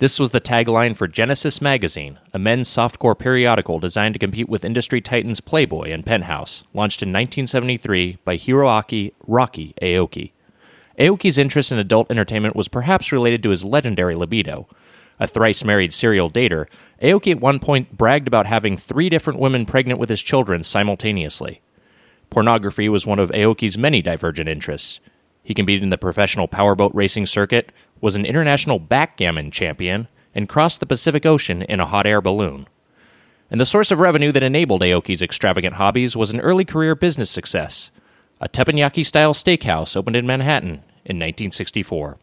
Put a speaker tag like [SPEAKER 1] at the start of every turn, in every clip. [SPEAKER 1] This was the tagline for Genesis Magazine, a men's softcore periodical designed to compete with industry titans Playboy and Penthouse, launched in 1973 by Hiroaki Rocky Aoki. Aoki's interest in adult entertainment was perhaps related to his legendary libido. A thrice married serial dater, Aoki at one point bragged about having three different women pregnant with his children simultaneously. Pornography was one of Aoki's many divergent interests. He competed in the professional powerboat racing circuit, was an international backgammon champion, and crossed the Pacific Ocean in a hot air balloon. And the source of revenue that enabled Aoki's extravagant hobbies was an early career business success. A teppanyaki style steakhouse opened in Manhattan in 1964.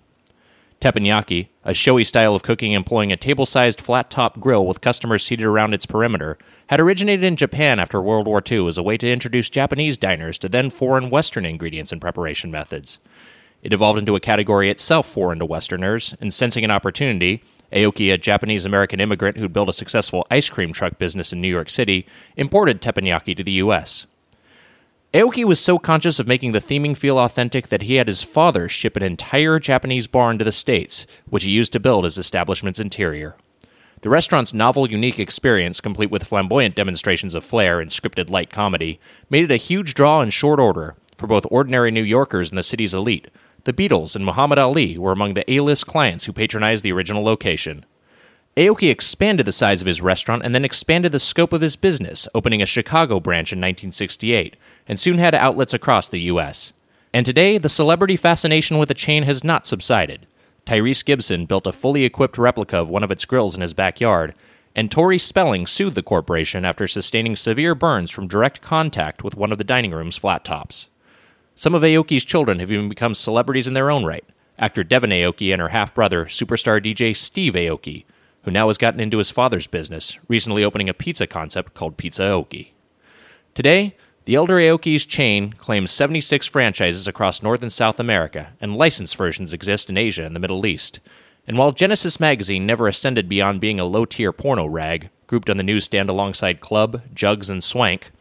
[SPEAKER 1] Teppanyaki, a showy style of cooking employing a table sized flat top grill with customers seated around its perimeter, had originated in Japan after World War II as a way to introduce Japanese diners to then foreign Western ingredients and preparation methods. It evolved into a category itself foreign to Westerners, and sensing an opportunity, Aoki, a Japanese American immigrant who'd built a successful ice cream truck business in New York City, imported teppanyaki to the U.S. Aoki was so conscious of making the theming feel authentic that he had his father ship an entire Japanese barn to the States, which he used to build his establishment's interior. The restaurant's novel, unique experience, complete with flamboyant demonstrations of flair and scripted light comedy, made it a huge draw in short order for both ordinary New Yorkers and the city's elite. The Beatles and Muhammad Ali were among the A list clients who patronized the original location. Aoki expanded the size of his restaurant and then expanded the scope of his business, opening a Chicago branch in 1968, and soon had outlets across the U.S. And today, the celebrity fascination with the chain has not subsided. Tyrese Gibson built a fully equipped replica of one of its grills in his backyard, and Tori Spelling sued the corporation after sustaining severe burns from direct contact with one of the dining room's flat tops. Some of Aoki's children have even become celebrities in their own right. Actor Devin Aoki and her half brother, superstar DJ Steve Aoki, who now has gotten into his father's business, recently opening a pizza concept called Pizza Aoki. Today, the Elder Aoki's chain claims 76 franchises across North and South America, and licensed versions exist in Asia and the Middle East. And while Genesis magazine never ascended beyond being a low tier porno rag, grouped on the newsstand alongside Club, Jugs, and Swank,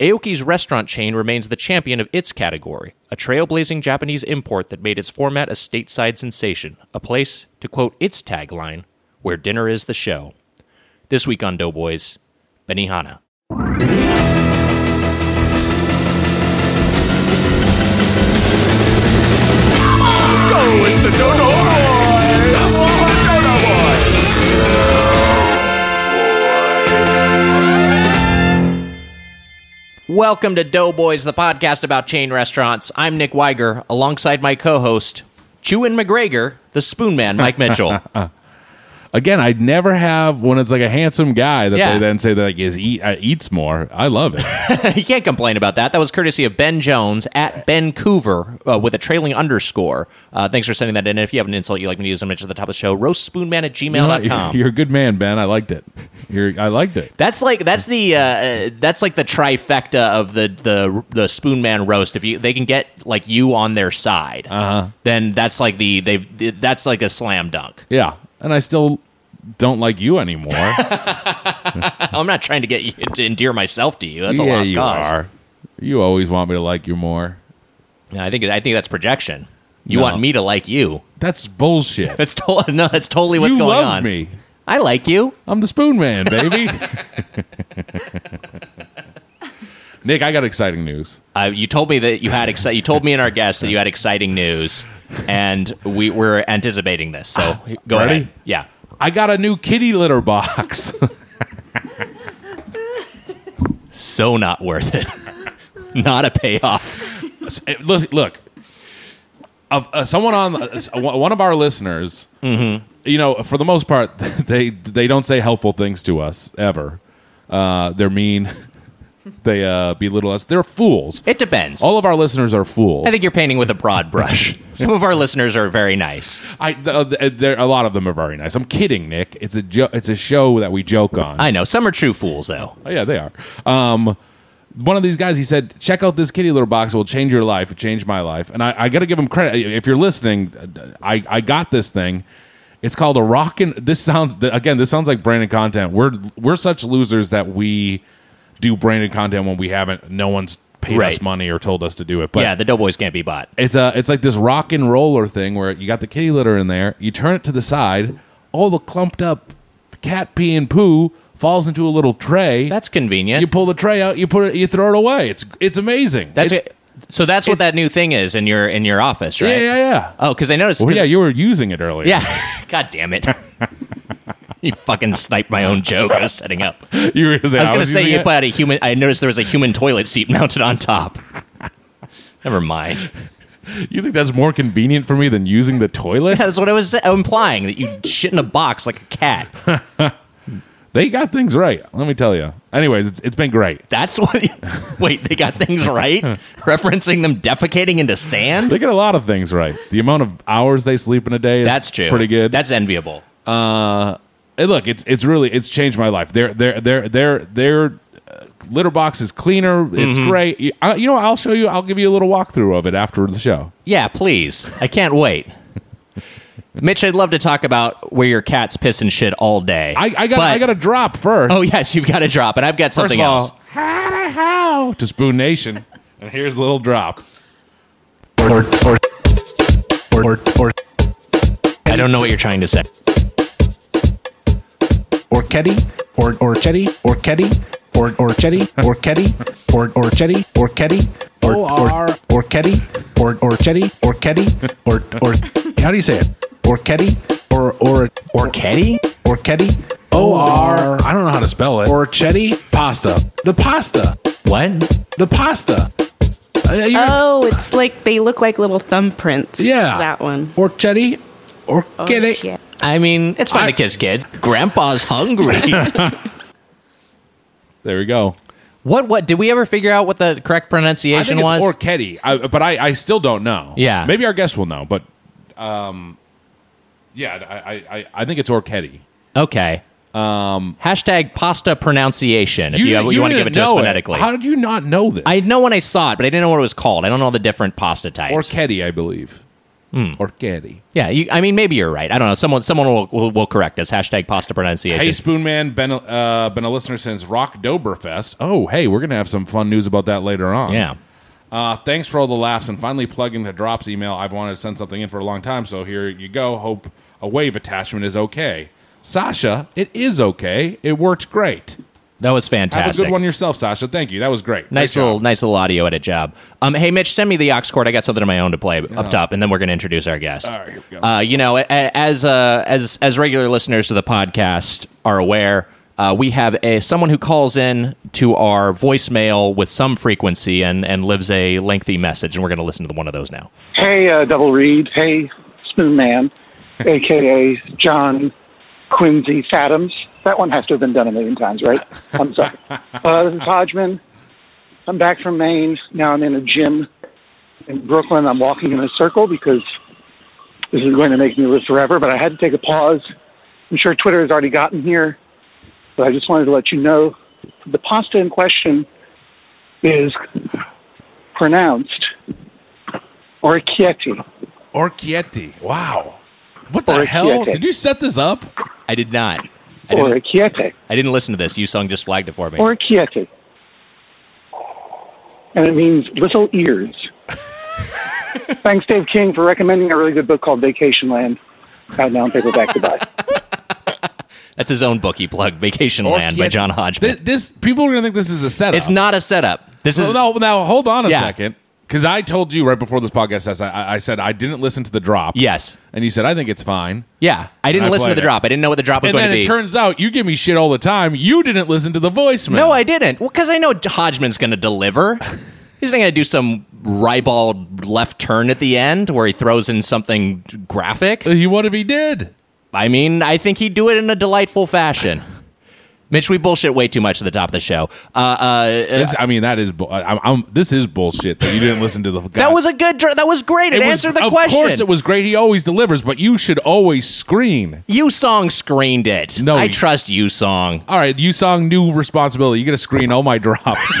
[SPEAKER 1] Aoki's restaurant chain remains the champion of its category, a trailblazing Japanese import that made its format a stateside sensation, a place, to quote its tagline, where dinner is the show. This week on Doughboys, Benihana.
[SPEAKER 2] Go, it's the Dodo Boys! The Dodo Boys!
[SPEAKER 1] Welcome to Doughboys, the podcast about chain restaurants. I'm Nick Weiger, alongside my co-host, Chewin McGregor, the Spoon Man, Mike Mitchell.
[SPEAKER 3] Again, I'd never have when it's like a handsome guy that
[SPEAKER 1] Yeah.
[SPEAKER 3] they then say that like is eat, uh, eats more. I love it.
[SPEAKER 1] you can't complain about that. That was courtesy of Ben Jones at Ben Coover uh, with a trailing underscore. Uh, thanks for sending that in. And if you have an insult you'd like me to use, I mentioned at the top of the show, roastspoonman at gmail.com.
[SPEAKER 3] You're a good man, Ben. I liked it. You're, I liked it.
[SPEAKER 1] That's like that's the uh, uh, that's like the trifecta of the the the Spoon Man roast. If you they can get like you on their side, uh-huh. then that's like the they've that's like a slam dunk.
[SPEAKER 3] Yeah, and I still don't like you anymore.
[SPEAKER 1] I'm not trying to get you to endear myself to you. That's a
[SPEAKER 3] yeah,
[SPEAKER 1] lost
[SPEAKER 3] you
[SPEAKER 1] cause.
[SPEAKER 3] are. You always want me to like you more.
[SPEAKER 1] Yeah, I think I think that's projection. You
[SPEAKER 3] No.
[SPEAKER 1] want me to like you?
[SPEAKER 3] That's bullshit.
[SPEAKER 1] That's to- no. That's totally what's
[SPEAKER 3] you
[SPEAKER 1] going
[SPEAKER 3] love
[SPEAKER 1] on.
[SPEAKER 3] me.
[SPEAKER 1] I like you.
[SPEAKER 3] I'm the spoon man, baby. Nick, I got exciting news.
[SPEAKER 1] Uh, you told me that you had exci- You told me and our guests that you had exciting news, and we were anticipating this. So go
[SPEAKER 3] Ready?
[SPEAKER 1] ahead. Yeah.
[SPEAKER 3] I got a new kitty litter box.
[SPEAKER 1] so not worth it. not a payoff.
[SPEAKER 3] look, look. of uh, someone on uh, s- one one of our listeners,
[SPEAKER 1] Mm-hmm.
[SPEAKER 3] you know, for the most part, they they don't say helpful things to us ever. Uh, they're mean. They uh, belittle us. They're fools.
[SPEAKER 1] It depends.
[SPEAKER 3] All of our listeners are fools.
[SPEAKER 1] I think you're painting with a broad brush. Some of our listeners are very nice.
[SPEAKER 3] I, th- uh, th- there, a lot of them are very nice. I'm kidding, Nick. It's a jo- it's a show that we joke on.
[SPEAKER 1] I know some are true fools though.
[SPEAKER 3] Oh, yeah, they are. Um, one of these guys, he said, check out this kitty litter box. It will change your life. It changed my life. And I, I got to give him credit. If you're listening, uh, I, I got this thing. It's called a rockin'. This sounds again. This sounds like branded content. We're we're such losers that we do branded content when we haven't. No one's paid us
[SPEAKER 1] Right.
[SPEAKER 3] money or told us to do it. But
[SPEAKER 1] yeah, the Doughboys can't be bought.
[SPEAKER 3] it's a it's like this rock and roller thing where you got the kitty litter in there, you turn it to the side, all the clumped up cat pee and poo falls into a little tray.
[SPEAKER 1] That's convenient.
[SPEAKER 3] you pull the tray out, you put it, you throw it away. It's it's amazing.
[SPEAKER 1] that's
[SPEAKER 3] It's-
[SPEAKER 1] it. So that's what
[SPEAKER 3] it's-
[SPEAKER 1] that new thing is in your in your office, right?
[SPEAKER 3] Yeah, yeah, yeah.
[SPEAKER 1] Oh, because I noticed.
[SPEAKER 3] Well,
[SPEAKER 1] 'cause-
[SPEAKER 3] yeah, you were using it earlier.
[SPEAKER 1] yeah. God damn it! you fucking sniped my own joke. I was setting up.
[SPEAKER 3] you were. Saying,
[SPEAKER 1] I was going to say
[SPEAKER 3] using
[SPEAKER 1] you
[SPEAKER 3] it.
[SPEAKER 1] put out a human. I noticed there was a human toilet seat mounted on top. Never mind.
[SPEAKER 3] You think that's more convenient for me than using the toilet?
[SPEAKER 1] That's what I was implying that you shit in a box like a cat.
[SPEAKER 3] They got things right. Let me tell you. Anyways, it's, it's been great.
[SPEAKER 1] That's what. wait, they got things right. Referencing them defecating into sand.
[SPEAKER 3] They get a lot of things right. The amount of hours they sleep in a day is
[SPEAKER 1] That's true.
[SPEAKER 3] pretty good.
[SPEAKER 1] That's enviable.
[SPEAKER 3] Hey, look, it's it's really it's changed my life. Their their their their their uh, litter box is cleaner. It's
[SPEAKER 1] Mm-hmm.
[SPEAKER 3] great. You, I, you know, I'll show you. I'll give you a little walkthrough of it after the show.
[SPEAKER 1] Yeah, please. I can't wait. Mitch, I'd love to talk about where your cat's piss and shit all day.
[SPEAKER 3] I, I got
[SPEAKER 1] But-
[SPEAKER 3] I got a drop first.
[SPEAKER 1] Oh yes, you've got to drop, and I've got
[SPEAKER 3] first
[SPEAKER 1] something
[SPEAKER 3] of all,
[SPEAKER 1] else.
[SPEAKER 3] howdy how to Spoon Nation, and here's a little drop.
[SPEAKER 1] I don't know what you're trying to say.
[SPEAKER 4] Orchetti, or Orchetti, Orchetti, or Orchetti, Orchetti, or Orchetti, Orchetti, or or Orchetti, or Orchetti, Orchetti, or or how do you say it? Orchetti, or or
[SPEAKER 1] Orchetti?
[SPEAKER 4] Orchetti,
[SPEAKER 3] Oh,
[SPEAKER 4] O R. I don't know how to spell it. Orchetti pasta, the pasta,
[SPEAKER 1] What?
[SPEAKER 4] the pasta. Uh, you-
[SPEAKER 5] Oh, it's like they look like little thumbprints.
[SPEAKER 4] yeah,
[SPEAKER 5] That one.
[SPEAKER 4] Orchetti, Orchetti.
[SPEAKER 5] Oh, Shit.
[SPEAKER 1] I mean, it's fun to kiss kids. Grandpa's hungry.
[SPEAKER 3] There we go.
[SPEAKER 1] what? What? Did we ever figure out what the correct
[SPEAKER 3] I
[SPEAKER 1] pronunciation
[SPEAKER 3] think it's
[SPEAKER 1] was?
[SPEAKER 3] Orchetti, I, but I, I still don't know.
[SPEAKER 1] Yeah.
[SPEAKER 3] maybe our guest will know. But um, yeah, I I, I, I think it's Orchetti.
[SPEAKER 1] okay. Um, Hashtag pasta pronunciation. If you, you, want to give it
[SPEAKER 3] didn't
[SPEAKER 1] to us
[SPEAKER 3] know
[SPEAKER 1] phonetically,
[SPEAKER 3] How did you not know this?
[SPEAKER 1] I know when I saw it, but I didn't know what it was called. I don't know all the different pasta types.
[SPEAKER 3] Orchetti, I believe.
[SPEAKER 1] Hmm.
[SPEAKER 3] Orchetti.
[SPEAKER 1] Yeah, you, I mean, maybe you're right. I don't know. Someone, someone will, will, will correct us. Hashtag pasta pronunciation.
[SPEAKER 3] Hey, Spoonman, been a, uh, been a listener since Rock Doberfest. Oh, hey, we're gonna have some fun news about that later on.
[SPEAKER 1] yeah,
[SPEAKER 3] Uh, thanks for all the laughs and finally plugging the drops email. I've wanted to send something in for a long time, so here you go. Hope a wave attachment is okay. Sasha, it is okay. It worked great.
[SPEAKER 1] that was fantastic.
[SPEAKER 3] Have a good one yourself, Sasha. Thank you. That was great.
[SPEAKER 1] Nice
[SPEAKER 3] Great job.
[SPEAKER 1] little, nice little audio edit job. Um, hey, Mitch, send me the aux cord. I got something of my own to play up top, and then we're going to introduce our guest.
[SPEAKER 3] All right, here we go.
[SPEAKER 1] Uh, you know, a- a- as uh, as as regular listeners to the podcast are aware, uh, we have a someone who calls in to our voicemail with some frequency and and lives a lengthy message, and we're going to listen to one of those now.
[SPEAKER 6] Hey, uh, Double Reed. Hey, Spoon Man, aka John Quincy Fathoms. That one has to have been done a million times, right? I'm sorry. Uh, this is Hodgman. I'm back from Maine. Now I'm in a gym in Brooklyn. I'm walking in a circle because this is going to make me live forever, but I had to take a pause. I'm sure Twitter has already gotten here, but I just wanted to let you know the pasta in question is pronounced Orchietti.
[SPEAKER 3] Orchietti. Wow. What the hell?
[SPEAKER 6] Orchietti.
[SPEAKER 3] Did you set this up?
[SPEAKER 1] I did not. I didn't,
[SPEAKER 6] Orchiete.
[SPEAKER 1] I didn't listen to this. You sung just flagged it for me.
[SPEAKER 6] Orchiete. And it means little ears. Thanks, Dave King, for recommending a really good book called Vacation Land. Out now on paperback. Goodbye.
[SPEAKER 1] That's his own book he plugged, Vacation Land by
[SPEAKER 3] Orchietti.
[SPEAKER 1] John
[SPEAKER 3] Oh, This,
[SPEAKER 1] Hodgman.
[SPEAKER 3] this people are gonna think this is a setup.
[SPEAKER 1] It's not a setup. This is
[SPEAKER 3] Well, no, now hold on a
[SPEAKER 1] Yeah.
[SPEAKER 3] second, because I told you right before this podcast, I- I, I said I didn't listen to the drop.
[SPEAKER 1] Yes.
[SPEAKER 3] and you said I think it's fine.
[SPEAKER 1] Yeah, I didn't
[SPEAKER 3] I
[SPEAKER 1] listen to
[SPEAKER 3] played
[SPEAKER 1] the
[SPEAKER 3] it.
[SPEAKER 1] drop. I didn't know what the drop was
[SPEAKER 3] and
[SPEAKER 1] going
[SPEAKER 3] then
[SPEAKER 1] to
[SPEAKER 3] it
[SPEAKER 1] be.
[SPEAKER 3] turns out you give me shit all the time. You didn't listen to the voicemail.
[SPEAKER 1] no, I didn't. Well, because I know Hodgman's going to deliver. He's not going to do some ribald left turn at the end where he throws in something graphic.
[SPEAKER 3] He, Uh, what if he did?
[SPEAKER 1] I mean, I think he'd do it in a delightful fashion. Mitch, we bullshit way too much at the top of the show. Uh, uh, uh,
[SPEAKER 3] This, I mean, that is. bu- I, I'm, I'm- this is bullshit that you didn't listen to the.
[SPEAKER 1] that was a good. dr- That was great. It,
[SPEAKER 3] was-
[SPEAKER 1] answered the
[SPEAKER 3] of
[SPEAKER 1] question.
[SPEAKER 3] course, it was great. He always delivers, but you should always screen.
[SPEAKER 1] you song screened it.
[SPEAKER 3] No,
[SPEAKER 1] I
[SPEAKER 3] you-
[SPEAKER 1] trust you song.
[SPEAKER 3] All right, you song new responsibility. You got to screen all my drops.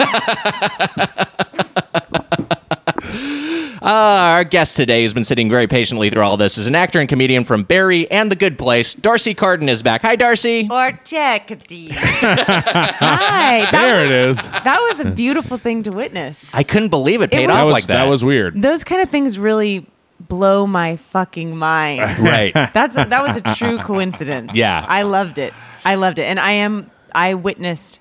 [SPEAKER 1] Uh, Our guest today, who's been sitting very patiently through all this, is an actor and comedian from Barry and The Good Place. Darcy Carden is back. Hi, Darcy.
[SPEAKER 7] Or check D. Hi. That
[SPEAKER 3] there
[SPEAKER 7] was,
[SPEAKER 3] it is.
[SPEAKER 7] That was a beautiful thing to witness.
[SPEAKER 1] I couldn't believe it
[SPEAKER 7] It
[SPEAKER 1] paid
[SPEAKER 7] was-
[SPEAKER 3] That
[SPEAKER 1] off
[SPEAKER 3] was
[SPEAKER 1] like that.
[SPEAKER 3] that was weird.
[SPEAKER 7] Those kind of things really blow my fucking mind.
[SPEAKER 1] right.
[SPEAKER 7] That's that was a true coincidence.
[SPEAKER 1] Yeah.
[SPEAKER 7] I loved it. I loved it, and I am I witnessed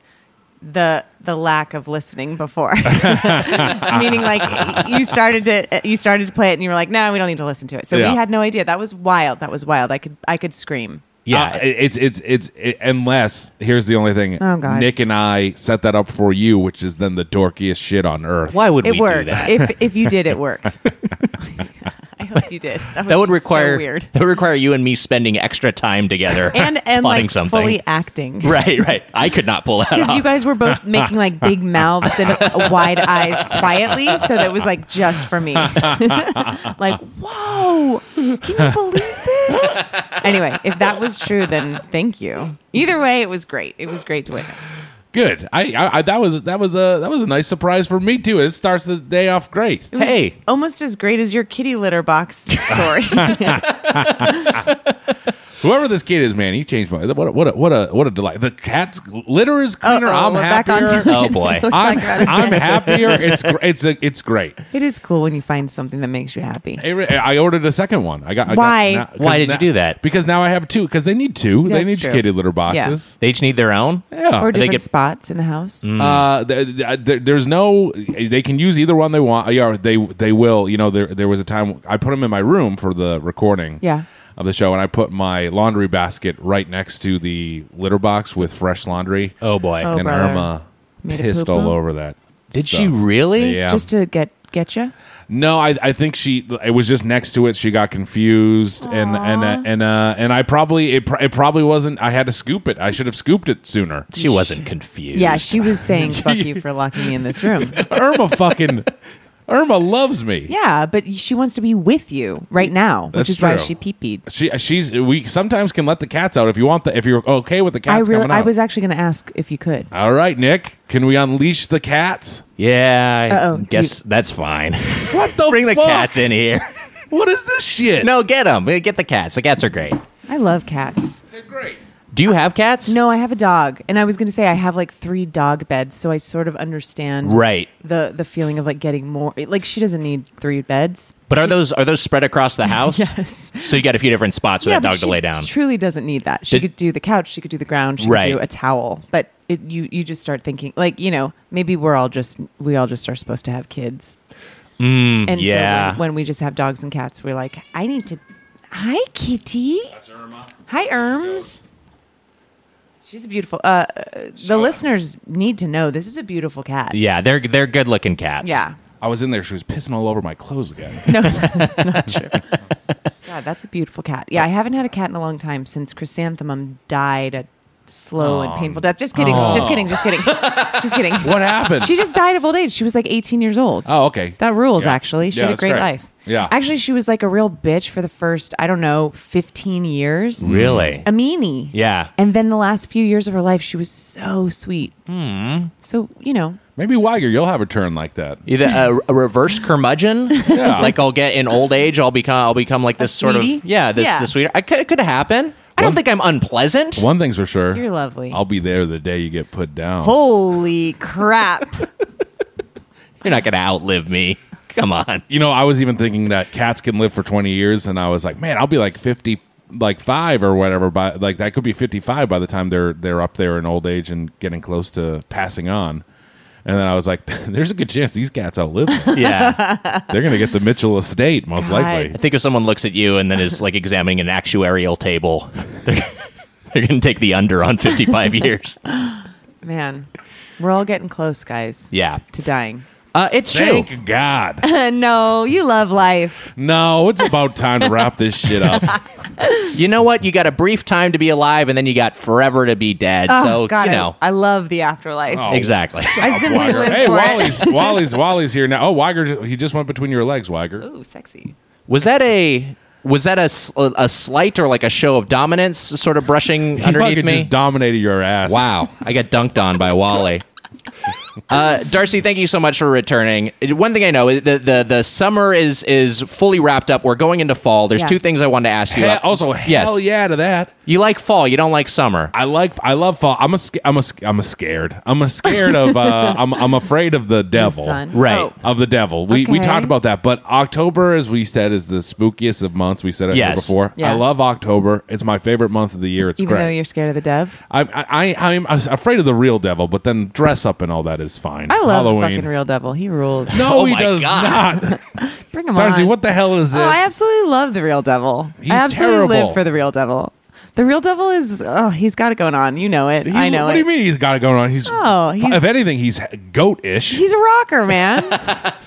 [SPEAKER 7] the the lack of listening before, meaning like you started to you started to play it, and you were like, no, we don't need to listen to it. So
[SPEAKER 3] Yeah.
[SPEAKER 7] we had no idea. That was wild. That was wild. I could I could scream.
[SPEAKER 1] Yeah.
[SPEAKER 3] Uh, it's it's it's it, unless here's the only thing.
[SPEAKER 7] Oh, God.
[SPEAKER 3] Nick and I set that up for you, which is then the dorkiest shit on earth.
[SPEAKER 1] Why would
[SPEAKER 7] It
[SPEAKER 1] we do
[SPEAKER 7] worked.
[SPEAKER 1] that?
[SPEAKER 7] If if you did, it worked. I hope you did. That would,
[SPEAKER 1] that would
[SPEAKER 7] be so
[SPEAKER 1] require
[SPEAKER 7] weird
[SPEAKER 1] that would require you and me spending extra time together
[SPEAKER 7] and and
[SPEAKER 1] plotting
[SPEAKER 7] like
[SPEAKER 1] something.
[SPEAKER 7] fully acting.
[SPEAKER 1] right, right. I could not pull that
[SPEAKER 7] Because
[SPEAKER 1] off.
[SPEAKER 7] you guys were both making like big mouths and uh, wide eyes quietly, so that was like just for me. like, whoa, can you believe this? Anyway, if that was true, then thank you. Either way, it was great. It was great to witness.
[SPEAKER 3] Good. I, I, I that was that was a that was a nice surprise for me too. It starts the day off great.
[SPEAKER 7] It was
[SPEAKER 1] Hey.
[SPEAKER 7] almost as great as your kitty litter box story.
[SPEAKER 3] Whoever this kid is, man, he changed my what a, what a, what a what a delight. The cat's litter is cleaner.
[SPEAKER 7] Uh-oh,
[SPEAKER 3] I'm
[SPEAKER 7] we're back
[SPEAKER 3] happier.
[SPEAKER 7] onto
[SPEAKER 1] oh boy.
[SPEAKER 3] I'm, I'm happier. It's gr- it's a, it's great.
[SPEAKER 7] it is cool when you find something that makes you happy.
[SPEAKER 3] I re- I ordered a second one. I got I
[SPEAKER 7] Why?
[SPEAKER 3] Got, 'cause
[SPEAKER 1] Why did you
[SPEAKER 3] now-
[SPEAKER 1] do that?
[SPEAKER 3] Because now I have two. Because they need two. they
[SPEAKER 7] That's
[SPEAKER 3] need
[SPEAKER 7] true.
[SPEAKER 3] kitty litter boxes.
[SPEAKER 1] They each need their own.
[SPEAKER 3] Yeah.
[SPEAKER 7] Or
[SPEAKER 1] They
[SPEAKER 7] different
[SPEAKER 1] get-
[SPEAKER 7] spots in the house.
[SPEAKER 3] Uh, th- th- th- there's no. They can use either one they want. Yeah, they they will. You know, there there was a time I put them in my room for the recording.
[SPEAKER 7] Yeah.
[SPEAKER 3] Of the show, and I put my laundry basket right next to the litter box with fresh laundry.
[SPEAKER 1] Oh boy.
[SPEAKER 7] Oh.
[SPEAKER 3] and
[SPEAKER 7] brother.
[SPEAKER 3] Irma
[SPEAKER 7] Made a
[SPEAKER 3] pissed
[SPEAKER 7] poo-poo?
[SPEAKER 3] all over that.
[SPEAKER 1] Did she
[SPEAKER 3] stuff.
[SPEAKER 1] really?
[SPEAKER 3] Yeah.
[SPEAKER 7] Just to get get you.
[SPEAKER 3] No, I, I think she it was just next to it. She got confused and and uh, and uh, and I probably it, pr- it probably wasn't. I had to scoop it. I should have scooped it sooner.
[SPEAKER 1] She wasn't confused.
[SPEAKER 7] Yeah, she was saying "fuck you" for locking me in this room.
[SPEAKER 3] Irma fucking Irma loves me.
[SPEAKER 7] Yeah, but she wants to be with you right now, which
[SPEAKER 3] That's
[SPEAKER 7] is why
[SPEAKER 3] true.
[SPEAKER 7] she pee-peed.
[SPEAKER 3] She she's we sometimes can let the cats out if you want the if you're okay with the
[SPEAKER 7] I
[SPEAKER 3] cats
[SPEAKER 7] really,
[SPEAKER 3] coming out.
[SPEAKER 7] I was actually going to ask if you could.
[SPEAKER 3] All right, Nick, can we unleash the cats?
[SPEAKER 1] Yeah, I
[SPEAKER 7] Uh-oh, do
[SPEAKER 1] guess that's fine.
[SPEAKER 3] What the
[SPEAKER 1] Bring the
[SPEAKER 3] fuck?
[SPEAKER 1] cats in here.
[SPEAKER 3] What is this shit?
[SPEAKER 1] no, get them. Get the cats. The cats are great.
[SPEAKER 7] I love cats.
[SPEAKER 3] they're great.
[SPEAKER 1] Do you have cats?
[SPEAKER 7] No, I have a dog, and I was going to say I have like three dog beds, so I sort of understand
[SPEAKER 1] Right.
[SPEAKER 7] the the feeling of like getting more. Like she doesn't need three beds.
[SPEAKER 1] But are those are those spread across the house?
[SPEAKER 7] Yes.
[SPEAKER 1] So you got a few different spots for that
[SPEAKER 7] but
[SPEAKER 1] dog to
[SPEAKER 7] she
[SPEAKER 1] lay down.
[SPEAKER 7] Truly doesn't need that. She
[SPEAKER 1] Did-
[SPEAKER 7] could do the couch. She could do the ground. She
[SPEAKER 1] Right.
[SPEAKER 7] could do a towel. But it, you you just start thinking like you know maybe we're all just we all just are supposed to have kids. and
[SPEAKER 1] Mm, yeah.
[SPEAKER 7] so when, when we just have dogs and cats, we're like, I need to. Hi, Kitty. That's Irma. Hi, Erms. She's beautiful. Uh, uh, the listeners need to know this is a beautiful cat.
[SPEAKER 1] yeah, they're they're good looking cats.
[SPEAKER 7] Yeah.
[SPEAKER 3] I was in there. She was pissing all over my clothes again.
[SPEAKER 7] God, that's a beautiful cat. Yeah, I haven't had a cat in a long time since Chrysanthemum died a slow and painful death. Just kidding. Just kidding. Just kidding. just kidding.
[SPEAKER 3] what happened?
[SPEAKER 7] She just died of old age. She was like 18 years old.
[SPEAKER 3] oh, okay.
[SPEAKER 7] That rules,
[SPEAKER 3] Yeah.
[SPEAKER 7] actually. She
[SPEAKER 3] Yeah,
[SPEAKER 7] had a
[SPEAKER 3] that's
[SPEAKER 7] great,
[SPEAKER 3] great.
[SPEAKER 7] life.
[SPEAKER 3] Yeah.
[SPEAKER 7] Actually, she was like a real bitch for the first, I don't know, 15 years.
[SPEAKER 1] Really?
[SPEAKER 7] A meanie.
[SPEAKER 1] Yeah.
[SPEAKER 7] And then the last few years of her life, she was so sweet. Mm.
[SPEAKER 3] Hmm.
[SPEAKER 7] So, you know,
[SPEAKER 3] Maybe Weiger, you'll have a turn like that.
[SPEAKER 1] Either a, uh, a reverse curmudgeon,
[SPEAKER 3] Yeah.
[SPEAKER 1] like I'll get in old age, I'll become I'll become like this sort of
[SPEAKER 7] sweetie?
[SPEAKER 1] yeah this
[SPEAKER 7] Yeah.
[SPEAKER 1] this sweeter. I could, it could happen. I don't think I'm unpleasant.
[SPEAKER 3] One thing's for sure.
[SPEAKER 7] You're lovely.
[SPEAKER 3] I'll be there the day you get put down.
[SPEAKER 7] holy crap.
[SPEAKER 1] You're not gonna outlive me. Come on.
[SPEAKER 3] you know, I was even thinking that cats can live for 20 years, and I was like, man, I'll be like 50, like five or whatever. By like that could be 55 by the time they're they're up there in old age and getting close to passing on. And then I was like, there's a good chance these cats outlive. me.
[SPEAKER 1] Yeah.
[SPEAKER 3] they're gonna get the Mitchell estate most
[SPEAKER 7] God.
[SPEAKER 3] likely.
[SPEAKER 1] I think if someone looks at you and then is like examining an actuarial table, they're, they're gonna take the under on 55 years.
[SPEAKER 7] Man, we're all getting close, guys,
[SPEAKER 1] Yeah.
[SPEAKER 7] to dying. Uh, it's true.
[SPEAKER 3] Thank God.
[SPEAKER 7] no, you love life.
[SPEAKER 3] No, it's about time to wrap this shit up.
[SPEAKER 1] You know what? You got a brief time to be alive, and then you got forever to be dead.
[SPEAKER 7] Oh,
[SPEAKER 1] so
[SPEAKER 7] God,
[SPEAKER 1] you
[SPEAKER 7] I-
[SPEAKER 1] know
[SPEAKER 7] I, love the afterlife.
[SPEAKER 3] Oh,
[SPEAKER 1] exactly.
[SPEAKER 7] I simply
[SPEAKER 3] Weiger.
[SPEAKER 7] live
[SPEAKER 3] Hey,
[SPEAKER 7] for
[SPEAKER 3] Wally's, Wally's, Wally's here now. Oh, Weiger, just, he just went between your legs, Weiger.
[SPEAKER 7] it. Ooh, sexy.
[SPEAKER 1] Was that a was that a, s- a slight or like a show of dominance, sort of brushing
[SPEAKER 3] He
[SPEAKER 1] underneath
[SPEAKER 3] fucking
[SPEAKER 1] me?
[SPEAKER 3] just dominated your ass.
[SPEAKER 1] wow, I got dunked on by Wally. Uh, Darcy, thank you so much for returning. One thing I know, the the, the summer is is fully wrapped up. We're going into fall. There's
[SPEAKER 7] Yeah.
[SPEAKER 1] two things I wanted to ask you.
[SPEAKER 3] Hell,
[SPEAKER 1] about.
[SPEAKER 3] also,
[SPEAKER 1] yes,
[SPEAKER 3] hell yeah to that.
[SPEAKER 1] you like fall. You don't like summer.
[SPEAKER 3] I like, I love fall. I'm a, sc- I'm a, sc- I'm a scared. I'm a scared of, uh, I'm, I'm afraid of the devil.
[SPEAKER 7] sun.
[SPEAKER 1] Right.
[SPEAKER 7] Oh.
[SPEAKER 3] Of the devil. We, we
[SPEAKER 7] Okay.
[SPEAKER 3] talked about that, but October, as we said, is the spookiest of months. We said it here
[SPEAKER 1] Yes.
[SPEAKER 3] before.
[SPEAKER 7] Yeah.
[SPEAKER 3] I love October. It's my favorite month of the year. It's
[SPEAKER 7] Even
[SPEAKER 3] great.
[SPEAKER 7] though you're scared of the dove.
[SPEAKER 3] I'm I, I, I'm afraid of the real devil, but then dress up and all that is fine.
[SPEAKER 7] I love the
[SPEAKER 3] Halloween.
[SPEAKER 7] fucking real devil. He rules.
[SPEAKER 3] No,
[SPEAKER 1] Oh
[SPEAKER 3] he
[SPEAKER 1] my
[SPEAKER 3] does
[SPEAKER 1] God.
[SPEAKER 3] not.
[SPEAKER 7] Bring him
[SPEAKER 3] Darcy,
[SPEAKER 7] on.
[SPEAKER 3] what the hell is this?
[SPEAKER 7] Oh, I absolutely love the real devil.
[SPEAKER 3] He's
[SPEAKER 7] I absolutely
[SPEAKER 3] terrible.
[SPEAKER 7] live for the real devil. The real devil is oh, he's got it going on. You know it.
[SPEAKER 3] He-
[SPEAKER 7] I know
[SPEAKER 3] What
[SPEAKER 7] it.
[SPEAKER 3] do you mean he's got it going on? He's,
[SPEAKER 7] Oh, he's-
[SPEAKER 3] if anything, he's goat-ish.
[SPEAKER 7] He's a rocker, man.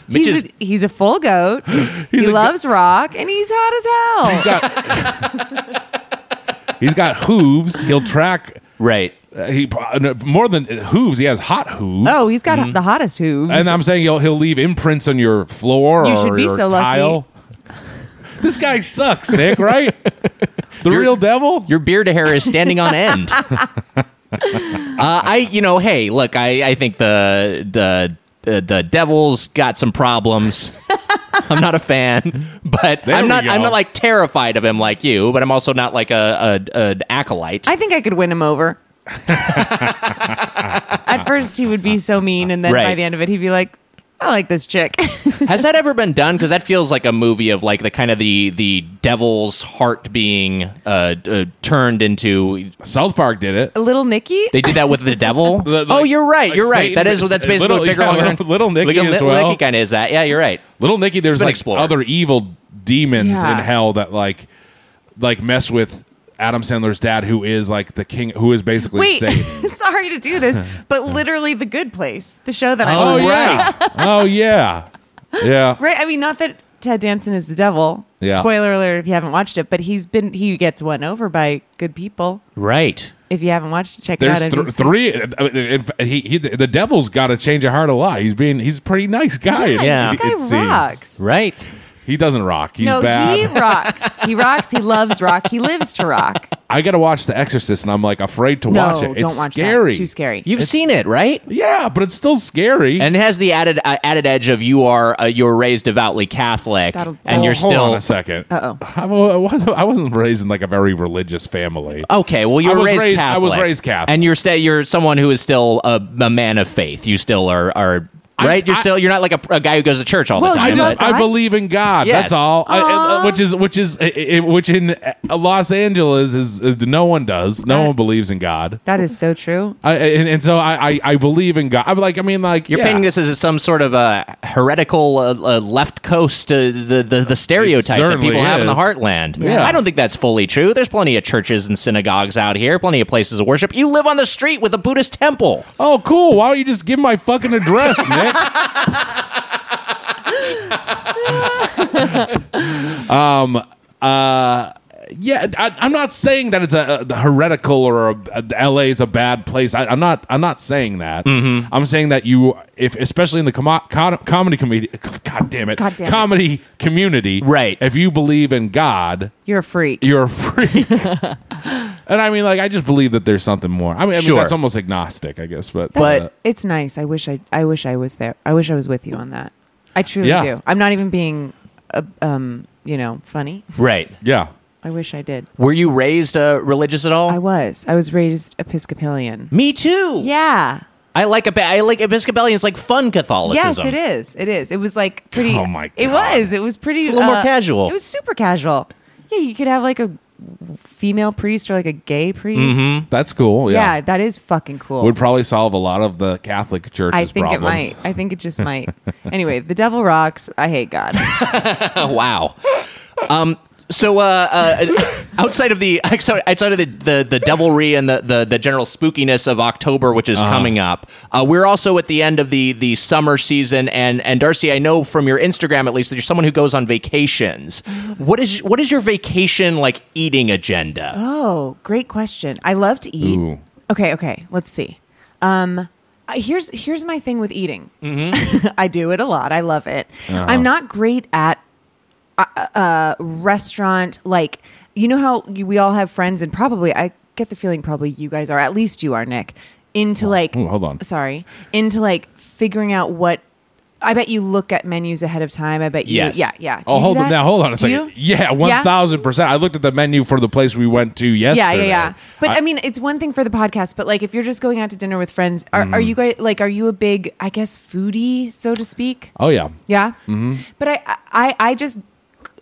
[SPEAKER 7] he's,
[SPEAKER 1] is-
[SPEAKER 7] a, he's a full goat. he
[SPEAKER 3] a
[SPEAKER 7] loves rock, and he's hot as hell.
[SPEAKER 3] he's got hooves. He'll track.
[SPEAKER 1] Right.
[SPEAKER 3] Uh, he uh, more than hooves. He has hot hooves.
[SPEAKER 7] oh, he's got the hottest hooves.
[SPEAKER 3] Mm-hmm. and I'm saying he'll he'll leave imprints on your floor
[SPEAKER 7] You
[SPEAKER 3] or
[SPEAKER 7] should be
[SPEAKER 3] your
[SPEAKER 7] so lucky.
[SPEAKER 3] tile. this guy sucks, Nick. Right? the real devil.
[SPEAKER 1] Your beard hair is standing on end. uh, I, you know, hey, look, I, I think the the the, the devil's got some problems. I'm not a fan, but
[SPEAKER 3] There
[SPEAKER 1] I'm
[SPEAKER 3] we
[SPEAKER 1] not.
[SPEAKER 3] go.
[SPEAKER 1] I'm not like terrified of him like you, but I'm also not like a, a an acolyte.
[SPEAKER 7] I think I could win him over. At first, he would be so mean, and then by
[SPEAKER 1] Right.
[SPEAKER 7] the end of it, he'd be like, "I like this chick."
[SPEAKER 1] Has that ever been done? Because that feels like a movie of like the kind of the the devil's heart being uh, uh turned into.
[SPEAKER 3] South Park did it.
[SPEAKER 7] Little Nicky.
[SPEAKER 1] They did that with the devil.
[SPEAKER 3] The- like-
[SPEAKER 1] oh, you're right.
[SPEAKER 3] like
[SPEAKER 1] You're right.
[SPEAKER 3] Satan-
[SPEAKER 1] that is that's basically
[SPEAKER 3] Little-
[SPEAKER 1] what bigger
[SPEAKER 3] yeah,
[SPEAKER 1] longer
[SPEAKER 3] Little- Little Nicky
[SPEAKER 1] Little,
[SPEAKER 3] as
[SPEAKER 1] Little
[SPEAKER 3] well.
[SPEAKER 1] Nicky kind of is that. Yeah, you're right.
[SPEAKER 3] Little Nicky, there's
[SPEAKER 1] been
[SPEAKER 3] like
[SPEAKER 1] explored.
[SPEAKER 3] other evil demons
[SPEAKER 7] Yeah.
[SPEAKER 3] in hell that like like mess with Adam Sandler's dad, who is like the king, who is basically
[SPEAKER 7] Wait,
[SPEAKER 3] Satan.
[SPEAKER 7] sorry to do this, but literally the good place, the show that I
[SPEAKER 3] Oh
[SPEAKER 7] love.
[SPEAKER 3] yeah, oh yeah, yeah.
[SPEAKER 7] Right? I mean, not that Ted Danson is the devil.
[SPEAKER 3] Yeah.
[SPEAKER 7] Spoiler alert if you haven't watched it, but he's been he gets won over by good people.
[SPEAKER 1] Right.
[SPEAKER 7] If you haven't watched it, check it
[SPEAKER 3] There's
[SPEAKER 7] out.
[SPEAKER 3] thr-
[SPEAKER 7] It's-
[SPEAKER 3] three. uh, in fact, He, he, the devil's got to change a heart a lot. He's being he's a pretty nice guy. it-
[SPEAKER 1] Yeah.
[SPEAKER 7] This guy
[SPEAKER 3] it seems.
[SPEAKER 7] rocks.
[SPEAKER 1] Right.
[SPEAKER 3] He doesn't rock. He's
[SPEAKER 7] no,
[SPEAKER 3] bad.
[SPEAKER 7] he rocks. He rocks. He loves rock. He lives to rock.
[SPEAKER 3] I got to watch The Exorcist, and I'm like afraid to
[SPEAKER 7] No,
[SPEAKER 3] watch it.
[SPEAKER 7] don't
[SPEAKER 3] It's
[SPEAKER 7] watch
[SPEAKER 3] scary.
[SPEAKER 7] that. Too scary.
[SPEAKER 1] You've seen it, right?
[SPEAKER 3] Yeah, but it's still scary.
[SPEAKER 1] And it has the added uh, added edge of you are uh, you're raised devoutly Catholic,
[SPEAKER 7] That'll-
[SPEAKER 4] oh,
[SPEAKER 1] and you're
[SPEAKER 3] Oh, hold on
[SPEAKER 1] still
[SPEAKER 3] a second.
[SPEAKER 7] Uh-oh.
[SPEAKER 3] I wa- I wasn't- I wasn't raised in like a very religious family.
[SPEAKER 1] okay. Well, you
[SPEAKER 3] I
[SPEAKER 1] were
[SPEAKER 3] was
[SPEAKER 1] raised,
[SPEAKER 3] raised- I
[SPEAKER 1] Catholic.
[SPEAKER 3] was raised Catholic.
[SPEAKER 1] and you're sta- you're someone who is still a, a man of faith. You still are are right. you're
[SPEAKER 3] I-
[SPEAKER 1] still you're not like a, a guy who goes to church all
[SPEAKER 7] Well,
[SPEAKER 1] the
[SPEAKER 3] I
[SPEAKER 1] time.
[SPEAKER 7] you
[SPEAKER 3] just
[SPEAKER 7] love
[SPEAKER 1] but-
[SPEAKER 7] God?
[SPEAKER 3] I believe in God.
[SPEAKER 1] Yes.
[SPEAKER 3] That's all. I- I- which is which is i- i- which in uh, Los Angeles is uh, no one does. No
[SPEAKER 1] Uh.
[SPEAKER 3] one believes in God.
[SPEAKER 7] That is so true.
[SPEAKER 3] I, and, and so I, I I believe in God. I'm like I mean like
[SPEAKER 1] you're
[SPEAKER 3] yeah.
[SPEAKER 1] painting this as some sort of a heretical uh, uh, left coast, uh, the, the the stereotype that
[SPEAKER 3] certainly
[SPEAKER 1] people have in the
[SPEAKER 3] is.
[SPEAKER 1] heartland.
[SPEAKER 3] Yeah.
[SPEAKER 1] I don't think that's fully true. There's plenty of churches and synagogues out here, plenty of places of worship. You live on the street with a Buddhist temple.
[SPEAKER 3] Oh, cool. Why don't you just give my fucking address, Nick? um. Uh. Yeah, I, I'm not saying that it's a, a heretical or a, a, LA is a bad place. I, I'm not. I'm not saying that. I'm saying that you, if especially in the com- com- comedy comedy, god damn it,
[SPEAKER 7] God damn it.
[SPEAKER 3] comedy community,
[SPEAKER 1] Right.
[SPEAKER 3] If you believe in God,
[SPEAKER 7] You're a freak.
[SPEAKER 3] you're a freak. and I mean, like, I just believe that there's something more. I mean, I mean
[SPEAKER 1] Sure.
[SPEAKER 3] that's almost agnostic, I guess. But,
[SPEAKER 7] That's-
[SPEAKER 3] uh,
[SPEAKER 7] it's nice. I wish I I wish I was there. I wish I was with you on that. I truly
[SPEAKER 3] Yeah.
[SPEAKER 7] do. I'm not even being uh, um, you know, funny.
[SPEAKER 1] Right.
[SPEAKER 3] yeah,
[SPEAKER 7] I wish I did.
[SPEAKER 1] Were you raised uh, religious at all?
[SPEAKER 7] I was. I was raised Episcopalian.
[SPEAKER 1] Me too.
[SPEAKER 7] Yeah.
[SPEAKER 1] I like a I like Episcopalians like fun Catholicism.
[SPEAKER 7] Yes, it is. It is. It was like pretty.
[SPEAKER 3] Oh, my
[SPEAKER 7] It
[SPEAKER 3] God.
[SPEAKER 7] was. It was pretty. uh,
[SPEAKER 1] It's a little more casual.
[SPEAKER 7] It was super casual. Yeah, you could have like a female priest or like a gay priest.
[SPEAKER 3] that's cool.
[SPEAKER 7] Mm-hmm. Yeah.
[SPEAKER 3] Mm-hmm. Oh, Yeah.
[SPEAKER 7] that is fucking cool.
[SPEAKER 3] Would probably solve a lot of the Catholic Church's
[SPEAKER 7] I think
[SPEAKER 3] problems.
[SPEAKER 7] it might. I think it just might. anyway, the devil rocks. I hate God.
[SPEAKER 1] Oh, wow. Um So, uh, uh, outside of the outside outside of the, the, the devilry and the, the, the general spookiness of October, which is coming up, uh, we're also at the end of the, the summer season. And, and Darcy, I know from your Instagram at least that you're someone who goes on vacations. What is what is your vacation like eating agenda?
[SPEAKER 7] Oh, great question. I love to eat.
[SPEAKER 3] Ooh.
[SPEAKER 7] Okay, okay. Let's see. Um, uh, here's here's my thing with eating. I do it a lot. I love it.
[SPEAKER 3] Uh-huh.
[SPEAKER 7] I'm not great at uh, uh, restaurant like you know how you, we all have friends and probably I get the feeling probably you guys are at least you are Nick into like
[SPEAKER 3] Ooh, hold on.
[SPEAKER 7] sorry into like figuring out what. I bet you look at menus ahead of time. I bet you.
[SPEAKER 1] Yes.
[SPEAKER 7] Yeah, yeah. Do
[SPEAKER 3] Oh,
[SPEAKER 7] you do
[SPEAKER 3] hold on
[SPEAKER 7] that?
[SPEAKER 3] now. Hold on a
[SPEAKER 7] Do you?
[SPEAKER 3] second. Yeah, one thousand percent. I looked at the menu for the place we went to
[SPEAKER 7] yeah, yeah,
[SPEAKER 3] yesterday.
[SPEAKER 7] yeah. But I, mean, it's one thing for the podcast, but like if you're just going out to dinner with friends, are, are you guys like are you a big, I guess, foodie, so to speak?
[SPEAKER 3] oh yeah.
[SPEAKER 7] Yeah. But I, I, I just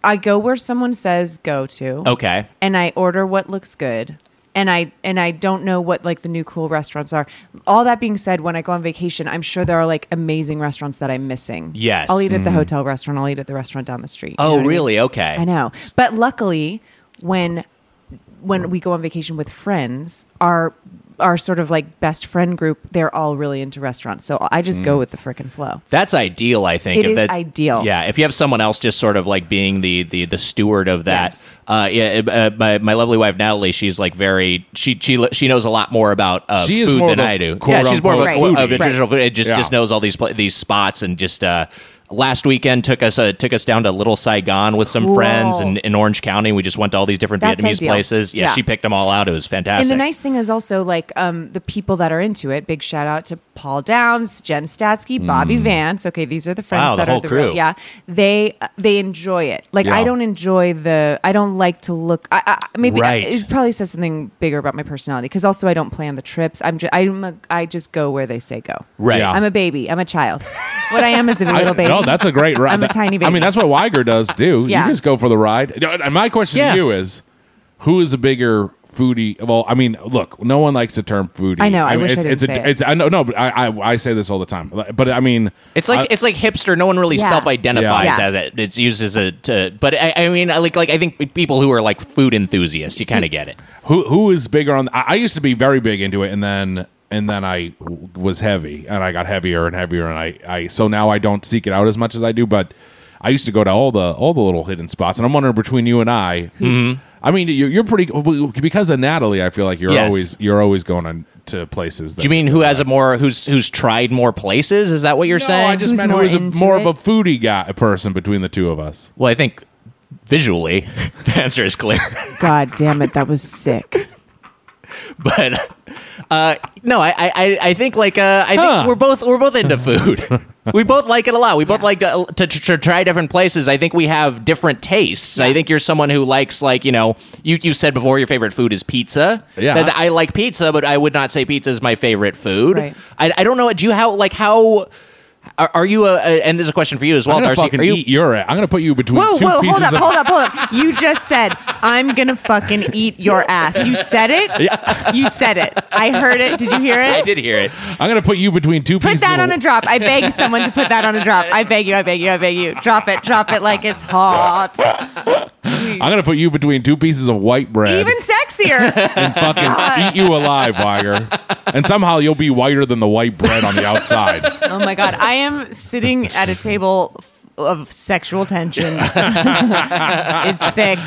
[SPEAKER 7] I go where someone says go to,
[SPEAKER 1] Okay.
[SPEAKER 7] and I order what looks good. And I and I don't know what like the new cool restaurants are. All that being said, when I go on vacation, I'm sure there are like amazing restaurants that I'm missing.
[SPEAKER 1] Yes. Mm-hmm.
[SPEAKER 7] I'll eat at the hotel restaurant. I'll eat at the restaurant down the street. You know
[SPEAKER 1] Oh,
[SPEAKER 7] what I mean?
[SPEAKER 1] really? Okay.
[SPEAKER 7] I know. But luckily, when when we go on vacation with friends, our our sort of like best friend group, they're all really into restaurants. So I just
[SPEAKER 1] Mm.
[SPEAKER 7] go with the frickin' flow.
[SPEAKER 1] That's ideal, I think.
[SPEAKER 7] It
[SPEAKER 1] if
[SPEAKER 7] is
[SPEAKER 1] that-
[SPEAKER 7] ideal.
[SPEAKER 1] Yeah, if you have someone else just sort of like being the the, the steward of that.
[SPEAKER 7] Yes.
[SPEAKER 1] Uh, yeah, it- uh, my, my lovely wife Natalie, she's like very she she she knows a lot more about uh,
[SPEAKER 3] She is
[SPEAKER 1] food
[SPEAKER 3] more
[SPEAKER 1] than
[SPEAKER 3] of a
[SPEAKER 1] I do.
[SPEAKER 3] quote,
[SPEAKER 1] Yeah, she's more of a,
[SPEAKER 7] unquote,
[SPEAKER 1] of a
[SPEAKER 7] foodie.
[SPEAKER 1] traditional food. It just
[SPEAKER 3] Yeah.
[SPEAKER 1] just knows all these pla- these spots and just. Uh, Last weekend took us uh, took us down to Little Saigon with some
[SPEAKER 7] Cool.
[SPEAKER 1] friends in, in Orange County. We just went to all these different
[SPEAKER 7] That's
[SPEAKER 1] Vietnamese
[SPEAKER 7] ideal.
[SPEAKER 1] places. Yeah,
[SPEAKER 7] Yeah.
[SPEAKER 1] she picked them all out. It was fantastic.
[SPEAKER 7] And the nice thing is also like um, the people that are into it. Big shout out to Paul Downs, Jen Statsky, Bobby Vance. Okay, these are the friends
[SPEAKER 1] Mm. Wow, the
[SPEAKER 7] that
[SPEAKER 1] whole
[SPEAKER 7] are the
[SPEAKER 1] crew.
[SPEAKER 7] real. Yeah, they uh, they enjoy it. Like
[SPEAKER 3] Yeah.
[SPEAKER 7] I don't enjoy the. I don't like to look. I, I maybe
[SPEAKER 1] Right.
[SPEAKER 7] it probably says something bigger about my personality because also I don't plan the trips. I'm just I'm a, I just go where they say go.
[SPEAKER 1] Right. Yeah.
[SPEAKER 7] I'm a baby. I'm a child. what I am is a
[SPEAKER 3] I-
[SPEAKER 7] little baby.
[SPEAKER 3] no, that's a great ride.
[SPEAKER 7] I'm a tiny
[SPEAKER 3] I
[SPEAKER 7] baby.
[SPEAKER 3] mean, that's what Weiger does do.
[SPEAKER 7] Yeah.
[SPEAKER 3] You just go for the ride. And my question
[SPEAKER 1] Yeah.
[SPEAKER 3] to you is, who is a bigger foodie? Well, I mean, look, no one likes the term foodie.
[SPEAKER 7] I know, I wish I
[SPEAKER 3] it's,
[SPEAKER 7] didn't
[SPEAKER 3] it's a,
[SPEAKER 7] say it.
[SPEAKER 3] It's, I know, no, but I, I, I say this all the time. But I mean,
[SPEAKER 1] It's like
[SPEAKER 3] I-
[SPEAKER 1] it's like hipster. No one really
[SPEAKER 7] Yeah.
[SPEAKER 1] self-identifies
[SPEAKER 7] Yeah.
[SPEAKER 1] as it. It's used as a. To, but I, I mean, I like like I think people who are like food enthusiasts, you kind of get it.
[SPEAKER 3] who who is bigger on? I, I used to be very big into it, and then and then I w- was heavy, and I got heavier and heavier, and I, I so now I don't seek it out as much as I do, but. I used to go to all the all the little hidden spots, and I'm wondering between you and I.
[SPEAKER 1] Mm-hmm.
[SPEAKER 3] I mean, you're, you're pretty because of Natalie. I feel like you're
[SPEAKER 1] Yes.
[SPEAKER 3] always you're always going on to places. That,
[SPEAKER 1] Do you mean who has a more who's who's tried more places? Is that what you're
[SPEAKER 3] No,
[SPEAKER 1] saying?
[SPEAKER 3] I just
[SPEAKER 7] Who's
[SPEAKER 3] meant
[SPEAKER 7] more
[SPEAKER 3] who is a,
[SPEAKER 7] into
[SPEAKER 3] more
[SPEAKER 7] it?
[SPEAKER 3] of a foodie guy person between the two of us.
[SPEAKER 1] well, I think visually the answer is clear.
[SPEAKER 7] God damn it, that was sick.
[SPEAKER 1] but uh, no, I, I I- I think like uh, I think
[SPEAKER 3] Huh.
[SPEAKER 1] we're both we're both into food. we both like it a lot. We both like uh, to, to, to try different places. I think we have different tastes. I think you're someone who likes like you know you you said before your favorite food is pizza.
[SPEAKER 3] Yeah.
[SPEAKER 1] That- I like pizza, but I would not say pizza is my favorite food.
[SPEAKER 7] Right.
[SPEAKER 1] I I don't know. Do you how like how. Are, are you a, a- and this is a question for you as well,
[SPEAKER 3] I'm gonna
[SPEAKER 1] Darcy?
[SPEAKER 3] fucking
[SPEAKER 1] are you
[SPEAKER 3] eat your. ass. I'm gonna put you between
[SPEAKER 7] Whoa,
[SPEAKER 3] two
[SPEAKER 7] whoa,
[SPEAKER 3] pieces
[SPEAKER 7] hold up,
[SPEAKER 3] of.
[SPEAKER 7] hold up, hold up. You just said, I'm going to fucking eat your ass. You said it? You said it. I heard it. Did you hear it?
[SPEAKER 1] I did hear it.
[SPEAKER 3] I'm gonna put you between two
[SPEAKER 7] Put
[SPEAKER 3] pieces.
[SPEAKER 7] that
[SPEAKER 3] of,
[SPEAKER 7] on a drop. I beg someone to put that on a drop. I beg you, I beg you, I beg you. Drop it, drop it like it's hot.
[SPEAKER 3] I'm gonna put you between two pieces of white bread.
[SPEAKER 7] Even sexier.
[SPEAKER 3] and fucking eat you alive, Weiger. And somehow you'll be whiter than the white bread on the outside.
[SPEAKER 7] Oh my God. I am sitting at a table f- of sexual tension. it's thick.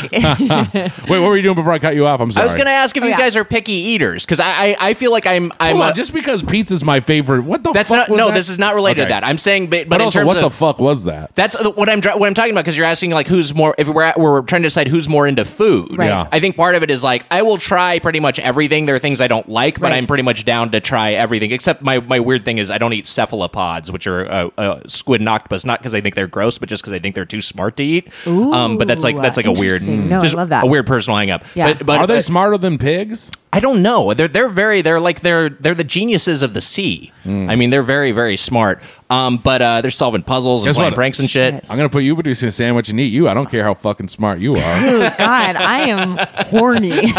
[SPEAKER 3] Wait, what were you doing before I cut you off? I'm sorry.
[SPEAKER 1] I was going to ask if
[SPEAKER 7] Oh,
[SPEAKER 1] you
[SPEAKER 7] yeah.
[SPEAKER 1] guys are picky eaters because I, I I feel like I'm I'm
[SPEAKER 3] Hold
[SPEAKER 1] a-
[SPEAKER 3] on, just because pizza's my favorite. What the
[SPEAKER 1] That's
[SPEAKER 3] fuck
[SPEAKER 1] not
[SPEAKER 3] was
[SPEAKER 1] no.
[SPEAKER 3] that?
[SPEAKER 1] This is not related
[SPEAKER 3] Okay.
[SPEAKER 1] to that. I'm saying, but, but,
[SPEAKER 3] But
[SPEAKER 1] in
[SPEAKER 3] also,
[SPEAKER 1] terms
[SPEAKER 3] what
[SPEAKER 1] of
[SPEAKER 3] the fuck was that?
[SPEAKER 1] that's what I'm dr- what I'm talking about because you're asking like who's more if we're at, we're trying to decide who's more into food.
[SPEAKER 7] Right. Yeah.
[SPEAKER 1] I think part of it is like I will try pretty much everything. There are things I don't like, but
[SPEAKER 7] Right.
[SPEAKER 1] I'm pretty much down to try everything except my my weird thing is I don't eat cephalopods, which are uh, uh, squid and octopus, not because I think they're gross, but just because I think they're too smart to eat. um, but that's like
[SPEAKER 7] Ooh,
[SPEAKER 1] that's like a weird
[SPEAKER 7] interesting. No, I
[SPEAKER 1] just
[SPEAKER 7] love that.
[SPEAKER 1] a weird personal hang up.
[SPEAKER 7] Yeah.
[SPEAKER 1] But, but
[SPEAKER 3] Are they
[SPEAKER 1] uh,
[SPEAKER 3] smarter than pigs?
[SPEAKER 1] I don't know. They're they're very they're like they're they're the geniuses of the sea. I mean, they're very very smart. Um, but uh, they're solving puzzles and
[SPEAKER 3] Guess
[SPEAKER 1] playing
[SPEAKER 3] what?
[SPEAKER 1] pranks and shit.
[SPEAKER 3] I'm gonna put you between a sandwich and eat you. I don't care how fucking smart you are.
[SPEAKER 7] God, I am horny.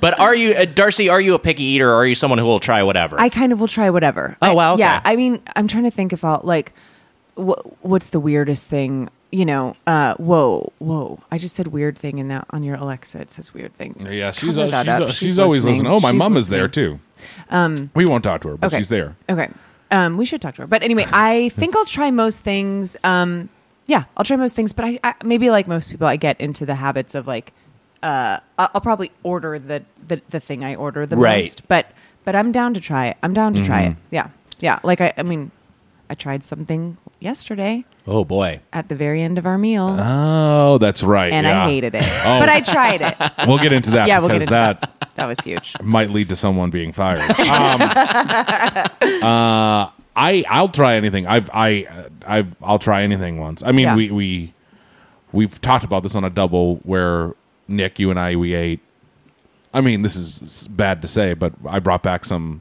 [SPEAKER 1] But are you uh, Darcy? Are you a picky eater? or Are you someone who will try whatever?
[SPEAKER 7] I kind of will try whatever.
[SPEAKER 1] Oh,
[SPEAKER 7] I-
[SPEAKER 1] wow, okay.
[SPEAKER 7] Yeah, I mean, I'm trying to think of all like, wh- what's the weirdest thing you know, uh, whoa, whoa. I just said weird thing, and now on your Alexa it says weird thing.
[SPEAKER 3] Yeah, she's
[SPEAKER 7] Cover
[SPEAKER 3] uh,
[SPEAKER 7] that
[SPEAKER 3] she's,
[SPEAKER 7] up.
[SPEAKER 3] uh, she's, always listening. Oh, my
[SPEAKER 7] She's
[SPEAKER 3] mom is
[SPEAKER 7] listening.
[SPEAKER 3] there too. Um, we won't talk to her, but she's there.
[SPEAKER 7] Okay. Um, we should talk to her. But anyway, I think I'll try most things. Um, yeah, I'll try most things. But I, I maybe like most people, I get into the habits of like, uh, I- I'll probably order the, the, the thing I order the
[SPEAKER 1] Right.
[SPEAKER 7] most. But but I'm down to try it. I'm down to try it.
[SPEAKER 3] Mm-hmm.
[SPEAKER 7] Yeah, yeah. Like I, I mean, I tried something yesterday
[SPEAKER 1] Oh boy.
[SPEAKER 7] at the very end of our meal,
[SPEAKER 3] Oh, that's right.
[SPEAKER 7] and
[SPEAKER 3] yeah.
[SPEAKER 7] I hated it. But I tried it.
[SPEAKER 3] We'll get into that.
[SPEAKER 7] Yeah, we'll get
[SPEAKER 3] because
[SPEAKER 7] into that. That was huge.
[SPEAKER 3] might lead to someone being fired. Um, uh, I I'll try anything. I've I uh, I've I'll try anything once. I mean
[SPEAKER 7] Yeah.
[SPEAKER 3] we we we've talked about this on a double where Nick you and I we ate. I mean this is s- bad to say, but I brought back some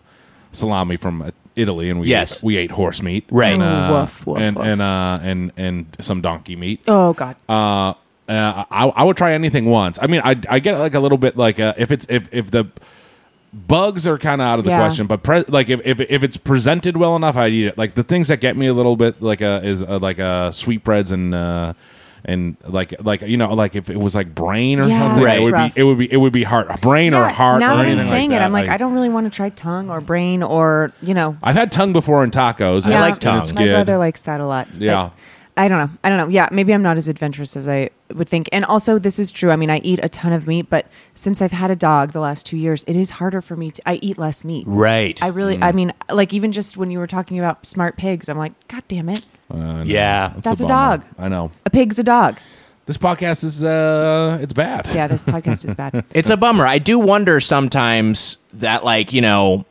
[SPEAKER 3] salami from uh, Italy and we
[SPEAKER 1] Yes.
[SPEAKER 3] ate, we ate horse meat
[SPEAKER 1] Right.
[SPEAKER 3] and uh,
[SPEAKER 7] Oh, woof, woof,
[SPEAKER 3] and
[SPEAKER 7] woof.
[SPEAKER 3] and uh, and and some donkey meat
[SPEAKER 7] Oh God.
[SPEAKER 3] uh, uh, I, I would try anything once. I mean, I, I get like a little bit like uh, if it's if if the bugs are kind of out of the
[SPEAKER 7] Yeah.
[SPEAKER 3] question, but pre- like if, if if it's presented well enough, I eat it. Like the things that get me a little bit like uh, is uh, like uh, sweetbreads and. Uh, and like, like you know, like if it was like brain or
[SPEAKER 7] Yeah,
[SPEAKER 3] something,
[SPEAKER 1] Right.
[SPEAKER 3] it would
[SPEAKER 7] that's
[SPEAKER 3] be, it would be, it would be heart, brain or
[SPEAKER 7] Yeah,
[SPEAKER 3] heart.
[SPEAKER 7] now
[SPEAKER 3] or
[SPEAKER 7] that I'm
[SPEAKER 3] anything
[SPEAKER 7] saying
[SPEAKER 3] like
[SPEAKER 7] it,
[SPEAKER 3] that.
[SPEAKER 7] I'm like, I don't really want to try tongue or brain or you know.
[SPEAKER 3] I've had tongue before in tacos.
[SPEAKER 7] Yeah.
[SPEAKER 3] and
[SPEAKER 1] like
[SPEAKER 3] it's- and
[SPEAKER 1] tongue.
[SPEAKER 3] It's
[SPEAKER 7] My
[SPEAKER 3] good.
[SPEAKER 7] brother likes that a lot. but
[SPEAKER 3] Yeah.
[SPEAKER 7] I don't know. I don't know. Yeah, maybe I'm not as adventurous as I would think. And also, this is true. I mean, I eat a ton of meat, but since I've had a dog the last two years, it is harder for me to. I eat less meat.
[SPEAKER 1] Right.
[SPEAKER 7] I really.
[SPEAKER 1] Mm.
[SPEAKER 7] I mean, like even just when you were talking about smart pigs, I'm like, God damn it,
[SPEAKER 1] yeah.
[SPEAKER 7] that's a,
[SPEAKER 3] bummer.
[SPEAKER 7] dog.
[SPEAKER 3] I know.
[SPEAKER 7] A pig's a dog.
[SPEAKER 3] This podcast is uh, it's bad.
[SPEAKER 7] Yeah, this podcast is bad.
[SPEAKER 1] It's a bummer. I do wonder sometimes that like, you know,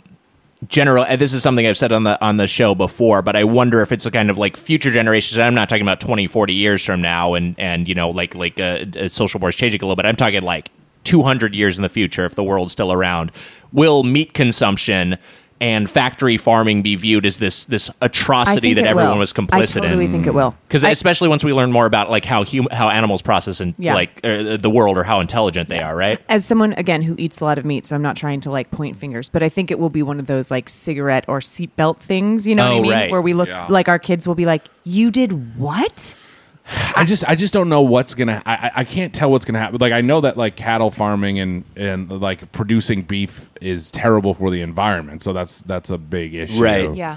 [SPEAKER 1] general and this is something I've said on the on the show before, but I wonder if it's a kind of like future generations. and I'm not talking about 20, 40 years from now and and you know, like like uh, uh, social wars changing a little bit. I'm talking like 200 years in the future if the world's still around. Will meat consumption and factory farming be viewed as this this
[SPEAKER 7] I
[SPEAKER 1] atrocity
[SPEAKER 7] think
[SPEAKER 1] that
[SPEAKER 7] it
[SPEAKER 1] everyone
[SPEAKER 7] will.
[SPEAKER 1] was complicit
[SPEAKER 7] I totally
[SPEAKER 1] in?
[SPEAKER 7] think it will.
[SPEAKER 1] because
[SPEAKER 7] I-
[SPEAKER 1] especially once we learn more about like how hum- how animals process and
[SPEAKER 7] Yeah.
[SPEAKER 1] like uh, the world or how intelligent they are, right?
[SPEAKER 7] as someone again who eats a lot of meat, so I'm not trying to like point fingers, but I think it will be one of those like cigarette or seatbelt things, you know what
[SPEAKER 1] Oh,
[SPEAKER 7] I mean?
[SPEAKER 1] right.
[SPEAKER 7] Where we look
[SPEAKER 3] Yeah.
[SPEAKER 7] like our kids will be like, "You did what?"
[SPEAKER 3] I just I just don't know what's gonna I, I- I can't tell what's gonna happen. Like I know that like cattle farming and and like producing beef is terrible for the environment, so that's that's a big issue.
[SPEAKER 1] Right.
[SPEAKER 7] Yeah,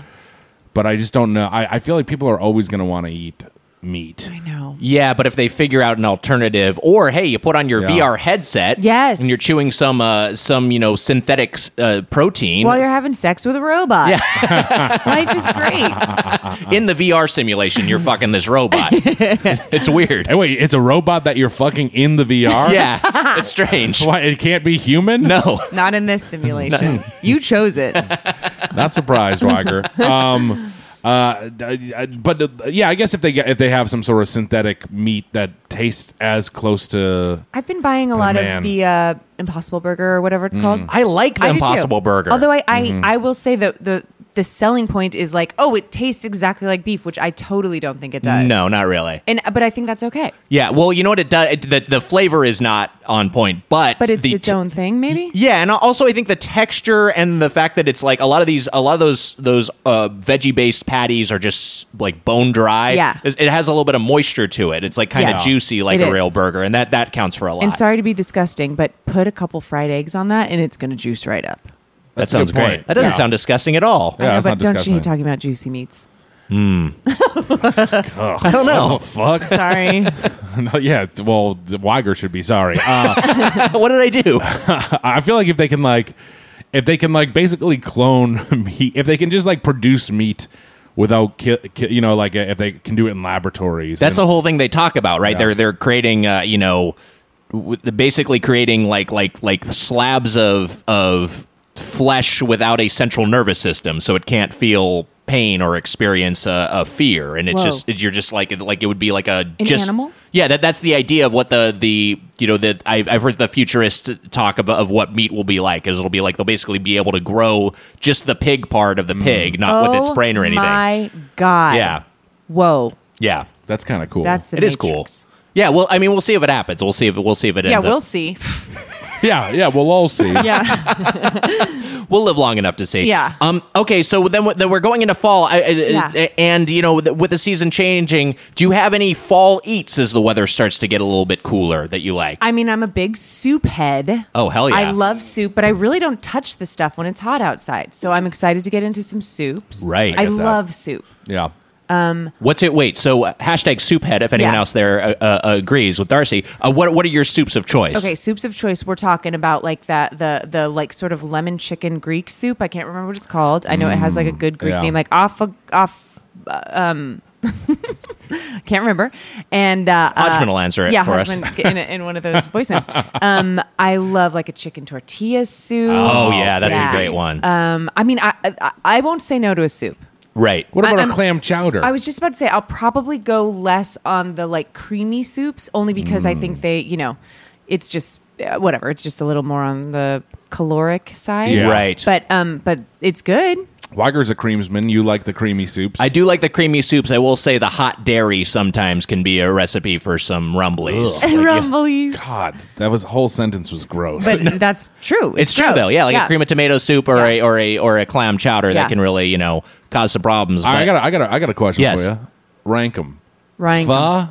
[SPEAKER 3] But I just don't know. I, I feel like people are always gonna want to eat meat.
[SPEAKER 7] I know.
[SPEAKER 1] Yeah, but if they figure out an alternative, or hey, you put on your
[SPEAKER 3] Yeah.
[SPEAKER 1] VR headset,
[SPEAKER 7] Yes.
[SPEAKER 1] and you're chewing some uh, some you know synthetic uh, protein
[SPEAKER 7] While you're having sex with a robot, life is great.
[SPEAKER 1] in the VR simulation, you're fucking this robot. it's weird.
[SPEAKER 3] Hey, wait, it's a robot that you're fucking in the VR.
[SPEAKER 1] Yeah, it's strange.
[SPEAKER 3] Why it can't be human?
[SPEAKER 1] No,
[SPEAKER 7] Not in this simulation. you chose it.
[SPEAKER 3] Not surprised, Weiger. Um, uh, d- uh, but uh, yeah, I guess if they get, if they have some sort of synthetic meat that tastes as close to
[SPEAKER 7] I've been buying a
[SPEAKER 3] Oh,
[SPEAKER 7] lot
[SPEAKER 3] man.
[SPEAKER 7] of the uh, Impossible Burger or whatever it's called.
[SPEAKER 1] Mm. I like the
[SPEAKER 7] I do too.
[SPEAKER 1] Impossible Burger. Mm-hmm.
[SPEAKER 7] Although I, I, I will say that the the selling point is like, oh, it tastes exactly like beef, which I totally don't think it does.
[SPEAKER 1] no, not really.
[SPEAKER 7] and uh, but I think that's okay.
[SPEAKER 1] Yeah, well, you know what it does. It, the the flavor is not on point, but
[SPEAKER 7] But it's
[SPEAKER 1] the
[SPEAKER 7] its
[SPEAKER 1] t-
[SPEAKER 7] own thing, maybe.
[SPEAKER 1] Yeah, and also I think the texture and the fact that it's like a lot of these, a lot of those those uh, veggie based patties are just like bone dry.
[SPEAKER 7] Yeah.
[SPEAKER 1] It's- it has a little bit of moisture to it. It's like kind
[SPEAKER 7] Yeah.
[SPEAKER 1] of juicy, like
[SPEAKER 7] It
[SPEAKER 1] a
[SPEAKER 7] is.
[SPEAKER 1] real burger, and that that counts for a lot.
[SPEAKER 7] And sorry to be disgusting, but put a couple fried eggs on that, and it's going to juice right up.
[SPEAKER 1] that
[SPEAKER 3] That's a good
[SPEAKER 1] sounds great.
[SPEAKER 3] point.
[SPEAKER 1] That doesn't
[SPEAKER 3] Yeah.
[SPEAKER 1] sound disgusting at all.
[SPEAKER 3] Yeah,
[SPEAKER 7] I know,
[SPEAKER 3] it's
[SPEAKER 7] but
[SPEAKER 3] not
[SPEAKER 7] don't
[SPEAKER 3] disgusting.
[SPEAKER 7] you hate talking about juicy meats?
[SPEAKER 1] I don't know.
[SPEAKER 3] oh fuck.
[SPEAKER 7] Sorry,
[SPEAKER 3] No, yeah. Well, Weiger should be sorry. Uh,
[SPEAKER 1] what did I do?
[SPEAKER 3] I feel like if they can like, if they can like basically clone meat, if they can just like produce meat without, ki- ki- you know, like if they can do it in laboratories.
[SPEAKER 1] That's the
[SPEAKER 3] and-
[SPEAKER 1] whole thing they talk about, right?
[SPEAKER 3] Yeah.
[SPEAKER 1] They're they're creating, uh, you know, w- basically creating like like like slabs of of flesh without a central nervous system, so it can't feel pain or experience a, a fear, and it's
[SPEAKER 7] Whoa.
[SPEAKER 1] just you're just like like it would be like a
[SPEAKER 7] An
[SPEAKER 1] just
[SPEAKER 7] animal?
[SPEAKER 1] Yeah, that that's the idea of what the the you know that I've I've heard the futurist talk about of what meat will be like is it'll be like they'll basically be able to grow just the pig part of the pig, not with its brain or anything.
[SPEAKER 7] Oh My God,
[SPEAKER 1] Yeah.
[SPEAKER 7] Whoa,
[SPEAKER 1] Yeah.
[SPEAKER 3] that's kind of cool.
[SPEAKER 7] that's the
[SPEAKER 1] It is cool. Yeah, well, I mean, we'll see if it happens. We'll see if we'll see if it.
[SPEAKER 7] Yeah,
[SPEAKER 1] ends
[SPEAKER 7] we'll
[SPEAKER 1] Up.
[SPEAKER 7] see.
[SPEAKER 3] yeah, yeah. We'll all see.
[SPEAKER 7] Yeah.
[SPEAKER 1] We'll live long enough to see.
[SPEAKER 7] Yeah.
[SPEAKER 1] Um. Okay. So then, we- then we're going into fall. I, I,
[SPEAKER 7] Yeah.
[SPEAKER 1] And you know, with the, with the season changing, do you have any fall eats as the weather starts to get a little bit cooler that you like?
[SPEAKER 7] I mean, I'm a big soup head.
[SPEAKER 1] Oh, hell yeah.
[SPEAKER 7] I love soup, but I really don't touch the stuff when it's hot outside. So I'm excited to get into some soups.
[SPEAKER 1] Right. I
[SPEAKER 7] I,
[SPEAKER 1] get that.
[SPEAKER 7] love soup.
[SPEAKER 3] yeah.
[SPEAKER 1] What's it? Wait. So uh, hashtag souphead. If anyone
[SPEAKER 7] Yeah.
[SPEAKER 1] else there uh, uh, agrees with Darcy, uh, what what are your soups of choice?
[SPEAKER 7] Okay, soups of choice. We're talking about like that the the like sort of lemon chicken Greek soup. I can't remember what it's called. I know it has like a good Greek
[SPEAKER 1] Mm,
[SPEAKER 3] yeah.
[SPEAKER 7] name, like off off. Um, can't remember. And uh,
[SPEAKER 1] Hodgman
[SPEAKER 7] uh,
[SPEAKER 1] will answer it
[SPEAKER 7] yeah,
[SPEAKER 1] for us.
[SPEAKER 7] Hodgman in, in one of those voicemails. Um, I love like a chicken tortilla soup.
[SPEAKER 1] Oh yeah, that's
[SPEAKER 7] Yeah.
[SPEAKER 1] a great one.
[SPEAKER 7] Um, I mean, I, I I won't say no to a soup.
[SPEAKER 1] right.
[SPEAKER 3] What about a
[SPEAKER 7] I'm-
[SPEAKER 3] clam chowder?
[SPEAKER 7] I was just about to say I'll probably go less on the like creamy soups only because I
[SPEAKER 1] Mm.
[SPEAKER 7] think they, you know, it's just uh, whatever. It's just a little more on the caloric side.
[SPEAKER 3] Yeah.
[SPEAKER 1] Right.
[SPEAKER 7] But um but it's good.
[SPEAKER 3] Weiger's a creamsman. You like the creamy soups.
[SPEAKER 1] I do like the creamy soups. I will say the hot dairy sometimes can be a recipe for some rumblies.
[SPEAKER 7] Rumblies.
[SPEAKER 3] God, that was whole sentence was gross.
[SPEAKER 7] But that's true.
[SPEAKER 1] It's true
[SPEAKER 7] gross.
[SPEAKER 1] though, yeah. Like a cream of tomato soup or a or a or a clam chowder
[SPEAKER 7] Yeah.
[SPEAKER 1] that can really you know cause some problems.
[SPEAKER 3] All right, I
[SPEAKER 1] but-
[SPEAKER 3] got, a, I got, a, I got a question
[SPEAKER 1] Yes.
[SPEAKER 3] for you. Rank them.
[SPEAKER 7] Ryan.
[SPEAKER 3] Pho.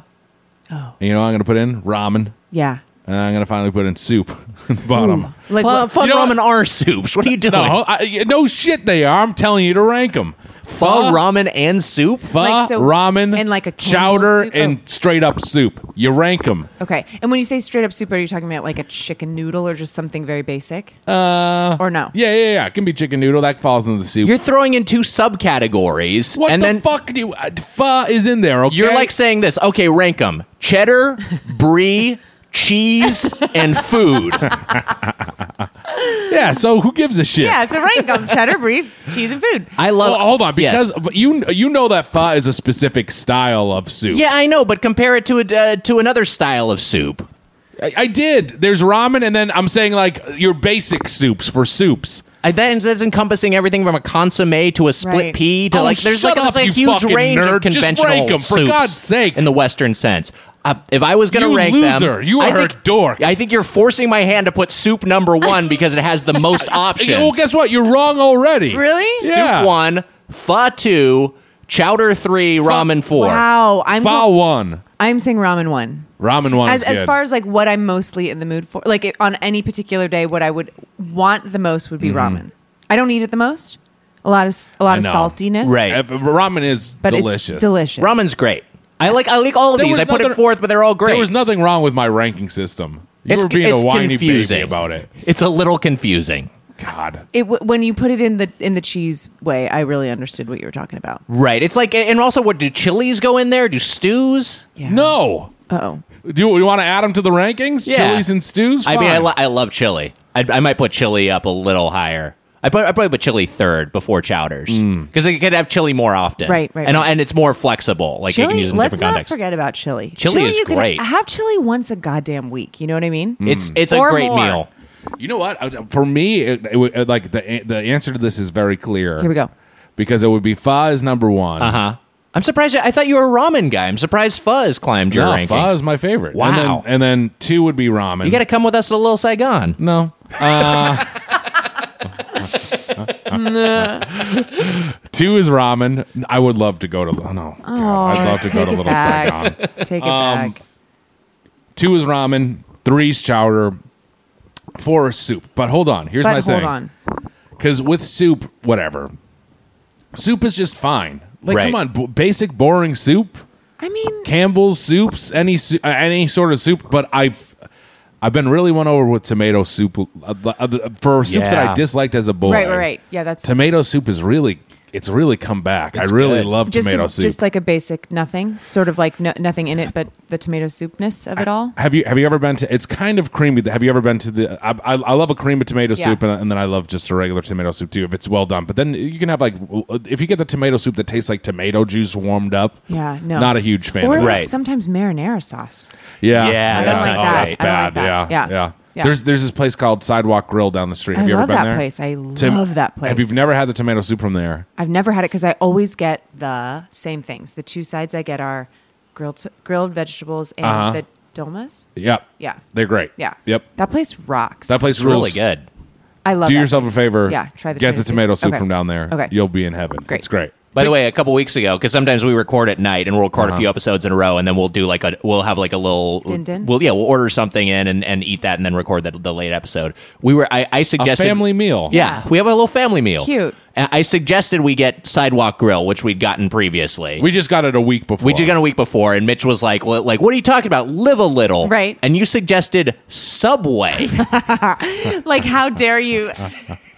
[SPEAKER 3] Oh. You know, I'm gonna put in ramen,
[SPEAKER 7] Yeah.
[SPEAKER 3] and I'm gonna finally put in soup. at the bottom.
[SPEAKER 7] Like
[SPEAKER 1] Fun, fun
[SPEAKER 3] You know
[SPEAKER 1] ramen are soups. What are you doing?
[SPEAKER 3] No, I, no shit. They are. I'm telling you to rank them.
[SPEAKER 1] Pho, ramen, and soup.
[SPEAKER 3] Pho,
[SPEAKER 7] Like, so-
[SPEAKER 3] ramen,
[SPEAKER 7] and like a Campbell's
[SPEAKER 3] chowder,
[SPEAKER 7] soup? Oh.
[SPEAKER 3] and straight up soup. You rank them.
[SPEAKER 7] okay. And when you say straight up soup, are you talking about like a chicken noodle or just something very basic? Uh or no.
[SPEAKER 3] Yeah, yeah, yeah. It can be chicken noodle. That falls into the soup.
[SPEAKER 1] You're throwing in two subcategories,
[SPEAKER 3] what
[SPEAKER 1] and
[SPEAKER 3] the
[SPEAKER 1] then
[SPEAKER 3] fuck do you, uh, pho is in there? Okay,
[SPEAKER 1] you're like saying this. Okay, rank them: cheddar, brie, cheese, and food.
[SPEAKER 3] yeah. So who gives a shit?
[SPEAKER 7] Yeah, so rank them cheddar, brie, cheese and food.
[SPEAKER 1] I love.
[SPEAKER 3] Well, hold on,
[SPEAKER 1] Yes.
[SPEAKER 3] because but you you know that pho is a specific style of soup.
[SPEAKER 1] yeah, I know, but compare it to a uh, to another style of soup.
[SPEAKER 3] I, I did. There's ramen, and then I'm saying like your basic soups for soups.
[SPEAKER 1] I, that, that's encompassing everything from a consomme to a split
[SPEAKER 7] Right.
[SPEAKER 1] pea to
[SPEAKER 3] Oh,
[SPEAKER 1] like there's like,
[SPEAKER 3] shut
[SPEAKER 1] there's
[SPEAKER 3] up,
[SPEAKER 1] a
[SPEAKER 3] you
[SPEAKER 1] huge
[SPEAKER 3] fucking
[SPEAKER 1] range of
[SPEAKER 3] nerd. Just rank
[SPEAKER 1] conventional
[SPEAKER 3] 'em, for
[SPEAKER 1] soups
[SPEAKER 3] God's sake.
[SPEAKER 1] in the Western sense. Uh, if I was going to
[SPEAKER 3] You
[SPEAKER 1] rank
[SPEAKER 3] loser.
[SPEAKER 1] them,
[SPEAKER 3] You
[SPEAKER 1] I
[SPEAKER 3] are a
[SPEAKER 1] think,
[SPEAKER 3] dork.
[SPEAKER 1] I think you're forcing my hand to put soup number one because it has the most options.
[SPEAKER 3] Well, guess what? You're wrong already.
[SPEAKER 7] Really?
[SPEAKER 1] soup
[SPEAKER 3] Yeah.
[SPEAKER 1] one, pho two, chowder three, ramen four.
[SPEAKER 7] Wow. I'm
[SPEAKER 3] Pho one,
[SPEAKER 7] I'm saying ramen one.
[SPEAKER 3] ramen one.
[SPEAKER 7] as,
[SPEAKER 3] is
[SPEAKER 7] as
[SPEAKER 3] good.
[SPEAKER 7] far as like what I'm mostly in the mood for, like it, on any particular day, what I would want the most would be
[SPEAKER 1] Mm-hmm.
[SPEAKER 7] ramen. I don't eat it the most. A lot of s- a lot of
[SPEAKER 3] know.
[SPEAKER 7] saltiness,
[SPEAKER 1] Right.
[SPEAKER 3] Uh, ramen is
[SPEAKER 7] But
[SPEAKER 3] delicious.
[SPEAKER 7] it's delicious.
[SPEAKER 1] Ramen's great. I like I like all of
[SPEAKER 3] There
[SPEAKER 1] these.
[SPEAKER 3] was
[SPEAKER 1] I put
[SPEAKER 3] nothing-
[SPEAKER 1] it fourth, but they're all great.
[SPEAKER 3] There was nothing wrong with my ranking system. You were being a whiny baby about it.
[SPEAKER 1] It's a little confusing.
[SPEAKER 3] God.
[SPEAKER 7] It w- when you put it in the in the cheese way, I really understood what you were talking about.
[SPEAKER 1] Right. It's like, and also, what do chilies go in there? Do stews?
[SPEAKER 7] Yeah.
[SPEAKER 3] No.
[SPEAKER 7] Oh.
[SPEAKER 3] Do you, want to add them to the rankings?
[SPEAKER 1] Yeah.
[SPEAKER 3] Chilies and stews.
[SPEAKER 1] I mean, I,
[SPEAKER 3] Fine.
[SPEAKER 1] lo- I love chili. I, I might put chili up a little higher. I put I probably put chili third before chowders because you could have chili more often.
[SPEAKER 7] Mm. Right, right,
[SPEAKER 1] And
[SPEAKER 7] right.
[SPEAKER 1] and it's more flexible. Like you can
[SPEAKER 7] Chili.
[SPEAKER 1] use it in
[SPEAKER 7] Let's
[SPEAKER 1] different
[SPEAKER 7] not
[SPEAKER 1] contexts.
[SPEAKER 7] forget about chili.
[SPEAKER 1] Chili is
[SPEAKER 7] you can
[SPEAKER 1] great.
[SPEAKER 7] have chili once a goddamn week. You know what I mean?
[SPEAKER 1] Mm. It's it's a
[SPEAKER 7] Or
[SPEAKER 1] great
[SPEAKER 7] more.
[SPEAKER 1] meal.
[SPEAKER 3] You know what? I- For me, it, it, would- like the the answer to this is very clear.
[SPEAKER 7] Here we go.
[SPEAKER 3] Because it would be pho is number one. Uh huh.
[SPEAKER 1] I'm surprised. I thought you were a ramen guy. I'm surprised pho has climbed your
[SPEAKER 3] No,
[SPEAKER 1] rankings.
[SPEAKER 3] pho is my favorite. And then,
[SPEAKER 1] Wow.
[SPEAKER 3] and then two would be ramen.
[SPEAKER 1] you got to come with us to Little Saigon.
[SPEAKER 3] no. Uh, two is ramen. I would love to go to. Oh, no, God, I'd love to go
[SPEAKER 7] take
[SPEAKER 3] to
[SPEAKER 7] it
[SPEAKER 3] Little
[SPEAKER 7] back.
[SPEAKER 3] Saigon.
[SPEAKER 7] Take it
[SPEAKER 3] Um,
[SPEAKER 7] back.
[SPEAKER 3] Two is ramen. Three is chowder. Four is soup. But hold on. Here's my
[SPEAKER 7] But hold
[SPEAKER 3] thing.
[SPEAKER 7] on.
[SPEAKER 3] Because with soup, whatever. Soup is just fine. Like,
[SPEAKER 1] Right.
[SPEAKER 3] come on, b- basic, boring soup.
[SPEAKER 7] I mean,
[SPEAKER 3] Campbell's soups, any su- uh, any sort of soup. But I've I've been really won over with tomato soup uh, uh, for a soup that
[SPEAKER 1] Yeah.
[SPEAKER 3] I disliked as a boy.
[SPEAKER 7] right, right, right. Yeah, that's
[SPEAKER 3] Tomato soup is really it's really come back. I really
[SPEAKER 1] good.
[SPEAKER 3] love
[SPEAKER 7] just
[SPEAKER 3] tomato soup.
[SPEAKER 7] just like a basic nothing, sort of like no, nothing in it, but the tomato soupness of it all.
[SPEAKER 3] have you have you ever been to? It's kind of creamy. Have you ever been to the? I, I, I love a cream of tomato
[SPEAKER 7] Yeah.
[SPEAKER 3] soup, and, and then I love just a regular tomato soup too if it's well done. But then you can have like if you get the tomato soup that tastes like tomato juice warmed up.
[SPEAKER 7] Yeah, no,
[SPEAKER 3] not a huge fan.
[SPEAKER 7] Or
[SPEAKER 3] of
[SPEAKER 7] like
[SPEAKER 3] it.
[SPEAKER 1] Right.
[SPEAKER 7] sometimes marinara sauce.
[SPEAKER 3] Yeah,
[SPEAKER 1] Yeah,
[SPEAKER 7] I
[SPEAKER 1] that's
[SPEAKER 7] don't like
[SPEAKER 3] oh,
[SPEAKER 7] that.
[SPEAKER 3] that's
[SPEAKER 7] I don't
[SPEAKER 3] bad.
[SPEAKER 7] like that.
[SPEAKER 3] Yeah,
[SPEAKER 7] Yeah.
[SPEAKER 3] yeah,
[SPEAKER 7] Yeah.
[SPEAKER 3] There's there's this place called Sidewalk Grill down the street.
[SPEAKER 7] I
[SPEAKER 3] Have you
[SPEAKER 7] love
[SPEAKER 3] ever been
[SPEAKER 7] that
[SPEAKER 3] there?
[SPEAKER 7] place. I
[SPEAKER 3] Tim,
[SPEAKER 7] love that place.
[SPEAKER 3] Have you never had the tomato soup from there?
[SPEAKER 7] I've never had it because I always get the same things. The two sides I get are grilled grilled vegetables and the Dolmas?
[SPEAKER 3] Yep.
[SPEAKER 7] Yeah.
[SPEAKER 3] They're great.
[SPEAKER 7] Yeah.
[SPEAKER 3] Uh-huh. Yep.
[SPEAKER 7] That place rocks.
[SPEAKER 3] That place
[SPEAKER 1] It's
[SPEAKER 3] rules.
[SPEAKER 1] really good.
[SPEAKER 7] I love
[SPEAKER 3] Do
[SPEAKER 7] that
[SPEAKER 3] yourself a
[SPEAKER 7] place.
[SPEAKER 3] favor.
[SPEAKER 7] Yeah, try the
[SPEAKER 3] Get the tomato soup
[SPEAKER 7] Okay.
[SPEAKER 3] from down there.
[SPEAKER 7] Okay.
[SPEAKER 3] You'll be in heaven.
[SPEAKER 7] Great.
[SPEAKER 3] It's great.
[SPEAKER 1] By the way, a couple weeks ago, because sometimes we record at night and we'll record a
[SPEAKER 3] Uh-huh.
[SPEAKER 1] few episodes in a row, and then we'll do like a we'll have like a little
[SPEAKER 7] Din din.
[SPEAKER 1] Well, yeah, we'll order something in and, and eat that, and then record the, the late episode. We were I, I
[SPEAKER 3] A
[SPEAKER 1] suggested
[SPEAKER 3] family meal.
[SPEAKER 1] Yeah, we have a little family meal.
[SPEAKER 7] Cute.
[SPEAKER 1] And I suggested we get sidewalk grill, which we'd gotten previously.
[SPEAKER 3] We just got it a week before.
[SPEAKER 1] We did it a week before, and Mitch was like, well, "Like, what are you talking about? Live a little,
[SPEAKER 7] Right.
[SPEAKER 1] And you suggested Subway.
[SPEAKER 7] Like, how dare you?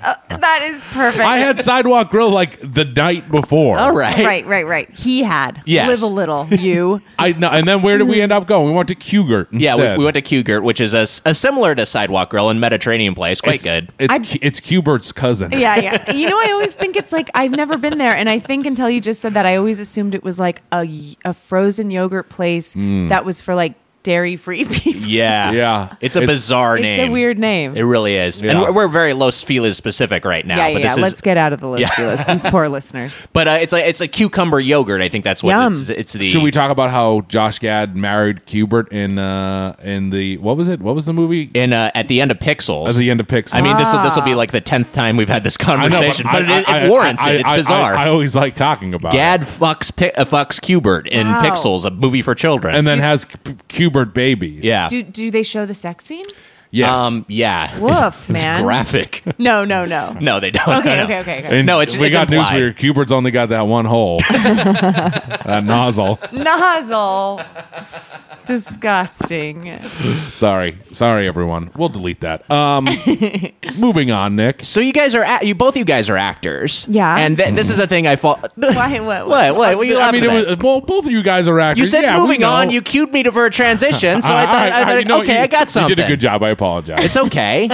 [SPEAKER 7] Uh, that is perfect.
[SPEAKER 3] I had sidewalk grill like the night before.
[SPEAKER 1] All right,
[SPEAKER 7] right, right, right. He had.
[SPEAKER 1] Yes.
[SPEAKER 7] Live a little. You.
[SPEAKER 3] I know. And then where did we end up going? We went to Cugert
[SPEAKER 1] Mm-hmm. Yeah, we,
[SPEAKER 3] instead.
[SPEAKER 1] we went to Cugert, which is a, s- a similar to Sidewalk Grill and Mediterranean place. Quite
[SPEAKER 3] it's,
[SPEAKER 1] good.
[SPEAKER 3] It's Cu- it's Cubert's cousin.
[SPEAKER 7] Yeah, yeah. You know, I always think it's like I've never been there, and I think until you just said that, I always assumed it was like a, y- a frozen yogurt place that was for like dairy free people.
[SPEAKER 1] Mm. Yeah,
[SPEAKER 3] Yeah.
[SPEAKER 1] It's a
[SPEAKER 3] It's-
[SPEAKER 1] bizarre name.
[SPEAKER 7] It's a weird name.
[SPEAKER 1] It really is.
[SPEAKER 3] Yeah.
[SPEAKER 1] And we're, we're very Los Feliz specific right now.
[SPEAKER 7] yeah, yeah.
[SPEAKER 1] but
[SPEAKER 7] yeah.
[SPEAKER 1] this
[SPEAKER 7] Let's
[SPEAKER 1] is,
[SPEAKER 7] get out of the list. you list. These poor listeners.
[SPEAKER 1] But uh, it's like it's a cucumber yogurt. I think that's what
[SPEAKER 7] Yum.
[SPEAKER 1] it's. It's the
[SPEAKER 3] Should we talk about how Josh Gad married Cubert in uh in the what was it? What was the movie?
[SPEAKER 1] in uh, at the end of Pixels.
[SPEAKER 3] At the end of Pixar.
[SPEAKER 1] I mean, this will this will be
[SPEAKER 7] Ah.
[SPEAKER 1] like the tenth time we've had this conversation, but, it, it warrants
[SPEAKER 3] I-
[SPEAKER 1] it. It's
[SPEAKER 3] I- I-
[SPEAKER 1] bizarre.
[SPEAKER 3] I, always like talking about
[SPEAKER 1] Dad
[SPEAKER 3] it.
[SPEAKER 1] fucks Pi- uh, fucks Cubert in
[SPEAKER 7] Wow.
[SPEAKER 1] Pixels, a movie for children.
[SPEAKER 3] and then has C- Cubert babies.
[SPEAKER 1] yeah,
[SPEAKER 7] Do do they show the sex scene?
[SPEAKER 3] Yes.
[SPEAKER 1] um, yeah,
[SPEAKER 7] Woof,
[SPEAKER 1] it's
[SPEAKER 7] man.
[SPEAKER 1] graphic.
[SPEAKER 7] No, no, no.
[SPEAKER 1] No, they don't. No,
[SPEAKER 7] Okay,
[SPEAKER 1] no.
[SPEAKER 7] okay, okay, okay.
[SPEAKER 3] And
[SPEAKER 1] No, it's-
[SPEAKER 3] we
[SPEAKER 1] it's
[SPEAKER 3] got news for you.
[SPEAKER 1] implied.
[SPEAKER 3] Cubert's only got that one hole, that nozzle.
[SPEAKER 7] Nozzle. Disgusting.
[SPEAKER 3] Sorry, sorry, everyone. We'll delete that. Um, moving on, Nick.
[SPEAKER 1] So you guys are a- you both you guys are actors.
[SPEAKER 7] Yeah.
[SPEAKER 1] and th- this is a thing I fought.
[SPEAKER 7] Why? What?
[SPEAKER 1] What? What? What are you
[SPEAKER 3] I
[SPEAKER 1] laughing
[SPEAKER 3] mean,
[SPEAKER 1] at?
[SPEAKER 3] it was, well, both of you guys are actors.
[SPEAKER 1] You said
[SPEAKER 3] Yeah, we
[SPEAKER 1] moving
[SPEAKER 3] know.
[SPEAKER 1] on. You cued me to for a transition, so I
[SPEAKER 3] All
[SPEAKER 1] thought,
[SPEAKER 3] right,
[SPEAKER 1] I
[SPEAKER 3] all
[SPEAKER 1] thought
[SPEAKER 3] right, no,
[SPEAKER 1] okay,
[SPEAKER 3] you-
[SPEAKER 1] I got something.
[SPEAKER 3] You did a good job. I apologize.
[SPEAKER 1] It's okay.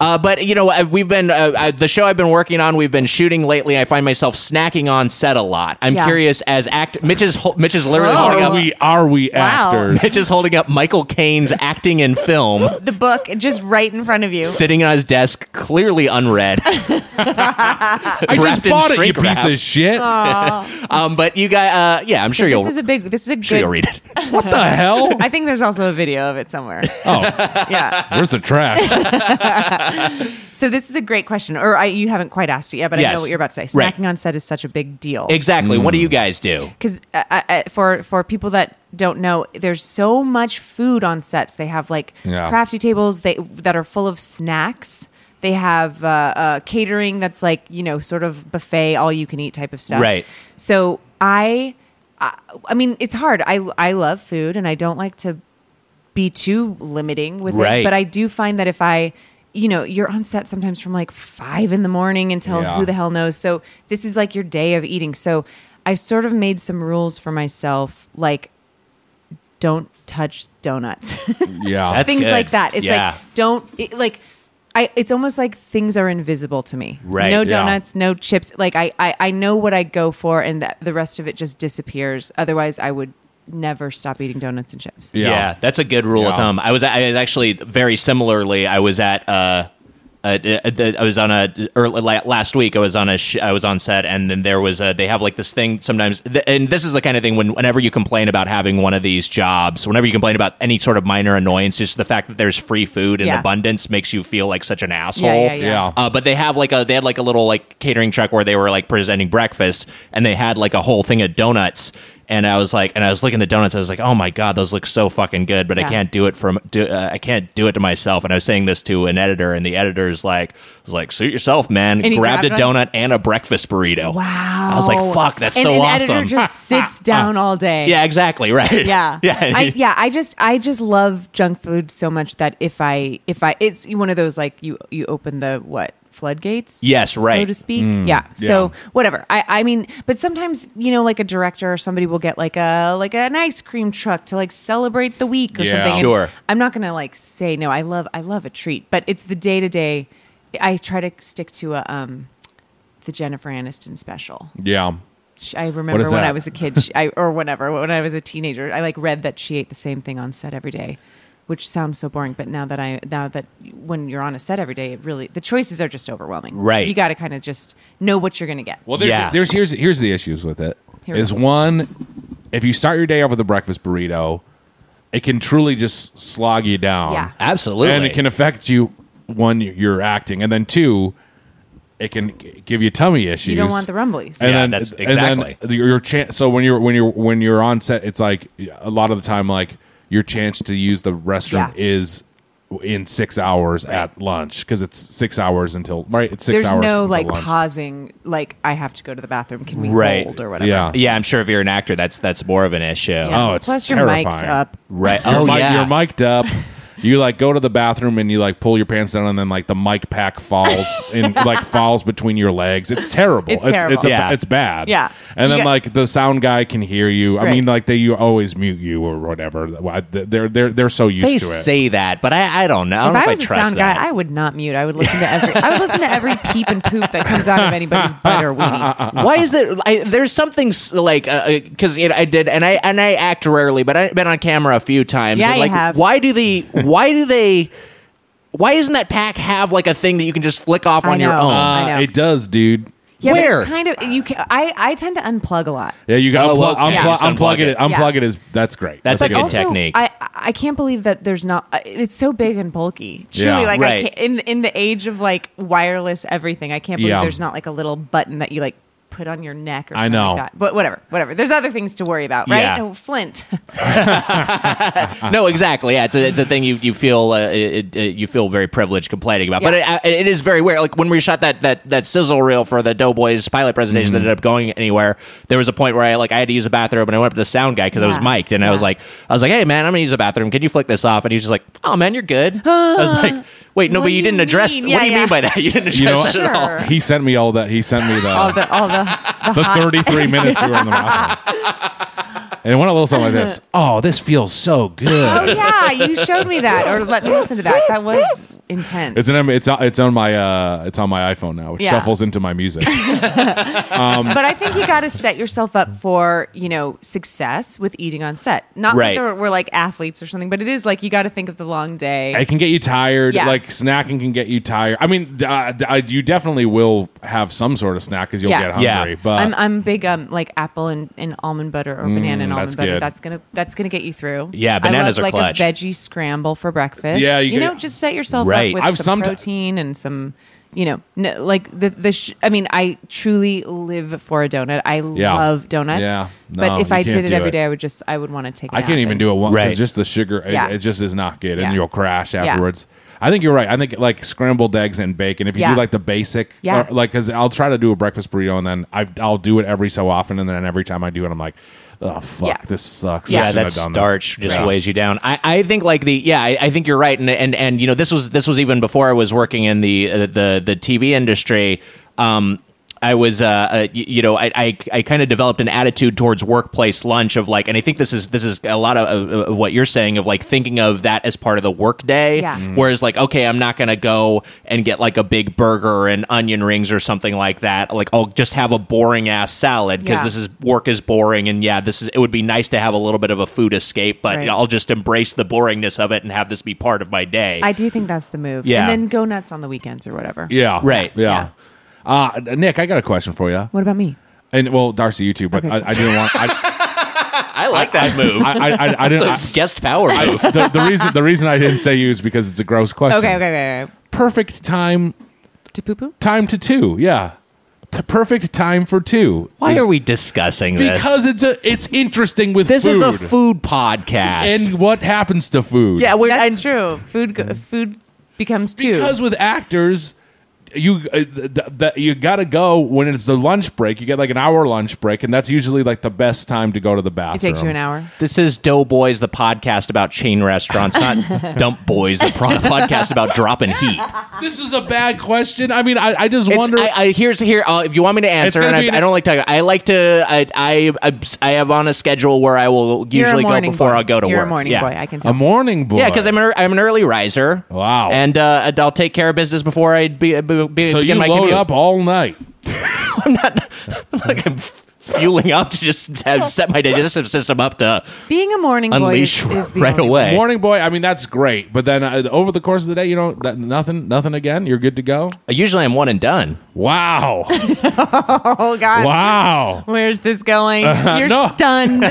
[SPEAKER 1] uh, but you know, I- we've been uh, uh, the show I've been working on. We've been shooting lately. I find myself snacking on set a lot. I'm
[SPEAKER 7] Yeah.
[SPEAKER 1] curious as act. Mitch is hol- Mitch is literally
[SPEAKER 7] Whoa.
[SPEAKER 1] holding
[SPEAKER 3] Oh. are
[SPEAKER 1] up.
[SPEAKER 3] we? Are we
[SPEAKER 7] Wow.
[SPEAKER 3] actors?
[SPEAKER 1] Mitch is holding up Michael Caine's acting in film,
[SPEAKER 7] The book just right in front of you.
[SPEAKER 1] sitting on his desk, clearly unread.
[SPEAKER 3] I just
[SPEAKER 1] Wrapped in
[SPEAKER 3] bought it, you
[SPEAKER 1] shrink wrap.
[SPEAKER 3] piece of shit.
[SPEAKER 1] Um, but you guys, uh, yeah, I'm sure you'll
[SPEAKER 7] This is a big. This is a
[SPEAKER 1] sure
[SPEAKER 7] good.
[SPEAKER 1] you'll read it.
[SPEAKER 3] What the hell?
[SPEAKER 7] I think there's also a video of it somewhere.
[SPEAKER 3] Oh,
[SPEAKER 7] Yeah.
[SPEAKER 3] where's the trash?
[SPEAKER 7] So this is a great question, or I, you haven't quite asked it yet, but I
[SPEAKER 1] Yes.
[SPEAKER 7] know what you're about to say. Snacking
[SPEAKER 1] Right.
[SPEAKER 7] on set is such a big deal
[SPEAKER 1] Exactly. What do
[SPEAKER 3] Hmm.
[SPEAKER 1] you guys do?
[SPEAKER 7] because uh, for for people that don't know, there's so much food on sets. They have like
[SPEAKER 3] Yeah.
[SPEAKER 7] crafty tables they, that are full of snacks. They have uh, uh, catering that's like you know sort of buffet, all you can eat type of stuff.
[SPEAKER 1] Right.
[SPEAKER 7] So I, I, I mean, it's hard. I I love food, and I don't like to be too limiting with
[SPEAKER 1] Right.
[SPEAKER 7] it. But I do find that if I, you know, you're on set sometimes from like five in the morning until
[SPEAKER 3] Yeah.
[SPEAKER 7] who the hell knows. So this is like your day of eating. So I sort of made some rules for myself, like don't touch donuts,
[SPEAKER 3] Yeah,
[SPEAKER 1] That's
[SPEAKER 7] things
[SPEAKER 1] good.
[SPEAKER 7] like that. It's
[SPEAKER 1] Yeah.
[SPEAKER 7] like don't it, like. I, it's almost like things are invisible to me.
[SPEAKER 1] Right,
[SPEAKER 7] No
[SPEAKER 1] yeah.
[SPEAKER 7] donuts, no chips. Like I, I, I know what I go for, and that the rest of it just disappears. Otherwise, I would never stop eating donuts and chips.
[SPEAKER 3] Yeah.
[SPEAKER 1] Yeah, that's a good rule
[SPEAKER 3] Yeah.
[SPEAKER 1] of thumb. I was I was actually very similarly. I was at uh. Uh, I was on a early, la- last week. I was on a sh- I was on set, and then there was a they have like this thing sometimes, th- and this is the kind of thing when whenever you complain about having one of these jobs, whenever you complain about any sort of minor annoyance, just the fact that there's free food in
[SPEAKER 7] Yeah.
[SPEAKER 1] abundance makes you feel like such an asshole.
[SPEAKER 7] yeah, yeah.
[SPEAKER 3] Yeah.
[SPEAKER 1] Uh, but they have like a they had like a little like catering truck where they were like presenting breakfast and they had like a whole thing of donuts and I was like and I was looking at the donuts I was like oh my god those look so fucking good but
[SPEAKER 7] Yeah.
[SPEAKER 1] I can't do it from do, uh, I can't do it to myself and I was saying this to an editor and the editor's like was like suit yourself man
[SPEAKER 7] And he
[SPEAKER 1] grabbed,
[SPEAKER 7] grabbed
[SPEAKER 1] a
[SPEAKER 7] one?
[SPEAKER 1] donut and a breakfast burrito
[SPEAKER 7] Wow.
[SPEAKER 1] I was like fuck that's
[SPEAKER 7] Oh. and
[SPEAKER 1] so
[SPEAKER 7] an
[SPEAKER 1] awesome
[SPEAKER 7] editor just sits down all day.
[SPEAKER 1] yeah exactly right
[SPEAKER 7] Yeah.
[SPEAKER 1] yeah
[SPEAKER 7] I, yeah, I just I just love junk food so much that if I if I it's one of those like you you open the what floodgates
[SPEAKER 1] Yes,
[SPEAKER 7] so
[SPEAKER 1] right. Mm,
[SPEAKER 7] to speak yeah so whatever I I mean but sometimes you know like a director or somebody will get like a like an ice cream truck to like celebrate the week or
[SPEAKER 3] Yeah.
[SPEAKER 7] something And
[SPEAKER 1] Sure.
[SPEAKER 7] I'm not gonna like say no I love I love a treat but it's the day to day I try to stick to a um the Jennifer Aniston special
[SPEAKER 3] yeah.
[SPEAKER 7] Sh- I remember
[SPEAKER 3] is
[SPEAKER 7] when
[SPEAKER 3] that?
[SPEAKER 7] I was a kid, she, I, or whenever, when I was a teenager, I like read that she ate the same thing on set every day, which sounds so boring. But now that I, now that when you're on a set every day, it really, the choices are just overwhelming.
[SPEAKER 1] Right.
[SPEAKER 7] You got to kind of just know what you're going to get.
[SPEAKER 3] Well, there's
[SPEAKER 1] Yeah.
[SPEAKER 3] there's here's here's the issues with it.
[SPEAKER 7] Here we
[SPEAKER 3] Is
[SPEAKER 7] go.
[SPEAKER 3] one, if you start your day off with a breakfast burrito, it can truly just slog you down.
[SPEAKER 7] Yeah.
[SPEAKER 1] Absolutely.
[SPEAKER 3] And it can affect you one you're acting, and then two, it can give you tummy issues.
[SPEAKER 7] You don't want the
[SPEAKER 3] And
[SPEAKER 7] rumblies.
[SPEAKER 1] Yeah,
[SPEAKER 3] then,
[SPEAKER 1] that's-
[SPEAKER 3] and then
[SPEAKER 1] exactly.
[SPEAKER 3] the- your chance. So when you're when you're when you're on set, it's like a lot of the time, like your chance to use the restroom
[SPEAKER 7] Yeah.
[SPEAKER 3] is in six hours at lunch because it's six hours until right. It's six
[SPEAKER 7] There's
[SPEAKER 3] hours.
[SPEAKER 7] no
[SPEAKER 3] until
[SPEAKER 7] like
[SPEAKER 3] lunch.
[SPEAKER 7] pausing. Like I have to go to the bathroom. Can we
[SPEAKER 1] Right.
[SPEAKER 7] hold or whatever?
[SPEAKER 3] Yeah.
[SPEAKER 1] yeah, I'm sure if you're an actor, that's that's more of an issue.
[SPEAKER 7] Yeah.
[SPEAKER 3] Oh, it's
[SPEAKER 7] plus you're mic'd
[SPEAKER 3] terrifying.
[SPEAKER 7] up.
[SPEAKER 1] Right.
[SPEAKER 3] You're,
[SPEAKER 1] oh
[SPEAKER 3] mic-
[SPEAKER 1] yeah.
[SPEAKER 3] you're mic'd up. You like go to the bathroom and you like pull your pants down and then like the mic pack falls and like falls between your legs. It's terrible.
[SPEAKER 7] It's terrible.
[SPEAKER 3] It's, a-
[SPEAKER 1] Yeah.
[SPEAKER 3] it's bad.
[SPEAKER 7] Yeah.
[SPEAKER 3] And
[SPEAKER 7] You
[SPEAKER 3] then
[SPEAKER 7] get-
[SPEAKER 3] like the sound guy can hear you. I
[SPEAKER 7] Right.
[SPEAKER 3] mean like they you always mute you or whatever. Why- They're they're they're so used
[SPEAKER 1] they
[SPEAKER 3] to it.
[SPEAKER 1] say that, but I, I don't know. I don't
[SPEAKER 7] if I
[SPEAKER 1] know
[SPEAKER 7] was
[SPEAKER 1] if I
[SPEAKER 7] a
[SPEAKER 1] trust
[SPEAKER 7] sound
[SPEAKER 1] that.
[SPEAKER 7] guy, I would not mute. I would listen to every. I would listen to every peep and poop that comes out of anybody's butt or weenie.
[SPEAKER 1] Why is there? I, there's something s- like because you know, I did, and I and I act rarely, but I've been on camera a few times.
[SPEAKER 7] Yeah,
[SPEAKER 1] and,
[SPEAKER 7] you
[SPEAKER 1] like,
[SPEAKER 7] have.
[SPEAKER 1] Why do they? Why do they? Why doesn't that pack have like a thing that you can just flick off
[SPEAKER 7] I
[SPEAKER 1] on your
[SPEAKER 7] know.
[SPEAKER 1] own?
[SPEAKER 7] I
[SPEAKER 3] Uh,
[SPEAKER 7] know.
[SPEAKER 3] it does, dude.
[SPEAKER 7] Yeah, but
[SPEAKER 1] Where?
[SPEAKER 7] it's kind of you. Can, I I tend to unplug a lot.
[SPEAKER 3] Yeah, you got
[SPEAKER 1] Oh,
[SPEAKER 3] unplug,
[SPEAKER 1] okay.
[SPEAKER 3] unplug,
[SPEAKER 1] Just
[SPEAKER 3] unplug,
[SPEAKER 1] unplug
[SPEAKER 3] it.
[SPEAKER 1] it.
[SPEAKER 3] Unplug it is that's great.
[SPEAKER 1] That's a
[SPEAKER 7] But
[SPEAKER 1] good
[SPEAKER 7] also,
[SPEAKER 1] technique.
[SPEAKER 7] I I can't believe that there's not. I- It's so big and bulky. Truly,
[SPEAKER 3] Yeah.
[SPEAKER 7] like
[SPEAKER 1] Right.
[SPEAKER 7] I can't, in in the age of like wireless everything, I can't believe
[SPEAKER 3] Yeah.
[SPEAKER 7] there's not like a little button that you like put on your neck or
[SPEAKER 3] I
[SPEAKER 7] something
[SPEAKER 3] know.
[SPEAKER 7] like that. But whatever, whatever. There's other things to worry about, right?
[SPEAKER 1] Yeah.
[SPEAKER 7] Oh, Flint.
[SPEAKER 1] no, exactly. Yeah, it's a, it's a thing you you feel uh, it, it, you feel very privileged complaining about. But it,
[SPEAKER 7] Yeah.
[SPEAKER 1] I- it is very weird. Like when we shot that that that sizzle reel for the Doughboys pilot presentation
[SPEAKER 3] Mm-hmm.
[SPEAKER 1] that ended up going anywhere. There was a point where I like I had to use a bathroom and I went up to the sound guy because I was
[SPEAKER 7] Yeah.
[SPEAKER 1] mic'd and I was
[SPEAKER 7] Yeah.
[SPEAKER 1] like I was like, hey man, I'm gonna use a bathroom. Can you flick this off? And he's just like, oh man, you're good. I was like, wait, no,
[SPEAKER 7] what
[SPEAKER 1] but
[SPEAKER 7] do
[SPEAKER 1] you
[SPEAKER 7] you
[SPEAKER 1] didn't address.
[SPEAKER 7] mean?
[SPEAKER 1] what
[SPEAKER 7] Yeah,
[SPEAKER 1] do you
[SPEAKER 7] yeah.
[SPEAKER 1] mean by that? You didn't address
[SPEAKER 3] you know
[SPEAKER 1] that
[SPEAKER 3] what?
[SPEAKER 1] at all.
[SPEAKER 7] Sure.
[SPEAKER 3] He sent me all that. He sent me the
[SPEAKER 7] all the all
[SPEAKER 3] the
[SPEAKER 7] the
[SPEAKER 3] 33 minutes you were in the bathroom. And it went a little something like this. Oh, this feels so
[SPEAKER 7] Oh
[SPEAKER 3] good.
[SPEAKER 7] yeah, you showed me that, or let me listen to that. That was intense.
[SPEAKER 3] It's an, it's on- it's on my uh, it's on my iPhone now. It
[SPEAKER 7] Yeah.
[SPEAKER 3] shuffles into my music. Um,
[SPEAKER 7] but I think you got to set yourself up for you know success with eating on set. Not
[SPEAKER 1] Right.
[SPEAKER 7] like they're- we're like athletes or something, but it is like you got to think of the long day.
[SPEAKER 3] it can get you tired.
[SPEAKER 7] Yeah.
[SPEAKER 3] Like snacking can get you tired. I mean, d- uh, d- uh, you definitely will have some sort of snack because you'll
[SPEAKER 7] Yeah.
[SPEAKER 3] get
[SPEAKER 1] Yeah.
[SPEAKER 3] hungry. But Mm,
[SPEAKER 7] I'm I'm big um like apple and, and almond butter or banana and almond
[SPEAKER 3] that's
[SPEAKER 7] butter.
[SPEAKER 3] good.
[SPEAKER 7] That's gonna that's gonna get you through.
[SPEAKER 1] Yeah,
[SPEAKER 7] I
[SPEAKER 1] bananas
[SPEAKER 7] love,
[SPEAKER 1] are
[SPEAKER 7] like
[SPEAKER 1] clutch.
[SPEAKER 7] a veggie scramble for breakfast.
[SPEAKER 3] Yeah, you
[SPEAKER 7] you,
[SPEAKER 3] get-
[SPEAKER 7] know, just set yourself
[SPEAKER 1] Right.
[SPEAKER 7] up with
[SPEAKER 3] I've
[SPEAKER 7] some
[SPEAKER 3] someti-
[SPEAKER 7] protein and some. You know, no, like the the. Sh- I mean, I truly live for a donut. I
[SPEAKER 3] Yeah.
[SPEAKER 7] love donuts.
[SPEAKER 3] Yeah. No,
[SPEAKER 7] but if
[SPEAKER 3] you
[SPEAKER 7] I
[SPEAKER 3] can't
[SPEAKER 7] did it
[SPEAKER 3] do
[SPEAKER 7] every
[SPEAKER 3] it.
[SPEAKER 7] day, I would just I would want to take. I
[SPEAKER 3] I can't even do it one. 'cause
[SPEAKER 1] Right.
[SPEAKER 3] Just the sugar. It,
[SPEAKER 7] Yeah.
[SPEAKER 3] it just is not good, and
[SPEAKER 7] Yeah.
[SPEAKER 3] you'll crash afterwards. I think you're right. I think like scrambled eggs and bacon. If you
[SPEAKER 7] Yeah.
[SPEAKER 3] do like the basic,
[SPEAKER 7] Yeah.
[SPEAKER 3] or, like because I'll try to do a breakfast burrito, and then I, I'll do it every so often, and then every time I do it, I'm like, oh fuck,
[SPEAKER 7] Yeah.
[SPEAKER 3] this sucks. I
[SPEAKER 1] yeah,
[SPEAKER 3] shouldn't
[SPEAKER 1] that
[SPEAKER 3] have done
[SPEAKER 1] starch
[SPEAKER 3] this.
[SPEAKER 1] just
[SPEAKER 3] Yeah.
[SPEAKER 1] weighs you down. I, I think like the yeah, I, I think you're right, and and and you know this was this was even before I was working in the uh, the the TV industry. Um, I was uh, uh y- you know I I, I kind of developed an attitude towards workplace lunch of like, and I think this is this is a lot of, of, of what you're saying of like thinking of that as part of the workday.
[SPEAKER 7] Yeah.
[SPEAKER 3] Mm-hmm.
[SPEAKER 7] Mm.
[SPEAKER 1] Whereas like okay, I'm not gonna go and get like a big burger and onion rings or something like that. Like I'll just have a boring ass salad because
[SPEAKER 7] Yeah.
[SPEAKER 1] this is work is boring and yeah this is it would be nice to have a little bit of a food escape but
[SPEAKER 7] Right.
[SPEAKER 1] i'll just embrace the boringness of it and have this be part of my day
[SPEAKER 7] I do think that's the move.
[SPEAKER 1] Yeah.
[SPEAKER 7] And then go nuts on the weekends or whatever.
[SPEAKER 3] Yeah.
[SPEAKER 1] Right.
[SPEAKER 3] Yeah. Uh, Nick, I got a question for you.
[SPEAKER 7] What about me?
[SPEAKER 3] And well, Darcy, you too, but
[SPEAKER 7] Okay.
[SPEAKER 3] I, I didn't want. I,
[SPEAKER 1] I like that move
[SPEAKER 3] I, I, I didn't. I,
[SPEAKER 1] It's a guest power move
[SPEAKER 3] the, the reason the reason I didn't say you is because it's a gross question.
[SPEAKER 7] Okay, okay, okay. okay.
[SPEAKER 3] Perfect time
[SPEAKER 7] To poo poo?
[SPEAKER 3] time to two. Yeah. The perfect time for two.
[SPEAKER 1] why are we discussing this
[SPEAKER 3] Because it's a it's interesting with
[SPEAKER 1] this
[SPEAKER 3] food.
[SPEAKER 1] is a food podcast
[SPEAKER 3] and what happens to food.
[SPEAKER 1] yeah we're
[SPEAKER 7] That's
[SPEAKER 1] and-
[SPEAKER 7] true. Food go- food becomes two.
[SPEAKER 3] Because with actors you uh, th- th- you got to go when it's the lunch break. You get like an hour lunch break and that's usually like the best time to go to the bathroom.
[SPEAKER 7] it takes you an hour.
[SPEAKER 1] this is Doughboys, the podcast about chain restaurants, not Dump Boys, the pro- podcast about dropping heat.
[SPEAKER 3] This is a bad question. I mean, I, I just
[SPEAKER 1] It's-
[SPEAKER 3] wonder
[SPEAKER 1] I, I, here's here. Uh, if you want me to answer,
[SPEAKER 3] gonna
[SPEAKER 1] and
[SPEAKER 3] be
[SPEAKER 1] I,
[SPEAKER 3] an-
[SPEAKER 1] I don't like to. I like to. I, I I- I have on a schedule where I will
[SPEAKER 7] You're a
[SPEAKER 1] usually go
[SPEAKER 7] morning
[SPEAKER 1] before
[SPEAKER 7] boy.
[SPEAKER 1] I go to
[SPEAKER 7] You're
[SPEAKER 1] work.
[SPEAKER 7] a morning
[SPEAKER 1] yeah.
[SPEAKER 7] boy. I can
[SPEAKER 3] a
[SPEAKER 7] tell.
[SPEAKER 3] morning boy.
[SPEAKER 1] Yeah, because I'm, an- I'm an early riser.
[SPEAKER 3] Wow.
[SPEAKER 1] And uh, and I'll take care of business before I be, be, be
[SPEAKER 3] so you
[SPEAKER 1] begin my
[SPEAKER 3] load
[SPEAKER 1] commute.
[SPEAKER 3] up all night.
[SPEAKER 1] like I'm fueling up to just have set my digestive system up to uh,
[SPEAKER 7] Being a morning
[SPEAKER 1] unleash
[SPEAKER 7] boy is, is the
[SPEAKER 1] right
[SPEAKER 7] only-
[SPEAKER 1] away.
[SPEAKER 3] Morning boy, I mean that's great, but then uh, over the course of the day, you know, that, nothing, nothing again. You're good to go.
[SPEAKER 1] Usually I'm one and done.
[SPEAKER 3] Wow,
[SPEAKER 7] Oh God.
[SPEAKER 3] wow.
[SPEAKER 7] Where's this going? You're
[SPEAKER 3] no.
[SPEAKER 7] stunned.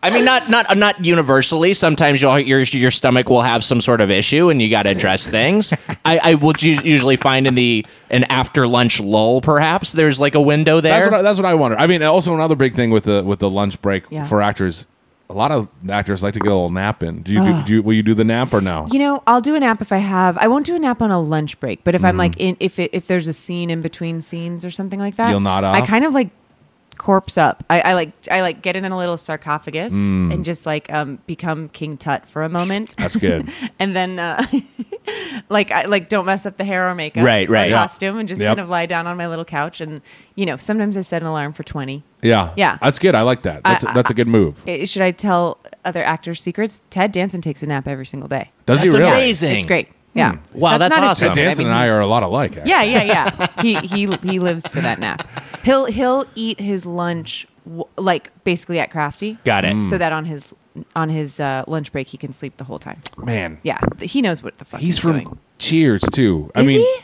[SPEAKER 1] I mean, not not not universally. Sometimes you'll, your your stomach will have some sort of issue, and you got to address things. I, I will ju- usually find in the an after lunch lull, perhaps there's like a window there.
[SPEAKER 3] That's what, I, that's what I wonder. I mean, also another big thing with the with the lunch break
[SPEAKER 7] Yeah.
[SPEAKER 3] for actors. A lot of actors like to get a little nap in. Do you, do, do you will you do the nap or no?
[SPEAKER 7] You know, I'll do a nap if I have. I won't do a nap on a lunch break, but if I'm like in, if it, if there's a scene in between scenes or something like that,
[SPEAKER 3] Mm-hmm. You'll nod
[SPEAKER 7] I
[SPEAKER 3] off?
[SPEAKER 7] kind of like corpse up. I, I like I like get in a little sarcophagus and just like um become King Tut for a
[SPEAKER 3] Mm.
[SPEAKER 7] moment.
[SPEAKER 3] That's good.
[SPEAKER 7] and then uh, like I like don't mess up the hair or makeup,
[SPEAKER 1] Right,
[SPEAKER 7] or
[SPEAKER 1] right. Yeah.
[SPEAKER 7] costume, and just
[SPEAKER 3] Yep.
[SPEAKER 7] kind of lie down on my little couch. And you know, sometimes I set an alarm for twenty.
[SPEAKER 3] yeah,
[SPEAKER 7] Yeah.
[SPEAKER 3] That's good. I like that. That's
[SPEAKER 7] I-
[SPEAKER 3] that's a good move.
[SPEAKER 7] I- should I tell other actors secrets? Ted Danson takes a nap every single day.
[SPEAKER 3] Does he
[SPEAKER 1] That's
[SPEAKER 3] really?
[SPEAKER 1] amazing. Hmm.
[SPEAKER 7] It's great. Yeah.
[SPEAKER 1] Wow, that's
[SPEAKER 7] not a
[SPEAKER 1] awesome.
[SPEAKER 3] Ted
[SPEAKER 7] secret.
[SPEAKER 3] Danson
[SPEAKER 7] mean,
[SPEAKER 3] and I
[SPEAKER 7] he's-
[SPEAKER 3] are a lot alike. Actually.
[SPEAKER 7] Yeah, yeah, yeah. he he he lives for that nap. He'll he'll eat his lunch w- like basically at Crafty.
[SPEAKER 1] Got it.
[SPEAKER 7] So that on his on his uh, lunch break he can sleep the whole time.
[SPEAKER 3] man.
[SPEAKER 7] Yeah, he knows what the fuck he's,
[SPEAKER 3] he's from
[SPEAKER 7] doing.
[SPEAKER 3] Cheers too. I
[SPEAKER 7] Is
[SPEAKER 3] mean,
[SPEAKER 7] he?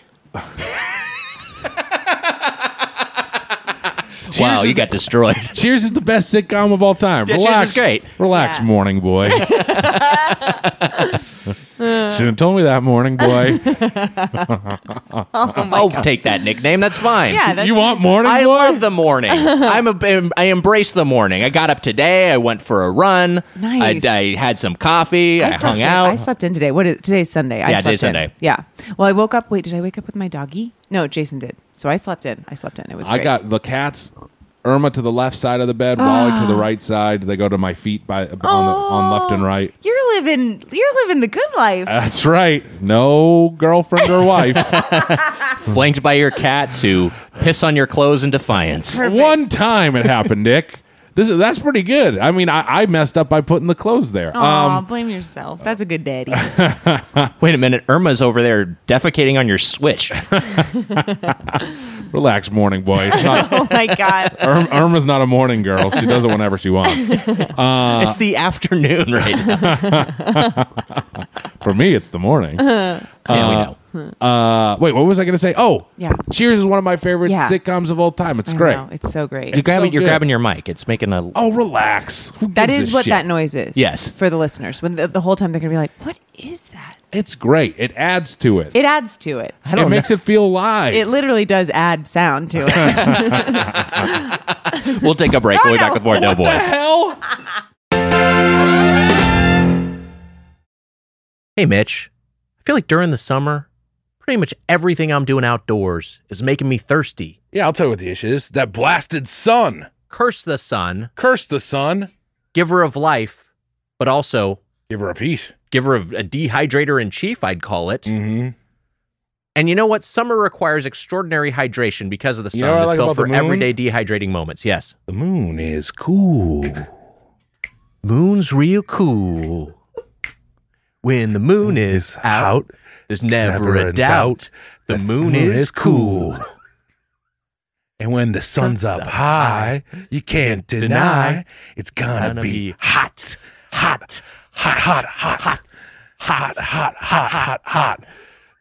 [SPEAKER 1] wow,
[SPEAKER 3] Cheers
[SPEAKER 1] you
[SPEAKER 3] is-
[SPEAKER 1] got destroyed.
[SPEAKER 3] Cheers is the best sitcom of all time.
[SPEAKER 1] Yeah, Cheers is
[SPEAKER 3] relax,
[SPEAKER 1] great.
[SPEAKER 3] Relax,
[SPEAKER 7] Yeah.
[SPEAKER 3] morning boy. Should have told me that, morning boy.
[SPEAKER 1] I'll take that nickname. That's fine.
[SPEAKER 7] Yeah, that's
[SPEAKER 3] you want morning
[SPEAKER 1] I
[SPEAKER 3] boy?
[SPEAKER 1] love the morning. I'm a, I embrace the morning. I got up today. I went for a run.
[SPEAKER 7] Nice.
[SPEAKER 1] I, I had some coffee. I,
[SPEAKER 7] I slept
[SPEAKER 1] hung
[SPEAKER 7] in.
[SPEAKER 1] out.
[SPEAKER 7] I slept in today. What is today's Sunday? I
[SPEAKER 1] Yeah,
[SPEAKER 7] slept
[SPEAKER 1] today's
[SPEAKER 7] in.
[SPEAKER 1] Sunday.
[SPEAKER 7] Yeah. Well, I woke up. Wait, did I wake up with my doggy? No, Jason did. So I slept in. I slept in. It was.
[SPEAKER 3] I
[SPEAKER 7] Great.
[SPEAKER 3] got the cats. Irma to the left side of the bed, Wally
[SPEAKER 7] Ah.
[SPEAKER 3] to the right side. They go to my feet by on the, on left and right.
[SPEAKER 7] Oh, You're living. You're living the good life.
[SPEAKER 3] That's right. No girlfriend or wife.
[SPEAKER 1] flanked by your cats who piss on your clothes in defiance.
[SPEAKER 3] One time it happened, Dick. This is that's pretty good. I mean, I, I messed up by putting the clothes there. Uh,
[SPEAKER 7] Aw,
[SPEAKER 3] Um,
[SPEAKER 7] blame yourself. That's a good daddy.
[SPEAKER 1] Wait a minute, Irma's over there defecating on your switch.
[SPEAKER 3] Relax, morning boy. It's not,
[SPEAKER 7] oh my god.
[SPEAKER 3] Irm, Irma's not a morning girl. She does it whenever she wants.
[SPEAKER 1] it's the afternoon Uh, right now.
[SPEAKER 3] For me, it's the morning.
[SPEAKER 7] Uh-huh.
[SPEAKER 1] Yeah, we know.
[SPEAKER 3] Uh, wait, what was I going to say? Oh,
[SPEAKER 7] Yeah.
[SPEAKER 3] Cheers is one of my favorite
[SPEAKER 7] Yeah.
[SPEAKER 3] sitcoms of all time. It's
[SPEAKER 7] I
[SPEAKER 3] great.
[SPEAKER 7] know, it's so great.
[SPEAKER 1] You're, grabbing,
[SPEAKER 3] so
[SPEAKER 1] you're
[SPEAKER 3] good.
[SPEAKER 1] grabbing your mic. It's making a.
[SPEAKER 3] oh, relax. Who
[SPEAKER 7] that
[SPEAKER 3] gives
[SPEAKER 7] is
[SPEAKER 3] a
[SPEAKER 7] what
[SPEAKER 3] shit?
[SPEAKER 7] that noise is.
[SPEAKER 1] Yes.
[SPEAKER 7] For the listeners, when the, the whole time they're gonna be like, "What is that?"
[SPEAKER 3] It's great. It adds to it. It,
[SPEAKER 7] It adds to it.
[SPEAKER 3] makes it feel live.
[SPEAKER 7] It literally does add sound to it.
[SPEAKER 1] We'll take a break. we'll be back with more No Boys.
[SPEAKER 3] hell?
[SPEAKER 8] Hey, Mitch. I feel like during the summer, pretty much everything I'm doing outdoors is making me thirsty.
[SPEAKER 9] Yeah, I'll tell you what the issue is. That blasted sun.
[SPEAKER 8] Curse the sun,
[SPEAKER 9] Curse the sun.
[SPEAKER 8] giver of life, but also
[SPEAKER 9] Give her a piece.
[SPEAKER 8] giver of a dehydrator in chief, I'd call it.
[SPEAKER 9] Mm-hmm.
[SPEAKER 8] And you know what? Summer requires extraordinary hydration because of the sun
[SPEAKER 9] You know what I
[SPEAKER 8] that's
[SPEAKER 9] like
[SPEAKER 8] built
[SPEAKER 9] about the
[SPEAKER 8] for
[SPEAKER 9] moon?
[SPEAKER 8] everyday dehydrating moments. Yes.
[SPEAKER 9] The moon is cool.
[SPEAKER 8] Moon's real cool. When the moon is out, there's never, a doubt. The moon, is, cool.
[SPEAKER 9] And when the sun's up high, you can't deny it's gonna be hot, hot, hot, hot, hot, hot, hot, hot, hot, hot, hot.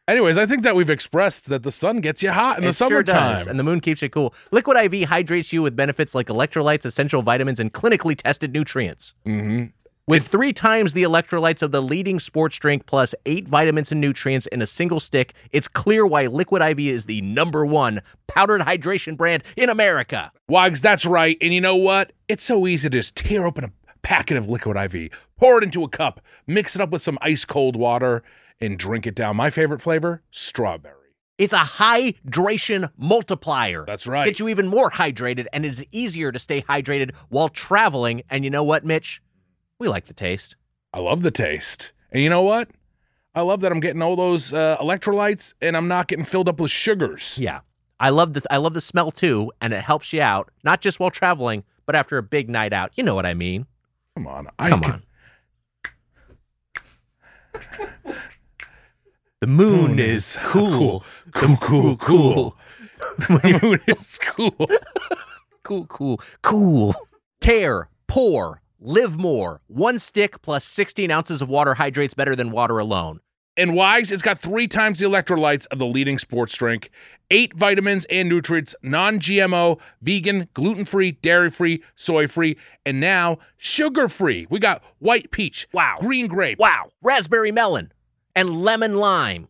[SPEAKER 9] Anyways, I think that we've expressed that the sun gets you hot in the
[SPEAKER 8] It sure
[SPEAKER 9] summertime.
[SPEAKER 8] does, and the moon keeps you cool. Liquid IV hydrates you with benefits like electrolytes, essential vitamins, and clinically tested nutrients.
[SPEAKER 9] Mhm.
[SPEAKER 8] With three times the electrolytes of the leading sports drink, plus eight vitamins and nutrients in a single stick, it's clear why Liquid IV is the number one powdered hydration brand in America.
[SPEAKER 9] Wags, that's right. And you know what? It's so easy to just tear open a packet of liquid IV, pour it into a cup, mix it up with some ice cold water, and drink it down. My favorite flavor, strawberry.
[SPEAKER 8] It's a hydration multiplier.
[SPEAKER 9] That's right.
[SPEAKER 8] Gets you even more hydrated, and it's easier to stay hydrated while traveling. And you know what, Mitch? We like the taste.
[SPEAKER 9] I love the taste. And you know what? I love that I'm getting all those uh, electrolytes and I'm not getting filled up with sugars.
[SPEAKER 8] Yeah. I love the I love the smell too, and it helps you out, not just while traveling, but after a big night out. You know what I mean.
[SPEAKER 9] Come on. I
[SPEAKER 8] Come
[SPEAKER 9] can-
[SPEAKER 8] on. The moon, is cool.
[SPEAKER 9] Cool, cool, cool. The moon is cool.
[SPEAKER 8] Cool, cool, cool. Tear, pour, live more. One stick plus 16 ounces of water hydrates better than water alone.
[SPEAKER 3] And Wise, it's got three times the electrolytes of the leading sports drink, eight vitamins and nutrients, non GMO, vegan, gluten free, dairy free, soy free, and now sugar free. We got white peach, wow, green grape,
[SPEAKER 1] wow, raspberry melon, and lemon lime.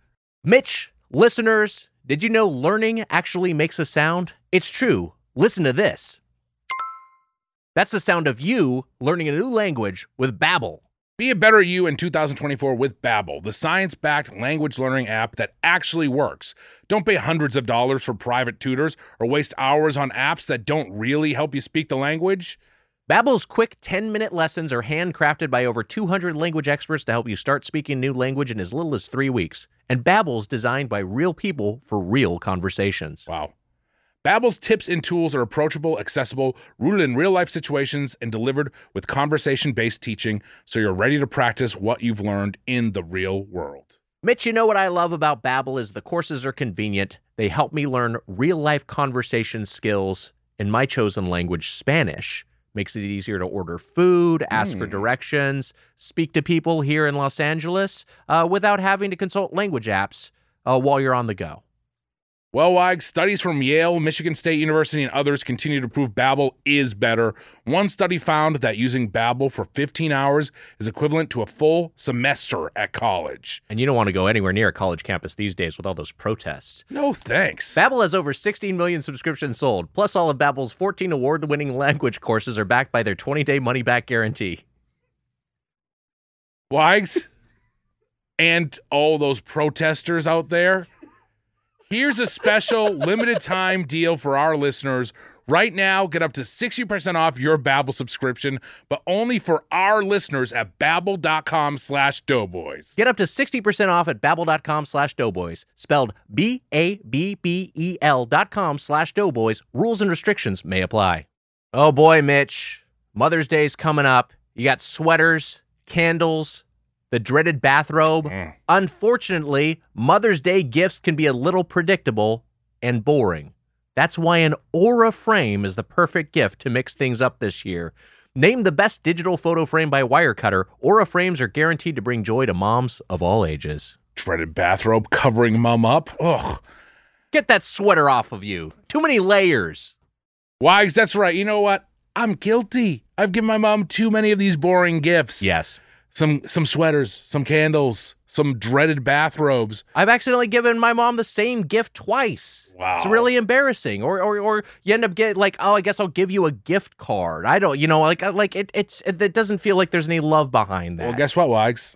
[SPEAKER 1] Mitch, listeners, did you know learning actually makes a sound? It's true. Listen to this. That's the sound of you learning a new language with Babbel.
[SPEAKER 3] Be a better you in 2024 with Babbel, the science-backed language learning app that actually works. Don't pay hundreds of dollars for private tutors or waste hours on apps that don't really help you speak the language.
[SPEAKER 1] Babbel's quick 10-minute lessons are handcrafted by over 200 language experts to help you start speaking new language in as little as 3 weeks. And Babbel's designed by real people for real conversations.
[SPEAKER 3] Wow. Babbel's tips and tools are approachable, accessible, rooted in real-life situations and delivered with conversation-based teaching so you're ready to practice what you've learned in the real world.
[SPEAKER 1] Mitch, you know what I love about Babbel is the courses are convenient. They help me learn real-life conversation skills in my chosen language, Spanish makes it easier to order food, ask for directions, speak to people here in Los Angeles uh, without having to consult language apps uh, while you're on the go.
[SPEAKER 3] Well, Wag, studies from Yale, Michigan State University, and others continue to prove Babbel is better. One study found that using Babbel for 15 hours is equivalent to a full semester at college.
[SPEAKER 1] And you don't want to go anywhere near a college campus these days with all those protests.
[SPEAKER 3] No thanks.
[SPEAKER 1] Babbel has over 16 million subscriptions sold, plus all of Babbel's 14 award-winning language courses are backed by their 20-day money-back guarantee.
[SPEAKER 3] Wags and all those protesters out there. Here's a special limited time deal for our listeners. Right now, get up to 60% off your Babbel subscription, but only for our listeners at babbel.com slash doughboys.
[SPEAKER 1] Get up to 60% off at babbel.com slash doughboys, spelled B-A-B-B-E-L E dot com slash doughboys. Rules and restrictions may apply. Oh boy, Mitch. Mother's Day's coming up. You got sweaters, candles, the dreaded bathrobe. Unfortunately, Mother's Day gifts can be a little predictable and boring. That's why an Aura frame is the perfect gift to mix things up this year. Named the best digital photo frame by Wirecutter, Aura frames are guaranteed to bring joy to moms of all ages.
[SPEAKER 3] Dreaded bathrobe covering mum up. Ugh.
[SPEAKER 1] Get that sweater off of you. Too many layers.
[SPEAKER 3] Wags, that's right. You know what? I'm guilty. I've given my mom too many of these boring gifts.
[SPEAKER 1] Yes.
[SPEAKER 3] Some some sweaters, some candles, some dreaded bathrobes.
[SPEAKER 1] I've accidentally given my mom the same gift twice.
[SPEAKER 3] Wow.
[SPEAKER 1] It's really embarrassing. Or or or you end up getting like, oh, I guess I'll give you a gift card. I don't, you know, like uh, like it it's it, it doesn't feel like there's any love behind that.
[SPEAKER 3] Well, guess what, Wags?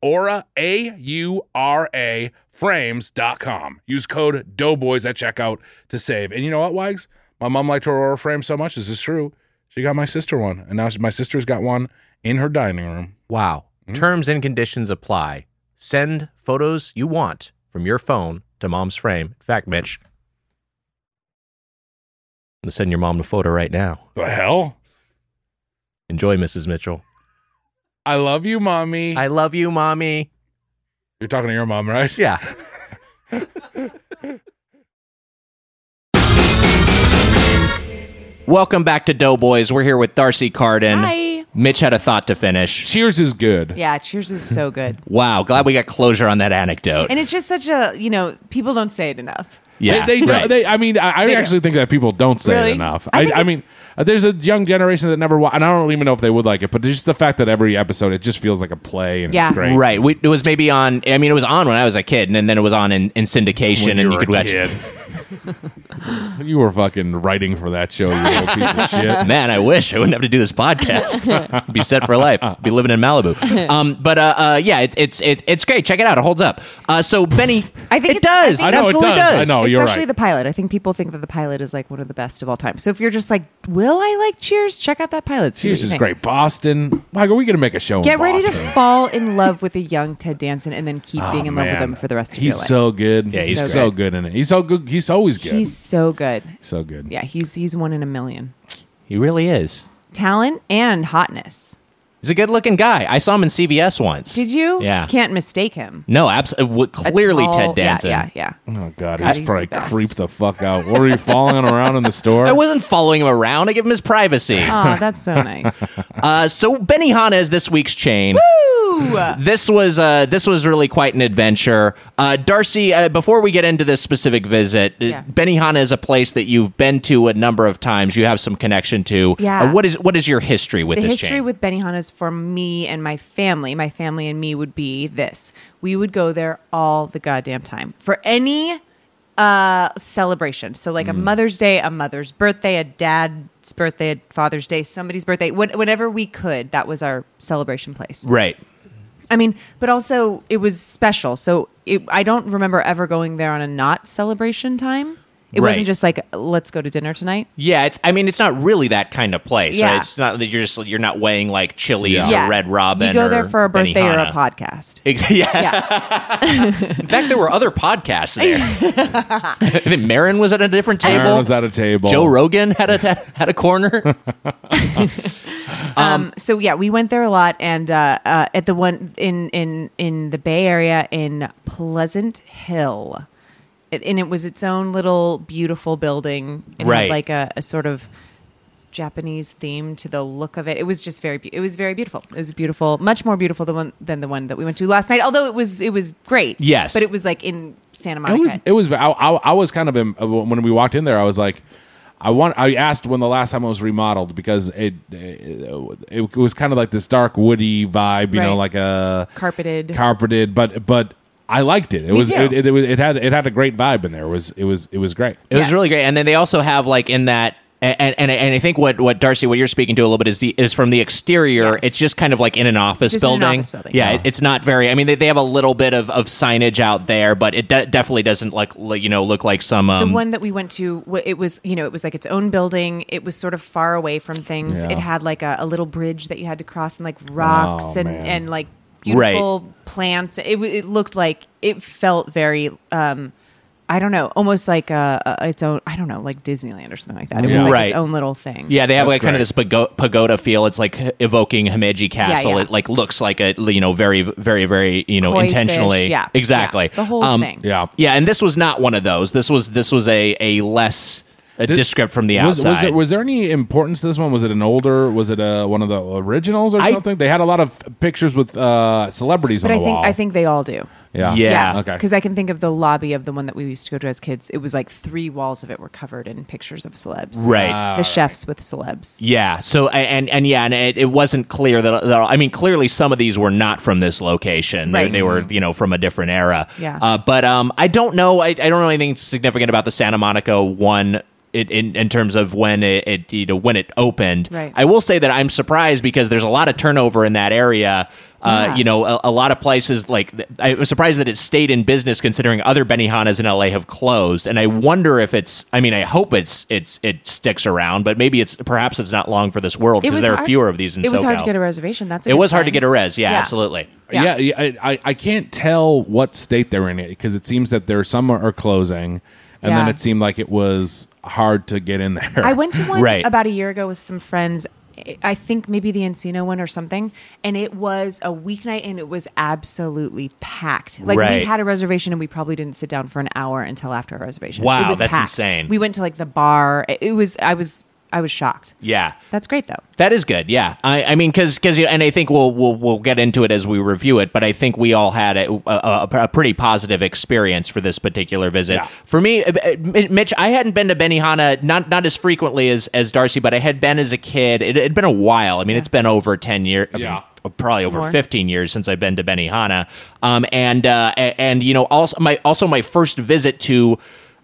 [SPEAKER 3] aura a u r a frames.com. Use code doughboys at checkout to save. And you know what, Wags? My mom liked her aura frame so much, this is true. She got my sister one, and now she- my sister's got one in her dining room.
[SPEAKER 1] Wow. Terms and conditions apply. Send photos you want from your phone to mom's frame. In fact, Mitch, I'm going to send your mom a photo right now.
[SPEAKER 3] The hell?
[SPEAKER 1] Enjoy, Mrs. Mitchell.
[SPEAKER 3] I love you, mommy.
[SPEAKER 1] I love you, mommy.
[SPEAKER 3] You're talking to your mom, right?
[SPEAKER 1] Yeah. Welcome back to Doughboys. We're here with Darcy Carden.
[SPEAKER 7] Hi.
[SPEAKER 1] Mitch had a thought to finish.
[SPEAKER 10] Cheers is good.
[SPEAKER 7] Yeah, Cheers is so good.
[SPEAKER 1] Wow, glad we got closure on that anecdote.
[SPEAKER 7] And it's just such a, you know, people don't say it enough.
[SPEAKER 3] Yeah, they, they, know- they- I mean, I, I actually think that people don't say
[SPEAKER 9] Really?
[SPEAKER 3] it enough.
[SPEAKER 9] I
[SPEAKER 3] I,
[SPEAKER 9] think
[SPEAKER 3] I, mean, uh, there's a young generation that never, wa- and I don't even know if they would like it, but just the fact that every episode it just feels like a play and it's great.
[SPEAKER 1] Right. We, it was maybe on. I mean, it was on when I was a kid, and then- then it was on in, in syndication,
[SPEAKER 3] When
[SPEAKER 1] and
[SPEAKER 3] you
[SPEAKER 1] you,
[SPEAKER 3] were
[SPEAKER 1] could
[SPEAKER 3] a
[SPEAKER 1] watch.
[SPEAKER 3] kid. You were fucking writing for that show, you little piece of shit.
[SPEAKER 1] Man, I wish I wouldn't have to do this podcast. be set for life. Be living in Malibu. Um, but uh, uh, yeah, it, it's it, it's great. Check it out. It holds up. Uh, so Benny,
[SPEAKER 7] I think
[SPEAKER 1] it does.
[SPEAKER 7] think
[SPEAKER 1] It absolutely does.
[SPEAKER 7] Especially the pilot. I think people think that the pilot is like one of the best of all time. So if you're just like, will I like Cheers? Check out that pilot. See what
[SPEAKER 3] Cheers
[SPEAKER 7] you
[SPEAKER 3] is
[SPEAKER 7] think.
[SPEAKER 3] great. Boston. Mike, are we going to make a show
[SPEAKER 7] Get
[SPEAKER 3] in
[SPEAKER 7] ready
[SPEAKER 3] Boston? Oh,
[SPEAKER 7] to fall in love with a young Ted Danson and then keep being in love with him for the rest of
[SPEAKER 3] he's
[SPEAKER 7] your life.
[SPEAKER 3] so good. Yeah, he's,
[SPEAKER 7] He's so
[SPEAKER 3] so good. in it. He's so good. He's always good.
[SPEAKER 7] He's so good.
[SPEAKER 3] so good.
[SPEAKER 7] Yeah, he's he's one in a million.
[SPEAKER 1] He really is.
[SPEAKER 7] Talent and hotness.
[SPEAKER 1] He's a good-looking guy. I saw him in CVS once.
[SPEAKER 7] Did you?
[SPEAKER 1] Yeah.
[SPEAKER 7] Can't mistake him.
[SPEAKER 1] No, absolutely. Clearly,
[SPEAKER 7] tall-
[SPEAKER 1] Ted Danson.
[SPEAKER 7] Yeah, yeah,
[SPEAKER 3] Oh
[SPEAKER 1] God,
[SPEAKER 3] god, he's
[SPEAKER 1] he's
[SPEAKER 3] probably
[SPEAKER 1] the best.
[SPEAKER 3] creeped the fuck out. What were you following around in the store?
[SPEAKER 1] I wasn't following him around. I give him his privacy.
[SPEAKER 7] yeah. Oh, that's so nice.
[SPEAKER 1] Uh, so Benny Hanna is this week's chain. This was uh, this was really quite an adventure. Uh, Darcy, uh, before we get into this specific visit,
[SPEAKER 7] Yeah.
[SPEAKER 1] Benny Hanna is a place that you've been to a number of times. You have some connection to.
[SPEAKER 7] Yeah.
[SPEAKER 1] Uh, what is what is your history with
[SPEAKER 7] the
[SPEAKER 1] this
[SPEAKER 7] history
[SPEAKER 1] chain?
[SPEAKER 7] with Benihana's for me and my family, my family and me would be this: we would go there all the goddamn time for any uh, celebration. So, like a
[SPEAKER 1] Mm.
[SPEAKER 7] Mother's Day, a mother's birthday, a dad's birthday, a Father's Day, somebody's birthday, when, whenever we could, that was our celebration place.
[SPEAKER 1] right.
[SPEAKER 7] I mean, but also it was special. So it, I don't remember ever going there on a not celebration time. It
[SPEAKER 1] Right.
[SPEAKER 7] wasn't just like let's go to dinner tonight.
[SPEAKER 1] Yeah, it's, I mean, it's not really that kind of place.
[SPEAKER 7] Yeah.
[SPEAKER 1] Right? It's not that you're just you're not weighing like Chili's or Red Robin.
[SPEAKER 7] You go
[SPEAKER 1] or
[SPEAKER 7] there for a birthday or a
[SPEAKER 1] Benihana.
[SPEAKER 7] podcast.
[SPEAKER 1] Ex- yeah. In fact, there were other podcasts there. I think Marin was at a different table.
[SPEAKER 3] Aaron was at a table.
[SPEAKER 1] Joe Rogan had a had a corner.
[SPEAKER 7] Um, so yeah, we went there a lot, and uh, uh, at the one in in in the Bay Area in Pleasant Hill, It- and it was its own little beautiful building, It had,
[SPEAKER 1] Right.
[SPEAKER 7] like a, a sort of Japanese theme to the look of it. It was just very, be- it was very beautiful. It was beautiful, much more beautiful than one than the one that we went to last night. Although it was it was great,
[SPEAKER 3] Yes.
[SPEAKER 7] but it was like in Santa
[SPEAKER 3] It
[SPEAKER 7] Monica.
[SPEAKER 3] was. It was. I, I, I was kind of im- when we walked in there. I was like, I want. I asked when the last time it was remodeled because it it, it was kind of like this dark woody vibe, you know,
[SPEAKER 7] Right.
[SPEAKER 3] like a
[SPEAKER 7] Carpeted.
[SPEAKER 3] carpeted. But but I liked it. It
[SPEAKER 7] Me
[SPEAKER 3] was
[SPEAKER 7] too.
[SPEAKER 3] it, it, was it had it had a great vibe in there. It was it was it was great.
[SPEAKER 1] It was really great. And then they also have like in that. And, and and I think what, what Darcy, what you're speaking to a little bit is the is from the exterior. It's just kind of like in an office,
[SPEAKER 7] Just in an
[SPEAKER 1] building.
[SPEAKER 7] office building.
[SPEAKER 1] Yeah,
[SPEAKER 7] Yeah.
[SPEAKER 1] it- it's not very. I mean, they, they have a little bit of, of signage out there, but it de- definitely doesn't like like, you know look like some um,
[SPEAKER 7] the one that we went to wa- it was you know it was like its own building it was sort of far away from things
[SPEAKER 1] Yeah.
[SPEAKER 7] it had like a, a little bridge that you had to cross and like rocks
[SPEAKER 1] Oh,
[SPEAKER 7] and
[SPEAKER 1] man.
[SPEAKER 7] and like
[SPEAKER 1] Right.
[SPEAKER 7] beautiful plants it, w- it looked like it felt very um I don't know, almost like uh uh, its own. I don't know, like Disneyland or something like that. It
[SPEAKER 1] Yeah.
[SPEAKER 7] was like
[SPEAKER 1] Right.
[SPEAKER 7] its own little thing.
[SPEAKER 1] Yeah, they have
[SPEAKER 7] That's
[SPEAKER 1] like kind of this pago- pagoda feel. It's like evoking Himeji Castle.
[SPEAKER 7] yeah.
[SPEAKER 1] It like looks like a you know very very very you know
[SPEAKER 7] Koi fish,
[SPEAKER 1] intentionally.
[SPEAKER 7] yeah.
[SPEAKER 1] exactly.
[SPEAKER 7] Yeah, the whole thing.
[SPEAKER 1] Yeah, yeah, and this was not one of those. This was this was a a less a descript from the
[SPEAKER 3] Was,
[SPEAKER 1] outside.
[SPEAKER 3] was, there, was there any importance to this one? Was it an older? Was it uh one of the originals or
[SPEAKER 1] I-
[SPEAKER 3] something? They had a lot of pictures with uh, celebrities
[SPEAKER 7] But
[SPEAKER 3] on
[SPEAKER 7] I
[SPEAKER 3] the
[SPEAKER 7] think
[SPEAKER 3] wall.
[SPEAKER 7] I think they all do.
[SPEAKER 3] Yeah.
[SPEAKER 1] Yeah.
[SPEAKER 3] Okay.
[SPEAKER 7] Because I can think of the lobby of the one that we used to go to as kids. It was like three walls of it were covered in pictures of celebs.
[SPEAKER 1] Right. Ah,
[SPEAKER 7] the
[SPEAKER 1] right.
[SPEAKER 7] chefs with celebs.
[SPEAKER 1] Yeah. So a- and and yeah, and it, it wasn't clear that, that- I mean, clearly some of these were not from this location. They-
[SPEAKER 7] Right. Mm-hmm.
[SPEAKER 1] They, were you know from a different era.
[SPEAKER 7] Yeah.
[SPEAKER 1] Uh, but um, I don't know. I, I don't know anything significant about the Santa Monica one. It, in, in terms of when it, it you know when it opened,
[SPEAKER 8] Right.
[SPEAKER 1] I will say that I'm surprised because there's a lot of turnover in that area. Uh,
[SPEAKER 8] Yeah.
[SPEAKER 1] You know, a, a lot of places like th- I was surprised that it stayed in business considering other Benihanas in LA have closed, and I wonder if it's. I mean, I hope it's it's it sticks around, but maybe it's perhaps it's not long for this world because
[SPEAKER 7] was
[SPEAKER 1] there are
[SPEAKER 7] hard-
[SPEAKER 1] fewer of these in
[SPEAKER 7] It was hard
[SPEAKER 1] SoCal.
[SPEAKER 7] to get a reservation. That's a
[SPEAKER 1] it
[SPEAKER 7] good
[SPEAKER 1] was hard to
[SPEAKER 7] sign.
[SPEAKER 1] get a res. Yeah, absolutely.
[SPEAKER 3] Yeah, yeah, I, I, I can't tell what state they're in it because it seems that there some are closing, and then
[SPEAKER 7] Yeah.
[SPEAKER 3] it seemed like it was hard to get in there.
[SPEAKER 7] I went to one about a year ago with some friends. I- I think maybe the Encino one or something, and it was a weeknight, and it was absolutely packed. Like
[SPEAKER 1] Right.
[SPEAKER 7] we had a reservation, and we probably didn't sit down for an hour until after our reservation.
[SPEAKER 1] Wow,
[SPEAKER 7] it was
[SPEAKER 1] that's
[SPEAKER 7] packed.
[SPEAKER 1] insane.
[SPEAKER 7] We went to like the bar. It- It was I was I was shocked.
[SPEAKER 1] Yeah.
[SPEAKER 7] That's great though.
[SPEAKER 1] That is good. Yeah, I, I mean, because because and I think we'll we'll we'll get into it as we review it. But I think we all had a, a, a pretty positive experience for this particular visit. For me, uh, uh, Mitch, I hadn't been to Benihana not not as frequently as as Darcy, but I had been as a kid. It had been a while. I mean, it's been over ten years.
[SPEAKER 3] Yeah.
[SPEAKER 1] uh, Probably over
[SPEAKER 3] More.
[SPEAKER 1] 15 years since I've been to Benihana, um, and uh, a- and you know also my also my first visit to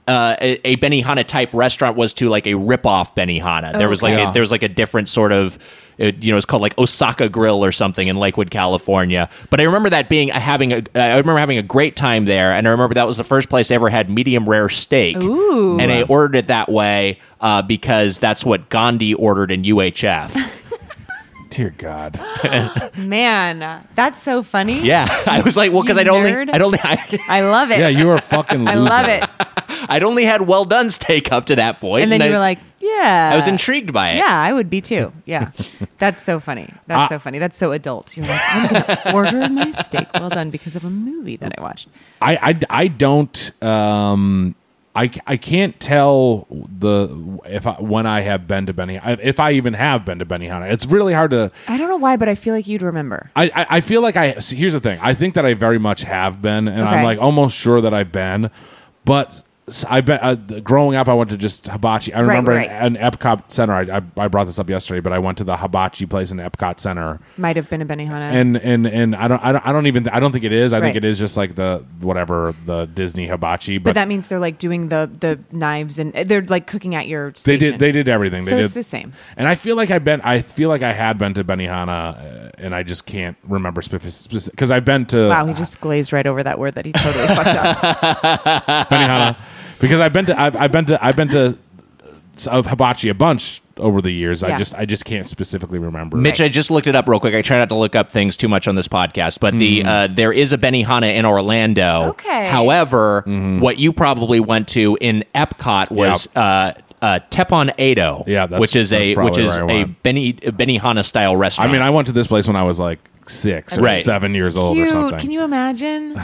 [SPEAKER 1] uh, a, a Benihana type restaurant was to like a ripoff Benihana.
[SPEAKER 7] Oh,
[SPEAKER 1] there was like
[SPEAKER 8] Okay.
[SPEAKER 1] a, there was like a different sort of it, you know it's called like Osaka Grill or something in Lakewood, California. But I remember that being uh, having a I remember having a great time there, and I remember that was the first place I ever had medium rare steak,
[SPEAKER 7] Ooh.
[SPEAKER 1] and I ordered it that way uh, because that's what Gandhi ordered in UHF.
[SPEAKER 3] Dear God.
[SPEAKER 7] Man, that's so funny.
[SPEAKER 1] Yeah, I was like, well, because
[SPEAKER 7] You
[SPEAKER 1] I'd only,
[SPEAKER 7] nerd.
[SPEAKER 1] I'd only, I,
[SPEAKER 7] I love it.
[SPEAKER 1] were fucking.
[SPEAKER 7] I love it.
[SPEAKER 1] I'd only had well done steak up to that point,
[SPEAKER 7] and then you
[SPEAKER 1] I-
[SPEAKER 7] were like, yeah.
[SPEAKER 1] I was intrigued by it. Uh,
[SPEAKER 7] Yeah, I would be too. Yeah. That's so funny. That's
[SPEAKER 3] Ah.
[SPEAKER 7] so funny. That's so adult. You're like, I'm going to order my steak well done because of a movie that I watched.
[SPEAKER 3] I, I, I don't um I, I can't tell the if I, when I have been to Benny if I even have been to Benihana. It's really hard to.
[SPEAKER 7] I don't know why, but I feel like you'd remember.
[SPEAKER 3] I, I I feel like I see, here's the thing. I think that I very much have been, and
[SPEAKER 7] Okay.
[SPEAKER 3] I'm like almost sure that I've been, but. s- I bet uh, th- growing up, I went to just hibachi. I
[SPEAKER 9] Right,
[SPEAKER 3] remember
[SPEAKER 9] right.
[SPEAKER 3] An, an Epcot Center. I, I, I brought this up yesterday, but I went to the hibachi place in Epcot Center,
[SPEAKER 7] Might have been a Benihana.
[SPEAKER 3] and and and I don't I don't, I don't even I don't think it is. I
[SPEAKER 7] Right.
[SPEAKER 3] think it is just like the whatever the Disney hibachi.
[SPEAKER 7] but,
[SPEAKER 3] But,
[SPEAKER 7] that means they're like doing the the knives and uh, they're like cooking at your station.
[SPEAKER 3] They did. They did everything. They
[SPEAKER 7] so
[SPEAKER 3] did.
[SPEAKER 7] it's the same.
[SPEAKER 3] And I feel like I've been. I feel like I had been to Benihana, uh, and I just can't remember specific because I've been to
[SPEAKER 7] wow, he just glazed right over that word that he totally fucked up.
[SPEAKER 3] Benihana because I've been to I've, I've been to I've been to s- of hibachi a bunch over the years.
[SPEAKER 1] Yeah.
[SPEAKER 3] I just I just can't specifically remember.
[SPEAKER 1] Mitch, I just looked it up real quick. I try not to look up things too much on this podcast, but the
[SPEAKER 3] Mm-hmm.
[SPEAKER 1] uh, there is a Benihana in Orlando.
[SPEAKER 8] Okay.
[SPEAKER 1] However,
[SPEAKER 3] Mm-hmm.
[SPEAKER 1] what you probably went to in Epcot was uh, uh, Tepon Edo, yeah,
[SPEAKER 3] that's-
[SPEAKER 1] which is
[SPEAKER 3] that's
[SPEAKER 1] a
[SPEAKER 3] probably
[SPEAKER 1] which is
[SPEAKER 3] where I
[SPEAKER 1] a
[SPEAKER 3] went.
[SPEAKER 1] Beni, Benihana style
[SPEAKER 3] I
[SPEAKER 1] restaurant.
[SPEAKER 3] mean, I went to this place when I was like six or
[SPEAKER 1] Right.
[SPEAKER 3] seven years old or
[SPEAKER 7] Cute.
[SPEAKER 3] something.
[SPEAKER 7] Can you imagine?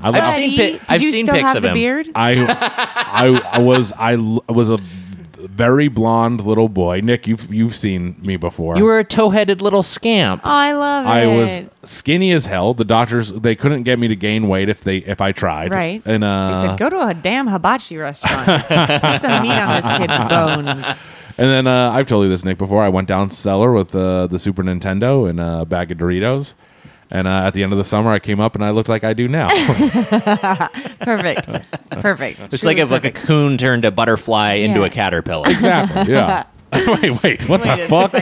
[SPEAKER 3] I
[SPEAKER 7] Buddy,
[SPEAKER 3] love-
[SPEAKER 7] did you still have the Beard? Oh,
[SPEAKER 3] I, I, I was, I l- was a very blonde little boy. Nick, you've you've seen me before.
[SPEAKER 1] you were a toe-headed little scamp.
[SPEAKER 7] Oh, I love it.
[SPEAKER 3] I was skinny as hell. The doctors they couldn't get me to gain weight if they if I tried.
[SPEAKER 7] right.
[SPEAKER 3] And uh,
[SPEAKER 7] he said, "Go to a damn hibachi restaurant. Put some meat on this kid's bones."
[SPEAKER 3] And then uh, I've told you this, Nick, before. I went down cellar with uh, the Super Nintendo and a bag of Doritos. And uh, at the end of the summer, I came up and I looked like I do now.
[SPEAKER 7] Perfect. Perfect.
[SPEAKER 1] Just like
[SPEAKER 7] Truly
[SPEAKER 1] if like a cocoon turned a butterfly into a caterpillar.
[SPEAKER 3] Exactly. Yeah. wait, wait. What the fuck?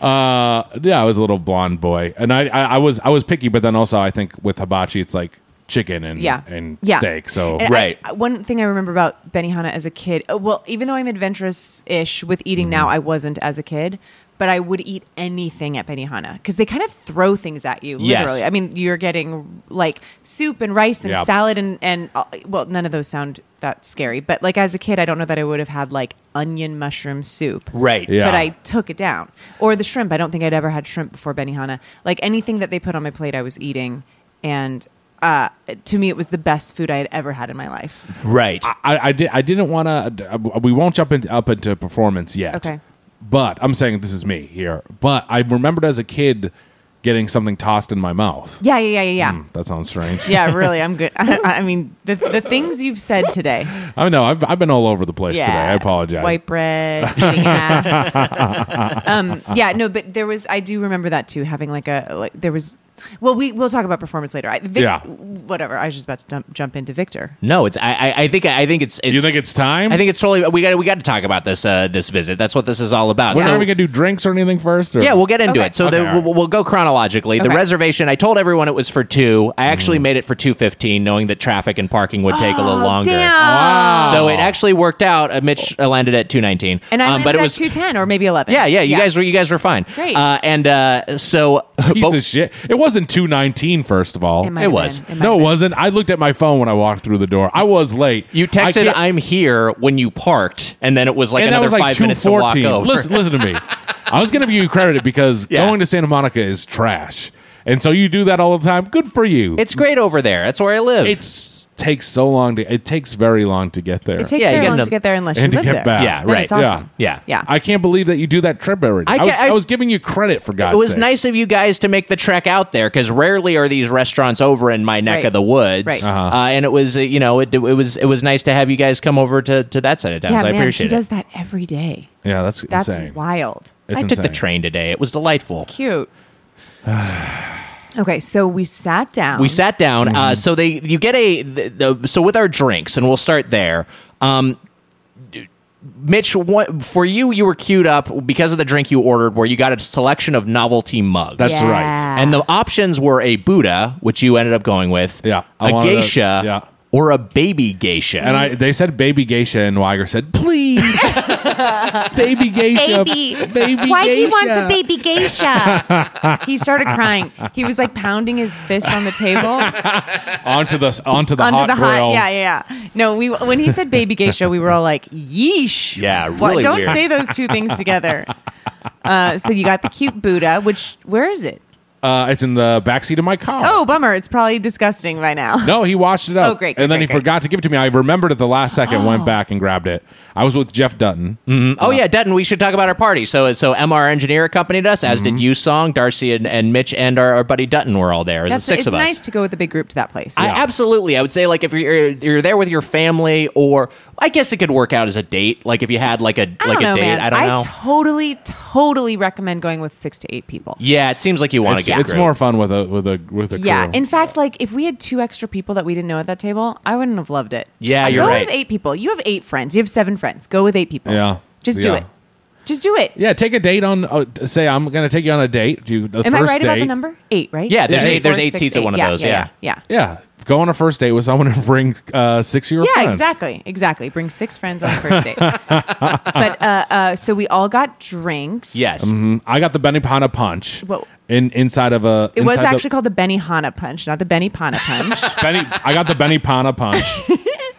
[SPEAKER 3] Uh, yeah, I was a little blonde boy, and I, I, I was I was picky, but then also I think with hibachi, it's like chicken and
[SPEAKER 7] yeah.
[SPEAKER 3] and
[SPEAKER 7] yeah.
[SPEAKER 3] steak. So
[SPEAKER 7] And I- one thing I remember about Benihana as a kid, uh, well, even though I'm adventurous-ish with eating
[SPEAKER 3] Mm-hmm.
[SPEAKER 7] now, I wasn't as a kid. But I would eat anything at Benihana because they kind of throw things at you.
[SPEAKER 11] Yes.
[SPEAKER 7] Literally, I mean, you're getting like soup and rice and
[SPEAKER 11] Yeah.
[SPEAKER 7] salad and and uh, well, none of those sound that scary. But like as a kid, I don't know that I would have had like onion mushroom soup.
[SPEAKER 1] Right.
[SPEAKER 7] But I took it down. Or the shrimp. I don't think I'd ever had shrimp before Benihana. Like anything that they put on my plate, I was eating. And uh, to me, it was the best food I had ever had in my life.
[SPEAKER 1] right.
[SPEAKER 3] I, I did I didn't want to. We won't jump into, up into performance yet.
[SPEAKER 7] Okay.
[SPEAKER 3] But I'm saying this is me here. But I remembered as a kid getting something tossed in my mouth.
[SPEAKER 7] Yeah, yeah, yeah, yeah.
[SPEAKER 1] Hmm.
[SPEAKER 7] yeah.
[SPEAKER 3] Hmm, That sounds strange.
[SPEAKER 7] yeah, really. I'm good. I, I mean, the, the things you've said today.
[SPEAKER 3] I know. I've, I've been all over the place
[SPEAKER 7] Yeah.
[SPEAKER 3] today. I apologize.
[SPEAKER 7] White bread, eating ass. um, yeah, no, but there was. I do remember that too. Having like a like there was. Well, we we'll talk about performance later. I, Vic,
[SPEAKER 1] Yeah.
[SPEAKER 7] Whatever. I was just about to jump, jump into Victor.
[SPEAKER 1] No, it's I, I- I think I think it's, it's
[SPEAKER 3] You think it's time?
[SPEAKER 1] I think it's totally we got we got to talk about this uh, this visit. That's what this is all about.
[SPEAKER 3] We're
[SPEAKER 1] So-
[SPEAKER 3] not even gonna do drinks or anything first. Or?
[SPEAKER 1] yeah, we'll get into it. So
[SPEAKER 3] Okay,
[SPEAKER 1] the,
[SPEAKER 3] all right.
[SPEAKER 1] we'll, we'll go chronologically. The
[SPEAKER 3] Okay. Mm-hmm.
[SPEAKER 1] reservation, I told everyone it was for two. I actually made it for two fifteen, knowing that traffic and parking would take a little longer.
[SPEAKER 7] Oh, damn. Wow.
[SPEAKER 1] So it actually worked out. Uh, Mitch uh, landed at two nineteen, Um,
[SPEAKER 7] And I landed
[SPEAKER 1] but it
[SPEAKER 7] at
[SPEAKER 1] was
[SPEAKER 7] two ten or maybe eleven.
[SPEAKER 1] yeah, yeah. You guys were you guys were fine.
[SPEAKER 7] Great.
[SPEAKER 1] Uh, and uh, so
[SPEAKER 3] Piece of shit. It wasn't 219, first of all.
[SPEAKER 1] It might It have was. been. It might
[SPEAKER 3] no, it wasn't. I looked at my phone when I walked through the door. I was late.
[SPEAKER 1] You texted I'm here when you parked, and then it was like
[SPEAKER 3] and that
[SPEAKER 1] another
[SPEAKER 3] was like
[SPEAKER 1] five minutes to walk
[SPEAKER 3] 214.
[SPEAKER 1] over.
[SPEAKER 3] Listen, listen to me. I was going to give you credit because going to Santa Monica is trash. And so you do that all the time. Good for you.
[SPEAKER 1] It's great over there. That's where I live.
[SPEAKER 3] It's takes so long to. It takes very long to get there.
[SPEAKER 7] It takes very long to get there unless you
[SPEAKER 3] and
[SPEAKER 7] live
[SPEAKER 3] to get
[SPEAKER 7] there.
[SPEAKER 3] back.
[SPEAKER 7] Then It's awesome.
[SPEAKER 3] Yeah,
[SPEAKER 7] Yeah.
[SPEAKER 3] I can't believe that you do that trip already.
[SPEAKER 1] I
[SPEAKER 3] I, was,
[SPEAKER 1] ca- I-
[SPEAKER 3] I, was giving you credit for God's
[SPEAKER 1] it was
[SPEAKER 3] sake.
[SPEAKER 1] nice of you guys to make the trek out there because rarely are these restaurants over in my neck
[SPEAKER 7] Right.
[SPEAKER 1] of the woods.
[SPEAKER 7] Right.
[SPEAKER 1] Uh,
[SPEAKER 7] Uh-huh.
[SPEAKER 1] and it was, uh, you know, it, it was it was nice to have you guys come over to, to that side of town.
[SPEAKER 7] Yeah,
[SPEAKER 1] so I
[SPEAKER 7] man,
[SPEAKER 1] appreciate
[SPEAKER 7] he
[SPEAKER 1] it.
[SPEAKER 7] does that every day.
[SPEAKER 3] Yeah, that's
[SPEAKER 7] That's wild.
[SPEAKER 1] I took the train today. It was delightful.
[SPEAKER 7] Cute. okay, so we sat down.
[SPEAKER 3] Um,
[SPEAKER 1] We sat down.
[SPEAKER 3] mm-hmm.
[SPEAKER 1] Uh, so they, you get a the, the, so with our drinks, and we'll start there. Um, d- Mitch, what, for you, you were queued up because of the drink you ordered, where you got a selection of novelty mugs.
[SPEAKER 3] That's Yeah. right.
[SPEAKER 1] And the options were a Buddha, which you ended up going with. Yeah,
[SPEAKER 3] I
[SPEAKER 1] a
[SPEAKER 3] wanted a-
[SPEAKER 1] geisha.
[SPEAKER 3] yeah.
[SPEAKER 1] Or a baby geisha.
[SPEAKER 3] And I, they said baby geisha, and Weiger said, please. baby geisha.
[SPEAKER 7] Baby.
[SPEAKER 3] Baby
[SPEAKER 7] Why he
[SPEAKER 3] geisha.
[SPEAKER 7] wants a baby geisha? he started crying. He was like pounding his fist on the table.
[SPEAKER 3] onto the onto the
[SPEAKER 7] under
[SPEAKER 3] hot
[SPEAKER 7] the
[SPEAKER 3] grill.
[SPEAKER 7] hot. Yeah, yeah, yeah. No, we when he said baby geisha, we were all like, yeesh.
[SPEAKER 1] Yeah,
[SPEAKER 7] Why-
[SPEAKER 1] really
[SPEAKER 7] don't
[SPEAKER 1] weird.
[SPEAKER 7] say those two things together. Uh, so you got the cute Buddha, which where is it?
[SPEAKER 3] Uh, it's in the backseat of my car.
[SPEAKER 7] Oh, bummer! It's probably disgusting by now.
[SPEAKER 3] No, he washed it up.
[SPEAKER 7] Oh, great,
[SPEAKER 3] and then
[SPEAKER 7] great, Oh.
[SPEAKER 3] he
[SPEAKER 7] great,
[SPEAKER 3] forgot to give it to me. I remembered at the last second, went back and grabbed it. I was with Jeff Dutton.
[SPEAKER 1] Mm, Oh yeah, Dutton. We should talk about our party. So so MR Engineer accompanied us, as
[SPEAKER 3] Mm-hmm.
[SPEAKER 1] did you, Song, Darcy, and, and Mitch, and our, our buddy Dutton were all there. It was the
[SPEAKER 7] That's,
[SPEAKER 1] six
[SPEAKER 7] it's
[SPEAKER 1] of us.
[SPEAKER 7] nice to go with a big group to that place.
[SPEAKER 1] I, absolutely, I would say like if you're you're there with your family, or I guess it could work out as a date. Like if you had like a
[SPEAKER 7] I
[SPEAKER 1] like
[SPEAKER 7] don't know,
[SPEAKER 1] a date.
[SPEAKER 7] man.
[SPEAKER 1] I don't know.
[SPEAKER 7] totally, totally recommend going with six to eight people.
[SPEAKER 1] yeah, it seems like you want to
[SPEAKER 3] It's,
[SPEAKER 1] get.
[SPEAKER 3] it's
[SPEAKER 1] great.
[SPEAKER 3] more fun with a with a with a
[SPEAKER 7] Yeah.
[SPEAKER 3] crew.
[SPEAKER 7] In fact, like if we had two extra people that we didn't know at that table, I wouldn't have loved it.
[SPEAKER 3] Yeah,
[SPEAKER 7] Uh,
[SPEAKER 3] you're
[SPEAKER 7] go
[SPEAKER 3] right.
[SPEAKER 7] with eight people. You have eight friends. You have seven friends. Go with eight people.
[SPEAKER 3] yeah,
[SPEAKER 7] Just do
[SPEAKER 3] Yeah.
[SPEAKER 7] it. Just do it.
[SPEAKER 3] Yeah, take a date on. Uh, say I'm going to take you on a date. Do the
[SPEAKER 7] Am I
[SPEAKER 3] first
[SPEAKER 7] right
[SPEAKER 3] date.
[SPEAKER 7] about the number? Eight, right?
[SPEAKER 3] Yeah, there's
[SPEAKER 7] Three,
[SPEAKER 3] eight- there's
[SPEAKER 7] four,
[SPEAKER 3] eight
[SPEAKER 7] six,
[SPEAKER 3] seats at one of those,
[SPEAKER 7] Yeah. Yeah.
[SPEAKER 3] Yeah,
[SPEAKER 7] Yeah,
[SPEAKER 3] go on a first date with someone and bring uh, six of your
[SPEAKER 7] Yeah,
[SPEAKER 3] friends.
[SPEAKER 7] exactly. Exactly. Bring six friends on the first date. but uh, uh, so we all got drinks.
[SPEAKER 3] Mhm. I got the Benihana punch
[SPEAKER 7] Whoa.
[SPEAKER 3] in inside of a.
[SPEAKER 7] It was
[SPEAKER 3] inside the-
[SPEAKER 7] actually called the Benihana punch, not the Benihana punch.
[SPEAKER 3] Benny, I got the Benny Pana punch.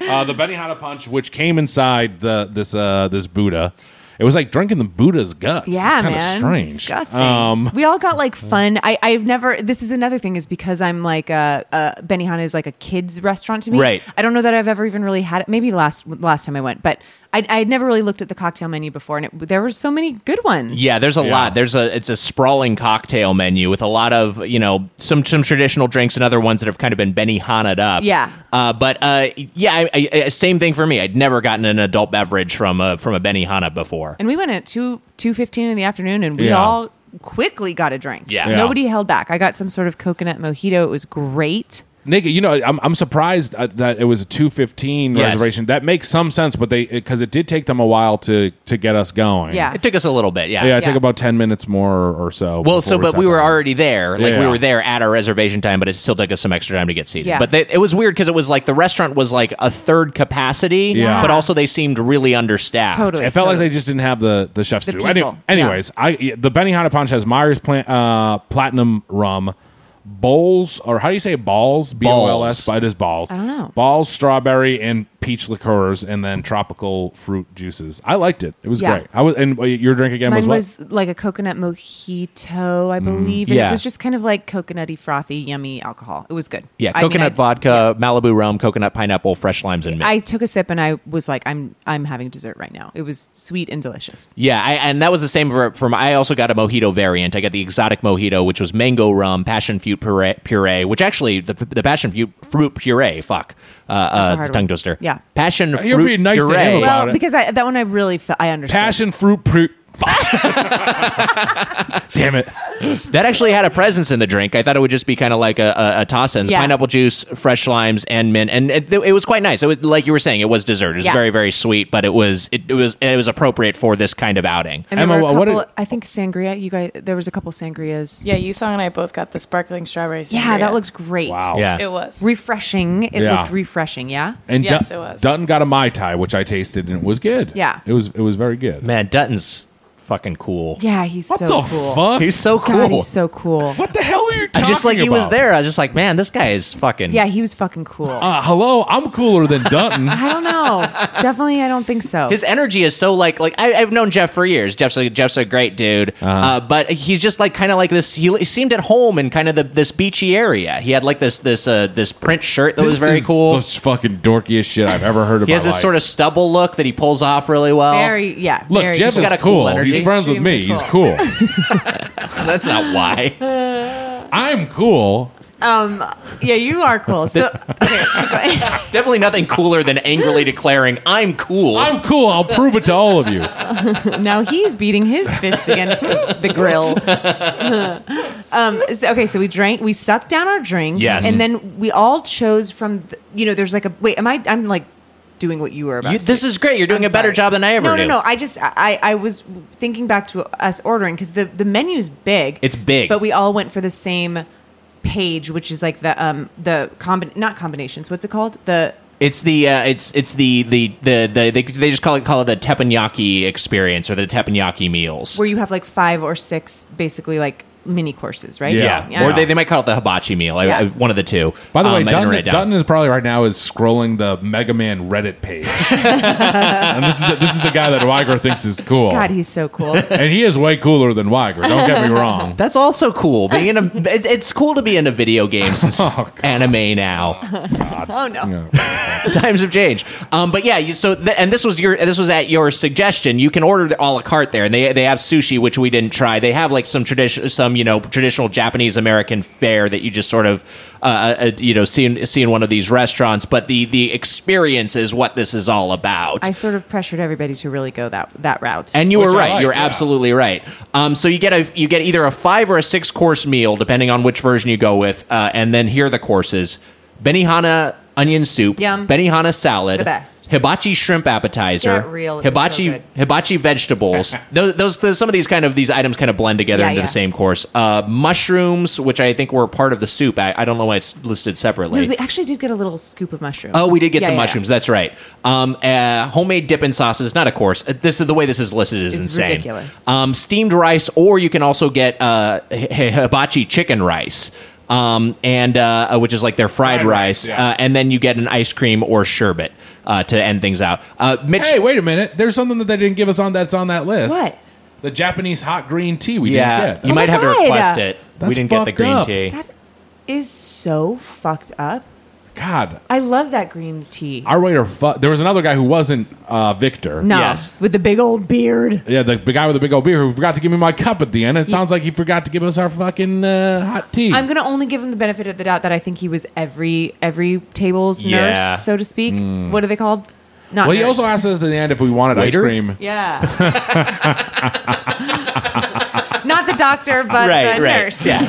[SPEAKER 3] uh, the Benny Hana punch, which came inside the this uh, this Buddha. It was like drinking the Buddha's guts.
[SPEAKER 7] Yeah,
[SPEAKER 3] it's kind
[SPEAKER 7] man.
[SPEAKER 3] of strange. Um,
[SPEAKER 7] Disgusting. we all got like fun. I, I've never. This is another thing is because I'm like uh, uh, Benihana is like a kids restaurant to me.
[SPEAKER 1] Right.
[SPEAKER 7] I don't know that I've ever even really had it. Maybe last last time I went, but I I had never really looked at the cocktail menu before, and it, there were so many good ones.
[SPEAKER 1] Yeah, there's a lot. There's a it's a sprawling cocktail menu with a lot of you know some some traditional drinks and other ones that have kind of been Benny Hana'd up.
[SPEAKER 7] Yeah.
[SPEAKER 1] uh, but uh, yeah, I, I, same thing for me. I'd never gotten an adult beverage from a from a Benny Hana before.
[SPEAKER 7] And we went at two two fifteen in the afternoon, and we
[SPEAKER 1] Yeah.
[SPEAKER 7] all quickly got a drink.
[SPEAKER 3] Yeah. Yeah.
[SPEAKER 7] Nobody held back. I got some sort of coconut mojito. It was great.
[SPEAKER 3] Nick, you know, I'm, I'm surprised uh, that it was a 215
[SPEAKER 1] Yes.
[SPEAKER 3] reservation. That makes some sense, but they because it did take them a while to to get us going.
[SPEAKER 7] Yeah.
[SPEAKER 1] it took us a little bit. Yeah,
[SPEAKER 3] yeah, it took about 10 minutes more or, or so.
[SPEAKER 1] Well,
[SPEAKER 3] before
[SPEAKER 1] so but
[SPEAKER 3] sat
[SPEAKER 1] we were
[SPEAKER 3] down.
[SPEAKER 1] already there. Like we
[SPEAKER 3] Yeah.
[SPEAKER 1] were there at our reservation time, but it still took us some extra time to get seated.
[SPEAKER 3] Yeah.
[SPEAKER 1] But they, it was weird because it was like the restaurant was like a third capacity,
[SPEAKER 3] Yeah.
[SPEAKER 1] but also they seemed really understaffed.
[SPEAKER 3] It felt like they just didn't have the the chef's
[SPEAKER 1] The
[SPEAKER 3] do. Any-
[SPEAKER 1] people,
[SPEAKER 3] anyways, I the Benihana Punch has Myers plant, uh, Platinum Rum, bowls or how do you say balls? B O L
[SPEAKER 1] Balls.
[SPEAKER 3] S. But it is balls.
[SPEAKER 1] I don't know.
[SPEAKER 3] Balls, strawberry, and peach liqueurs, and then tropical fruit juices. I liked it. It was
[SPEAKER 7] Yeah.
[SPEAKER 3] great. I was and uh, your drink again
[SPEAKER 7] Mine
[SPEAKER 3] was
[SPEAKER 7] was,
[SPEAKER 3] what?
[SPEAKER 7] like a coconut mojito, I believe. And
[SPEAKER 1] Mm. Yeah.
[SPEAKER 7] it was just kind of like coconutty, frothy, yummy alcohol. It was good.
[SPEAKER 1] yeah,
[SPEAKER 7] I mean,
[SPEAKER 1] coconut vodka, Malibu rum, coconut pineapple, fresh limes, and mint.
[SPEAKER 7] I, I took a sip and I was like, I'm I'm having dessert right now. It was sweet and delicious.
[SPEAKER 1] Yeah, I, and that was the same for, for my, I also got a mojito variant. I got the exotic mojito, which was mango rum, passion fruit puree, puree which actually the, the passion fruit, fruit puree. Fuck, uh,
[SPEAKER 7] That's a
[SPEAKER 1] uh,
[SPEAKER 7] hard
[SPEAKER 1] it's a tongue
[SPEAKER 7] one.
[SPEAKER 1] twister.
[SPEAKER 7] Yeah.
[SPEAKER 1] passion fruit
[SPEAKER 3] You're being nice to him
[SPEAKER 1] puree.
[SPEAKER 3] about
[SPEAKER 7] Well, because I, that one I really felt, I understood.
[SPEAKER 3] Passion fruit. Pr- Damn it.
[SPEAKER 1] that actually had a presence in the drink. I thought it would just be kind of like a, a, a toss in.
[SPEAKER 7] Yeah.
[SPEAKER 1] Pineapple juice, fresh limes, and mint. And it, it was quite nice. It was like you were saying, it was dessert. It was
[SPEAKER 7] Yeah.
[SPEAKER 1] very, very sweet, but it was it, it was and it was appropriate for this kind of outing.
[SPEAKER 7] And there were a couple, I think sangria. You guys, there was a couple sangrias.
[SPEAKER 11] Yeah, you song and I both got the sparkling strawberry.
[SPEAKER 7] Yeah,
[SPEAKER 11] sangria.
[SPEAKER 7] that looked great.
[SPEAKER 3] Wow. Yeah.
[SPEAKER 11] it was.
[SPEAKER 7] refreshing. It
[SPEAKER 3] Yeah.
[SPEAKER 7] looked refreshing. Yeah.
[SPEAKER 3] And Dut- Dutton got a mai tai, which I tasted, and it was good.
[SPEAKER 7] Yeah.
[SPEAKER 3] it was it was very good.
[SPEAKER 1] Man, Dutton's fucking cool.
[SPEAKER 7] Yeah, he's
[SPEAKER 3] What
[SPEAKER 7] so
[SPEAKER 3] the
[SPEAKER 7] cool.
[SPEAKER 3] fuck? He's so
[SPEAKER 7] God,
[SPEAKER 3] cool.
[SPEAKER 7] he's so cool.
[SPEAKER 3] What the hell were you
[SPEAKER 1] I
[SPEAKER 3] talking
[SPEAKER 1] just like he was
[SPEAKER 3] about?
[SPEAKER 1] there. I was just like, man, this guy is fucking.
[SPEAKER 7] Yeah, he was fucking cool.
[SPEAKER 3] Uh, hello, I'm cooler than Dutton.
[SPEAKER 7] I don't know. Definitely, I don't think so.
[SPEAKER 1] His energy is so like like I, I've known Jeff for years. Jeff's a, Jeff's a great dude,
[SPEAKER 3] Uh-huh.
[SPEAKER 1] uh but he's just like kind of like this. He, he seemed at home in kind of the this beachy area. He had like this this uh, this print shirt that was
[SPEAKER 3] This
[SPEAKER 1] very
[SPEAKER 3] is
[SPEAKER 1] cool.
[SPEAKER 3] The fucking dorkiest shit I've ever heard of.
[SPEAKER 1] He has
[SPEAKER 3] my
[SPEAKER 1] this
[SPEAKER 3] life.
[SPEAKER 1] sort of stubble look that he pulls off really well.
[SPEAKER 7] very, yeah.
[SPEAKER 3] Look,
[SPEAKER 7] very
[SPEAKER 3] Jeff
[SPEAKER 1] he's
[SPEAKER 3] is
[SPEAKER 1] got a cool
[SPEAKER 3] cool.
[SPEAKER 1] energy.
[SPEAKER 3] He's friends with me. He's cool.
[SPEAKER 1] That's not why.
[SPEAKER 3] I'm cool.
[SPEAKER 7] Um, yeah, you are cool. So,
[SPEAKER 1] Definitely nothing cooler than angrily declaring, "I'm cool."
[SPEAKER 3] I'm cool. I'll prove it to all of you.
[SPEAKER 7] now he's beating his fists against the, the grill. um, so- okay, so we drank, we sucked down our drinks,
[SPEAKER 1] Yes.
[SPEAKER 7] and then we all chose from. The, you know, there's like a wait. Am I? I'm like doing what you were about.
[SPEAKER 1] You-
[SPEAKER 7] to
[SPEAKER 1] this
[SPEAKER 7] do.
[SPEAKER 1] is great. You're doing
[SPEAKER 7] I'm
[SPEAKER 1] a better
[SPEAKER 7] sorry.
[SPEAKER 1] job than I ever
[SPEAKER 7] No,
[SPEAKER 1] do.
[SPEAKER 7] no, no. I just I I was thinking back to us ordering because the the menu's big.
[SPEAKER 1] It's big.
[SPEAKER 7] but we all went for the same page, which is like the um the combi- not combinations. What's it called? The
[SPEAKER 1] It's the uh, it's it's the the the, the they, they just call it call it the teppanyaki experience or the teppanyaki meals.
[SPEAKER 7] where you have like five or six basically like mini courses, right?
[SPEAKER 1] Yeah. or they, they might call it the hibachi meal. I- I-
[SPEAKER 7] Yeah.
[SPEAKER 1] one of the two.
[SPEAKER 3] By the
[SPEAKER 1] Um,
[SPEAKER 3] way,
[SPEAKER 1] I didn't
[SPEAKER 3] Dutton,
[SPEAKER 1] write it down.
[SPEAKER 3] Dutton is probably right now is scrolling the Mega Man Reddit page, and this is the, this is the guy that Weiger thinks is cool.
[SPEAKER 7] God, he's so cool.
[SPEAKER 3] and he is way cooler than Weiger. Don't get me wrong.
[SPEAKER 1] That's also cool. Being in a it's, it's cool to be in a video game since anime now.
[SPEAKER 7] oh no.
[SPEAKER 1] Times have changed. Um, but yeah, you, so th- and this was your this was at your suggestion. You can order the a la carte there, and they they have sushi, which we didn't try. They have like some tradition some you know traditional Japanese American fare that you just sort of uh, uh, you know see in, see in one of these restaurants. But the the experience is what this is all about.
[SPEAKER 7] I sort of pressured everybody to really go that that route.
[SPEAKER 1] And you
[SPEAKER 7] Which
[SPEAKER 1] were
[SPEAKER 7] I
[SPEAKER 1] right.
[SPEAKER 7] liked,
[SPEAKER 1] You're
[SPEAKER 7] yeah.
[SPEAKER 1] absolutely right. Um, so you get a you get either a five or a six course meal, depending on which version you go with, uh, and then here are the courses: Benihana onion soup,
[SPEAKER 7] Yum.
[SPEAKER 1] Benihana salad,
[SPEAKER 7] The best.
[SPEAKER 1] hibachi shrimp appetizer,
[SPEAKER 7] Get real, it was
[SPEAKER 1] hibachi
[SPEAKER 7] so good.
[SPEAKER 1] hibachi vegetables. those, those, those some of these kind of these items kind of blend together
[SPEAKER 7] Yeah,
[SPEAKER 1] into
[SPEAKER 7] yeah.
[SPEAKER 1] the same course. Uh, mushrooms, which I think were part of the soup. I, I don't know why it's listed separately.
[SPEAKER 7] No, we actually did get a little scoop of mushrooms.
[SPEAKER 1] Oh, we did get
[SPEAKER 7] Yeah,
[SPEAKER 1] some
[SPEAKER 7] yeah, yeah.
[SPEAKER 1] mushrooms. That's right. Um, uh, homemade dipping sauces, not a course. Uh, This is the way this is listed is
[SPEAKER 7] It's
[SPEAKER 1] insane.
[SPEAKER 7] ridiculous.
[SPEAKER 1] Um, steamed rice, or you can also get uh, hi- hi- hibachi chicken rice, um, and uh, uh, which is like their fried,
[SPEAKER 3] Fried
[SPEAKER 1] rice,
[SPEAKER 3] rice, yeah.
[SPEAKER 1] uh, and then you get an ice cream or sherbet uh, to end things out. Uh, Mitch,
[SPEAKER 3] Hey, wait a minute. There's something that they didn't give us on that's on that list.
[SPEAKER 7] What?
[SPEAKER 3] The Japanese hot green tea we
[SPEAKER 1] yeah,
[SPEAKER 3] didn't get.
[SPEAKER 1] you might
[SPEAKER 7] my
[SPEAKER 1] have to
[SPEAKER 7] God.
[SPEAKER 1] request it. we
[SPEAKER 3] That's
[SPEAKER 1] didn't get the
[SPEAKER 3] fucked
[SPEAKER 1] green
[SPEAKER 3] up.
[SPEAKER 1] tea.
[SPEAKER 7] That is so fucked up.
[SPEAKER 3] God,
[SPEAKER 7] I love that green tea.
[SPEAKER 3] our waiter. Fu- there was another guy who wasn't uh, Victor.
[SPEAKER 7] No,
[SPEAKER 1] Yes.
[SPEAKER 7] with the big old beard.
[SPEAKER 3] Yeah, the, the guy with the big old beer who forgot to give me my cup at the end. It sounds like he forgot to give us our fucking uh, hot tea.
[SPEAKER 7] I'm gonna only give him the benefit of the doubt that I think he was every every table's
[SPEAKER 3] Yeah.
[SPEAKER 7] nurse, so to speak.
[SPEAKER 1] Mm.
[SPEAKER 7] What are they called? Not.
[SPEAKER 3] well, he
[SPEAKER 7] nurse.
[SPEAKER 3] also asked us at the end if we wanted
[SPEAKER 1] Waiter?
[SPEAKER 3] ice cream.
[SPEAKER 7] Yeah. Not the doctor, but
[SPEAKER 3] Right,
[SPEAKER 7] the
[SPEAKER 3] right.
[SPEAKER 7] nurse.
[SPEAKER 1] Yeah.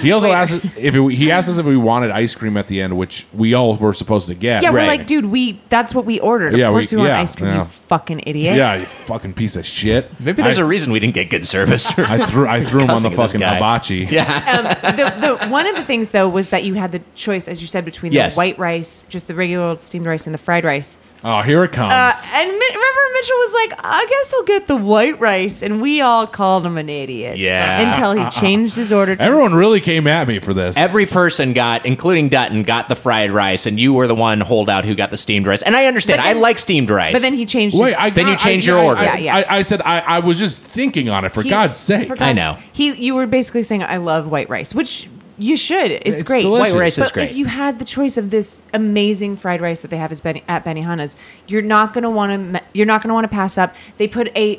[SPEAKER 3] He also asked us if it, he asked us if we wanted ice cream at the end, which we all were supposed to get.
[SPEAKER 7] Yeah, we're like, dude, we that's what we ordered. Of
[SPEAKER 3] Yeah, we-
[SPEAKER 7] course we, want
[SPEAKER 3] yeah,
[SPEAKER 7] ice cream,
[SPEAKER 3] yeah.
[SPEAKER 7] you fucking idiot.
[SPEAKER 3] yeah, you fucking piece of shit.
[SPEAKER 1] Maybe there's a reason we didn't get good service.
[SPEAKER 3] I threw I threw him on the
[SPEAKER 1] Cussing this
[SPEAKER 3] fucking
[SPEAKER 1] guy.
[SPEAKER 3] hibachi.
[SPEAKER 1] Yeah.
[SPEAKER 7] Um, the, the, one of the things though was that you had the choice, as you said, between
[SPEAKER 3] Yes.
[SPEAKER 7] the white rice, just the regular old steamed rice, and the fried rice.
[SPEAKER 3] Oh, here it comes.
[SPEAKER 7] Uh, and Mi- remember, Mitchell was like, "I guess I'll get the white rice," and we all called him an idiot.
[SPEAKER 1] Yeah.
[SPEAKER 7] until he changed his order. To
[SPEAKER 3] Uh-uh. Everyone really came at me for this.
[SPEAKER 1] Every person got, including Dutton, got the fried rice, and you were the one holdout who got the steamed rice. And I understand.
[SPEAKER 7] But then-
[SPEAKER 1] I like steamed rice.
[SPEAKER 7] but then he changed.
[SPEAKER 3] Wait,
[SPEAKER 7] his,
[SPEAKER 3] I
[SPEAKER 1] Then
[SPEAKER 3] got-
[SPEAKER 1] you change
[SPEAKER 3] I-
[SPEAKER 1] your
[SPEAKER 3] I-
[SPEAKER 1] order.
[SPEAKER 3] I,
[SPEAKER 7] Yeah, yeah.
[SPEAKER 3] I, I said I, I was just thinking on it for
[SPEAKER 7] He-
[SPEAKER 3] God's sake.
[SPEAKER 7] for God-
[SPEAKER 1] I know.
[SPEAKER 7] He, you were basically saying, "I love white rice," which you should. It's,
[SPEAKER 1] It's
[SPEAKER 7] great.
[SPEAKER 1] delicious. White rice is
[SPEAKER 7] but
[SPEAKER 1] great.
[SPEAKER 7] If you had the choice of this amazing fried rice that they have is Benny, at Benihana's, you're not gonna want to. You're not gonna want to pass up. They put a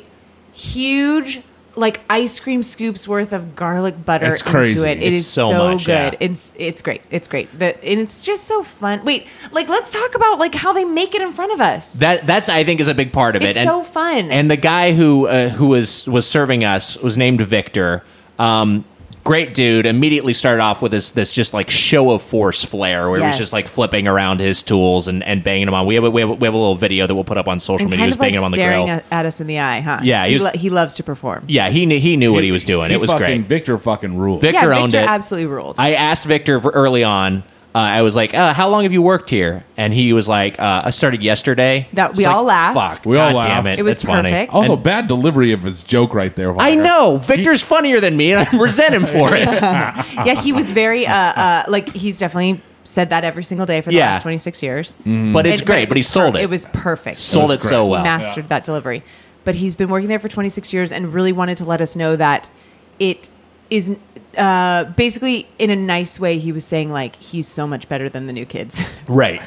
[SPEAKER 7] huge. Like ice cream scoops worth of garlic butter
[SPEAKER 3] It's crazy.
[SPEAKER 7] into it. It
[SPEAKER 3] It's
[SPEAKER 7] is
[SPEAKER 3] so
[SPEAKER 7] so,
[SPEAKER 3] much,
[SPEAKER 7] good.
[SPEAKER 3] yeah.
[SPEAKER 7] It's it's great. It's great. The, and it's just so fun. Wait, like let's talk about like how they make it in front of us.
[SPEAKER 1] That that's I think is a big part of it.
[SPEAKER 7] It's so fun.
[SPEAKER 1] And the guy who uh, who was was serving us was named Victor. Um, great dude. Immediately started off with this this just like show of force flair where he was
[SPEAKER 7] Yes.
[SPEAKER 1] just like flipping around his tools and, and banging them on. We have a, we have a, we have a little video that we'll put up on social
[SPEAKER 7] And
[SPEAKER 1] media. He
[SPEAKER 7] kind
[SPEAKER 1] was
[SPEAKER 7] of like
[SPEAKER 1] banging 'em on the
[SPEAKER 7] staring
[SPEAKER 1] grill.
[SPEAKER 7] at, at us in the eye, huh?
[SPEAKER 1] Yeah, he
[SPEAKER 7] he,
[SPEAKER 1] was-
[SPEAKER 7] lo- he loves to perform.
[SPEAKER 1] yeah, he knew he knew what he was doing.
[SPEAKER 3] He
[SPEAKER 1] it was
[SPEAKER 3] fucking-
[SPEAKER 1] great.
[SPEAKER 3] Victor fucking ruled.
[SPEAKER 1] Victor
[SPEAKER 7] yeah,
[SPEAKER 1] owned
[SPEAKER 7] Victor
[SPEAKER 1] it.
[SPEAKER 7] absolutely ruled.
[SPEAKER 1] I asked Victor v- early on. Uh, I was like, uh, "How long have you worked here?" And he was like, uh, "I started yesterday."
[SPEAKER 7] That we
[SPEAKER 1] It's like,
[SPEAKER 7] all laughed.
[SPEAKER 1] Fuck,
[SPEAKER 3] We all
[SPEAKER 1] God
[SPEAKER 3] laughed.
[SPEAKER 1] Damn it.
[SPEAKER 7] It was
[SPEAKER 1] It's funny.
[SPEAKER 7] perfect.
[SPEAKER 3] Also,
[SPEAKER 1] And-
[SPEAKER 3] bad delivery of his joke right there.
[SPEAKER 1] I know Victor's funnier than me, and I resent him for it.
[SPEAKER 7] yeah, he was very uh, uh, like he's definitely said that every single day for the
[SPEAKER 1] Yeah.
[SPEAKER 7] last 26 years.
[SPEAKER 1] Mhm. But it's
[SPEAKER 7] And-
[SPEAKER 1] great, but
[SPEAKER 7] was
[SPEAKER 1] he sold it.
[SPEAKER 7] It was perfect.
[SPEAKER 1] Sold
[SPEAKER 7] was
[SPEAKER 1] it so
[SPEAKER 7] great.
[SPEAKER 1] well.
[SPEAKER 7] He mastered that delivery. But he's been working there for 26 years and really wanted to let us know that it is uh, basically in a nice way. He was saying like he's so much better than the new kids,
[SPEAKER 1] Right.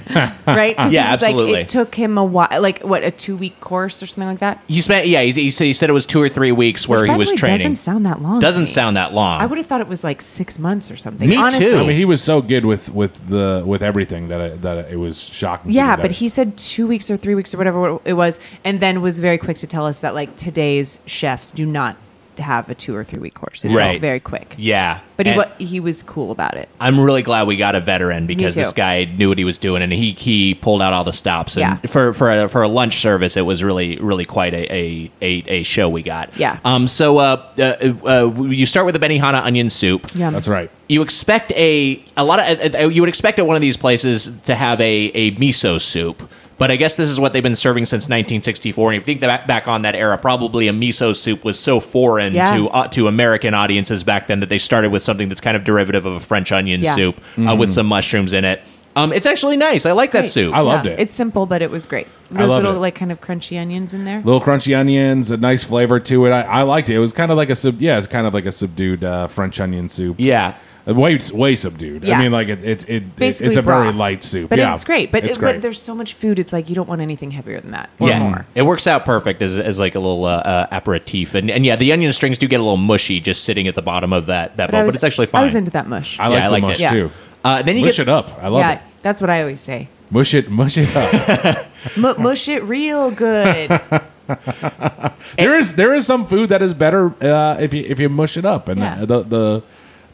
[SPEAKER 7] right? 'Cause he
[SPEAKER 1] yeah,
[SPEAKER 7] was
[SPEAKER 1] absolutely.
[SPEAKER 7] Like, it took him a while, like what a two week course or something like that.
[SPEAKER 1] he spent. Yeah, he, he said he said it was two or three weeks where
[SPEAKER 7] Which, by
[SPEAKER 1] he was
[SPEAKER 7] the way,
[SPEAKER 1] training.
[SPEAKER 7] Doesn't sound that long. to
[SPEAKER 1] Doesn't
[SPEAKER 7] me.
[SPEAKER 1] sound that long.
[SPEAKER 7] I would have thought it was like six months or something. Honestly.
[SPEAKER 3] I mean, he was so good with with the with everything that I, that it was shocking. to
[SPEAKER 7] Yeah,
[SPEAKER 3] me
[SPEAKER 7] but
[SPEAKER 3] that-
[SPEAKER 7] he said two weeks or three weeks or whatever it was, and then was very quick to tell us that like today's chefs do not have a two or three week course. It's all
[SPEAKER 1] Right.
[SPEAKER 7] very quick.
[SPEAKER 1] Yeah,
[SPEAKER 7] But he
[SPEAKER 1] And
[SPEAKER 7] wa- he was cool about it.
[SPEAKER 1] I'm really glad we got a veteran because
[SPEAKER 7] too.
[SPEAKER 1] this guy knew what he was doing, and he he pulled out all the stops. And
[SPEAKER 7] Yeah.
[SPEAKER 1] for for a, for a lunch service, it was really really quite a a, a, a show we got.
[SPEAKER 7] Yeah.
[SPEAKER 1] Um. So uh, uh, uh you start with the Benihana onion soup.
[SPEAKER 7] Yum. That's
[SPEAKER 3] right.
[SPEAKER 1] You expect a a lot of uh, uh, you would expect at one of these places to have a a miso soup. But I guess this is what they've been serving since 1964. And if you think that back on that era, probably a miso soup was so foreign
[SPEAKER 7] Yeah.
[SPEAKER 1] to uh, to American audiences back then that they started with something that's kind of derivative of a French onion
[SPEAKER 7] Yeah.
[SPEAKER 1] soup uh,
[SPEAKER 3] Mhm.
[SPEAKER 1] with some mushrooms in it. Um, it's actually nice. I like that
[SPEAKER 7] Great.
[SPEAKER 1] soup.
[SPEAKER 7] Yeah. It's simple, but it was great.
[SPEAKER 3] I
[SPEAKER 7] Those
[SPEAKER 3] loved
[SPEAKER 7] little
[SPEAKER 3] it.
[SPEAKER 7] like kind of crunchy onions in there.
[SPEAKER 3] little crunchy onions, a nice flavor to it. I, I liked it. It was kind of like a sub, yeah, it's kind of like a subdued uh, French onion soup. Uh,
[SPEAKER 1] Yeah,
[SPEAKER 3] way way subdued.
[SPEAKER 7] Yeah.
[SPEAKER 3] I mean, like it, it, it,
[SPEAKER 7] Basically,
[SPEAKER 3] it's a very
[SPEAKER 7] broth.
[SPEAKER 3] light soup.
[SPEAKER 7] But
[SPEAKER 3] yeah,
[SPEAKER 7] it's great. But,
[SPEAKER 3] it's
[SPEAKER 7] it-
[SPEAKER 3] great.
[SPEAKER 7] but there's so much food. It's like you don't want anything heavier than that.
[SPEAKER 1] yeah, it works out perfect as, as like a little uh, uh, aperitif, and and yeah, the onion strings do get a little mushy just sitting at the bottom of that that
[SPEAKER 7] But
[SPEAKER 1] bowl,
[SPEAKER 7] I was-
[SPEAKER 1] but it's actually fine.
[SPEAKER 7] I was into that mush.
[SPEAKER 1] I like Yeah, I the liked mush, it. too. Uh, then you
[SPEAKER 3] mush
[SPEAKER 1] get-
[SPEAKER 3] it up. I love
[SPEAKER 7] yeah,
[SPEAKER 3] it.
[SPEAKER 7] that's what I always say.
[SPEAKER 3] Mush it, mush it up.
[SPEAKER 7] M- mush it real good.
[SPEAKER 3] there is there is some food that is better uh, if you if you mush it up and uh,
[SPEAKER 7] Yeah.
[SPEAKER 3] the, the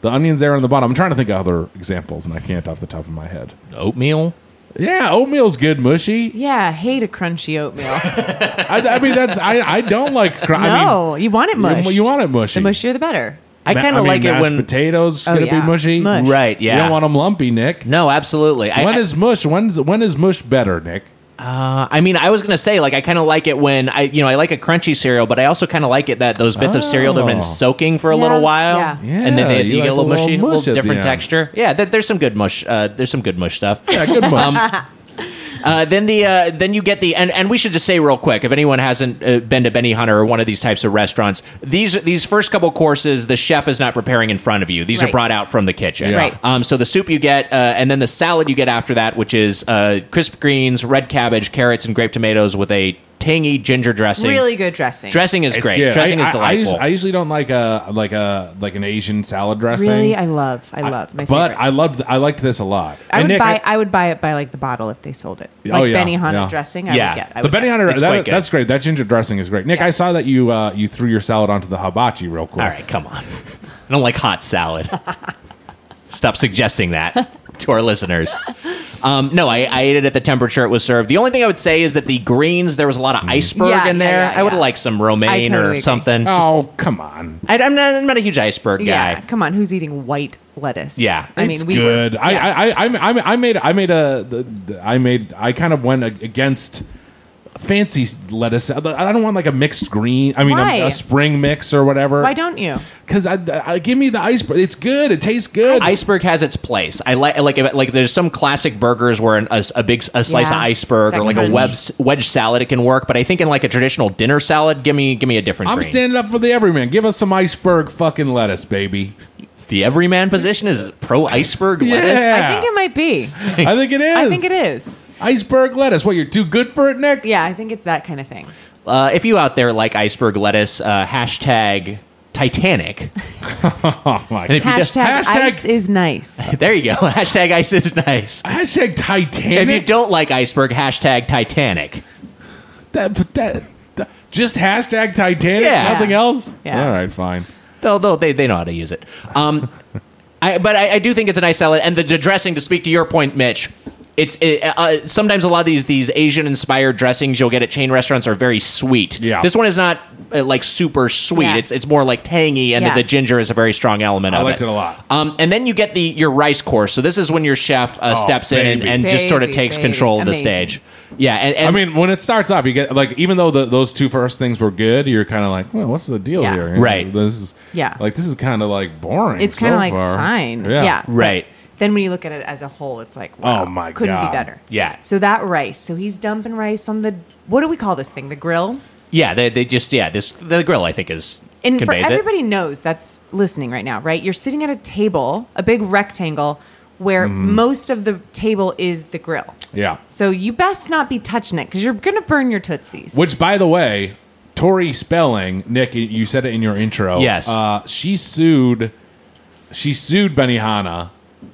[SPEAKER 3] the onions there on the bottom. I'm trying to think of other examples and I can't off the top of my head.
[SPEAKER 1] Oatmeal.
[SPEAKER 3] Yeah, oatmeal's good mushy.
[SPEAKER 7] yeah, I hate a crunchy oatmeal.
[SPEAKER 3] I, I mean, that's I, I don't like. Cr- I mean,
[SPEAKER 7] no, you want it mushed.
[SPEAKER 3] You, you want it mushy.
[SPEAKER 7] The mushier the better.
[SPEAKER 1] I
[SPEAKER 3] Ma-
[SPEAKER 1] kind of
[SPEAKER 3] mean,
[SPEAKER 1] like it
[SPEAKER 3] mashed
[SPEAKER 1] when
[SPEAKER 3] potatoes
[SPEAKER 7] Oh,
[SPEAKER 3] gonna
[SPEAKER 7] yeah.
[SPEAKER 3] be mushy,
[SPEAKER 7] Mush.
[SPEAKER 1] Right,
[SPEAKER 3] You
[SPEAKER 1] yeah.
[SPEAKER 3] don't want them lumpy, Nick.
[SPEAKER 1] No, absolutely.
[SPEAKER 3] When
[SPEAKER 1] I-
[SPEAKER 3] is
[SPEAKER 1] I-
[SPEAKER 3] mush? When's when is mush better, Nick?
[SPEAKER 1] Uh, I mean, I was gonna say like I kind of like it when I you know I like a crunchy cereal, but I also kind of like it that those bits of cereal that have
[SPEAKER 3] Oh.
[SPEAKER 1] been soaking for a
[SPEAKER 3] Yeah,
[SPEAKER 1] little while,
[SPEAKER 3] yeah.
[SPEAKER 1] and then
[SPEAKER 3] Yeah,
[SPEAKER 1] they,
[SPEAKER 3] you
[SPEAKER 1] you,
[SPEAKER 3] like
[SPEAKER 1] get a little
[SPEAKER 3] the little
[SPEAKER 1] mushy,
[SPEAKER 3] mush
[SPEAKER 1] a
[SPEAKER 3] at the
[SPEAKER 1] little different
[SPEAKER 3] end.
[SPEAKER 1] texture. Yeah, th- there's some good mush. Uh, there's some good mush stuff.
[SPEAKER 3] Yeah,
[SPEAKER 7] Um,
[SPEAKER 3] good mush.
[SPEAKER 1] Uh, then the uh, then you get the and, and we should just say real quick if anyone hasn't uh, been to Benny Hunter or one of these types of restaurants these these first couple courses the chef is not preparing in front of you these
[SPEAKER 8] Right.
[SPEAKER 1] are brought out from the kitchen
[SPEAKER 8] Yeah. Right.
[SPEAKER 1] um, so the soup you get uh, and then the salad you get after that which is uh, crisp greens red cabbage carrots and grape tomatoes with a tangy ginger dressing
[SPEAKER 7] Really good dressing.
[SPEAKER 1] Dressing is
[SPEAKER 3] It's
[SPEAKER 1] great.
[SPEAKER 3] good.
[SPEAKER 1] Dressing
[SPEAKER 3] I-
[SPEAKER 1] is
[SPEAKER 3] I- I, usu-
[SPEAKER 1] delightful.
[SPEAKER 3] I usually don't like a like a like an Asian salad dressing.
[SPEAKER 7] Really, I love. I love. My
[SPEAKER 3] but
[SPEAKER 7] favorite.
[SPEAKER 3] I loved I liked this a lot.
[SPEAKER 7] I
[SPEAKER 3] And
[SPEAKER 7] would
[SPEAKER 3] Nick,
[SPEAKER 7] buy. I, would buy it by like the bottle if they sold it.
[SPEAKER 3] Oh,
[SPEAKER 7] Like
[SPEAKER 3] yeah,
[SPEAKER 7] Benihana
[SPEAKER 3] yeah.
[SPEAKER 7] dressing. I would get. I
[SPEAKER 3] the
[SPEAKER 7] would get.
[SPEAKER 3] Benihana,
[SPEAKER 1] It's
[SPEAKER 3] that,
[SPEAKER 1] quite good.
[SPEAKER 3] that's great. That ginger dressing is great. Nick, I saw that you uh, you threw your salad onto the hibachi real quick. All
[SPEAKER 1] right, come on. I don't like hot salad. Stop suggesting that to our listeners. Um, no, I, I ate it at the temperature it was served. The only thing I would say is that the greens, there was a lot of iceberg
[SPEAKER 7] Mm. Yeah,
[SPEAKER 1] in
[SPEAKER 7] yeah,
[SPEAKER 1] there.
[SPEAKER 7] yeah,
[SPEAKER 1] I would
[SPEAKER 7] yeah.
[SPEAKER 1] like some
[SPEAKER 7] I
[SPEAKER 1] romaine
[SPEAKER 7] totally
[SPEAKER 1] or
[SPEAKER 7] agree.
[SPEAKER 1] something.
[SPEAKER 3] Oh, come on.
[SPEAKER 1] I, I'm, not, I'm not a huge iceberg
[SPEAKER 7] Yeah,
[SPEAKER 1] guy.
[SPEAKER 7] come on. Who's eating white lettuce?
[SPEAKER 1] Yeah.
[SPEAKER 7] I mean,
[SPEAKER 3] it's
[SPEAKER 7] we were-
[SPEAKER 3] good. I, I, I, I, I- I made, I made a, the- the- I made, I kind of went ag- against fancy lettuce. I don't want like a mixed green. I mean,
[SPEAKER 7] Why?
[SPEAKER 3] a, a spring mix or whatever.
[SPEAKER 7] Why don't you?
[SPEAKER 3] Because I, I, give me the iceberg. It's good. It tastes good.
[SPEAKER 1] Iceberg has its place. I like like like. There's some classic burgers where an, a, s- a big s- a slice
[SPEAKER 3] Yeah.
[SPEAKER 1] of iceberg
[SPEAKER 3] That
[SPEAKER 1] or like a
[SPEAKER 3] crunch.
[SPEAKER 1] wedge, wedge salad it can work. But I think in like a traditional dinner salad, give me give me a different.
[SPEAKER 3] I'm
[SPEAKER 1] green.
[SPEAKER 3] standing up for the everyman. Give us some iceberg fucking lettuce, baby.
[SPEAKER 1] The everyman position is pro iceberg
[SPEAKER 7] lettuce? I think it might be.
[SPEAKER 3] I think it is.
[SPEAKER 7] I think it is.
[SPEAKER 3] Iceberg lettuce. What you're too good for it, Nick?
[SPEAKER 7] Yeah, I think it's that kind of thing.
[SPEAKER 1] Uh, if you out there like iceberg lettuce, uh, hashtag Titanic.
[SPEAKER 3] oh my
[SPEAKER 1] god!
[SPEAKER 7] Hashtag, ice is nice.
[SPEAKER 1] there you go. Hashtag ice is nice.
[SPEAKER 3] Hashtag Titanic.
[SPEAKER 1] If you don't like iceberg, hashtag Titanic.
[SPEAKER 3] That, but that, that- just hashtag Titanic.
[SPEAKER 1] Yeah.
[SPEAKER 3] Nothing else.
[SPEAKER 1] Yeah.
[SPEAKER 3] All right, fine.
[SPEAKER 1] They'll, they'll, they, they know how to use it. Um, I, but I, I do think it's a nice salad. And the, the dressing, to speak to your point, Mitch, it's it, uh, sometimes a lot of these these Asian inspired dressings you'll get at chain restaurants are very sweet.
[SPEAKER 3] Yeah.
[SPEAKER 1] This one is not uh, like super sweet.
[SPEAKER 8] Yeah.
[SPEAKER 1] It's it's more like tangy, and
[SPEAKER 8] Yeah.
[SPEAKER 1] the ginger is a very strong element
[SPEAKER 8] I
[SPEAKER 1] of it.
[SPEAKER 8] liked it a lot.
[SPEAKER 1] Um, and then you get the your rice course. So this is when your chef uh,
[SPEAKER 3] Oh,
[SPEAKER 1] steps in and,
[SPEAKER 3] baby.
[SPEAKER 1] and just sort of
[SPEAKER 3] Baby,
[SPEAKER 1] takes
[SPEAKER 3] baby.
[SPEAKER 1] control of the
[SPEAKER 3] Amazing.
[SPEAKER 1] stage. Yeah, and,
[SPEAKER 3] I mean, when it starts off, you get like even though the, those two first things were good, you're kind of like, well, what's the deal
[SPEAKER 7] Yeah.
[SPEAKER 3] here?
[SPEAKER 1] Right.
[SPEAKER 3] This is
[SPEAKER 7] Yeah.
[SPEAKER 3] Like this is kind of like boring.
[SPEAKER 7] It's
[SPEAKER 3] so
[SPEAKER 7] kind of like
[SPEAKER 3] far.
[SPEAKER 7] fine.
[SPEAKER 3] Yeah.
[SPEAKER 7] Yeah. but Then when you look at it as a whole, it's like, wow,
[SPEAKER 3] Oh my
[SPEAKER 7] couldn't
[SPEAKER 3] God.
[SPEAKER 7] be better.
[SPEAKER 1] Yeah.
[SPEAKER 7] So that rice. So he's dumping rice on the what do we call this thing? The grill.
[SPEAKER 1] yeah, they, they just yeah this the grill I think is
[SPEAKER 7] And for
[SPEAKER 1] conveys it.
[SPEAKER 7] everybody knows that's listening right now, right? You're sitting at a table, a big rectangle, where
[SPEAKER 1] Mm-hmm.
[SPEAKER 7] most of the table is the grill.
[SPEAKER 3] Yeah.
[SPEAKER 7] So you best not be touching it because you're gonna burn your tootsies.
[SPEAKER 3] Which, by the way, Tori Spelling, Nick, you said it in your intro.
[SPEAKER 1] Yes.
[SPEAKER 3] uh, she sued. She sued Benihana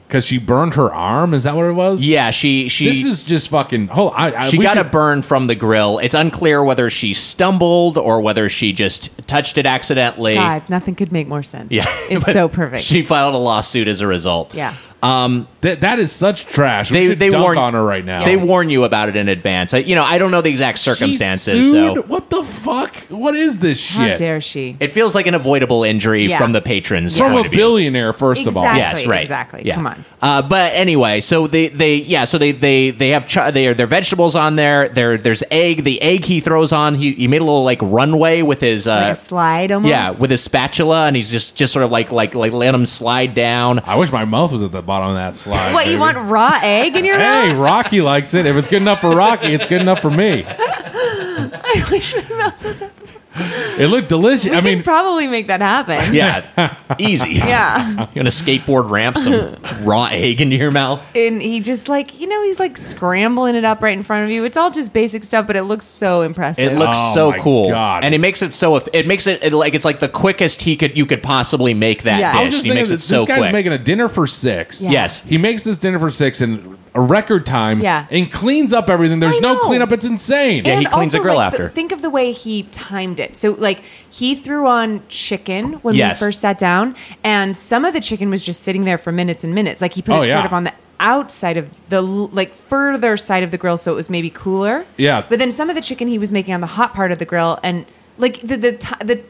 [SPEAKER 3] because she burned her arm. Is that what it was?
[SPEAKER 1] Yeah, she she.
[SPEAKER 3] This is just fucking. Hold. On, I, I,
[SPEAKER 1] she
[SPEAKER 3] we
[SPEAKER 1] got
[SPEAKER 3] should-
[SPEAKER 1] a burn from the grill. It's unclear whether she stumbled or whether she just touched it accidentally.
[SPEAKER 7] God, nothing could make more sense.
[SPEAKER 1] Yeah,
[SPEAKER 7] It's
[SPEAKER 1] but
[SPEAKER 7] so perfect.
[SPEAKER 1] She filed a lawsuit as a result.
[SPEAKER 7] yeah.
[SPEAKER 1] Um,
[SPEAKER 3] that that is such trash.
[SPEAKER 1] They
[SPEAKER 3] should
[SPEAKER 1] they
[SPEAKER 3] dunk
[SPEAKER 1] warn
[SPEAKER 3] on her right now.
[SPEAKER 1] They warn you about it in advance. I, you know, I don't know the exact circumstances.
[SPEAKER 3] Oh. She sued?
[SPEAKER 1] So
[SPEAKER 3] What the fuck? What is this
[SPEAKER 7] How
[SPEAKER 3] shit?
[SPEAKER 7] dare she?
[SPEAKER 1] it feels like an avoidable injury
[SPEAKER 7] Yeah.
[SPEAKER 1] from the patrons.
[SPEAKER 3] From
[SPEAKER 1] point
[SPEAKER 3] a
[SPEAKER 1] of view.
[SPEAKER 3] billionaire, first of all.
[SPEAKER 7] Exactly,
[SPEAKER 1] Yes, right.
[SPEAKER 7] Exactly.
[SPEAKER 1] Yeah.
[SPEAKER 7] Come on.
[SPEAKER 1] Uh, but anyway, so they, they yeah, so they they they have ch- they their vegetables on there. There there's egg. The egg he throws on. He, he made a little like runway with his uh,
[SPEAKER 7] like a slide almost.
[SPEAKER 1] yeah with his spatula, and he's just just sort of like like like let him slide down.
[SPEAKER 3] I wish my mouth was at the bottom of that slide.
[SPEAKER 7] what you
[SPEAKER 3] baby.
[SPEAKER 7] want raw egg in your
[SPEAKER 3] Hey,
[SPEAKER 7] mouth?
[SPEAKER 3] Rocky likes it. If it's good enough for Rocky, it's good enough for me.
[SPEAKER 7] I wish my mouth was. up.
[SPEAKER 3] It looked delicious. I
[SPEAKER 7] We
[SPEAKER 3] mean,
[SPEAKER 7] could probably make that happen.
[SPEAKER 1] Yeah, easy.
[SPEAKER 7] Yeah.
[SPEAKER 1] you want to skateboard ramp some raw egg into your mouth?
[SPEAKER 7] And he just like you know he's like scrambling it up right in front of you. It's all just basic stuff, but it looks so impressive.
[SPEAKER 1] It looks
[SPEAKER 3] Oh
[SPEAKER 1] so
[SPEAKER 3] my
[SPEAKER 1] cool,
[SPEAKER 3] God,
[SPEAKER 1] and it makes it so. If, it makes it, it like it's like the quickest he could you could possibly make that
[SPEAKER 7] Yeah. I
[SPEAKER 1] dish.
[SPEAKER 7] was
[SPEAKER 3] just
[SPEAKER 1] he
[SPEAKER 3] thinking
[SPEAKER 1] makes
[SPEAKER 3] that
[SPEAKER 1] it so
[SPEAKER 3] this guy's
[SPEAKER 1] quick.
[SPEAKER 3] making a dinner for six.
[SPEAKER 1] Yeah. Yes.
[SPEAKER 3] He makes this dinner for six in a record time
[SPEAKER 7] Yeah.
[SPEAKER 3] and cleans up everything. There's
[SPEAKER 7] I
[SPEAKER 3] no
[SPEAKER 7] know.
[SPEAKER 3] cleanup. It's insane.
[SPEAKER 7] And also, like, th- think of the way he timed it. So, like, he threw on chicken when
[SPEAKER 3] Yes.
[SPEAKER 7] we first sat down, and some of the chicken was just sitting there for minutes and minutes. Like, he put
[SPEAKER 3] Oh,
[SPEAKER 7] it
[SPEAKER 3] yeah.
[SPEAKER 7] sort of on the outside of the l- like further side of the grill, so it was maybe cooler.
[SPEAKER 3] Yeah.
[SPEAKER 7] But then some of the chicken he was making on the hot part of the grill, and like the the ti the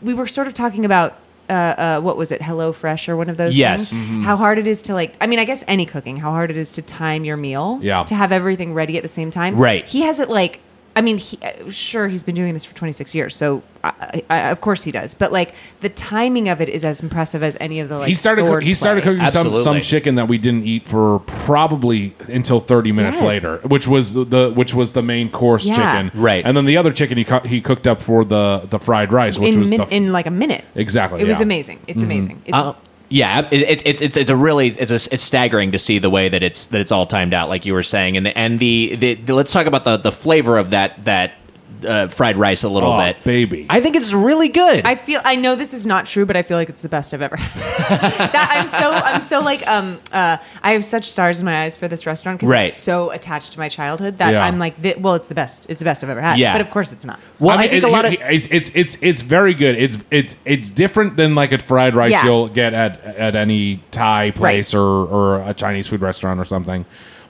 [SPEAKER 7] we were sort of talking about. Uh, uh, what was it? Hello Fresh or one of those
[SPEAKER 1] Yes.
[SPEAKER 7] things?
[SPEAKER 3] Mm-hmm.
[SPEAKER 1] Mhm.
[SPEAKER 7] How hard it is to like? I mean, I guess any cooking. How hard it is to time your meal.
[SPEAKER 1] Yeah.
[SPEAKER 7] To have everything ready at the same time.
[SPEAKER 1] Right.
[SPEAKER 7] He has it like. I mean, he, uh, sure, he's been doing this for 26 years, so I, I, I, of course he does. But like the timing of it is as impressive as any of the like.
[SPEAKER 3] he started. cook-
[SPEAKER 7] sword
[SPEAKER 3] He started
[SPEAKER 7] play.
[SPEAKER 3] cooking some some chicken that we didn't eat for probably until thirty minutes
[SPEAKER 7] Yes.
[SPEAKER 3] later, which was the which was the main course
[SPEAKER 7] Yeah.
[SPEAKER 3] chicken, right? And then the other chicken he cu- he cooked up for the the fried rice, which
[SPEAKER 7] in,
[SPEAKER 3] was
[SPEAKER 7] min-
[SPEAKER 3] the f-
[SPEAKER 7] in like a minute.
[SPEAKER 3] exactly.
[SPEAKER 7] it was
[SPEAKER 3] yeah.
[SPEAKER 7] amazing. It's
[SPEAKER 3] Mhm.
[SPEAKER 7] amazing. It's
[SPEAKER 1] Uh, yeah, it, it, it's it's it's a really it's a, it's staggering to see the way that it's that it's all timed out, like you were saying, and the, and the, the, the let's talk about the the flavor of that that uh, fried rice a little
[SPEAKER 3] Oh,
[SPEAKER 1] bit,
[SPEAKER 3] baby.
[SPEAKER 1] I think it's really good.
[SPEAKER 7] I feel I know this is not true, but I feel like it's the best I've ever. that I'm so I'm so like um uh I have such stars in my eyes for this restaurant because
[SPEAKER 1] Right.
[SPEAKER 7] it's so attached to my childhood that
[SPEAKER 3] Yeah.
[SPEAKER 7] I'm like thi- well it's the best it's the best I've ever had.
[SPEAKER 3] Yeah.
[SPEAKER 7] But of course it's not.
[SPEAKER 3] I, mean, it- it- it's, it's it's it's very good. It's it's it's different than like a fried rice
[SPEAKER 7] Yeah.
[SPEAKER 3] you'll get at at any Thai place or or a Chinese food restaurant or something.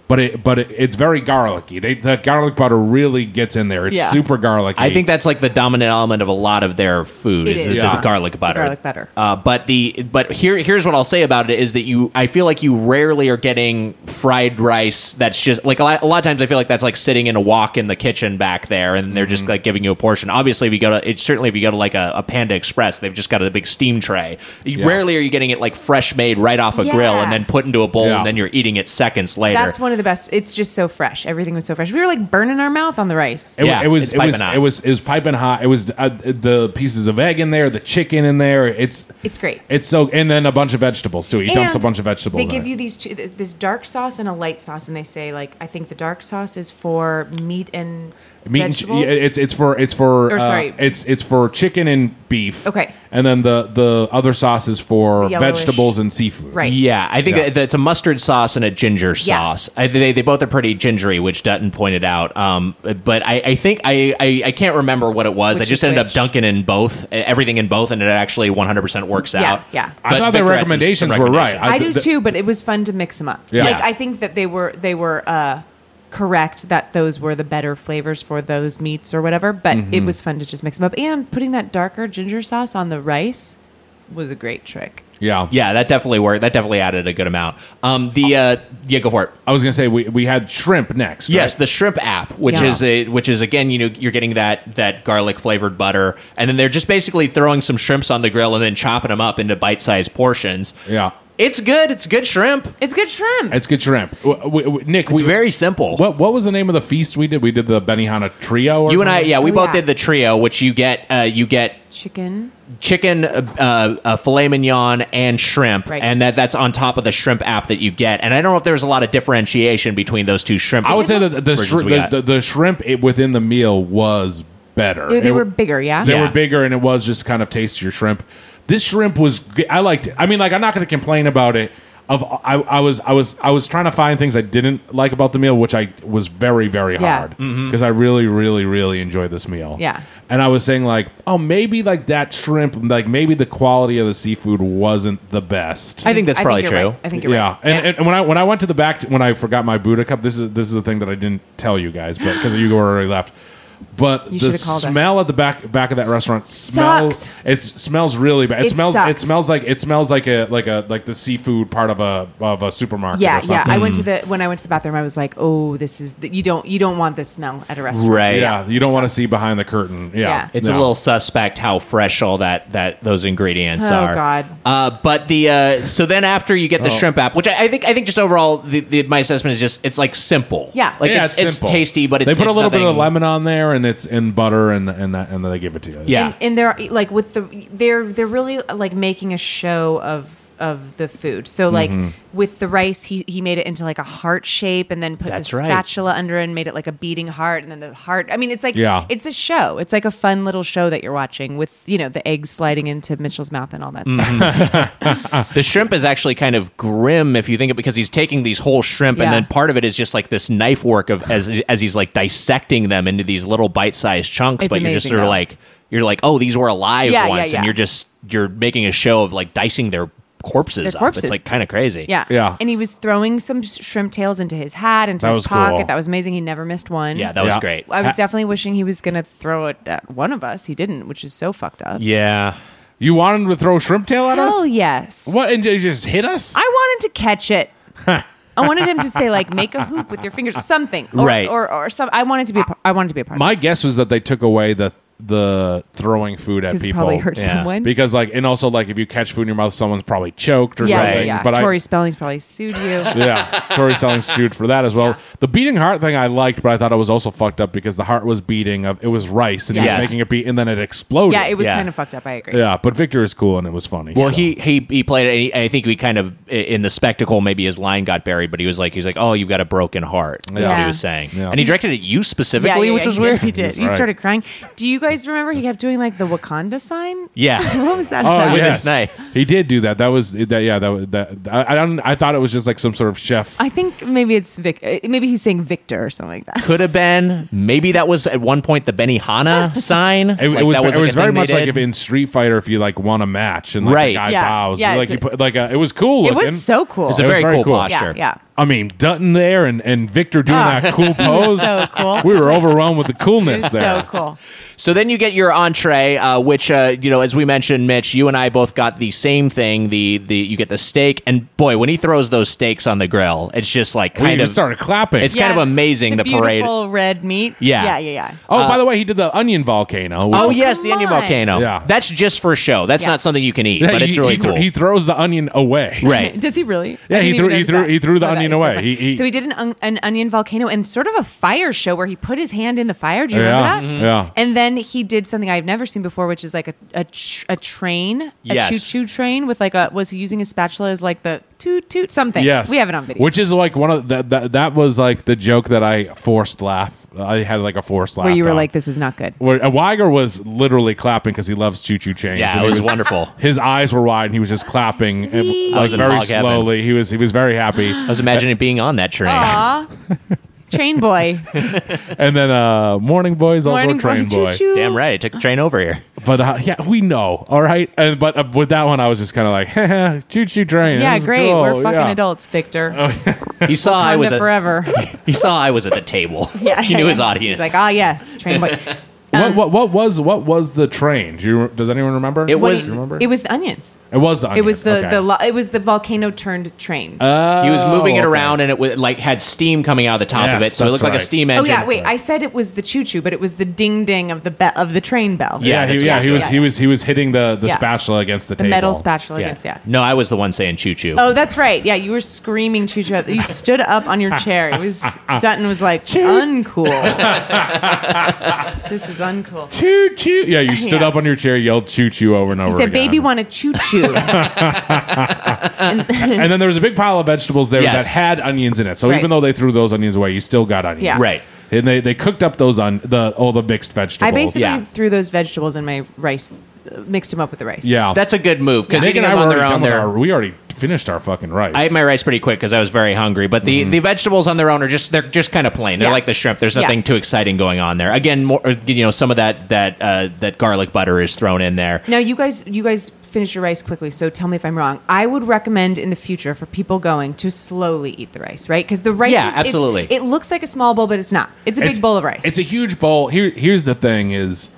[SPEAKER 3] But it but it, it's very garlicky. They the garlic butter really gets in there. It's
[SPEAKER 7] Yeah.
[SPEAKER 3] super garlicky.
[SPEAKER 1] I think that's like the dominant element of a lot of their food
[SPEAKER 7] It
[SPEAKER 1] is,
[SPEAKER 7] is.
[SPEAKER 1] is
[SPEAKER 3] Yeah.
[SPEAKER 1] the garlic butter.
[SPEAKER 7] garlic butter.
[SPEAKER 1] Uh, but the but here here's what I'll say about it is that you I feel like you rarely are getting fried rice that's just like a lot, a lot of times I feel like that's like sitting in a wok in the kitchen back there and they're
[SPEAKER 3] Mm-hmm.
[SPEAKER 1] just like giving you a portion. Obviously, if you go to it's certainly if you go to like a, a Panda Express, they've just got a big steam tray. You,
[SPEAKER 3] Yeah.
[SPEAKER 1] Rarely are you getting it like fresh made right off a grill
[SPEAKER 7] Yeah.
[SPEAKER 1] and then put into a bowl
[SPEAKER 3] Yeah.
[SPEAKER 1] and then you're eating it seconds later.
[SPEAKER 7] That's one of the best. It's just so fresh. Everything was so fresh. We were like burning our mouth on the rice.
[SPEAKER 3] It, wa- it
[SPEAKER 1] it's
[SPEAKER 3] was it was,
[SPEAKER 1] piping hot.
[SPEAKER 3] it was it was piping hot. It was uh, the pieces of egg in there, the chicken in there. It's
[SPEAKER 7] It's great.
[SPEAKER 3] it's so and then a bunch of vegetables too. He dumps a
[SPEAKER 7] And
[SPEAKER 3] bunch of vegetables.
[SPEAKER 7] They
[SPEAKER 3] in
[SPEAKER 7] give
[SPEAKER 3] it.
[SPEAKER 7] you these two, th- this dark sauce and a light sauce, and they say like, I think the dark sauce is for meat and
[SPEAKER 3] meat and ch-
[SPEAKER 7] vegetables.
[SPEAKER 3] yeah, it's it's for it's for
[SPEAKER 7] Or,
[SPEAKER 3] uh,
[SPEAKER 7] sorry.
[SPEAKER 3] it's it's for chicken and beef.
[SPEAKER 7] Okay.
[SPEAKER 3] and then the the other sauce is for
[SPEAKER 7] Yellowish.
[SPEAKER 3] vegetables and seafood.
[SPEAKER 7] Right.
[SPEAKER 1] Yeah, I think
[SPEAKER 3] Yeah.
[SPEAKER 1] that that's a mustard sauce and a ginger
[SPEAKER 7] Yeah.
[SPEAKER 1] sauce. I, they, they both are pretty gingery, which Dutton pointed out. Um, but I, I think I, I, I can't remember what it was.
[SPEAKER 7] Which
[SPEAKER 1] I just
[SPEAKER 7] is
[SPEAKER 1] ended up
[SPEAKER 7] which.
[SPEAKER 1] dunking in both, e, everything in both, and it actually 100% works
[SPEAKER 7] Yeah,
[SPEAKER 1] out.
[SPEAKER 7] yeah.
[SPEAKER 3] I thought
[SPEAKER 1] Victor
[SPEAKER 3] the
[SPEAKER 1] had some
[SPEAKER 3] recommendations
[SPEAKER 1] good
[SPEAKER 3] were right.
[SPEAKER 1] recommendations.
[SPEAKER 7] I do too, but it was fun to mix them up.
[SPEAKER 1] Yeah.
[SPEAKER 7] Like
[SPEAKER 1] Yeah.
[SPEAKER 7] I think that they were they were uh, correct that those were the better flavors for those meats or whatever, but it
[SPEAKER 3] Mm-hmm.
[SPEAKER 12] Mhm.
[SPEAKER 7] was fun to just mix them up. And putting that darker ginger sauce on the rice was a great trick.
[SPEAKER 3] Yeah,
[SPEAKER 1] yeah, that definitely worked. That definitely added a good amount. Um, the uh, yeah, go for it.
[SPEAKER 3] I was gonna say we, we had shrimp next.
[SPEAKER 1] Yes, the shrimp app, which
[SPEAKER 3] Yeah.
[SPEAKER 1] is a which is again, you know, you're getting that that garlic flavored butter, and then they're just basically throwing some shrimps on the grill and then chopping them up into bite sized portions.
[SPEAKER 3] Yeah.
[SPEAKER 1] It's good. It's good shrimp.
[SPEAKER 7] It's good shrimp.
[SPEAKER 3] It's good shrimp. W- w- w- Nick,
[SPEAKER 1] It's very simple.
[SPEAKER 3] What what was the name of the feast we did? We did the Benihana trio. Or
[SPEAKER 1] you and I,
[SPEAKER 3] something?
[SPEAKER 1] yeah, we both did the trio, which you get uh, you get
[SPEAKER 7] Chicken.
[SPEAKER 1] chicken, uh, uh, filet mignon, and shrimp,
[SPEAKER 7] Right.
[SPEAKER 1] and that that's on top of the shrimp app that you get. And I don't know if there's a lot of differentiation between those two shrimp.
[SPEAKER 3] I would say that the,
[SPEAKER 1] versions
[SPEAKER 3] shri-
[SPEAKER 1] we
[SPEAKER 3] the,
[SPEAKER 1] got.
[SPEAKER 3] the, the shrimp it, within the meal was better.
[SPEAKER 7] They, they
[SPEAKER 3] It-
[SPEAKER 7] were bigger, yeah?
[SPEAKER 3] They were bigger, and it was just kind of tastier shrimp. This shrimp was g- I liked it. I mean, like I'm not going to complain about it. Of I, I was I was I was trying to find things I didn't like about the meal, which I was very very
[SPEAKER 7] Yeah.
[SPEAKER 3] hard
[SPEAKER 1] Mm-hmm.
[SPEAKER 7] Mhm.
[SPEAKER 3] because I really really really enjoyed this meal.
[SPEAKER 7] Yeah.
[SPEAKER 3] And I was saying like, oh, maybe like that shrimp, like maybe the quality of the seafood wasn't the best.
[SPEAKER 1] I think that's I think probably you're true. right. I think you're
[SPEAKER 3] yeah.
[SPEAKER 1] right.
[SPEAKER 3] And, and when I when I went to the back when I forgot my Buddha cup, this is this is the thing that I didn't tell you guys, but because you were already left. But
[SPEAKER 7] You
[SPEAKER 3] the
[SPEAKER 7] should've called us.
[SPEAKER 3] smell at the back back of that restaurant smells. It smells really bad. It,
[SPEAKER 7] It
[SPEAKER 3] smells. It
[SPEAKER 7] sucked.
[SPEAKER 3] smells like it smells like a like a like the seafood part of a of a supermarket.
[SPEAKER 7] Yeah,
[SPEAKER 3] or
[SPEAKER 7] yeah.
[SPEAKER 3] something.
[SPEAKER 7] I went to the when I went to the bathroom. I was like, "Oh, this is the, you don't you don't want this smell at a restaurant."
[SPEAKER 1] Mm. Right.
[SPEAKER 3] Yeah, you don't want to see behind the curtain. Yeah,
[SPEAKER 7] Yeah.
[SPEAKER 1] It's a
[SPEAKER 3] No.
[SPEAKER 1] little suspect how fresh all that that those ingredients
[SPEAKER 7] Oh,
[SPEAKER 1] are.
[SPEAKER 7] God.
[SPEAKER 1] Uh, but the uh, so then after you get the
[SPEAKER 7] Oh.
[SPEAKER 1] shrimp app, which I, I think I think just overall the, the my assessment is just it's like simple.
[SPEAKER 7] Yeah.
[SPEAKER 1] like
[SPEAKER 3] Yeah,
[SPEAKER 1] it's, it's,
[SPEAKER 3] simple.
[SPEAKER 1] tasty, but it's
[SPEAKER 3] they put
[SPEAKER 1] it's
[SPEAKER 3] a little bit of
[SPEAKER 1] nothing-
[SPEAKER 3] lemon on there, and it's in butter, and and that, and then they give it to you.
[SPEAKER 1] Yeah.
[SPEAKER 7] And, and they're like with the they're they're really like making a show of of the food. So like
[SPEAKER 1] Mm-hmm.
[SPEAKER 12] Mhm.
[SPEAKER 7] with the rice, he he made it into like a heart shape, and then put
[SPEAKER 12] That's
[SPEAKER 7] the
[SPEAKER 12] right.
[SPEAKER 7] spatula under it and made it like a beating heart, and then the heart. I mean, it's like
[SPEAKER 12] Yeah.
[SPEAKER 7] it's a show. It's like a fun little show that you're watching with you know the eggs sliding into Mitchell's mouth and all that
[SPEAKER 1] Mm-hmm.
[SPEAKER 7] stuff.
[SPEAKER 1] Mhm. the shrimp is actually kind of grim if you think of because he's taking these whole shrimp
[SPEAKER 7] Yeah.
[SPEAKER 1] and then part of it is just like this knife work of as as he's like dissecting them into these little bite sized chunks.
[SPEAKER 7] It's
[SPEAKER 1] but you're just
[SPEAKER 7] amazing,
[SPEAKER 1] sort of
[SPEAKER 7] though.
[SPEAKER 1] like you're like oh these were alive
[SPEAKER 7] Yeah, yeah,
[SPEAKER 1] once
[SPEAKER 7] yeah.
[SPEAKER 1] and you're just you're making a show of like dicing their corpses, up.
[SPEAKER 7] Their corpses.
[SPEAKER 1] It's like kind of crazy.
[SPEAKER 7] Yeah. And he was throwing some sh- shrimp tails into his hat, into
[SPEAKER 1] That
[SPEAKER 7] his
[SPEAKER 1] was
[SPEAKER 7] pocket.
[SPEAKER 1] cool.
[SPEAKER 7] That was amazing. He never missed one.
[SPEAKER 1] Yeah, that was Yeah. great.
[SPEAKER 7] I was
[SPEAKER 1] Ha-
[SPEAKER 7] definitely wishing he was going to throw it at one of us. He didn't, which is so fucked up.
[SPEAKER 1] Yeah.
[SPEAKER 3] You wanted him to throw shrimp tail at us?
[SPEAKER 7] Hell yes.
[SPEAKER 3] What? And they just hit us?
[SPEAKER 7] I wanted to catch it. I wanted him to say like make a hoop with your fingers or something. Or,
[SPEAKER 3] Right.
[SPEAKER 7] Or or some I wanted to be a par- I wanted to be a part of
[SPEAKER 3] My guess was that they took away the the throwing food at
[SPEAKER 7] 'Cause it
[SPEAKER 3] people.
[SPEAKER 7] probably hurt Yeah. someone.
[SPEAKER 3] because like and also like if you catch food in your mouth, someone's probably choked or
[SPEAKER 7] it. Yeah, yeah,
[SPEAKER 3] something.
[SPEAKER 7] yeah.
[SPEAKER 3] But
[SPEAKER 7] Tori Spelling's probably sued you.
[SPEAKER 3] I yeah, Tori selling sued for that as well. The beating heart thing I liked, but I thought it was also fucked up because the heart was beating of it was rice and he
[SPEAKER 1] Yes.
[SPEAKER 3] was making it beat and then it exploded.
[SPEAKER 7] Yeah, it was kind of fucked up. I agree.
[SPEAKER 3] Yeah, but Victor is cool and it was funny.
[SPEAKER 1] Well,
[SPEAKER 3] so.
[SPEAKER 1] he, he he played it, and I think we kind of in the spectacle. Maybe his line got buried, but he was like, he's like, oh, you've got a broken heart. That's what
[SPEAKER 7] Yeah.
[SPEAKER 1] he was saying,
[SPEAKER 7] Yeah.
[SPEAKER 1] and he directed at you specifically,
[SPEAKER 7] yeah,
[SPEAKER 1] which
[SPEAKER 7] yeah,
[SPEAKER 1] was
[SPEAKER 7] he
[SPEAKER 1] weird.
[SPEAKER 7] Did, he did. You started crying. Do you guys remember he kept doing like the Wakanda sign?
[SPEAKER 1] Yeah.
[SPEAKER 7] what was that?
[SPEAKER 3] Oh,
[SPEAKER 7] about?
[SPEAKER 3] yes. He did do that. That was that. Yeah, that was that. I, I don't. I thought it was just like some sort of chef.
[SPEAKER 7] I think maybe it's Vic. uh, Maybe he's saying Victor or something like that.
[SPEAKER 1] Could have been. Maybe that was at one point the Benihana sign.
[SPEAKER 3] It,
[SPEAKER 1] Like,
[SPEAKER 3] it was,
[SPEAKER 1] that
[SPEAKER 3] it
[SPEAKER 1] like,
[SPEAKER 3] was
[SPEAKER 1] a
[SPEAKER 3] very
[SPEAKER 1] thing they
[SPEAKER 3] much like
[SPEAKER 1] did.
[SPEAKER 3] if in Street Fighter, if you like won a match and like
[SPEAKER 1] Right.
[SPEAKER 3] a guy
[SPEAKER 1] Yeah.
[SPEAKER 3] bows,
[SPEAKER 1] Yeah,
[SPEAKER 3] like
[SPEAKER 1] it's
[SPEAKER 3] you
[SPEAKER 1] a-
[SPEAKER 3] put like a, it was cool.
[SPEAKER 7] It was
[SPEAKER 3] looking.
[SPEAKER 7] so cool. It's a
[SPEAKER 3] It was
[SPEAKER 7] very cool posture. Yeah, yeah.
[SPEAKER 3] I mean, Dutton there and and Victor doing
[SPEAKER 7] Ah.
[SPEAKER 3] that cool
[SPEAKER 7] It was
[SPEAKER 3] pose.
[SPEAKER 7] so cool.
[SPEAKER 3] We were overwhelmed with the coolness there.
[SPEAKER 7] cool.
[SPEAKER 1] So then you get your entree, uh, which uh, you know, as we mentioned, Mitch, you and I both got the same thing. The the you get the steak, and boy, when he throws those steaks on the grill, it's just like
[SPEAKER 3] We
[SPEAKER 1] kind
[SPEAKER 3] even
[SPEAKER 1] of
[SPEAKER 3] started clapping.
[SPEAKER 1] It's
[SPEAKER 7] Yeah,
[SPEAKER 1] kind of amazing the, parade.
[SPEAKER 7] Beautiful red meat.
[SPEAKER 1] Yeah.
[SPEAKER 7] yeah, yeah, yeah.
[SPEAKER 3] Oh,
[SPEAKER 1] Uh,
[SPEAKER 3] by the way, he did the onion volcano. which-
[SPEAKER 1] Oh, yes, the onion
[SPEAKER 7] on.
[SPEAKER 1] volcano.
[SPEAKER 3] Yeah.
[SPEAKER 1] That's just for show. That's
[SPEAKER 7] Yeah.
[SPEAKER 1] not something you can eat,
[SPEAKER 3] Yeah,
[SPEAKER 1] but
[SPEAKER 3] he-
[SPEAKER 1] it's really
[SPEAKER 3] he thro-
[SPEAKER 1] cool.
[SPEAKER 3] he throws the onion away.
[SPEAKER 1] Right.
[SPEAKER 7] Does he really?
[SPEAKER 3] Yeah,
[SPEAKER 7] I
[SPEAKER 3] he
[SPEAKER 7] didn't
[SPEAKER 3] threw-
[SPEAKER 7] even
[SPEAKER 3] he
[SPEAKER 7] notice
[SPEAKER 3] threw-
[SPEAKER 7] that.
[SPEAKER 3] he threw the
[SPEAKER 7] that
[SPEAKER 3] onion
[SPEAKER 7] is
[SPEAKER 3] away.
[SPEAKER 7] funny.
[SPEAKER 3] He- he-
[SPEAKER 7] so he did an, un- an onion volcano and sort of a fire show where he put his hand in the fire. Do you
[SPEAKER 3] Yeah,
[SPEAKER 7] remember
[SPEAKER 3] mhm.
[SPEAKER 7] that?
[SPEAKER 3] yeah.
[SPEAKER 7] And then he did something I've never seen before, which is like a a, tr- a train,
[SPEAKER 3] Yes.
[SPEAKER 7] a choo choo train with like a was he using his spatula as like the toot toot something?
[SPEAKER 3] Yes,
[SPEAKER 7] we have it on video.
[SPEAKER 3] Which is like one of that that that was like the joke that I forced laugh. I had like a forced laugh.
[SPEAKER 7] where you were
[SPEAKER 3] on.
[SPEAKER 7] like, this is not good.
[SPEAKER 3] Where uh, Weiger was literally clapping because he loves Choo Choo Chains.
[SPEAKER 1] Yeah,
[SPEAKER 3] and
[SPEAKER 1] it
[SPEAKER 3] he
[SPEAKER 1] was wonderful.
[SPEAKER 3] His eyes were wide, and he was just clapping, and,
[SPEAKER 1] Wee. I
[SPEAKER 3] like
[SPEAKER 1] was in
[SPEAKER 3] very
[SPEAKER 1] log heaven.
[SPEAKER 3] slowly. He was he was very happy. I
[SPEAKER 1] was imagining being on that train.
[SPEAKER 7] Aw. Train boy.
[SPEAKER 3] and then uh, morning boy is also
[SPEAKER 7] Morning
[SPEAKER 3] a
[SPEAKER 7] boy,
[SPEAKER 3] train boy.
[SPEAKER 7] choo-choo. Damn
[SPEAKER 1] right, took the train over here.
[SPEAKER 3] But uh, yeah, we know, all right. And but uh, with that one, I was just kind of like, choo choo train.
[SPEAKER 7] yeah,
[SPEAKER 3] This is
[SPEAKER 7] great.
[SPEAKER 3] cool.
[SPEAKER 7] We're fucking
[SPEAKER 3] Yeah.
[SPEAKER 7] adults, Victor.
[SPEAKER 1] He saw I
[SPEAKER 7] Wakanda
[SPEAKER 1] was at,
[SPEAKER 7] forever.
[SPEAKER 1] He saw I was at the table.
[SPEAKER 7] yeah,
[SPEAKER 1] he knew his
[SPEAKER 7] yeah.
[SPEAKER 1] audience.
[SPEAKER 7] He's like, ah, yes, train boy. Um,
[SPEAKER 3] what, what what was what was the train? Do you does anyone remember?
[SPEAKER 7] What
[SPEAKER 3] Do
[SPEAKER 7] do
[SPEAKER 3] you
[SPEAKER 7] you-
[SPEAKER 3] remember?
[SPEAKER 7] It was the onions.
[SPEAKER 3] It was the
[SPEAKER 7] It was the,
[SPEAKER 3] onions, okay.
[SPEAKER 7] the lo- it was the volcano turned train.
[SPEAKER 1] he was moving it
[SPEAKER 3] Oh, okay.
[SPEAKER 1] around, and it was, like had steam coming out of the top of
[SPEAKER 3] Yes,
[SPEAKER 1] it, so it
[SPEAKER 3] that's
[SPEAKER 1] looked like
[SPEAKER 3] right.
[SPEAKER 1] a steam
[SPEAKER 7] oh
[SPEAKER 1] engine.
[SPEAKER 7] yeah, wait. I said it was the choo choo, but it was the ding ding of the be- of the train bell.
[SPEAKER 3] yeah, he, yeah, he was he was he was hitting the the
[SPEAKER 7] Yeah.
[SPEAKER 3] spatula against the,
[SPEAKER 7] the
[SPEAKER 3] table.
[SPEAKER 7] metal spatula against yeah.
[SPEAKER 1] No, I was the one saying choo choo.
[SPEAKER 7] Oh, that's right. Yeah, you were screaming choo choo. You stood up on your chair. It was Dutton was like uncool. this is uncool.
[SPEAKER 3] Choo choo. Yeah, you stood
[SPEAKER 7] Yeah.
[SPEAKER 3] up on your chair, yelled choo choo over and
[SPEAKER 7] He
[SPEAKER 3] over
[SPEAKER 7] said,
[SPEAKER 3] again.
[SPEAKER 7] "Baby, want a choo choo."
[SPEAKER 3] and then there was a big pile of vegetables there
[SPEAKER 1] Yes.
[SPEAKER 3] that had onions in it. So
[SPEAKER 7] Right.
[SPEAKER 3] even though they threw those onions away, you still got onions.
[SPEAKER 7] Yeah. Right.
[SPEAKER 3] And they, they cooked up those on the all the mixed vegetables.
[SPEAKER 7] I basically threw those vegetables in my rice, uh, mixed them up with the rice.
[SPEAKER 3] yeah.
[SPEAKER 1] That's a good move because
[SPEAKER 3] Nick
[SPEAKER 1] eating
[SPEAKER 3] and I
[SPEAKER 1] them
[SPEAKER 3] were
[SPEAKER 1] on their
[SPEAKER 3] already done
[SPEAKER 1] own,
[SPEAKER 3] with
[SPEAKER 1] they're
[SPEAKER 3] our, we already finished our fucking rice.
[SPEAKER 1] I ate my rice pretty quick because I was very hungry. But
[SPEAKER 3] Mm-hmm.
[SPEAKER 1] the, the vegetables on their own are just they're just kind of plain. They're
[SPEAKER 7] Yeah.
[SPEAKER 1] like the shrimp. There's
[SPEAKER 7] Yeah.
[SPEAKER 1] nothing too exciting going on there. Again, more uh, you know some of that that uh, that garlic butter is thrown in there.
[SPEAKER 7] Now you guys, you guys finish your rice quickly. So tell me if I'm wrong. I would recommend in the future for people going to slowly eat the rice, right? Because the rice,
[SPEAKER 1] Yeah,
[SPEAKER 7] is, it's-
[SPEAKER 1] absolutely.
[SPEAKER 7] it looks like a small bowl, but it's not. It's a big bowl of rice.
[SPEAKER 3] It's a huge bowl. Here, here's the thing: is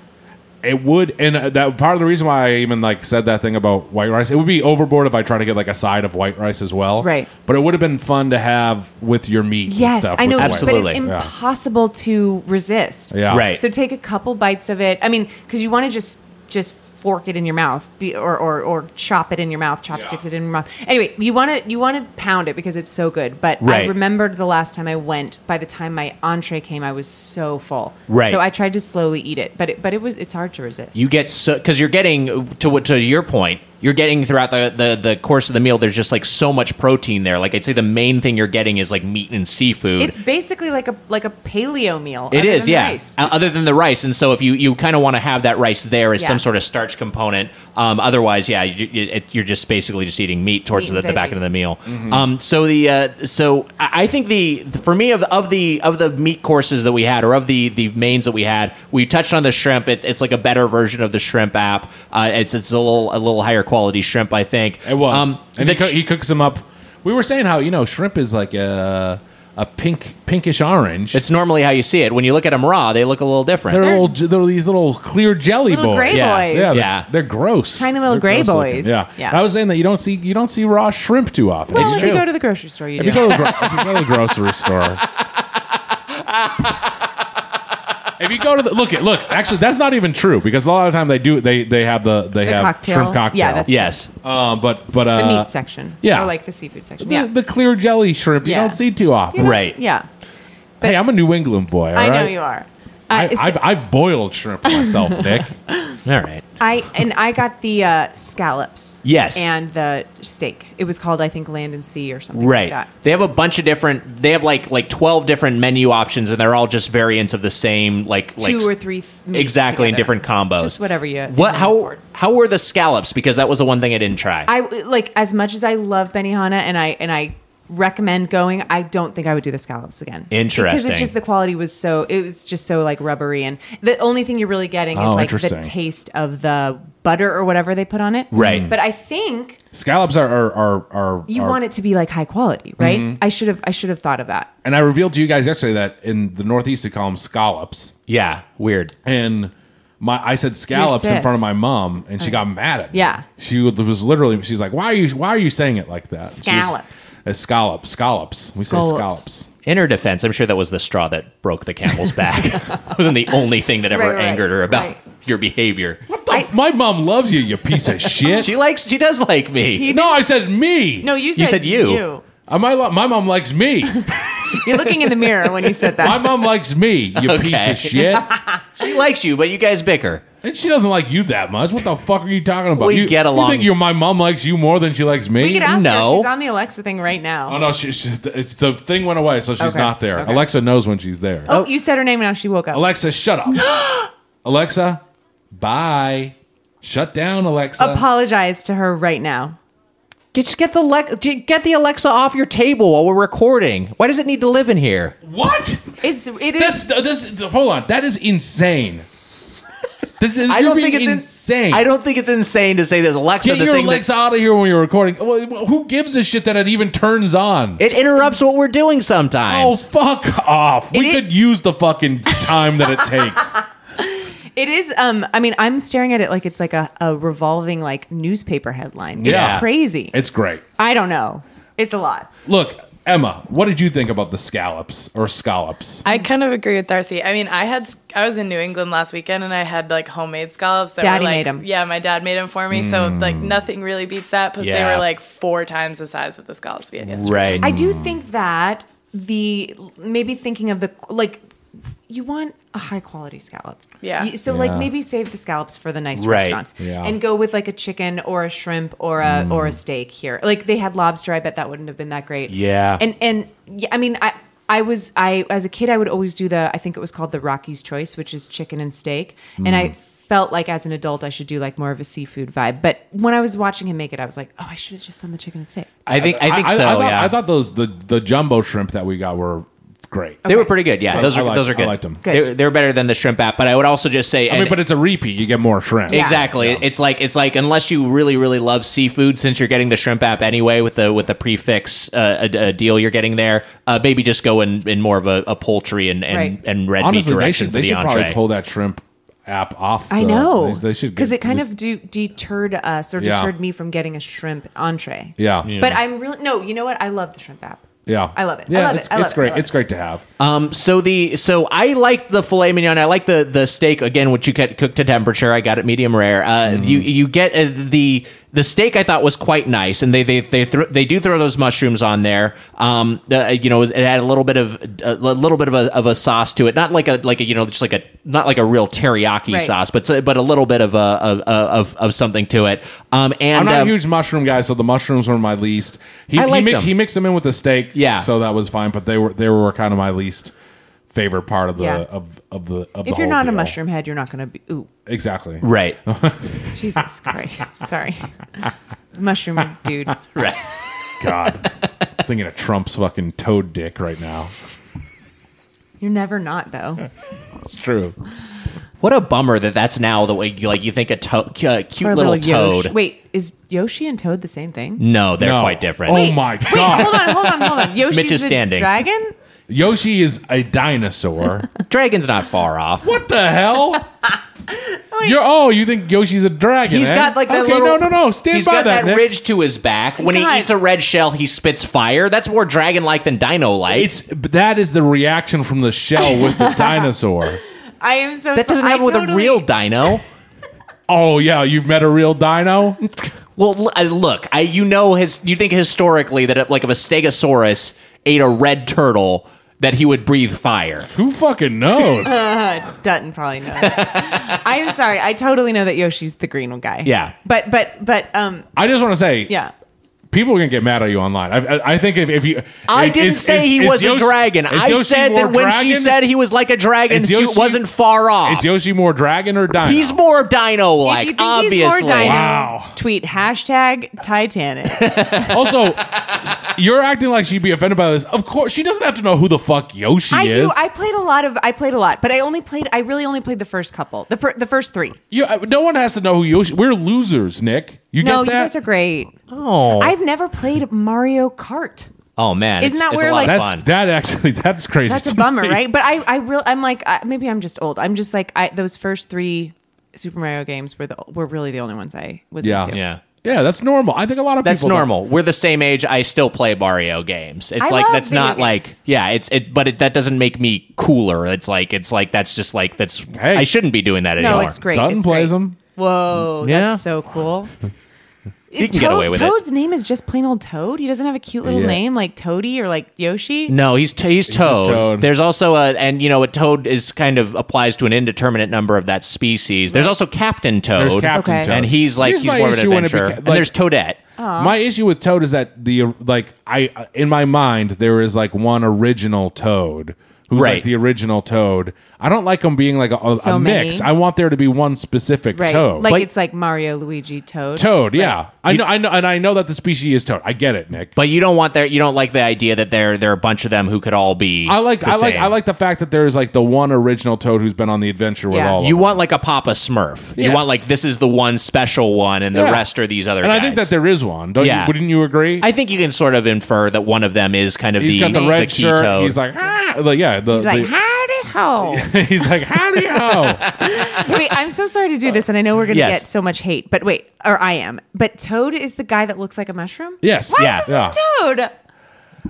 [SPEAKER 3] it would, and uh, that part of the reason why I even like said that thing about white rice. It would be overboard if I tried to get like a side of white rice as well,
[SPEAKER 7] Right.
[SPEAKER 3] But it would have been fun to have with your meat. and
[SPEAKER 7] yes,
[SPEAKER 3] stuff
[SPEAKER 7] I
[SPEAKER 3] with
[SPEAKER 7] know,
[SPEAKER 3] the white
[SPEAKER 7] but
[SPEAKER 1] Absolutely.
[SPEAKER 7] it's
[SPEAKER 3] rice. Yeah.
[SPEAKER 7] impossible to resist.
[SPEAKER 3] Yeah. Right.
[SPEAKER 7] So take a couple bites of it. I mean, because you want to just just fork it in your mouth, be, or, or or chop it in your mouth, chopsticks it in your mouth. Anyway, you want to you want to pound it because it's so good. But I
[SPEAKER 1] Right.
[SPEAKER 7] remembered the last time I went. By the time my entree came, I was so full.
[SPEAKER 1] Right.
[SPEAKER 7] So I tried to slowly eat it, but it, but it was it's hard to resist.
[SPEAKER 1] You get so because you're getting to what to your point. You're getting throughout the, the the course of the meal. There's just like so much protein there. Like I'd say the main thing you're getting is like meat and seafood.
[SPEAKER 7] it's basically like a like a paleo meal.
[SPEAKER 1] It
[SPEAKER 7] other
[SPEAKER 1] is,
[SPEAKER 7] than
[SPEAKER 1] yeah.
[SPEAKER 7] rice.
[SPEAKER 1] O- Other than the rice, and so if you, you kind of want to have that rice there as
[SPEAKER 7] Yeah.
[SPEAKER 1] some sort of starch component, um, otherwise, yeah, you, you, it, you're just basically just eating meat towards
[SPEAKER 7] Meat and
[SPEAKER 1] the, the back
[SPEAKER 7] veggies.
[SPEAKER 1] end of the meal.
[SPEAKER 3] Mm-hmm.
[SPEAKER 1] Um, so the uh, so I I think the for me of of the of the meat courses that we had or of the the mains that we had, we touched on the shrimp. It's it's like a better version of the shrimp app. Uh, it's it's a little a little higher quality shrimp, I think. Um,
[SPEAKER 3] It was, and
[SPEAKER 1] the
[SPEAKER 3] he, coo-
[SPEAKER 1] ch-
[SPEAKER 3] he cooks them up. We were saying how you know shrimp is like a a pink pinkish orange.
[SPEAKER 1] it's normally how you see it when you look at them raw. They look a little different.
[SPEAKER 3] they're little, j- they're these little clear jelly
[SPEAKER 7] Little
[SPEAKER 3] boys.
[SPEAKER 7] gray
[SPEAKER 3] yeah.
[SPEAKER 7] boys.
[SPEAKER 3] Yeah, they're,
[SPEAKER 1] Yeah.
[SPEAKER 3] they're gross.
[SPEAKER 7] Tiny little
[SPEAKER 3] They're
[SPEAKER 7] gray
[SPEAKER 3] gross looking.
[SPEAKER 7] boys.
[SPEAKER 3] Yeah.
[SPEAKER 7] Yeah.
[SPEAKER 3] I was saying that you don't see you don't see raw shrimp too often.
[SPEAKER 7] well, if you go to the grocery store, you
[SPEAKER 3] If
[SPEAKER 7] do.
[SPEAKER 3] you go to the, gro- if you go to the grocery store. If you go to the look, it look. Actually, that's not even true because a lot of the time they do they they have the they
[SPEAKER 7] The
[SPEAKER 3] have
[SPEAKER 7] cocktail.
[SPEAKER 3] shrimp cocktail.
[SPEAKER 7] Yeah, that's true.
[SPEAKER 1] Yes.
[SPEAKER 3] Uh, but but
[SPEAKER 7] the
[SPEAKER 3] uh,
[SPEAKER 7] meat section.
[SPEAKER 3] yeah.
[SPEAKER 7] Or like the seafood section.
[SPEAKER 3] the,
[SPEAKER 7] yeah.
[SPEAKER 3] the clear jelly shrimp you
[SPEAKER 7] Yeah.
[SPEAKER 3] don't see too often.
[SPEAKER 1] Right.
[SPEAKER 7] yeah.
[SPEAKER 3] Hey, I'm a New England boy.
[SPEAKER 7] I
[SPEAKER 3] all
[SPEAKER 7] know
[SPEAKER 3] right?
[SPEAKER 7] you are.
[SPEAKER 3] I,
[SPEAKER 7] Uh, so-
[SPEAKER 3] I've, I've boiled shrimp myself, Nick.
[SPEAKER 1] All right.
[SPEAKER 7] I and I got the uh, scallops.
[SPEAKER 1] Yes.
[SPEAKER 7] And the steak. It was called, I think, Land and Sea or something
[SPEAKER 1] Right.
[SPEAKER 7] like that.
[SPEAKER 1] They have a bunch of different. They have like like twelve different menu options, and they're all just variants of the same like
[SPEAKER 7] Two
[SPEAKER 1] like,
[SPEAKER 7] or three. th- meats
[SPEAKER 1] exactly in
[SPEAKER 7] together.
[SPEAKER 1] different combos.
[SPEAKER 7] Just whatever you.
[SPEAKER 1] What?
[SPEAKER 7] can
[SPEAKER 1] How?
[SPEAKER 7] afford.
[SPEAKER 1] How were the scallops? Because that was the one thing I didn't try.
[SPEAKER 7] I like as much as I love Benihana and I and I recommend going. I don't think I would do the scallops again. Because
[SPEAKER 1] Interesting.
[SPEAKER 7] it's just the quality was so it was just so like rubbery and the only thing you're really getting
[SPEAKER 3] Oh,
[SPEAKER 7] is like the
[SPEAKER 3] interesting.
[SPEAKER 7] taste of the butter or whatever they put on it.
[SPEAKER 1] Right.
[SPEAKER 7] But I think
[SPEAKER 3] Scallops are are are, are
[SPEAKER 7] you
[SPEAKER 3] are- Mm-hmm.
[SPEAKER 7] want it to be like high quality, right? I should have I should have thought of that.
[SPEAKER 3] And I revealed to you guys yesterday that in the Northeast they call them scallops.
[SPEAKER 1] yeah. Weird.
[SPEAKER 3] And my I said scallops in
[SPEAKER 7] sis. Uh,
[SPEAKER 3] front of my mom, and she got mad at me.
[SPEAKER 7] Yeah.
[SPEAKER 3] she was literally she's like, "Why are you Why are you saying it like that?" She was-
[SPEAKER 7] Scallops.
[SPEAKER 3] A scallop, scallops. We say
[SPEAKER 7] Scallops.
[SPEAKER 3] scallops.
[SPEAKER 1] In her defense, I'm sure that was the straw that broke the camel's back. it wasn't the only thing that ever
[SPEAKER 7] Right, right,
[SPEAKER 1] angered her about
[SPEAKER 7] right.
[SPEAKER 1] your behavior.
[SPEAKER 7] I-
[SPEAKER 3] my mom loves you, you piece of shit.
[SPEAKER 1] She likes. She does like me.
[SPEAKER 3] no, I said me.
[SPEAKER 7] No, you said
[SPEAKER 1] You said you.
[SPEAKER 3] Uh, my lo- my mom likes me.
[SPEAKER 7] You're looking in the mirror when you said that.
[SPEAKER 3] My mom likes me. You piece
[SPEAKER 1] Okay.
[SPEAKER 3] of shit.
[SPEAKER 1] She likes you, but you guys bicker.
[SPEAKER 3] And she doesn't like you that much. What the fuck are you talking about?
[SPEAKER 1] We
[SPEAKER 3] you,
[SPEAKER 1] get
[SPEAKER 3] You
[SPEAKER 1] along.
[SPEAKER 3] think your my mom likes you more than she likes me?
[SPEAKER 7] we could ask
[SPEAKER 1] No.
[SPEAKER 7] her. She's on the Alexa thing right now.
[SPEAKER 3] Oh no, she, she, it's, the thing went away, so she's
[SPEAKER 7] Okay,
[SPEAKER 3] not there.
[SPEAKER 7] okay.
[SPEAKER 3] Alexa knows when she's there.
[SPEAKER 7] Oh, you said her name now. She woke up.
[SPEAKER 3] Alexa, shut up. Alexa, bye. Shut down, Alexa.
[SPEAKER 7] Apologize to her right now.
[SPEAKER 1] Just get the le- get the Alexa off your table while we're recording. Why does it need to live in here?
[SPEAKER 3] what?
[SPEAKER 7] It's it
[SPEAKER 3] is. That's, this, hold on, that is insane.
[SPEAKER 1] I
[SPEAKER 3] You're
[SPEAKER 1] don't think
[SPEAKER 3] being
[SPEAKER 1] it's in-
[SPEAKER 3] insane.
[SPEAKER 1] I don't think it's insane to say there's Alexa.
[SPEAKER 3] Get
[SPEAKER 1] the
[SPEAKER 3] your
[SPEAKER 1] thing that-
[SPEAKER 3] legs out of here when you're recording. Well, who gives a shit that it even turns on?
[SPEAKER 1] It interrupts what we're doing sometimes.
[SPEAKER 3] Oh fuck off! We could use the fucking time that it takes.
[SPEAKER 7] It is. Um, I mean, I'm staring at it like it's like a, a revolving like newspaper headline. It's crazy.
[SPEAKER 3] It's great.
[SPEAKER 7] I don't know. It's a lot.
[SPEAKER 3] Look, Emma, what did you think about the scallops or scallops?
[SPEAKER 13] I kind of agree with Darcy. I mean, I had I was in New England last weekend and I had like homemade scallops. That
[SPEAKER 7] Daddy
[SPEAKER 13] were, like,
[SPEAKER 7] made 'em.
[SPEAKER 13] Yeah, my dad made them for me. So like nothing really beats that. Plus they
[SPEAKER 7] Yeah.
[SPEAKER 13] were like four times the size of the scallops we had yesterday.
[SPEAKER 1] Right.
[SPEAKER 7] I do think that the maybe thinking of the like you want a high quality scallop.
[SPEAKER 13] Yeah.
[SPEAKER 7] You- So like
[SPEAKER 13] Yeah.
[SPEAKER 7] maybe save the scallops for the nice
[SPEAKER 13] Right.
[SPEAKER 7] restaurants
[SPEAKER 13] Yeah. Mm.
[SPEAKER 7] and go with like a chicken or a shrimp or a or a steak here. Like they had lobster. I bet that wouldn't have been that great.
[SPEAKER 1] Yeah.
[SPEAKER 7] And and yeah, I mean I. I was I as a kid I would always do the I think it was called the Rocky's choice which is chicken and steak and I
[SPEAKER 13] Mm.
[SPEAKER 7] felt like as an adult I should do like more of a seafood vibe but when I was watching him make it I was like oh I should have just done the chicken and steak
[SPEAKER 1] I think. I think so.
[SPEAKER 3] I, thought,
[SPEAKER 1] yeah.
[SPEAKER 3] I thought those the the jumbo shrimp that we got were great.
[SPEAKER 1] They were pretty good. Yeah.
[SPEAKER 3] I-
[SPEAKER 1] Those
[SPEAKER 3] I
[SPEAKER 1] are
[SPEAKER 3] liked-
[SPEAKER 1] those are
[SPEAKER 3] I
[SPEAKER 1] good.
[SPEAKER 3] liked 'em.
[SPEAKER 1] They, were- they were better than the shrimp app. But I would also just say.
[SPEAKER 3] I mean, but it's a repeat. You get more shrimp.
[SPEAKER 1] Exactly. It's like it's like unless you really really love seafood, since you're getting the shrimp app anyway with the with the prefix uh, a, a deal you're getting there, uh, maybe just go in, in more of a, a poultry and and,
[SPEAKER 7] Right.
[SPEAKER 1] and red
[SPEAKER 3] Honestly,
[SPEAKER 1] meat
[SPEAKER 3] they
[SPEAKER 1] direction
[SPEAKER 3] should,
[SPEAKER 1] for
[SPEAKER 3] they
[SPEAKER 1] the
[SPEAKER 3] should probably
[SPEAKER 1] entree.
[SPEAKER 3] pull that shrimp app off.
[SPEAKER 7] I
[SPEAKER 3] the-
[SPEAKER 7] know.
[SPEAKER 3] They, they should
[SPEAKER 7] because
[SPEAKER 3] get-
[SPEAKER 7] it kind of do, deterred us or
[SPEAKER 3] Yeah.
[SPEAKER 7] deterred me from getting a shrimp entree.
[SPEAKER 3] Yeah. Yeah.
[SPEAKER 7] but I'm really no. You know what? I love the shrimp app.
[SPEAKER 3] Yeah,
[SPEAKER 7] I love it. I
[SPEAKER 3] Yeah,
[SPEAKER 7] love
[SPEAKER 3] it's,
[SPEAKER 7] it. I love
[SPEAKER 3] it's
[SPEAKER 7] it.
[SPEAKER 3] great.
[SPEAKER 7] I love
[SPEAKER 3] it's great to have.
[SPEAKER 1] Um, so the so I liked the filet mignon. I like the the steak again, which you get cooked to temperature. I got it medium rare. Uh,
[SPEAKER 3] Mm.
[SPEAKER 1] You you get uh, the the steak. I thought was quite nice, and they they they thro- they do throw those mushrooms on there. Um, uh, you know, it had a little bit of a little bit of a, of a sauce to it. Not like a like a you know just like a not like a real teriyaki
[SPEAKER 3] Right.
[SPEAKER 1] sauce, but so- but a little bit of a of of, of something to it. Um, and
[SPEAKER 3] I'm not
[SPEAKER 7] uh,
[SPEAKER 1] um,
[SPEAKER 3] a huge mushroom guy, so the mushrooms were my least. He
[SPEAKER 1] I
[SPEAKER 3] he,
[SPEAKER 1] liked
[SPEAKER 3] mix,
[SPEAKER 1] them.
[SPEAKER 3] he mixed them in with the steak,
[SPEAKER 1] Yeah.
[SPEAKER 3] So that was fine, but they were they were kind of my least favorite part of the
[SPEAKER 7] Yeah.
[SPEAKER 3] of, of the of
[SPEAKER 7] it.
[SPEAKER 3] the
[SPEAKER 7] If you're
[SPEAKER 3] whole
[SPEAKER 7] not a
[SPEAKER 3] deal.
[SPEAKER 7] mushroom head, you're not going to be. Ooh,
[SPEAKER 3] exactly
[SPEAKER 1] right.
[SPEAKER 7] Jesus Christ! Sorry, mushroom dude.
[SPEAKER 1] Right.
[SPEAKER 3] God, thinking of Trump's fucking toad dick right now.
[SPEAKER 7] You're never not though.
[SPEAKER 3] It's true.
[SPEAKER 1] What a bummer that that's now the way you like you think a to- cu- uh, cute
[SPEAKER 7] Poor
[SPEAKER 1] little,
[SPEAKER 7] Yosh.
[SPEAKER 1] toad.
[SPEAKER 7] Wait, is Yoshi and Toad the same thing?
[SPEAKER 1] No, they're quite different.
[SPEAKER 3] Oh my god!
[SPEAKER 7] Hold on, hold on, hold on. Yoshi's
[SPEAKER 3] Mitch is
[SPEAKER 7] the
[SPEAKER 3] standing.
[SPEAKER 7] dragon.
[SPEAKER 3] Yoshi is a dinosaur.
[SPEAKER 1] Dragon's not far off.
[SPEAKER 3] What the hell? You're oh, you think Yoshi's a dragon?
[SPEAKER 1] He's
[SPEAKER 3] eh?
[SPEAKER 1] got like that
[SPEAKER 3] okay,
[SPEAKER 1] little,
[SPEAKER 3] no, no, no. Stand
[SPEAKER 1] he's
[SPEAKER 3] by
[SPEAKER 1] got that,
[SPEAKER 3] Nick.
[SPEAKER 1] ridge to his back. When
[SPEAKER 3] God.
[SPEAKER 1] he eats a red shell, he spits fire. That's more dragon-like than dino-like.
[SPEAKER 3] It's but that is the reaction from the shell with the dinosaur.
[SPEAKER 7] I am so.
[SPEAKER 1] that doesn't
[SPEAKER 7] I
[SPEAKER 1] happen with
[SPEAKER 7] totally-
[SPEAKER 1] a real dino.
[SPEAKER 3] Oh yeah, you've met a real dino.
[SPEAKER 1] well, l- I- look, I you know his. You think historically that if, like if a stegosaurus ate a red turtle, that he would breathe fire.
[SPEAKER 3] Who fucking knows?
[SPEAKER 1] Uh,
[SPEAKER 7] Dutton probably knows. I am sorry. I totally know that Yoshi's the green guy.
[SPEAKER 3] Yeah.
[SPEAKER 7] But but but um
[SPEAKER 3] I just want to say,
[SPEAKER 7] yeah.
[SPEAKER 3] people are gonna get mad at you online. I, I, I think if, if you,
[SPEAKER 1] I
[SPEAKER 3] is-
[SPEAKER 1] didn't
[SPEAKER 3] is-
[SPEAKER 1] say
[SPEAKER 3] is-
[SPEAKER 1] he
[SPEAKER 3] is
[SPEAKER 1] was
[SPEAKER 3] Yoshi-
[SPEAKER 1] a dragon.
[SPEAKER 3] is
[SPEAKER 1] I
[SPEAKER 3] Yoshi
[SPEAKER 1] said
[SPEAKER 3] more
[SPEAKER 1] that when she
[SPEAKER 3] dragon?
[SPEAKER 1] said he was like a dragon,
[SPEAKER 3] Is
[SPEAKER 1] she
[SPEAKER 3] Yoshi-
[SPEAKER 1] wasn't far off.
[SPEAKER 3] is Yoshi more dragon or dino?
[SPEAKER 1] He's more dino-like,
[SPEAKER 7] if you think
[SPEAKER 1] obviously.
[SPEAKER 7] he's more dino, tweet hashtag Titanic.
[SPEAKER 3] also, you're acting like she'd be offended by this. Of course, she doesn't have to know who the fuck Yoshi
[SPEAKER 7] I
[SPEAKER 3] is.
[SPEAKER 7] do. I played a lot of. I played a lot, but I only played. I really only played the first couple. The per, the first three.
[SPEAKER 3] You- I- no one has to know who Yoshi. We're losers, Nick. You
[SPEAKER 7] no,
[SPEAKER 3] get
[SPEAKER 7] you
[SPEAKER 3] that?
[SPEAKER 7] guys are great.
[SPEAKER 1] Oh,
[SPEAKER 7] I've never played Mario Kart.
[SPEAKER 1] oh man,
[SPEAKER 7] Isn't that where, like-
[SPEAKER 3] that's that actually that's crazy.
[SPEAKER 7] That's a
[SPEAKER 3] to
[SPEAKER 7] bummer,
[SPEAKER 3] me.
[SPEAKER 7] right? But I, I real, I'm like, I, maybe I'm just old. I'm just like, I those first three Super Mario games were the were really the only ones I was
[SPEAKER 1] yeah,
[SPEAKER 7] into.
[SPEAKER 1] yeah.
[SPEAKER 3] Yeah, that's normal. I think a lot of
[SPEAKER 1] That's
[SPEAKER 3] people don't-
[SPEAKER 1] normal. We're the same age. I still play Mario games. It's
[SPEAKER 7] I
[SPEAKER 1] like
[SPEAKER 7] love
[SPEAKER 1] that's
[SPEAKER 7] video
[SPEAKER 1] not like yeah. It's it, but it, that doesn't make me cooler. It's like it's like that's just like that's I shouldn't be doing that
[SPEAKER 7] No,
[SPEAKER 1] anymore.
[SPEAKER 7] it's great. Dutton It's plays great.
[SPEAKER 3] them.
[SPEAKER 7] Whoa,
[SPEAKER 1] Mm. Yeah.
[SPEAKER 7] that's so cool.
[SPEAKER 1] He
[SPEAKER 7] Is
[SPEAKER 1] can get
[SPEAKER 7] Toad-
[SPEAKER 1] away with it.
[SPEAKER 7] Toad's name is just plain old Toad. He doesn't have a cute little
[SPEAKER 1] Yeah.
[SPEAKER 7] name like Toadie or like Yoshi.
[SPEAKER 1] No, he's t- he's, toad. There's also a and you know a toad is kind of applies to an indeterminate number of that species. There's also Captain Toad.
[SPEAKER 3] There's Captain Okay. Toad.
[SPEAKER 1] and he's like
[SPEAKER 3] Here's
[SPEAKER 1] he's
[SPEAKER 3] my
[SPEAKER 1] more of an
[SPEAKER 3] issue when it
[SPEAKER 1] adventurer.
[SPEAKER 3] beca-
[SPEAKER 1] and
[SPEAKER 3] like-
[SPEAKER 1] there's Toadette.
[SPEAKER 3] My issue with Toad is that the like I in my mind there is like one original Toad who's like
[SPEAKER 14] Right.
[SPEAKER 3] the original Toad. I don't like them being like a, a,
[SPEAKER 7] So
[SPEAKER 3] a mix.
[SPEAKER 7] many.
[SPEAKER 3] I want there to be one specific
[SPEAKER 7] Right.
[SPEAKER 3] Toad.
[SPEAKER 7] Like it's like Mario, Luigi, Toad.
[SPEAKER 3] Toad, yeah. I know, I know, and I know that the species is Toad. I get it, Nick.
[SPEAKER 1] But you don't want there. You don't like the idea that there there are a bunch of them who could all be.
[SPEAKER 3] I like,
[SPEAKER 1] the
[SPEAKER 3] I like,
[SPEAKER 1] same.
[SPEAKER 3] I like the fact that there is like the one original Toad who's been on the adventure with all.
[SPEAKER 1] you
[SPEAKER 3] of
[SPEAKER 1] want like a Papa Smurf. You
[SPEAKER 3] Yes.
[SPEAKER 1] want like this is the one special one, and the
[SPEAKER 3] Yeah.
[SPEAKER 1] rest are these other.
[SPEAKER 3] them.
[SPEAKER 1] guys.
[SPEAKER 3] and I think that there is one. Don't
[SPEAKER 1] Yeah.
[SPEAKER 3] you? Wouldn't you agree?
[SPEAKER 1] I think you can sort of infer that one of them is kind of
[SPEAKER 3] He's
[SPEAKER 1] the
[SPEAKER 3] got the red
[SPEAKER 1] key
[SPEAKER 3] shirt.
[SPEAKER 1] toad.
[SPEAKER 3] He's like, ah, like, yeah. The,
[SPEAKER 7] He's like,
[SPEAKER 3] the-
[SPEAKER 7] howdy ho.
[SPEAKER 3] he's like, howdy ho.
[SPEAKER 7] wait, I'm so sorry to do this, and I know we're gonna
[SPEAKER 3] Yes.
[SPEAKER 7] get so much hate, but wait, or I am. But Toad is the guy that looks like a mushroom.
[SPEAKER 3] Yes.
[SPEAKER 7] Why
[SPEAKER 3] Yeah.
[SPEAKER 7] is this a Toad?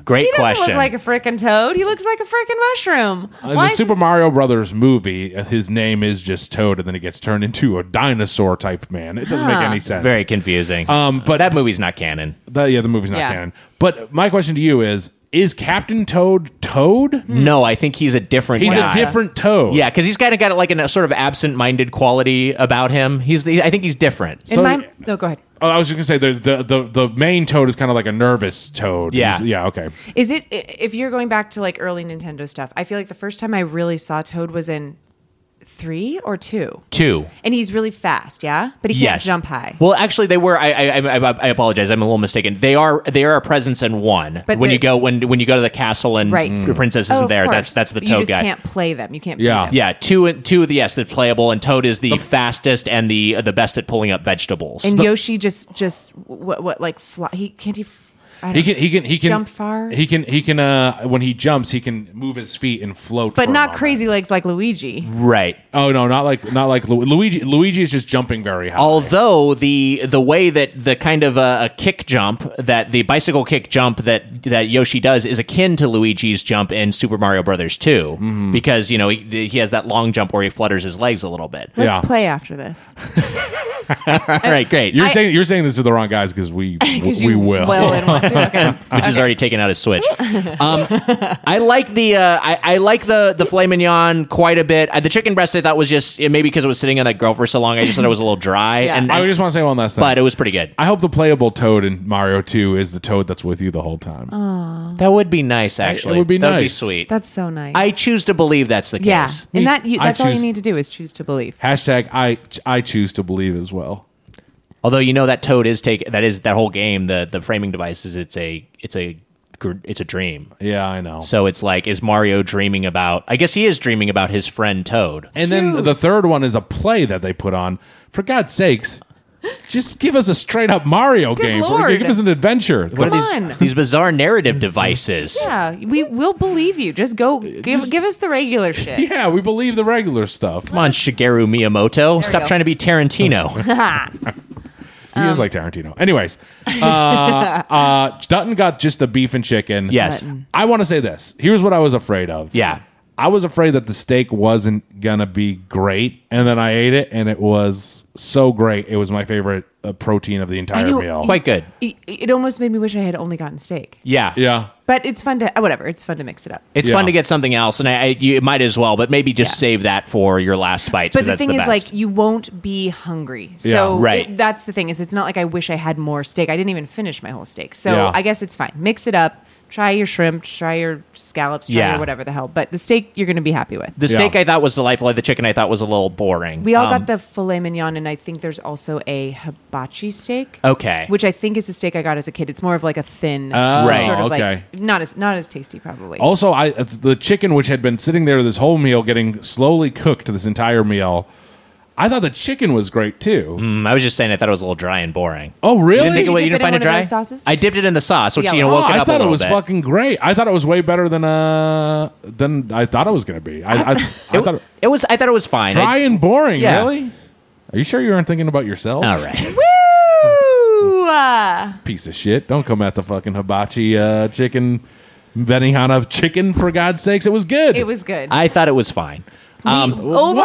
[SPEAKER 1] Great
[SPEAKER 7] he doesn't look like a freaking toad. He looks like a freaking mushroom.
[SPEAKER 3] In
[SPEAKER 7] Why
[SPEAKER 3] the
[SPEAKER 7] is
[SPEAKER 3] Super Mario Brothers movie, uh, his name is just Toad, and then he gets turned into a dinosaur type man. It doesn't
[SPEAKER 1] Huh.
[SPEAKER 3] make any sense.
[SPEAKER 1] Very confusing.
[SPEAKER 3] Um, but
[SPEAKER 1] that movie's not canon.
[SPEAKER 3] yeah, the movie's not
[SPEAKER 1] Yeah.
[SPEAKER 3] canon. But my question to you is: Is Captain Toad Toad?
[SPEAKER 7] Mm.
[SPEAKER 1] No, I think he's a different.
[SPEAKER 3] He's
[SPEAKER 1] guy.
[SPEAKER 3] a different Toad.
[SPEAKER 1] Yeah, because he's kind of got like a sort of absent-minded quality about him. He's, he- I think he's different.
[SPEAKER 7] In my, no, go ahead.
[SPEAKER 3] Oh, I was just gonna say the the the, the main Toad is kind of like a nervous Toad.
[SPEAKER 1] Yeah.
[SPEAKER 3] He's- yeah. Okay.
[SPEAKER 7] Is it i- if you're going back to like early Nintendo stuff? I feel like the first time I really saw Toad was in three or two,
[SPEAKER 1] Two.
[SPEAKER 7] and he's really fast. Yeah, but he can't jump high.
[SPEAKER 1] Well, actually, they were. I, I, I, I apologize. I'm a little mistaken. They are. They are a presence in one.
[SPEAKER 7] But
[SPEAKER 1] when
[SPEAKER 7] they-
[SPEAKER 1] you go when when you go to the castle and
[SPEAKER 7] Right.
[SPEAKER 1] the princess
[SPEAKER 7] Oh,
[SPEAKER 1] isn't
[SPEAKER 7] of
[SPEAKER 1] there. That's
[SPEAKER 7] course.
[SPEAKER 1] that's the
[SPEAKER 7] But
[SPEAKER 1] toad
[SPEAKER 7] You just
[SPEAKER 1] guy.
[SPEAKER 7] can't play them. You can't.
[SPEAKER 1] yeah,
[SPEAKER 7] play them.
[SPEAKER 1] yeah. Two and two of the yes, that's playable, and Toad is the, fastest and the the best at pulling up vegetables.
[SPEAKER 7] And Yoshi just just what what like fly, he can't he. f-
[SPEAKER 3] He
[SPEAKER 7] I don't-
[SPEAKER 3] can he can he can
[SPEAKER 7] jump far,
[SPEAKER 3] He can he can uh when he jumps he can move his feet and float.
[SPEAKER 7] but
[SPEAKER 3] for a
[SPEAKER 7] not
[SPEAKER 3] moment.
[SPEAKER 7] crazy legs like Luigi.
[SPEAKER 1] Right.
[SPEAKER 3] Oh no, not like not like Lu- Luigi. Luigi is just jumping very high.
[SPEAKER 1] Although the the way that the kind of a, a kick jump that the bicycle kick jump that that Yoshi does is akin to Luigi's jump in Super Mario Brothers 2 because you know he, he has that long jump where he flutters his legs a little bit.
[SPEAKER 7] Let's play after this.
[SPEAKER 1] All right, great.
[SPEAKER 3] You're saying you're saying this to the wrong guys because we
[SPEAKER 7] 'Cause
[SPEAKER 3] we
[SPEAKER 7] you
[SPEAKER 3] will.
[SPEAKER 7] will and want to. Okay.
[SPEAKER 1] which is already taken out his Switch. Um, I like the uh, I, I like the the filet mignon quite a bit. Uh, the chicken breast I thought was just maybe because it was sitting on that grill for so long. I just thought it was a little dry.
[SPEAKER 3] Yeah.
[SPEAKER 1] And
[SPEAKER 3] I just want to say one last thing.
[SPEAKER 1] but it was pretty good.
[SPEAKER 3] I hope the playable Toad in Mario Two is the Toad that's with you the whole time.
[SPEAKER 7] Uh.
[SPEAKER 1] That would be nice, actually.
[SPEAKER 3] would be
[SPEAKER 1] that Would be
[SPEAKER 3] nice.
[SPEAKER 1] sweet.
[SPEAKER 7] That's so nice.
[SPEAKER 1] I choose to believe that's the case.
[SPEAKER 7] yeah, and that you,
[SPEAKER 3] I
[SPEAKER 7] that's all you
[SPEAKER 3] choose-
[SPEAKER 7] need to do is choose to believe.
[SPEAKER 3] Hashtag I I choose to believe as well.
[SPEAKER 1] Although you know that Toad is take that is that whole game. The the framing device is it's a it's a gr- it's a dream.
[SPEAKER 3] Yeah, I know.
[SPEAKER 1] So it's like is Mario dreaming about? I guess he is dreaming about his friend Toad.
[SPEAKER 3] And then the third one is a play that they put on. For God's sakes, just give us a straight up Mario game. For-
[SPEAKER 7] Lord.
[SPEAKER 3] Give us an adventure.
[SPEAKER 1] What are
[SPEAKER 3] The-
[SPEAKER 7] Fun.
[SPEAKER 1] these, these bizarre narrative devices?
[SPEAKER 7] Yeah, we will believe you. Just go give give us the regular shit.
[SPEAKER 3] yeah, we believe the regular stuff.
[SPEAKER 1] Come on, Shigeru Miyamoto. Stop
[SPEAKER 7] go.
[SPEAKER 1] trying to be Tarantino.
[SPEAKER 3] He
[SPEAKER 1] Um,
[SPEAKER 3] is like Tarantino. Anyways, uh, uh, Dutton got just the beef and chicken.
[SPEAKER 1] Yes. Dutton.
[SPEAKER 3] I want to say this. Here's what I was afraid of.
[SPEAKER 1] Yeah.
[SPEAKER 3] I was afraid that the steak wasn't going to be great. And then I ate it, and it was so great. It was my favorite uh, protein of the entire
[SPEAKER 7] know-
[SPEAKER 3] meal.
[SPEAKER 1] Quite good.
[SPEAKER 7] It, it almost made me wish I had only gotten steak.
[SPEAKER 1] Yeah.
[SPEAKER 3] Yeah.
[SPEAKER 7] But it's fun to uh, whatever. It's fun to mix it up.
[SPEAKER 1] It's
[SPEAKER 3] Yeah.
[SPEAKER 1] fun to get something else, and I, I you it might as well, but maybe just save that for your last bites.
[SPEAKER 7] But
[SPEAKER 1] 'cause
[SPEAKER 7] the
[SPEAKER 1] that's
[SPEAKER 7] thing
[SPEAKER 1] the
[SPEAKER 7] is,
[SPEAKER 1] best.
[SPEAKER 7] like, you won't be hungry. So
[SPEAKER 1] Yeah, right.
[SPEAKER 7] it- that's the thing is, it's not like I wish I had more steak. I didn't even finish my whole steak. So
[SPEAKER 1] Yeah.
[SPEAKER 7] I guess it's fine. Mix it up. Try your shrimp. Try your scallops. Try
[SPEAKER 1] Yeah.
[SPEAKER 7] your whatever the hell. But the steak, you're going to be happy with.
[SPEAKER 1] the steak I thought was delightful. The chicken I thought was a little boring.
[SPEAKER 7] we all
[SPEAKER 1] Um,
[SPEAKER 7] got the filet mignon, and I think there's also a hibachi steak.
[SPEAKER 1] Okay.
[SPEAKER 7] Which I think is the steak I got as a kid. It's more of like a thin,
[SPEAKER 3] Oh,
[SPEAKER 7] right. sort of
[SPEAKER 3] okay. Oh.
[SPEAKER 7] like not as not as tasty probably.
[SPEAKER 3] Also, I it's the chicken which had been sitting there this whole meal, getting slowly cooked this entire meal. I thought the chicken was great too.
[SPEAKER 1] Mm, I was just saying I thought it was a little dry and boring.
[SPEAKER 3] Oh, really?
[SPEAKER 1] You didn't, think
[SPEAKER 3] Did
[SPEAKER 1] it,
[SPEAKER 3] you
[SPEAKER 1] you
[SPEAKER 3] dip
[SPEAKER 1] didn't
[SPEAKER 3] it in
[SPEAKER 1] find
[SPEAKER 3] one
[SPEAKER 1] it
[SPEAKER 3] of
[SPEAKER 1] dry?
[SPEAKER 3] those
[SPEAKER 7] sauces?
[SPEAKER 1] I dipped it in the sauce, which
[SPEAKER 7] Yeah.
[SPEAKER 1] you know
[SPEAKER 3] Oh,
[SPEAKER 1] woke it
[SPEAKER 3] I
[SPEAKER 1] up a
[SPEAKER 3] thought it
[SPEAKER 1] little
[SPEAKER 3] was
[SPEAKER 1] bit.
[SPEAKER 3] fucking great. I thought it was way better than uh than I thought it was going to be. I, I, I thought it,
[SPEAKER 1] it was. I thought it was fine. I-
[SPEAKER 3] dry and boring.
[SPEAKER 1] Yeah.
[SPEAKER 3] Really? Are you sure you aren't thinking about yourself?
[SPEAKER 1] all right.
[SPEAKER 7] Woo! Uh,
[SPEAKER 3] Piece of shit. Don't come at the fucking hibachi uh, chicken, Benihana chicken for God's sakes. It was good.
[SPEAKER 7] it was good.
[SPEAKER 1] I thought it was fine. Um,
[SPEAKER 7] Over- well, I was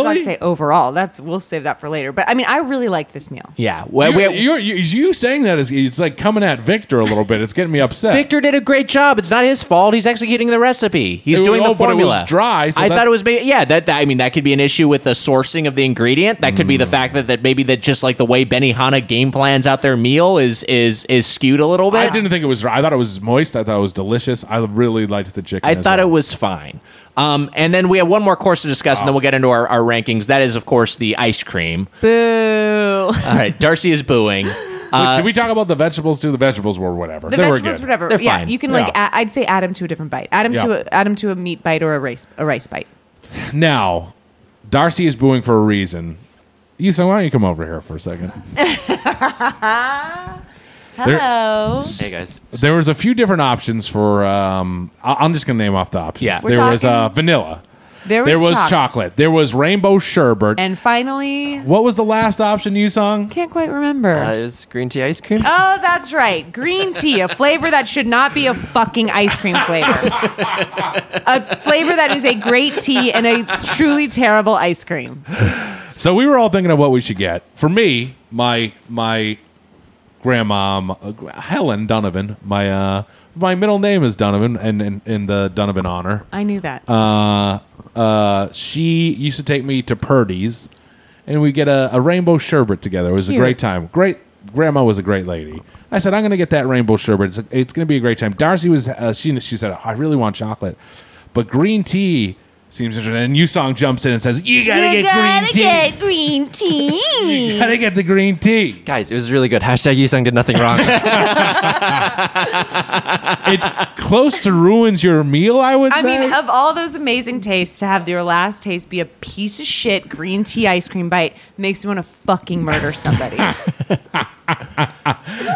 [SPEAKER 7] about to say overall. That's we'll save that for later. But I mean, I really like this meal.
[SPEAKER 1] yeah.
[SPEAKER 3] Well, you're, you're, you you saying that is it's like coming at Victor a little bit. It's getting me upset.
[SPEAKER 1] Victor did a great job. It's not his fault. He's executing the recipe. He's
[SPEAKER 3] It-
[SPEAKER 1] doing
[SPEAKER 3] oh,
[SPEAKER 1] the
[SPEAKER 3] but it was
[SPEAKER 1] formula.
[SPEAKER 3] dry, so
[SPEAKER 1] I thought
[SPEAKER 3] that's-
[SPEAKER 1] it was. ma- Yeah, that, that- I mean, that could be an issue with the sourcing of the ingredient. That could be
[SPEAKER 3] Mm.
[SPEAKER 1] the fact that, that maybe that just like the way Benihana game plans out their meal is is is skewed a little bit.
[SPEAKER 3] I didn't think it was. dry. I thought it was moist. I thought it was delicious. I really liked the chicken.
[SPEAKER 1] I
[SPEAKER 3] as
[SPEAKER 1] thought
[SPEAKER 3] well.
[SPEAKER 1] it was fine. Um, and then we have one more course to discuss, and then we'll get into our, our rankings. That is, of course, the ice cream.
[SPEAKER 7] Boo.
[SPEAKER 3] Uh,
[SPEAKER 1] All right, Darcy is booing.
[SPEAKER 3] Look, did we talk about the vegetables too? The vegetables were whatever.
[SPEAKER 7] Uh, The
[SPEAKER 3] they
[SPEAKER 7] vegetables,
[SPEAKER 3] were good.
[SPEAKER 7] whatever. yeah, you can like. Add, I'd say add them to a different bite. Add them
[SPEAKER 3] Yeah.
[SPEAKER 7] to a, add 'em to a meat bite or a rice a rice bite.
[SPEAKER 3] Now, Darcy is booing for a reason. You so why don't you come over here for a second? There-
[SPEAKER 7] Hello.
[SPEAKER 1] Hey guys.
[SPEAKER 3] There was a few different options for. Um, I- I'm just gonna name off the options.
[SPEAKER 1] Yeah. We're
[SPEAKER 3] there was uh,
[SPEAKER 7] talking-
[SPEAKER 3] vanilla.
[SPEAKER 7] There was
[SPEAKER 3] chocolate.
[SPEAKER 7] chocolate.
[SPEAKER 3] There was rainbow sherbet.
[SPEAKER 7] And finally,
[SPEAKER 3] what was the last option you sung?
[SPEAKER 7] Can't quite remember.
[SPEAKER 12] Uh, it was green tea ice cream.
[SPEAKER 7] Oh, that's right. Green tea, a flavor that should not be a fucking ice cream flavor. a flavor that is a great tea and a truly terrible ice cream.
[SPEAKER 3] So we were all thinking of what we should get. For me, my my grandmom uh, gr- Helen Donovan. My uh, my middle name is Donovan, and in, in the Donovan honor.
[SPEAKER 7] I knew that.
[SPEAKER 3] Uh, uh, she used to take me to Purdy's, and we get a, a rainbow sherbet together. It was
[SPEAKER 9] Cute.
[SPEAKER 3] a great time. Great grandma was a great lady. I said I'm going to get that rainbow sherbet. It's, it's going to be a great time. Darcy was uh, she she said I really want chocolate, but green tea seems interesting. And Yusong jumps in and says you got to get green tea.
[SPEAKER 7] green tea.
[SPEAKER 3] you gotta get the green tea.
[SPEAKER 12] Guys, it was really good. Hashtag Yusung did nothing wrong.
[SPEAKER 3] it close to ruins your meal. I would
[SPEAKER 7] I
[SPEAKER 3] say.
[SPEAKER 7] mean, of all those amazing tastes, to have your last taste be a piece of shit green tea ice cream bite makes me want to fucking murder somebody. uh,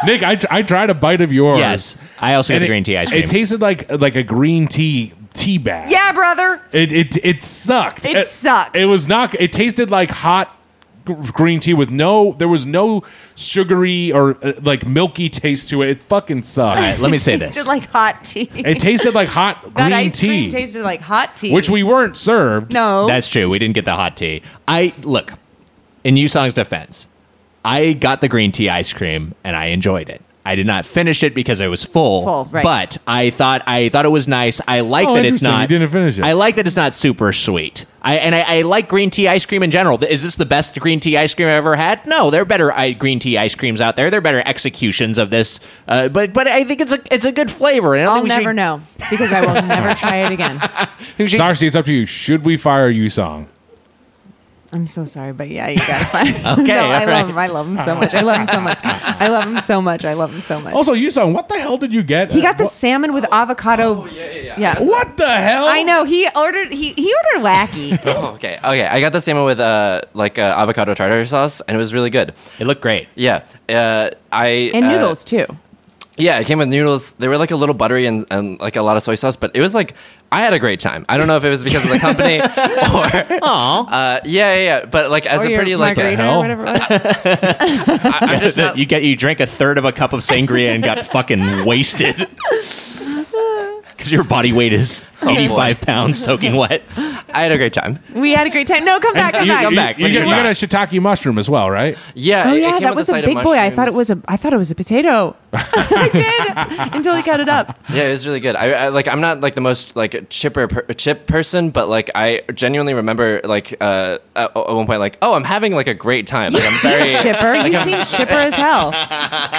[SPEAKER 3] Nick, I, I tried a bite of yours.
[SPEAKER 1] Yes. I also
[SPEAKER 3] And
[SPEAKER 1] got the
[SPEAKER 3] it-
[SPEAKER 1] green tea ice
[SPEAKER 3] It
[SPEAKER 1] cream.
[SPEAKER 3] tasted like like a green tea tea bag.
[SPEAKER 7] yeah, brother.
[SPEAKER 3] It it it sucked.
[SPEAKER 7] It sucked.
[SPEAKER 3] It was not. It tasted like hot gr- green tea with no. There was no sugary or uh, like milky taste to it. It fucking sucked.
[SPEAKER 1] All right, let me say
[SPEAKER 7] tasted like hot tea.
[SPEAKER 3] It tasted like hot
[SPEAKER 7] that
[SPEAKER 3] green
[SPEAKER 7] ice cream
[SPEAKER 3] tea.
[SPEAKER 7] tasted like hot tea,
[SPEAKER 3] Which we weren't served.
[SPEAKER 7] No.
[SPEAKER 1] That's true. We didn't get the hot tea. I look in Yusong's defense. I got the green tea ice cream and I enjoyed it. I did not finish it because I was full.
[SPEAKER 7] Full, right.
[SPEAKER 1] But I thought I thought it was nice. I like
[SPEAKER 3] Oh,
[SPEAKER 1] that it's
[SPEAKER 3] interesting.
[SPEAKER 1] not.
[SPEAKER 3] You didn't finish it.
[SPEAKER 1] I like that it's not super sweet. I and I, I like green tea ice cream in general. Is this the best green tea ice cream I've ever had? No, there are better I, green tea ice creams out there. There are better executions of this. Uh, but but I think it's a it's a good flavor. And I don't
[SPEAKER 7] I'll
[SPEAKER 1] think we
[SPEAKER 7] never
[SPEAKER 1] should,
[SPEAKER 7] know because I will never try it again.
[SPEAKER 3] Darcy, it's up to you. Should we fire you, song?
[SPEAKER 7] I'm so sorry, but yeah, you got fine.
[SPEAKER 3] Okay,
[SPEAKER 7] no, I
[SPEAKER 3] all right.
[SPEAKER 7] love him. I love him so much. I love him so much. I love him so much. I love him so much.
[SPEAKER 3] Also, you song. What the hell did you get?
[SPEAKER 7] he got the salmon with avocado. Oh, yeah, yeah,
[SPEAKER 3] What the hell?
[SPEAKER 7] I know. He ordered. He he ordered wacky.
[SPEAKER 12] oh, okay, okay. I got the same one with uh, like uh, avocado tartar sauce, and it was really good.
[SPEAKER 1] It looked great.
[SPEAKER 12] Yeah, uh, I
[SPEAKER 7] and
[SPEAKER 12] uh,
[SPEAKER 7] noodles too.
[SPEAKER 12] Yeah, it came with noodles. They were like a little buttery and, and like a lot of soy sauce, but it was like I had a great time. I don't know if it was because of the company or uh, yeah, yeah, yeah. But like as
[SPEAKER 7] Or
[SPEAKER 12] a
[SPEAKER 7] your
[SPEAKER 12] pretty like
[SPEAKER 7] margarita or whatever it was.
[SPEAKER 1] Yeah, that- you get you drank a third of a cup of sangria and got fucking wasted because your body weight is
[SPEAKER 12] boy.
[SPEAKER 1] 85 pounds soaking wet
[SPEAKER 12] I had a great time.
[SPEAKER 7] We had a great time. No, come back. Come
[SPEAKER 3] you,
[SPEAKER 7] back.
[SPEAKER 3] you- You, got- you got a shiitake mushroom as well, right?
[SPEAKER 12] Yeah.
[SPEAKER 7] Oh
[SPEAKER 12] it- it
[SPEAKER 7] yeah,
[SPEAKER 12] came
[SPEAKER 7] that
[SPEAKER 12] with
[SPEAKER 7] was
[SPEAKER 12] a
[SPEAKER 7] a
[SPEAKER 12] side of
[SPEAKER 7] big boy. I thought it was a. I thought it was a potato. I did until he cut it up.
[SPEAKER 12] Yeah, it was really good. I, I like I'm not like the most like chipper per- chip person, but like I genuinely remember like uh, at, at one point like oh I'm having like a great time. Like I'm very
[SPEAKER 7] Chipper, you seem chipper as hell.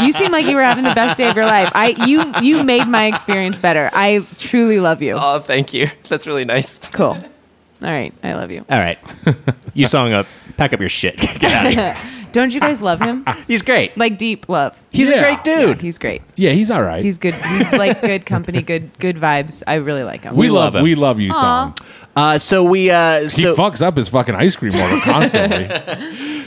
[SPEAKER 7] You seem like you were having the best day of your life. I you you made my experience better. I truly love you.
[SPEAKER 12] Oh, thank you. That's really nice.
[SPEAKER 7] Cool. All right, I love you.
[SPEAKER 1] all right you song up pack up your shit get out of here
[SPEAKER 7] Don't you guys love him?
[SPEAKER 1] he's great
[SPEAKER 7] Like deep love.
[SPEAKER 1] He's a Yeah. great dude.
[SPEAKER 7] Yeah, he's great.
[SPEAKER 3] Yeah, he's all right.
[SPEAKER 7] He's good. He's like good company, good good vibes. I really like him.
[SPEAKER 3] we, love, we love you,
[SPEAKER 7] Aw.
[SPEAKER 3] song.
[SPEAKER 1] uh, so we uh,
[SPEAKER 3] He
[SPEAKER 1] so
[SPEAKER 3] fucks up his fucking ice cream order constantly.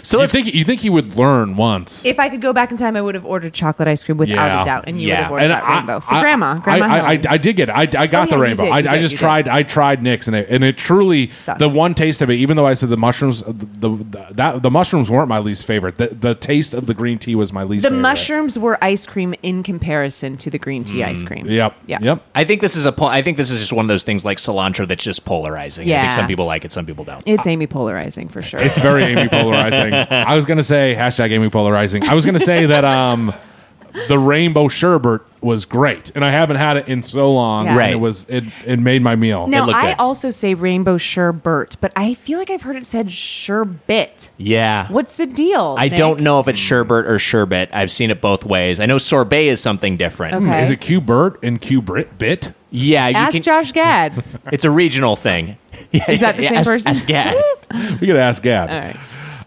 [SPEAKER 3] So you think you think he would learn once?
[SPEAKER 7] If I could go back in time, I would have ordered chocolate ice cream without
[SPEAKER 3] Yeah.
[SPEAKER 7] a doubt, and you would
[SPEAKER 3] Yeah.
[SPEAKER 7] have ordered
[SPEAKER 3] And
[SPEAKER 7] that
[SPEAKER 3] I-
[SPEAKER 7] rainbow for
[SPEAKER 3] I-
[SPEAKER 7] grandma. Grandma,
[SPEAKER 3] I, I, I,
[SPEAKER 7] Helen.
[SPEAKER 3] I did get. I, I got
[SPEAKER 7] Oh, yeah,
[SPEAKER 3] the
[SPEAKER 7] you
[SPEAKER 3] rainbow.
[SPEAKER 7] did,
[SPEAKER 3] I,
[SPEAKER 7] you
[SPEAKER 3] I
[SPEAKER 7] did,
[SPEAKER 3] just
[SPEAKER 7] you did.
[SPEAKER 3] tried. I tried Nick's, and it and it truly
[SPEAKER 7] Sucked.
[SPEAKER 3] the one taste of it. Even though I said the mushrooms, uh, the, the that the mushrooms weren't my least favorite. The, the taste of the green tea was my least.
[SPEAKER 7] the
[SPEAKER 3] favorite.
[SPEAKER 7] mushrooms were ice cream in comparison to the green tea ice cream.
[SPEAKER 3] Mm. Yep.
[SPEAKER 7] Yeah.
[SPEAKER 3] Yep.
[SPEAKER 1] I think this is a po- I think this is just one of those things like cilantro that's just polarizing. I
[SPEAKER 7] Yeah.
[SPEAKER 1] think some people like it, some people don't.
[SPEAKER 7] It's Amy polarizing for sure.
[SPEAKER 3] It's very Amy polarizing. I was gonna say hashtag Amy polarizing. I was gonna say that um, the rainbow sherbet was great, and I haven't had it in so long.
[SPEAKER 7] Yeah.
[SPEAKER 3] and
[SPEAKER 7] Right.
[SPEAKER 3] It was it it made my meal.
[SPEAKER 7] Now
[SPEAKER 3] it
[SPEAKER 7] I also say rainbow sherbet, but I feel like I've heard it said sherbet.
[SPEAKER 1] Yeah.
[SPEAKER 7] What's the deal?
[SPEAKER 1] I
[SPEAKER 7] Nick?
[SPEAKER 1] don't know if it's sherbet or sherbet. I've seen it both ways. I know sorbet Hmm. is something different.
[SPEAKER 7] Okay. Is it
[SPEAKER 3] Q Bert and Q Brit bit?
[SPEAKER 1] Yeah, you
[SPEAKER 7] Ask
[SPEAKER 1] can-
[SPEAKER 7] Josh Gad.
[SPEAKER 1] It's a regional thing.
[SPEAKER 7] Is that the
[SPEAKER 1] Yeah,
[SPEAKER 7] same
[SPEAKER 1] ask-
[SPEAKER 7] person?
[SPEAKER 1] ask Gad.
[SPEAKER 3] we could ask Gad.
[SPEAKER 7] All right.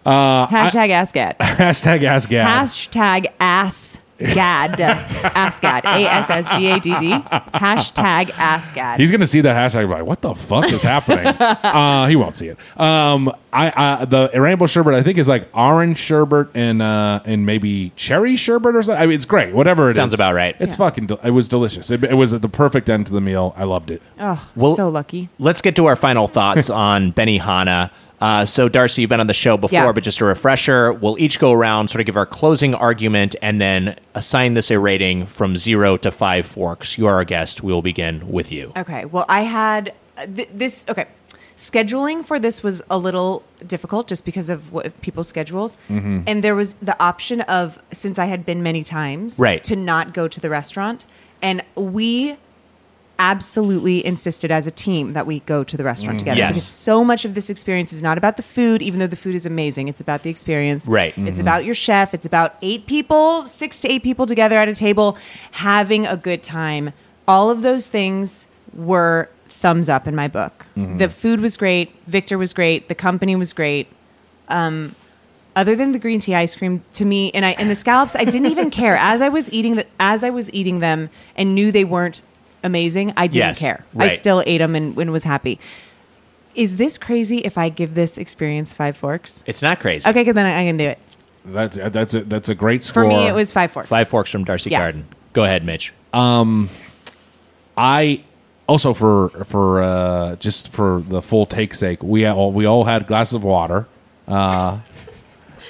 [SPEAKER 3] Uh, I-
[SPEAKER 7] Hashtag ask Gad.
[SPEAKER 3] hashtag ask Gad.
[SPEAKER 7] Hashtag ass gad. ass gad. A S S G A D D. Hashtag ass gad.
[SPEAKER 3] He's gonna see that hashtag. and be Like, what the fuck is happening? uh, he won't see it. Um, I, I the rainbow sherbet I think is like orange sherbet and uh, and maybe cherry sherbet or something. I mean, it's great. Whatever it is,
[SPEAKER 1] Sounds about right.
[SPEAKER 3] It's fucking. Del- it was delicious. It, it was the perfect end to the meal. I loved it.
[SPEAKER 7] Oh,
[SPEAKER 1] Well-
[SPEAKER 7] so lucky.
[SPEAKER 1] Let's get to our final thoughts on Benny Hanna. Uh, so, Darcy, you've been on the show before,
[SPEAKER 7] Yeah.
[SPEAKER 1] but just a refresher, we'll each go around, sort of give our closing argument, and then assign this a rating from zero to five forks. You are our guest. We will begin with you.
[SPEAKER 7] Okay. Well, I had uh, th- this. Okay. Scheduling for this was a little difficult just because of what people's schedules.
[SPEAKER 2] Mhm.
[SPEAKER 7] And there was the option of, since I had been many times,
[SPEAKER 2] Right.
[SPEAKER 7] to not go to the restaurant. And we absolutely insisted as a team that we go to the restaurant
[SPEAKER 2] Mhm.
[SPEAKER 7] together
[SPEAKER 2] Yes.
[SPEAKER 7] because so much of this experience is not about the food even though the food is amazing it's about the experience
[SPEAKER 2] Right.
[SPEAKER 7] it's
[SPEAKER 2] Mhm.
[SPEAKER 7] about your chef it's about eight people six to eight people together at a table having a good time all of those things were thumbs up in my book
[SPEAKER 2] Mhm.
[SPEAKER 7] the food was great victor was great the company was great um, other than the green tea ice cream to me and I and the scallops I didn't even care as I was eating the, as I was eating them and knew they weren't amazing I didn't
[SPEAKER 2] Yes,
[SPEAKER 7] care
[SPEAKER 2] right.
[SPEAKER 7] I still ate them and, and was happy is this crazy if I give this experience five forks
[SPEAKER 1] It's not crazy.
[SPEAKER 7] okay good then I, I can do it
[SPEAKER 3] That's that's a, that's a great
[SPEAKER 7] For
[SPEAKER 3] score.
[SPEAKER 7] me, it was five forks.
[SPEAKER 1] Five forks from Darcy
[SPEAKER 7] Yeah.
[SPEAKER 1] Garden. Go ahead, Mitch.
[SPEAKER 3] Um, I also for for uh, just for the full take sake, we all we all had glasses of water, uh,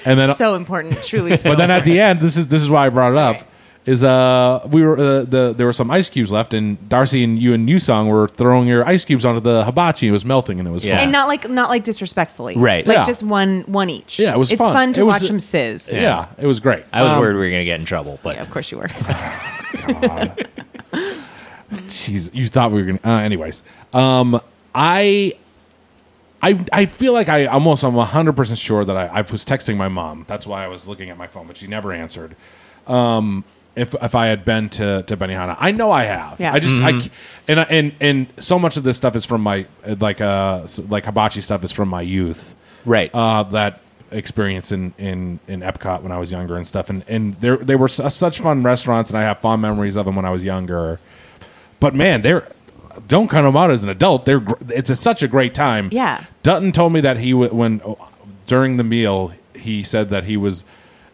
[SPEAKER 3] and then
[SPEAKER 7] so important truly so
[SPEAKER 3] but then at
[SPEAKER 7] important.
[SPEAKER 3] the end, this is this is why I brought it up. Is uh we were uh, the there were some ice cubes left and Darcy and you and Newsong were throwing your ice cubes onto the hibachi. It was melting and it was fun.
[SPEAKER 7] and not like not like disrespectfully
[SPEAKER 3] Right.
[SPEAKER 7] like
[SPEAKER 3] Yeah.
[SPEAKER 7] just one one each
[SPEAKER 3] Yeah, it was
[SPEAKER 7] it's
[SPEAKER 3] fun.
[SPEAKER 7] fun, to
[SPEAKER 3] It was-
[SPEAKER 7] watch them sizz
[SPEAKER 3] Yeah. it was great.
[SPEAKER 1] I was
[SPEAKER 3] Um,
[SPEAKER 1] worried we were going to get in trouble, but.
[SPEAKER 7] of course you were
[SPEAKER 3] Jeez, you thought we were gonna. Uh, anyways, um, I, I, I feel like I almost I'm 100 percent sure that I, I was texting my mom. That's why I was looking at my phone, but she never answered. Um, if if I had been to to Benihana, I know I have.
[SPEAKER 9] Yeah.
[SPEAKER 3] I just I
[SPEAKER 9] Mhm.
[SPEAKER 3] c and I, and and so much of this stuff is from my like uh s- like hibachi stuff is from my youth.
[SPEAKER 1] Right.
[SPEAKER 3] Uh, that experience in in in Epcot when I was younger and stuff, and and there they were su- such fun restaurants, and I have fond memories of them when I was younger. But man, they're don't cut them out as an adult. They're gr- it's a, such a great time.
[SPEAKER 7] Yeah.
[SPEAKER 3] Dutton told me that he w- when oh, during the meal he said that he was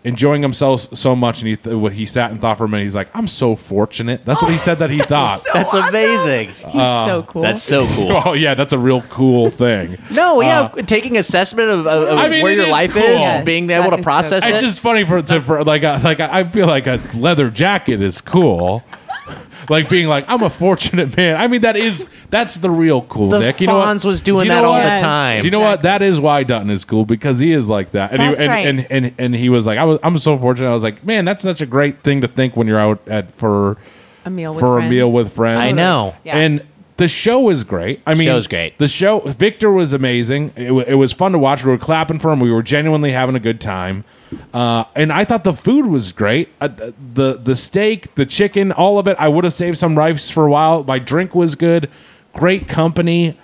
[SPEAKER 3] enjoying himself so much and he th- what he sat and thought for a minute. He's like, I'm so fortunate. That's what he said that he thought.
[SPEAKER 7] Oh,
[SPEAKER 1] That's amazing.
[SPEAKER 3] He's Uh, Ah. so cool.
[SPEAKER 1] That's so cool.
[SPEAKER 3] oh yeah, that's a real cool thing.
[SPEAKER 1] No, yeah,
[SPEAKER 3] Uh,
[SPEAKER 1] of- taking assessment of, of, of
[SPEAKER 3] I mean,
[SPEAKER 1] where
[SPEAKER 3] it
[SPEAKER 1] your
[SPEAKER 3] is
[SPEAKER 1] life
[SPEAKER 3] cool.
[SPEAKER 1] is, and being able to process it.
[SPEAKER 3] It's just funny for, to, for like a, like a, I feel like a leather jacket is cool. like being like I'm a fortunate man. I mean that is that's the real cool
[SPEAKER 1] The
[SPEAKER 3] Nick. You know what?
[SPEAKER 1] Fonz was doing
[SPEAKER 3] You know
[SPEAKER 1] that all the
[SPEAKER 3] what?
[SPEAKER 1] time.
[SPEAKER 3] Do you know what? That is why Dutton is cool because he is like that. And
[SPEAKER 1] That's
[SPEAKER 3] he, and,
[SPEAKER 1] right.
[SPEAKER 3] and, and and he was like I was I'm so fortunate. I was like man, that's such a great thing to think when you're out at for
[SPEAKER 7] a meal with
[SPEAKER 3] for
[SPEAKER 7] friends.
[SPEAKER 3] a meal with friends.
[SPEAKER 1] I know.
[SPEAKER 7] Yeah.
[SPEAKER 3] And the show is great. I mean,
[SPEAKER 1] Show's great.
[SPEAKER 3] The show Victor was amazing. It, wa- it was fun to watch. We were clapping for him. We were genuinely having a good time. Uh, and I thought the food was great. Uh, th- the the steak, the chicken, all of it. I would have saved some rice for a while. My drink was good. Great company.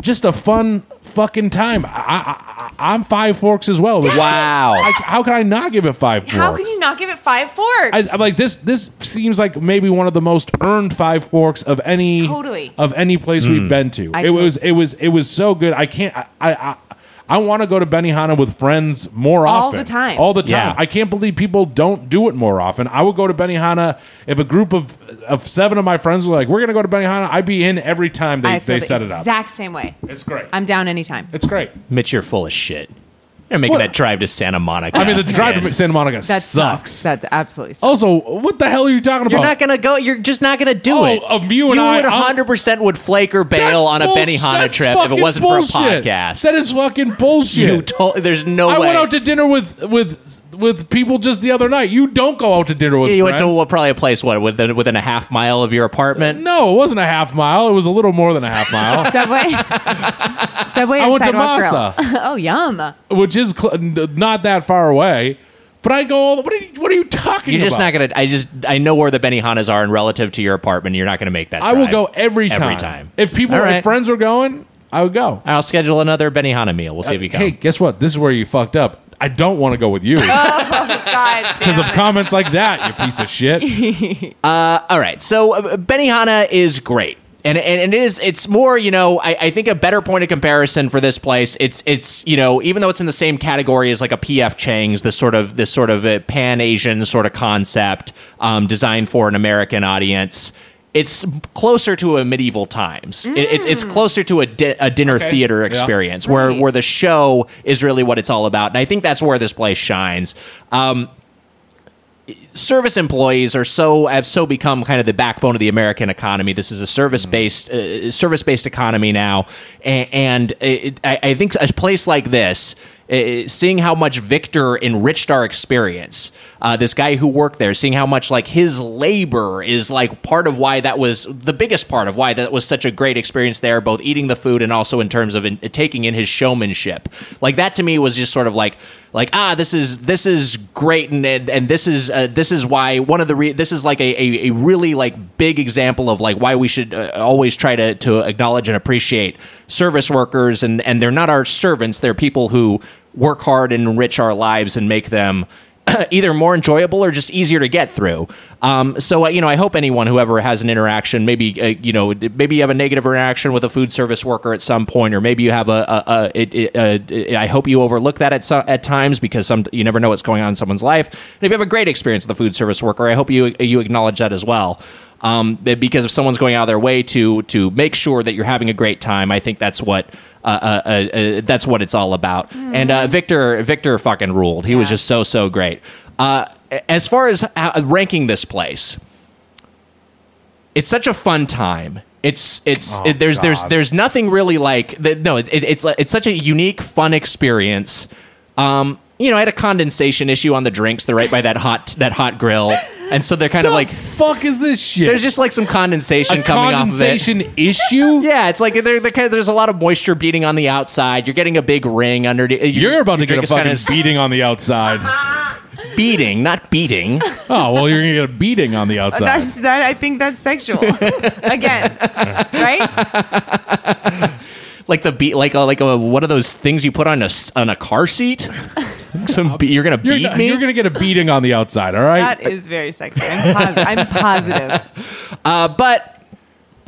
[SPEAKER 3] Just a fun fucking time. I, I, I, I'm five forks as well.
[SPEAKER 7] Yes! Wow.
[SPEAKER 3] I- how can I not give it five forks?
[SPEAKER 7] how can you not give it five forks
[SPEAKER 3] I, I'm like this. This seems like maybe one of the most earned five forks of any
[SPEAKER 7] Totally.
[SPEAKER 3] of any place
[SPEAKER 7] Hmm.
[SPEAKER 9] Mm.
[SPEAKER 3] we've been to.
[SPEAKER 9] I
[SPEAKER 3] it was it was it was so good. I can't. I I, I I want to go to Benihana with friends more
[SPEAKER 7] All
[SPEAKER 3] often.
[SPEAKER 7] the time.
[SPEAKER 3] All the time.
[SPEAKER 7] Yeah.
[SPEAKER 3] I can't believe people don't do it more often. I would go to Benihana if a group of of seven of my friends were like, "We're going to go to Benihana." I'd be in every time they,
[SPEAKER 7] I feel
[SPEAKER 3] they
[SPEAKER 7] the
[SPEAKER 3] set it up.
[SPEAKER 7] exact same way. It's
[SPEAKER 3] great.
[SPEAKER 7] I'm down anytime.
[SPEAKER 3] It's great.
[SPEAKER 1] Mitch, you're full of shit. You're making
[SPEAKER 3] What?
[SPEAKER 1] that drive to Santa Monica.
[SPEAKER 3] I mean, the drive to Santa Monica
[SPEAKER 1] That
[SPEAKER 3] sucks.
[SPEAKER 1] sucks.
[SPEAKER 7] That absolutely sucks.
[SPEAKER 3] Also, what the hell are you talking
[SPEAKER 1] You're
[SPEAKER 3] about?
[SPEAKER 1] not gonna go. You're just not gonna do
[SPEAKER 3] Oh,
[SPEAKER 1] it.
[SPEAKER 3] of you and I,
[SPEAKER 1] would
[SPEAKER 3] I'm-
[SPEAKER 1] 100 percent would flake or bail on a
[SPEAKER 3] bull-
[SPEAKER 1] Benihana
[SPEAKER 3] that's
[SPEAKER 1] trip if it
[SPEAKER 3] fucking
[SPEAKER 1] wasn't for a
[SPEAKER 3] bullshit.
[SPEAKER 1] podcast.
[SPEAKER 3] That is fucking bullshit.
[SPEAKER 1] You told. There's no
[SPEAKER 3] I
[SPEAKER 1] way.
[SPEAKER 3] went out to dinner with with with people just the other night. You don't go out to dinner with.
[SPEAKER 1] you
[SPEAKER 3] friends.
[SPEAKER 1] went to what, probably a place what within within a half mile of your apartment.
[SPEAKER 3] No, it wasn't a half mile. It was a little more than a half mile.
[SPEAKER 7] Subway. Subway.
[SPEAKER 3] Oh. I
[SPEAKER 7] or
[SPEAKER 3] went to
[SPEAKER 7] Sidewalk Grill?
[SPEAKER 3] Masa.
[SPEAKER 7] oh, yum.
[SPEAKER 3] which is cl- n- not that far away. But I go. all the- What are you, what are you talking?
[SPEAKER 1] You're just
[SPEAKER 3] about?
[SPEAKER 1] not gonna. I just I know where the Benihanas are and relative to your apartment. You're not gonna make that.
[SPEAKER 3] I will
[SPEAKER 1] drive
[SPEAKER 3] go every time.
[SPEAKER 1] Every time.
[SPEAKER 3] If people,
[SPEAKER 1] All right.
[SPEAKER 3] if friends were going, I would go.
[SPEAKER 1] I'll schedule another Benihana meal. We'll see if you come.
[SPEAKER 3] Uh, Hey, guess what? This is where you fucked up. I don't want to go with you
[SPEAKER 7] God.
[SPEAKER 3] because of comments like that. You piece of shit.
[SPEAKER 1] Uh, all right. So uh, Benihana is great. And, and, and it is it's more you know I, I think a better point of comparison for this place it's it's you know even though it's in the same category as like a PF Chang's this sort of this sort of uh pan Asian sort of concept um, designed for an American audience it's closer to a medieval times It- it's it's closer to a, di- a dinner
[SPEAKER 8] Mm. Okay.
[SPEAKER 1] theater
[SPEAKER 8] Yeah.
[SPEAKER 1] experience where where the show is really what it's all about and I think that's where this place shines. Um, service employees are so have so become kind of the backbone of the American economy. This is a service based uh, service based economy now, and, and it, I, I think a place like this. uh, Seeing how much Victor enriched our experience, uh, this guy who worked there, seeing how much like his labor is like part of why that was the biggest part of why that was such a great experience there, both eating the food and also in terms of in, taking in his showmanship. Like that to me was just sort of like like ah this is this is great and and, and this is uh, this is why one of the re- this is like a, a, a really like big example of like why we should uh, always try to to acknowledge and appreciate service workers and and they're not our servants they're people who work hard and enrich our lives and make them either more enjoyable or just easier to get through. Um, so uh, you know, I hope anyone who ever has an interaction, maybe uh, you know, maybe you have a negative interaction with a food service worker at some point, or maybe you have a. a, a, it, it, uh, I hope you overlook that at some, at times because some you never know what's going on in someone's life. And if you have a great experience with a food service worker, I hope you you acknowledge that as well. Um, because if someone's going out of their way to to make sure that you're having a great time, I think that's what uh, uh, uh, uh, that's what it's all about. And uh, Victor, Victor fucking ruled. He was just so so great. Uh, a- as far as how, uh, ranking this place, it's such a fun time. It's it's
[SPEAKER 8] Oh,
[SPEAKER 1] it- there's there's
[SPEAKER 8] God.
[SPEAKER 1] there's nothing really like that. No, it, it- it's like- it's such a unique fun experience. Um, you know, I had a condensation issue on the drinks. They're right by that hot that hot grill, and so they're kind of like
[SPEAKER 3] fuck is this shit?
[SPEAKER 1] There's just like some condensation
[SPEAKER 3] A
[SPEAKER 1] coming
[SPEAKER 3] condensation
[SPEAKER 1] off of it.
[SPEAKER 3] issue.
[SPEAKER 1] yeah, it's like there- there kind of- there's a lot of moisture beating on the outside. You're getting a big ring underneath.
[SPEAKER 3] You're about to get a fucking beating
[SPEAKER 1] on the outside. beating, not beating.
[SPEAKER 3] Oh well, you're gonna get a beating on the outside.
[SPEAKER 7] That's that. I think that's sexual. Again, right?
[SPEAKER 1] like the beat, like a, like a, one of those things you put on a s- on a car seat. Some be- you're gonna
[SPEAKER 3] You're,
[SPEAKER 1] beat
[SPEAKER 3] not-
[SPEAKER 1] me.
[SPEAKER 3] you're gonna get a beating on the outside. All right.
[SPEAKER 7] That is very sexy. I'm, posi- I'm positive.
[SPEAKER 1] Uh, but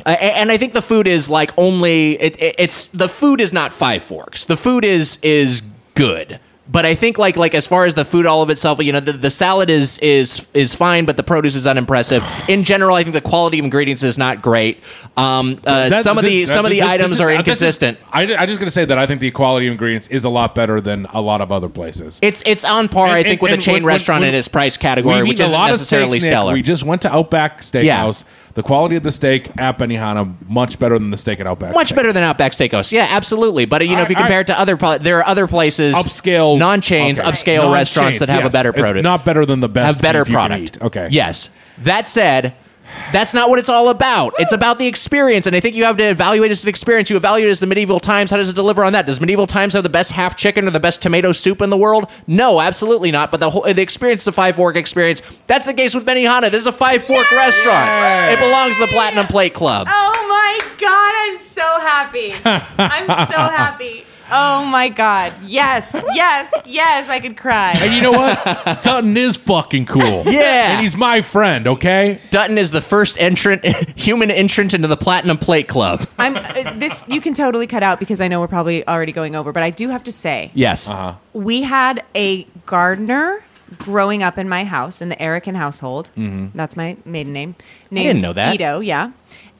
[SPEAKER 1] uh, and I think the food is like only it, it, it's the food is not five forks. The food is is good. But I think like like as far as the food all of itself, you know, the, the salad is is is fine, but the produce is unimpressive. In general, I think the quality of ingredients is not great. Um, uh,
[SPEAKER 3] That-
[SPEAKER 1] some of
[SPEAKER 3] this-
[SPEAKER 1] the some of the
[SPEAKER 3] this- this
[SPEAKER 1] items
[SPEAKER 3] is-
[SPEAKER 1] are
[SPEAKER 3] uh, this is-
[SPEAKER 1] inconsistent.
[SPEAKER 3] I, I just gonna say that I think the quality of ingredients is a lot better than a lot of other places.
[SPEAKER 1] It's it's on par,
[SPEAKER 3] And-
[SPEAKER 1] I think,
[SPEAKER 3] and-
[SPEAKER 1] with a
[SPEAKER 3] and
[SPEAKER 1] chain
[SPEAKER 3] when- when-
[SPEAKER 1] restaurant
[SPEAKER 3] when-
[SPEAKER 1] in its price
[SPEAKER 3] We've
[SPEAKER 1] category, which
[SPEAKER 3] eaten a
[SPEAKER 1] isn't
[SPEAKER 3] lot of
[SPEAKER 1] necessarily
[SPEAKER 3] steaks, Nick.
[SPEAKER 1] stellar.
[SPEAKER 3] We just went to Outback
[SPEAKER 1] Yeah.
[SPEAKER 3] Steakhouse. The quality of the steak at Benihana much better than the steak at Outback.
[SPEAKER 1] much better than Outback Steakhouse. Yeah, absolutely. But uh, you know, if you compare it to other, pla- there are other places, upscale, non-chains, upscale
[SPEAKER 3] Non-chains,
[SPEAKER 1] restaurants that have
[SPEAKER 3] yes.
[SPEAKER 1] a better
[SPEAKER 3] It's
[SPEAKER 1] product,
[SPEAKER 3] not better than the best
[SPEAKER 1] have better
[SPEAKER 3] beef you can
[SPEAKER 1] product.
[SPEAKER 3] eat. Okay.
[SPEAKER 1] Yes. That said. That's not what it's all about. It's about the experience, and I think you have to evaluate it as an experience. You evaluate it as the medieval times. How does it deliver on that? Does medieval times have the best half chicken or the best tomato soup in the world? No, absolutely not. But the whole the experience, is a five fork experience. That's the case with Benihana. This is a five fork restaurant. It belongs to the Platinum Plate Club.
[SPEAKER 7] Oh my god, I'm so happy. I'm so happy. Oh my god. Yes. Yes. Yes. I could cry.
[SPEAKER 3] And you know what? Dutton is fucking cool.
[SPEAKER 1] Yeah.
[SPEAKER 3] And he's my friend, okay?
[SPEAKER 1] Dutton is the first entrant, human entrant into the Platinum Plate Club.
[SPEAKER 7] I'm uh, this. You can totally cut out because I know we're probably already going over. But I do have to say,
[SPEAKER 1] Yes. Uh-huh.
[SPEAKER 7] we had a gardener growing up in my house in the Erican household.
[SPEAKER 1] Mhm.
[SPEAKER 7] That's my maiden name.
[SPEAKER 1] I didn't know that.
[SPEAKER 7] Ito, yeah.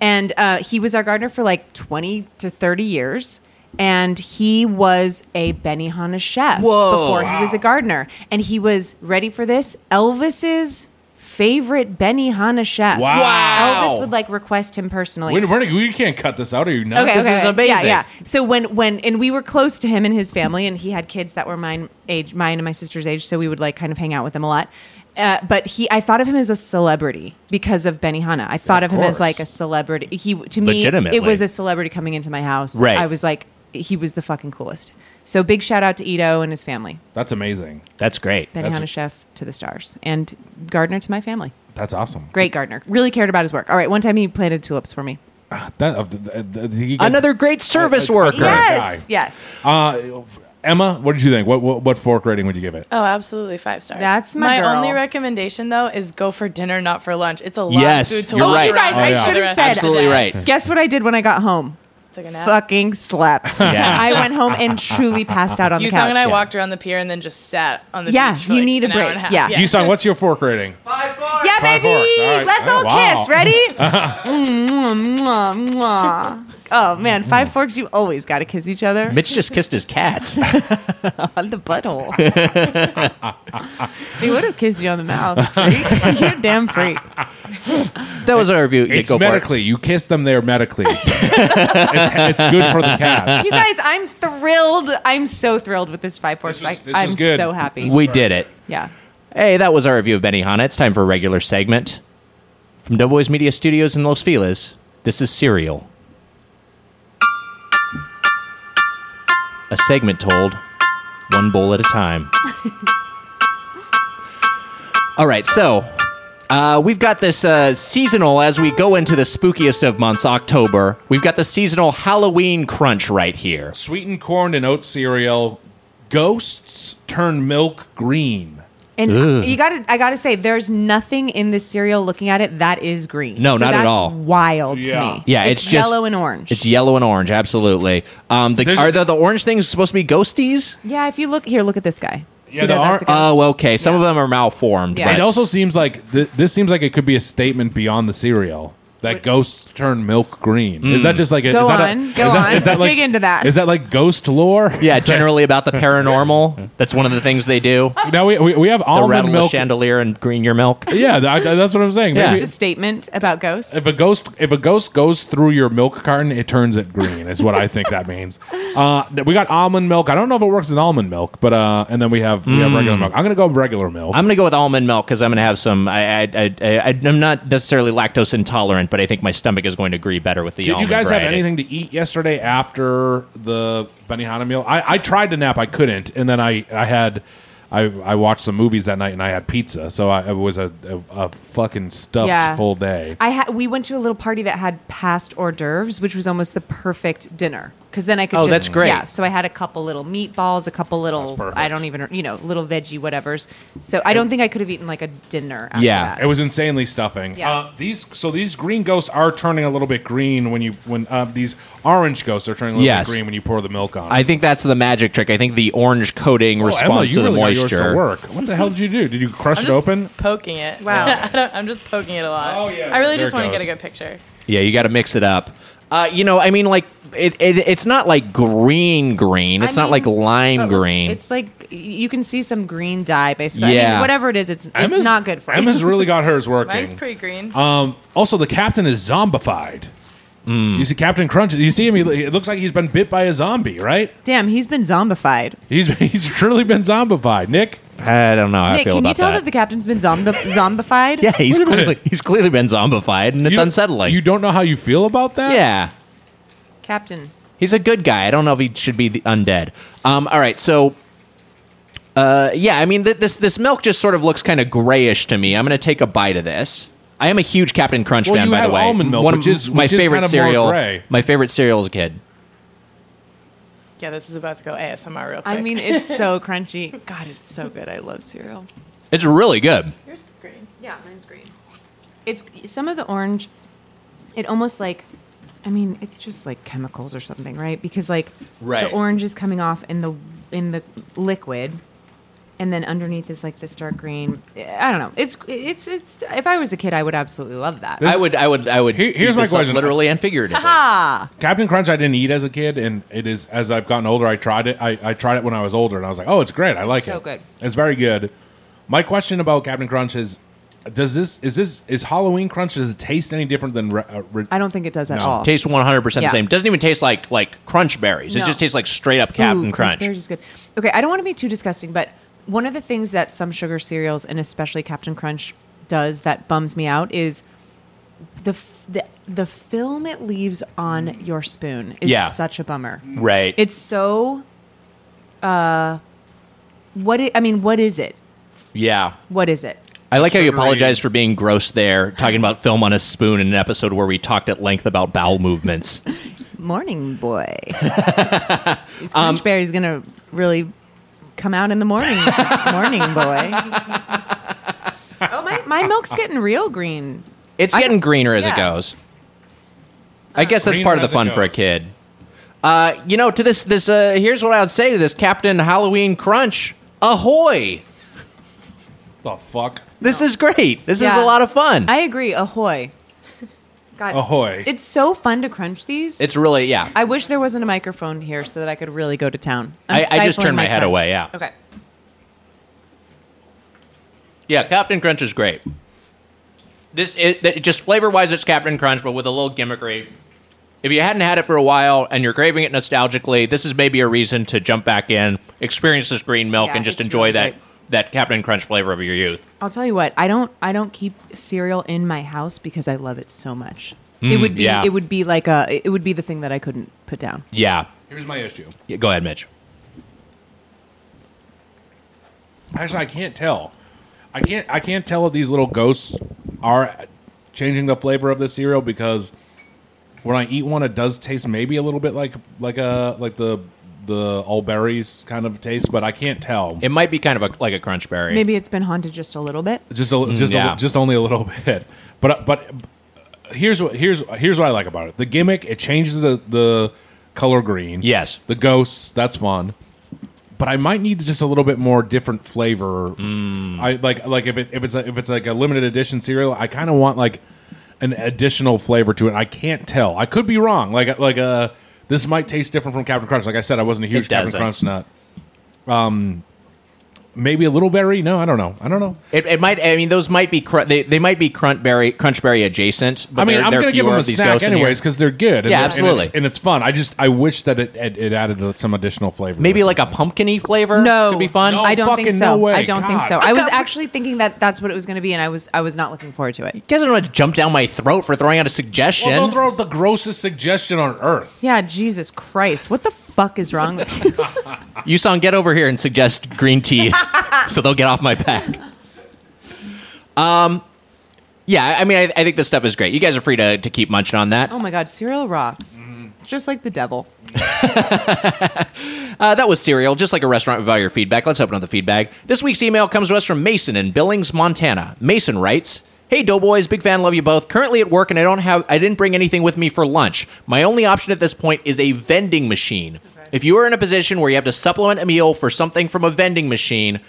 [SPEAKER 7] And uh, he was our gardener for like 20 to 30 years. And he was a Benihana chef
[SPEAKER 15] Whoa.
[SPEAKER 7] before
[SPEAKER 15] Wow.
[SPEAKER 7] he was a gardener. And he was, ready for this, Elvis's favorite Benihana chef.
[SPEAKER 3] Wow. Wow.
[SPEAKER 7] Elvis would like request him personally.
[SPEAKER 3] Wait, we're, we can't cut this out. Are you nuts?
[SPEAKER 7] Yeah, yeah. So when when and we were close to him and his family, and he had kids that were mine age, mine and my sister's age, so we would like kind of hang out with them a lot. Uh, but he, I thought of him as a celebrity because of Benihana. I thought
[SPEAKER 15] Of
[SPEAKER 7] of, him as
[SPEAKER 15] course.
[SPEAKER 7] like a celebrity. He to me,
[SPEAKER 15] Legitimately.
[SPEAKER 7] it was a celebrity coming into my house.
[SPEAKER 3] Right.
[SPEAKER 7] I was like, he was the fucking coolest. So big shout out to Ito and his family.
[SPEAKER 3] That's amazing.
[SPEAKER 1] That's great.
[SPEAKER 7] Benihana chef to the stars and gardener to my family.
[SPEAKER 3] That's awesome.
[SPEAKER 7] Great gardener. Really cared about his work. All right, one time he planted tulips for me.
[SPEAKER 3] That, uh, th- th- he gets-
[SPEAKER 1] Another great service worker.
[SPEAKER 7] Yes, yes.
[SPEAKER 3] Uh, Emma, what did you think? What, what what fork rating would you give it?
[SPEAKER 11] Oh, absolutely five stars.
[SPEAKER 7] That's my girl.
[SPEAKER 11] only recommendation though is go for dinner, not for lunch. It's a lot
[SPEAKER 3] Yes,
[SPEAKER 11] of food to
[SPEAKER 3] you're
[SPEAKER 11] walk
[SPEAKER 3] right.
[SPEAKER 7] You guys,
[SPEAKER 11] around.
[SPEAKER 3] Oh,
[SPEAKER 7] I
[SPEAKER 3] yeah.
[SPEAKER 7] should have said
[SPEAKER 3] Absolutely right.
[SPEAKER 7] Guess what I did when I got home?
[SPEAKER 11] Took a nap.
[SPEAKER 7] Fucking slept.
[SPEAKER 11] Yeah.
[SPEAKER 7] I went home and truly passed out on
[SPEAKER 11] you
[SPEAKER 7] the couch.
[SPEAKER 11] and I walked around the pier and then just sat on the
[SPEAKER 7] Yeah,
[SPEAKER 11] beach. for,
[SPEAKER 7] you
[SPEAKER 11] like,
[SPEAKER 7] need a
[SPEAKER 11] an hour
[SPEAKER 7] break.
[SPEAKER 11] and half.
[SPEAKER 7] Yeah.
[SPEAKER 3] You sung. What's your fork rating?
[SPEAKER 7] Yeah,
[SPEAKER 3] Five
[SPEAKER 7] baby.
[SPEAKER 3] forks. All right.
[SPEAKER 7] Let's
[SPEAKER 3] Oh,
[SPEAKER 7] all
[SPEAKER 3] wow.
[SPEAKER 7] kiss. Ready? Mwah, mwah, mwah. Oh man,
[SPEAKER 3] Hmm.
[SPEAKER 7] five forks. You always got to kiss each other.
[SPEAKER 1] Mitch just kissed his cats.
[SPEAKER 7] on the butthole. he would have kissed you on the mouth. freak. You're a damn freak.
[SPEAKER 1] That was our review.
[SPEAKER 3] It's
[SPEAKER 1] go for it.
[SPEAKER 3] medically. You kiss them there medically. it's, it's good for the cats.
[SPEAKER 7] You guys, I'm thrilled. I'm so thrilled with this five forks. I,
[SPEAKER 3] this
[SPEAKER 7] I'm
[SPEAKER 3] is good.
[SPEAKER 7] so happy.
[SPEAKER 1] We did it.
[SPEAKER 7] Yeah.
[SPEAKER 1] Hey, that was our review of Benihana. It's time for a regular segment. From Doughboys Media Studios in Los Feliz, this is Serial. A segment told one bowl at a time. All right, so uh, we've got this uh, seasonal as we go into the spookiest of months, October. We've got the seasonal Halloween crunch right here.
[SPEAKER 3] Sweetened corn and oat cereal. Ghosts turn milk green.
[SPEAKER 7] And you got to I got to say there's nothing in this cereal looking at it that is green.
[SPEAKER 1] No, not at
[SPEAKER 7] that's
[SPEAKER 1] all.
[SPEAKER 7] Wild
[SPEAKER 1] Yeah.
[SPEAKER 7] to me.
[SPEAKER 1] Yeah, it's just-
[SPEAKER 7] yellow and orange.
[SPEAKER 1] It's yellow and orange, absolutely. Um, the, are the, the orange things supposed to be ghosties?
[SPEAKER 7] Yeah, if you look here, look at this guy. See that? That's a
[SPEAKER 1] oh, okay. Some of them are malformed.
[SPEAKER 7] Yeah.
[SPEAKER 3] It also seems like th- this seems like it could be a statement beyond the cereal that ghosts turn milk green. Is that just like a,
[SPEAKER 7] Go
[SPEAKER 3] is that a-
[SPEAKER 7] on,
[SPEAKER 3] is
[SPEAKER 7] go
[SPEAKER 3] that-
[SPEAKER 7] on.
[SPEAKER 3] is that like-
[SPEAKER 7] Dig into that.
[SPEAKER 3] Is that like ghost lore?
[SPEAKER 1] Yeah, generally about the paranormal. That's one of the things they do.
[SPEAKER 3] Now we, we, we have
[SPEAKER 1] the
[SPEAKER 3] almond
[SPEAKER 1] rattle
[SPEAKER 3] milk-
[SPEAKER 1] chandelier and green your milk.
[SPEAKER 3] Yeah, that, that's what I'm saying.
[SPEAKER 7] Just
[SPEAKER 3] Maybe-
[SPEAKER 7] a statement about ghosts.
[SPEAKER 3] If a ghost if a ghost goes through your milk carton, it turns it green. Is what I think that means. Uh, we got almond milk. I don't know if it works in almond milk, but uh, and then we have we have regular
[SPEAKER 1] Mm.
[SPEAKER 3] milk. I'm gonna go with regular milk.
[SPEAKER 1] I'm gonna go with almond milk because I'm gonna have some. I, I, I, I, I'm not necessarily lactose intolerant, but I think my stomach is going to agree better with the.
[SPEAKER 3] Did you
[SPEAKER 1] almond
[SPEAKER 3] guys have
[SPEAKER 1] variety.
[SPEAKER 3] anything to eat yesterday after the Benihana meal? I, I tried to nap, I couldn't, and then I I had. I, I watched some movies that night and I had pizza, so I, it was a, a, a fucking stuffed
[SPEAKER 7] Yeah.
[SPEAKER 3] full day.
[SPEAKER 7] I had we went to a little party that had past hors d'oeuvres, which was almost the perfect dinner because then I could.
[SPEAKER 1] Oh,
[SPEAKER 7] just,
[SPEAKER 1] that's great.
[SPEAKER 7] Yeah, so I had a couple little meatballs, a couple little I don't even you know little veggie whatever's. So I don't think I could have eaten like a dinner. After that.
[SPEAKER 3] it was insanely stuffing.
[SPEAKER 7] Yeah.
[SPEAKER 3] Uh, these so these green ghosts are turning a little bit green when you when uh, these orange ghosts are turning a little
[SPEAKER 1] Yes.
[SPEAKER 3] bit green when you pour the milk on.
[SPEAKER 1] I think that's the magic trick. I think the orange coating
[SPEAKER 3] Oh, Emma,
[SPEAKER 1] responds
[SPEAKER 3] you
[SPEAKER 1] to the
[SPEAKER 3] really got yours to
[SPEAKER 1] moisture.
[SPEAKER 3] work. What the hell did you do? Did you crush it open?
[SPEAKER 11] Poking it.
[SPEAKER 7] Wow.
[SPEAKER 11] I don't, I'm just poking it a lot. Oh yeah. I really
[SPEAKER 1] There
[SPEAKER 11] just
[SPEAKER 1] it
[SPEAKER 11] want to get a
[SPEAKER 1] goes.
[SPEAKER 11] good picture.
[SPEAKER 1] Yeah, you got to mix it up. Uh, you know, I mean, like it, it, it's not like green green.
[SPEAKER 7] I
[SPEAKER 1] It's not
[SPEAKER 7] mean,
[SPEAKER 1] like lime
[SPEAKER 3] oh,
[SPEAKER 7] but look,
[SPEAKER 1] green.
[SPEAKER 7] It's like y- you can see some green dye, basically. I mean,
[SPEAKER 3] Yeah.
[SPEAKER 7] whatever it is, it's, it's
[SPEAKER 3] Emma's-
[SPEAKER 7] not good for
[SPEAKER 3] Emma's
[SPEAKER 7] you.
[SPEAKER 3] really got hers working.
[SPEAKER 11] Mine's pretty green.
[SPEAKER 3] Um, also, the captain is zombified.
[SPEAKER 1] Mm.
[SPEAKER 3] You see Captain Crunch. You see him. He, it looks like he's been bit by a zombie, right?
[SPEAKER 7] Damn, he's been zombified.
[SPEAKER 3] He's he's truly been zombified. Nick,
[SPEAKER 1] I don't know how
[SPEAKER 7] Nick, can you tell that. the captain's been zombi- zombified?
[SPEAKER 1] yeah, he's clearly, he's clearly been zombified, and it's unsettling. You
[SPEAKER 3] don't know how you feel about that.
[SPEAKER 1] Yeah,
[SPEAKER 7] captain.
[SPEAKER 1] he's a good guy. I don't know if he should be the undead. Um, all right, so. Uh, yeah, I mean th- this this milk just sort of looks kind of grayish to me. I'm gonna take a bite of this. I am a huge Captain Crunch
[SPEAKER 3] Well,
[SPEAKER 1] fan,
[SPEAKER 3] you
[SPEAKER 1] by
[SPEAKER 3] have
[SPEAKER 1] the way.
[SPEAKER 3] almond milk,
[SPEAKER 1] One
[SPEAKER 3] which
[SPEAKER 1] of
[SPEAKER 3] is-
[SPEAKER 1] my
[SPEAKER 3] which is
[SPEAKER 1] favorite
[SPEAKER 3] kind of more
[SPEAKER 1] cereal.
[SPEAKER 3] gray.
[SPEAKER 1] My favorite cereal as a kid.
[SPEAKER 11] Yeah, this is about to go ASMR real quick.
[SPEAKER 7] I mean, it's so crunchy. God, it's so good. I love cereal.
[SPEAKER 1] It's really good.
[SPEAKER 11] Yours is green. Yeah, mine's green.
[SPEAKER 7] It's some of the orange. It almost like, I mean, it's just like chemicals or something, right? Because like
[SPEAKER 1] Right.
[SPEAKER 7] the orange is coming off in the in the liquid, and then underneath is like this dark green. I don't know. It's it's it's. If I was a kid, I would absolutely love that.
[SPEAKER 1] I would, I would, I would.
[SPEAKER 3] Here- here's
[SPEAKER 1] eat
[SPEAKER 3] my
[SPEAKER 1] this up
[SPEAKER 3] question.
[SPEAKER 1] literally and figuratively.
[SPEAKER 7] Ah,
[SPEAKER 3] Captain Crunch I didn't eat as a kid, and it is as I've gotten older. I tried it. I, I tried it when I was older, and I was like, "Oh, it's great. I like
[SPEAKER 7] So
[SPEAKER 3] it.
[SPEAKER 7] good.
[SPEAKER 3] It's very good." My question about Captain Crunch is: Does this is this is Halloween Crunch? Does it taste any different than? Re, uh, re-
[SPEAKER 7] I don't think it does at
[SPEAKER 3] No.
[SPEAKER 7] all.
[SPEAKER 1] Tastes one hundred percent the
[SPEAKER 7] Yeah.
[SPEAKER 1] same. Doesn't even taste like like crunch berries. It
[SPEAKER 7] No.
[SPEAKER 1] just tastes like straight up Captain
[SPEAKER 7] Ooh,
[SPEAKER 1] Crunch.
[SPEAKER 7] Berries is good. Okay, I don't want to be too disgusting, but one of the things that some sugar cereals and especially Captain Crunch does that bums me out is the f- the, the film it leaves on your spoon is
[SPEAKER 1] Yeah.
[SPEAKER 7] such a bummer.
[SPEAKER 1] Right.
[SPEAKER 7] It's so. Uh, what i I mean, what is it?
[SPEAKER 1] yeah.
[SPEAKER 7] What is it?
[SPEAKER 1] I like how you apologize for being gross there, talking about film on a spoon in an episode where we talked at length about bowel movements.
[SPEAKER 7] Morning boy. These
[SPEAKER 1] Um,
[SPEAKER 7] crunch berries gonna really come out in the morning. morning boy. oh my! My milk's getting real green.
[SPEAKER 1] It's
[SPEAKER 7] I-
[SPEAKER 1] getting greener as it
[SPEAKER 7] yeah.
[SPEAKER 1] goes. I guess that's
[SPEAKER 7] Greener
[SPEAKER 1] part of the
[SPEAKER 7] as it
[SPEAKER 1] fun for a kid. Uh, you know, to this this uh, here's what I would say to this Captain Halloween Crunch. Ahoy!
[SPEAKER 3] The fuck?
[SPEAKER 1] This is great. This is
[SPEAKER 7] Yeah.
[SPEAKER 1] a lot of fun.
[SPEAKER 7] I agree. Ahoy! God,
[SPEAKER 1] Ahoy.
[SPEAKER 7] It's so fun to crunch these.
[SPEAKER 1] it's really yeah.
[SPEAKER 7] I wish there wasn't a microphone here so that I could really go to town.
[SPEAKER 1] I-
[SPEAKER 7] I'm
[SPEAKER 1] I just
[SPEAKER 7] stifling
[SPEAKER 1] turned my head
[SPEAKER 7] crunch.
[SPEAKER 1] away, yeah.
[SPEAKER 7] Okay.
[SPEAKER 1] Yeah, Captain Crunch is great. This it, it just flavor wise, it's Captain Crunch, but with a little gimmickry. If you hadn't had it for a while and you're craving it nostalgically, this is maybe a reason to jump back in, experience this green milk,
[SPEAKER 7] Yeah,
[SPEAKER 1] and just
[SPEAKER 7] it's
[SPEAKER 1] enjoy
[SPEAKER 7] really
[SPEAKER 1] that
[SPEAKER 7] great.
[SPEAKER 1] that Captain Crunch flavor of your youth.
[SPEAKER 7] I'll tell you what. I don't. I don't keep cereal in my house because I love it so much. it
[SPEAKER 1] Mm,
[SPEAKER 7] would be.
[SPEAKER 1] yeah.
[SPEAKER 7] It would be like a. It would be the thing that I couldn't put down.
[SPEAKER 1] Yeah.
[SPEAKER 3] Here's my issue.
[SPEAKER 1] Yeah, go ahead, Mitch.
[SPEAKER 3] Actually, I can't tell. I can't. I can't tell if these little ghosts are changing the flavor of the cereal because when I eat one, it does taste maybe a little bit like like a like the the all berries kind of taste, but I can't tell.
[SPEAKER 1] It might be kind of a, like a crunch berry.
[SPEAKER 7] Maybe it's been haunted just a little bit.
[SPEAKER 3] just a, just a-
[SPEAKER 1] yeah.
[SPEAKER 3] just only a little bit. But uh, but here's what here's here's what I like about it. The gimmick it changes the the color green.
[SPEAKER 1] Yes,
[SPEAKER 3] the ghosts that's fun. But I might need just a little bit more different flavor.
[SPEAKER 1] Mm.
[SPEAKER 3] I like like if it, if it's a, if it's like a limited edition cereal, I kind of want like an additional flavor to it. I can't tell. I could be wrong. Like like uh this might taste different from Captain Crunch. Like I said, I wasn't a huge Captain
[SPEAKER 1] doesn't.
[SPEAKER 3] Crunch nut. Um, maybe a little berry. No, I don't know. I don't know.
[SPEAKER 1] It, it might. I mean, those might be cr- they, they might be crunch berry crunch berry adjacent. But
[SPEAKER 3] I mean,
[SPEAKER 1] there-
[SPEAKER 3] I'm
[SPEAKER 1] there are
[SPEAKER 3] going to give
[SPEAKER 1] fewer
[SPEAKER 3] them a
[SPEAKER 1] of these
[SPEAKER 3] snack
[SPEAKER 1] ghosts in here.
[SPEAKER 3] anyways because they're good.
[SPEAKER 1] Yeah,
[SPEAKER 3] And they're- And
[SPEAKER 1] absolutely.
[SPEAKER 3] it's, and it's fun. I just I wish that it it, it added some additional flavor.
[SPEAKER 1] Maybe like a pumpkiny flavor.
[SPEAKER 7] No,
[SPEAKER 1] could be fun.
[SPEAKER 7] I don't think
[SPEAKER 3] fucking
[SPEAKER 7] so.
[SPEAKER 3] no way.
[SPEAKER 7] I don't think
[SPEAKER 3] God.
[SPEAKER 7] so. I was actually thinking that that's what it was going to be, and I was I was not looking forward to it.
[SPEAKER 1] You guys don't want to jump down my throat for throwing out a suggestion.
[SPEAKER 3] Well, don't throw out the grossest suggestion on earth.
[SPEAKER 7] Yeah, Jesus Christ, what the fuck is wrong with you?
[SPEAKER 1] You song, get over here and suggest green tea, so they'll get off my back. Um, yeah, I mean, I, I think this stuff is great. You guys are free to, to keep munching on that.
[SPEAKER 7] Oh my God, cereal rocks,
[SPEAKER 3] Mm-hmm.
[SPEAKER 7] just like the devil.
[SPEAKER 1] Uh, that was cereal, just like a restaurant. We value your feedback. Let's open up the feedback. This week's email comes to us from Mason in Billings, Montana. Mason writes. Hey Doughboys, big fan, love you both. Currently at work and I don't have I didn't bring anything with me for lunch. My only option at this point is a vending machine. If you are in a position where you have to supplement a meal for something from a vending machine,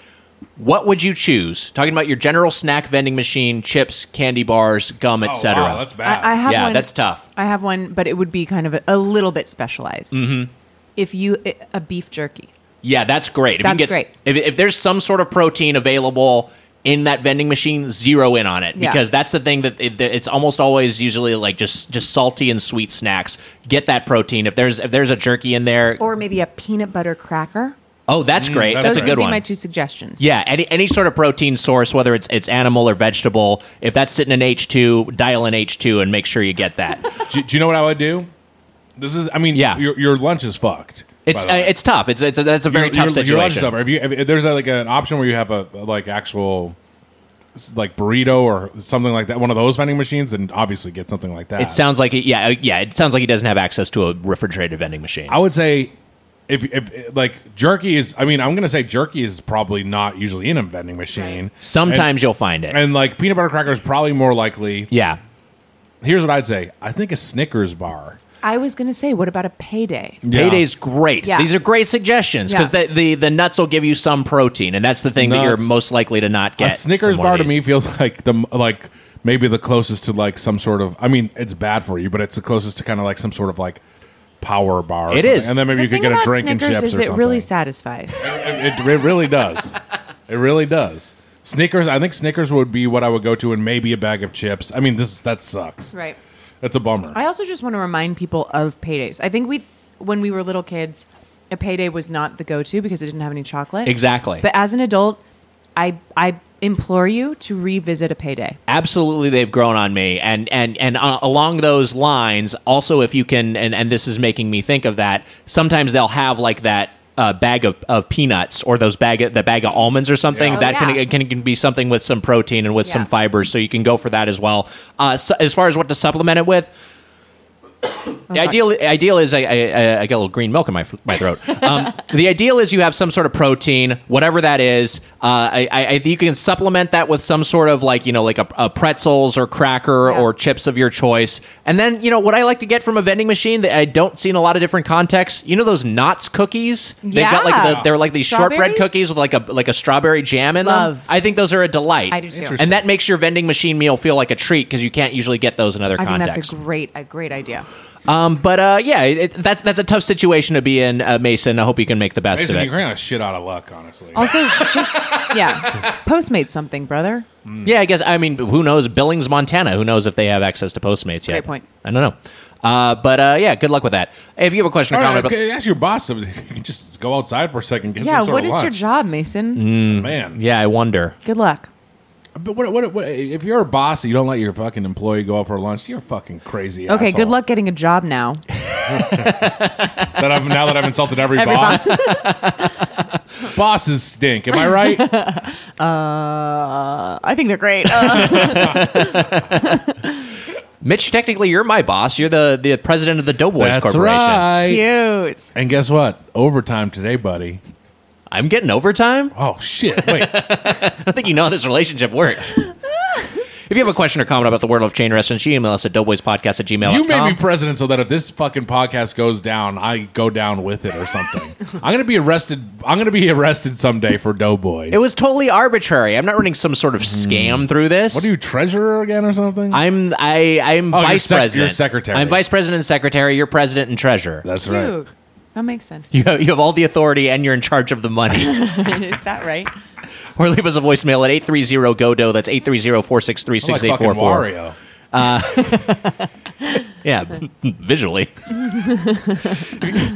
[SPEAKER 1] what would you choose? Talking about your general snack vending machine, chips, candy bars, gum, etc.
[SPEAKER 3] Oh, wow, that's bad.
[SPEAKER 7] I have
[SPEAKER 1] yeah,
[SPEAKER 7] one-
[SPEAKER 1] that's tough.
[SPEAKER 7] I have one, but it would be kind of a, a little bit specialized.
[SPEAKER 1] Mhm.
[SPEAKER 7] If you i- a beef jerky,
[SPEAKER 1] Yeah, that's great. If you can get-
[SPEAKER 7] That's great.
[SPEAKER 1] If, if there's some sort of protein available in that vending machine, zero in on it
[SPEAKER 7] Yeah.
[SPEAKER 1] because that's the thing that, it, that it's almost always usually like just just salty and sweet snacks. Get that protein. If there's if there's a jerky in there,
[SPEAKER 7] or maybe a peanut butter cracker.
[SPEAKER 1] oh,
[SPEAKER 3] Mm,
[SPEAKER 1] that's great. That's,
[SPEAKER 7] Those
[SPEAKER 1] a good
[SPEAKER 7] would be
[SPEAKER 1] one.
[SPEAKER 7] my two suggestions.
[SPEAKER 1] yeah, any any sort of protein source, whether it's it's animal or vegetable, if that's sitting in H two, dial in H two and make sure you get that.
[SPEAKER 3] do, do you know what I would do? This is. I mean, yeah. Your, your lunch is fucked.
[SPEAKER 1] It's
[SPEAKER 3] by the
[SPEAKER 1] uh,
[SPEAKER 3] way.
[SPEAKER 1] it's tough. It's it's a, that's a very
[SPEAKER 3] Your-
[SPEAKER 1] tough
[SPEAKER 3] your,
[SPEAKER 1] situation.
[SPEAKER 3] Your lunch is over. If you if there's like an option where you have a like actual s- like burrito or something like that, one of those vending machines, then obviously get something like that.
[SPEAKER 1] It sounds like it, yeah yeah. It sounds like he doesn't have access to a refrigerated vending machine.
[SPEAKER 3] I would say if, if like jerky is, I mean, I'm gonna say jerky is probably not usually in a vending machine.
[SPEAKER 1] Sometimes
[SPEAKER 3] And-
[SPEAKER 1] you'll find it.
[SPEAKER 3] and like peanut butter crackers probably more likely.
[SPEAKER 1] Yeah.
[SPEAKER 3] Here's what I'd say. I think a Snickers bar.
[SPEAKER 7] I was going to say, what about a payday?
[SPEAKER 3] Yeah.
[SPEAKER 1] Payday's great.
[SPEAKER 7] Yeah.
[SPEAKER 1] These are great suggestions because
[SPEAKER 7] Yeah.
[SPEAKER 1] the, the the nuts will give you some protein, and that's the thing that you're
[SPEAKER 3] Nuts.
[SPEAKER 1] most likely to not get.
[SPEAKER 3] a Snickers
[SPEAKER 1] from one
[SPEAKER 3] bar
[SPEAKER 1] of
[SPEAKER 3] to
[SPEAKER 1] these.
[SPEAKER 3] me feels like the like maybe the closest to like some sort of. I mean, it's bad for you, but it's the closest to kind of like some sort of like power bar. or
[SPEAKER 1] It
[SPEAKER 3] something.
[SPEAKER 1] is.
[SPEAKER 3] and then maybe
[SPEAKER 7] The
[SPEAKER 3] you could
[SPEAKER 7] thing
[SPEAKER 3] get a
[SPEAKER 7] about
[SPEAKER 3] drink
[SPEAKER 7] Snickers
[SPEAKER 3] and chips
[SPEAKER 7] is
[SPEAKER 3] or
[SPEAKER 7] it
[SPEAKER 3] something.
[SPEAKER 7] really satisfies.
[SPEAKER 3] it, it really does. It really does. Snickers. I think Snickers would be what I would go to, and maybe a bag of chips. I mean, this that sucks.
[SPEAKER 7] right.
[SPEAKER 3] That's a bummer.
[SPEAKER 7] I also just want to remind people of paydays. I think we, when we were little kids, a payday was not the go-to because it didn't have any chocolate.
[SPEAKER 1] Exactly.
[SPEAKER 7] But as an adult, I I implore you to revisit a payday.
[SPEAKER 1] absolutely they've grown on me and and and uh, along those lines also if you can and and this is making me think of that sometimes they'll have like that uh, bag of, of peanuts or those bag of, the bag of almonds or something
[SPEAKER 8] Yeah. Oh,
[SPEAKER 1] that
[SPEAKER 8] yeah.
[SPEAKER 1] can, can can be something with some protein and with some
[SPEAKER 8] Yeah.
[SPEAKER 1] fibers so you can go for that as well uh, so, as far as what to supplement it with
[SPEAKER 8] Oh,
[SPEAKER 1] the ideal ideal is I, I, I- I get a little green milk in my f- my throat. Um, the ideal is you have some sort of protein, whatever that is. Uh, I, I, I you can supplement that with some sort of like you know like a, a pretzels or cracker or chips of your choice. And then you know what I like to get from a vending machine that I don't see in a lot of different contexts. You know those knots cookies? They've got like
[SPEAKER 8] Yeah.
[SPEAKER 1] the, they're like these shortbread
[SPEAKER 8] Strawberries?
[SPEAKER 1] cookies with like a like a strawberry jam in
[SPEAKER 8] Love.
[SPEAKER 1] them. I think those are a delight.
[SPEAKER 7] I do too. Interesting.
[SPEAKER 1] And that makes your vending machine meal feel like a treat because you can't usually get those in other
[SPEAKER 7] I think
[SPEAKER 1] contexts.
[SPEAKER 7] that's a great a great idea.
[SPEAKER 1] Um, but uh, yeah, it, it- that's that's a tough situation to be in, uh, Mason. I hope you can make the best
[SPEAKER 3] Mason,
[SPEAKER 1] of
[SPEAKER 3] you're
[SPEAKER 1] it.
[SPEAKER 3] kind of shit out of luck, honestly.
[SPEAKER 7] Also, just yeah, Postmate something, brother.
[SPEAKER 1] Yeah, I guess. I mean, who knows? Billings, Montana. Who knows if they have access to Postmates yet?
[SPEAKER 7] Great point.
[SPEAKER 1] I don't know. Uh, but uh, yeah, good luck with that. If you have a question or
[SPEAKER 3] All right,
[SPEAKER 1] comment, about-
[SPEAKER 3] okay, ask your boss. if You can just go outside for a second. Get
[SPEAKER 7] yeah,
[SPEAKER 3] some sort
[SPEAKER 7] what
[SPEAKER 3] of Mm-hmm.
[SPEAKER 7] is your
[SPEAKER 3] lunch.
[SPEAKER 7] job, Mason?
[SPEAKER 1] Mm,
[SPEAKER 3] man,
[SPEAKER 1] yeah, I wonder.
[SPEAKER 7] Good luck.
[SPEAKER 3] But what, what, what, if you're a boss and you don't let your fucking employee go out for lunch, you're a fucking crazy.
[SPEAKER 7] okay,
[SPEAKER 3] asshole.
[SPEAKER 7] good luck getting a job now.
[SPEAKER 3] That I've, now that I've insulted every,
[SPEAKER 7] Every
[SPEAKER 3] boss, bosses stink. Am I right?
[SPEAKER 7] Uh, I think they're great. Uh.
[SPEAKER 1] Mitch, technically, you're my boss. You're the, the president of the Doughboys
[SPEAKER 3] That's
[SPEAKER 1] Corporation.
[SPEAKER 3] right.
[SPEAKER 7] Cute.
[SPEAKER 3] And guess what? Overtime today, buddy.
[SPEAKER 1] I'm getting overtime.
[SPEAKER 3] Oh shit! Wait,
[SPEAKER 1] I don't think you know how this relationship works. If you have a question or comment about the World of Chain Restaurants, you email us at doughboyspodcast at gmail.com.
[SPEAKER 3] you made me president so that if this fucking podcast goes down, I go down with it or something. I'm gonna be arrested. I'm gonna be arrested someday for Doughboys.
[SPEAKER 1] It was totally arbitrary. I'm not running some sort of scam through this. What are
[SPEAKER 3] Hmm. you, treasurer again or something?
[SPEAKER 1] I'm I I'm
[SPEAKER 3] Oh, you're
[SPEAKER 1] vice
[SPEAKER 3] sec- you're
[SPEAKER 1] president.
[SPEAKER 3] secretary.
[SPEAKER 1] I'm vice president and secretary. You're president and treasurer.
[SPEAKER 3] That's
[SPEAKER 7] Cute. That makes sense.
[SPEAKER 1] You have, you have all the authority and you're in charge of the money.
[SPEAKER 7] Is that right?
[SPEAKER 1] or leave us a voicemail at 830-GODO. That's 830-463-6844.
[SPEAKER 3] Wario.
[SPEAKER 1] Uh, yeah, visually. to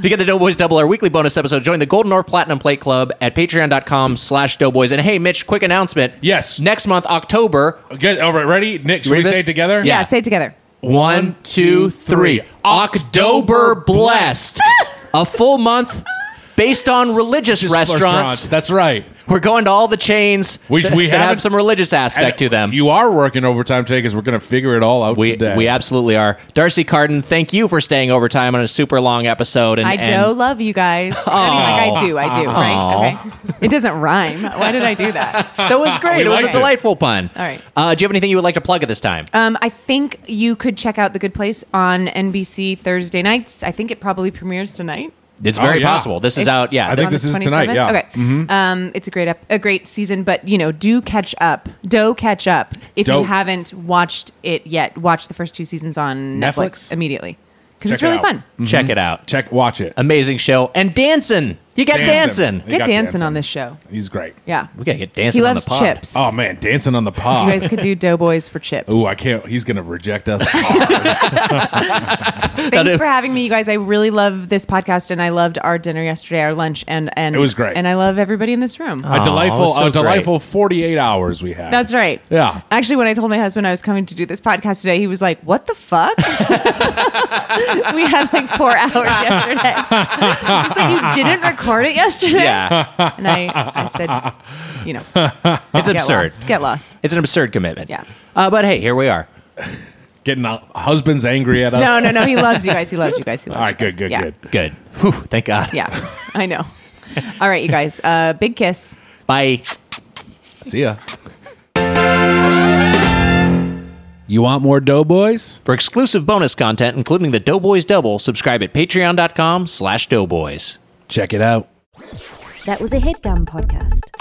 [SPEAKER 1] get the Doughboys Double, our weekly bonus episode, join the Golden Or Platinum Plate Club at patreon.com slash doughboys. And hey, Mitch, quick announcement.
[SPEAKER 3] Yes.
[SPEAKER 1] Next month, October.
[SPEAKER 3] Get, all right, ready? Nick, should we say it together?
[SPEAKER 7] Yeah, say it together.
[SPEAKER 1] One, two, three. October Blessed. A full month based on religious restaurants.
[SPEAKER 3] restaurants, That's right.
[SPEAKER 1] We're going to all the chains
[SPEAKER 3] We-
[SPEAKER 1] that,
[SPEAKER 3] we
[SPEAKER 1] that
[SPEAKER 3] haven't-
[SPEAKER 1] have some religious aspect to them.
[SPEAKER 3] You are working overtime today because we're going to figure it all out
[SPEAKER 1] We,
[SPEAKER 3] today.
[SPEAKER 1] we absolutely are. Darcy Carden, thank you for staying overtime on a super long episode. And,
[SPEAKER 7] I
[SPEAKER 1] and-
[SPEAKER 7] do love you guys. I mean, like I do, I do, right? Okay. It doesn't rhyme. Why did I do that?
[SPEAKER 1] That was great. it
[SPEAKER 7] We
[SPEAKER 1] was a
[SPEAKER 7] liked it.
[SPEAKER 1] delightful pun.
[SPEAKER 7] All right.
[SPEAKER 1] Uh, do you have anything you would like to plug at this time?
[SPEAKER 7] Um, I think you could check out The Good Place on NBC Thursday nights. I think it probably premieres tonight.
[SPEAKER 1] It's very
[SPEAKER 3] Oh, yeah.
[SPEAKER 1] possible. This is
[SPEAKER 7] If- Um,
[SPEAKER 1] out. Yeah, Mm-hmm.
[SPEAKER 3] I think
[SPEAKER 7] on the
[SPEAKER 3] this is tonight,
[SPEAKER 7] 27th?
[SPEAKER 3] yeah.
[SPEAKER 7] Okay. Um, it's a great ep- a great season, but you know, do catch up. Do catch up. If
[SPEAKER 3] Do.
[SPEAKER 7] you haven't watched it yet, watch the first two seasons on Netflix,
[SPEAKER 3] Netflix?
[SPEAKER 7] immediately because
[SPEAKER 3] Check
[SPEAKER 7] it's really
[SPEAKER 3] out.
[SPEAKER 7] fun.
[SPEAKER 3] Mhm.
[SPEAKER 1] Check it out.
[SPEAKER 3] Check, watch it.
[SPEAKER 1] Amazing show. And Danson. You got
[SPEAKER 3] Danson.
[SPEAKER 1] Danson.
[SPEAKER 3] You
[SPEAKER 7] Get
[SPEAKER 3] got
[SPEAKER 7] dancing
[SPEAKER 3] Danson.
[SPEAKER 7] on this show.
[SPEAKER 3] He's great.
[SPEAKER 7] Yeah.
[SPEAKER 1] We got to get
[SPEAKER 7] He loves chips.
[SPEAKER 1] Ah,
[SPEAKER 3] Oh man, dancing on the pod.
[SPEAKER 7] You guys could do Doughboys for chips.
[SPEAKER 3] Ooh, I can't. He's going to reject us.
[SPEAKER 7] Thanks for having me, you guys. I really love this podcast, and I loved our dinner yesterday, our lunch, and and
[SPEAKER 3] It was great. Uh,
[SPEAKER 7] And I love everybody in this room.
[SPEAKER 1] Oh,
[SPEAKER 3] a delightful, a delightful forty-eight hours we had.
[SPEAKER 7] That's right.
[SPEAKER 3] Yeah.
[SPEAKER 7] Actually, when I told my husband I was coming to do this podcast today, he was like, "What the fuck?" we had like four hours yesterday. He's like, "You didn't record it yesterday?"
[SPEAKER 1] Yeah.
[SPEAKER 7] And I, I said, you know,
[SPEAKER 1] It's
[SPEAKER 7] get
[SPEAKER 1] absurd.
[SPEAKER 7] lost, get lost.
[SPEAKER 1] It's an absurd commitment.
[SPEAKER 7] Yeah.
[SPEAKER 1] Uh, but hey, here we are.
[SPEAKER 3] Getting uh, husbands angry at us.
[SPEAKER 7] No, no, no. He loves you guys. He loves you guys. He loves
[SPEAKER 3] Uh, All right, good, good,
[SPEAKER 7] Yeah.
[SPEAKER 3] good.
[SPEAKER 1] Good. Whew, thank God.
[SPEAKER 7] Yeah, I know. All right, you guys. Uh, big kiss.
[SPEAKER 1] Bye.
[SPEAKER 3] See ya. You want more Doughboys?
[SPEAKER 1] For exclusive bonus content, including the Doughboys Double, subscribe at patreon.com slash doughboys.
[SPEAKER 3] Check it out.
[SPEAKER 16] That was a headgum podcast.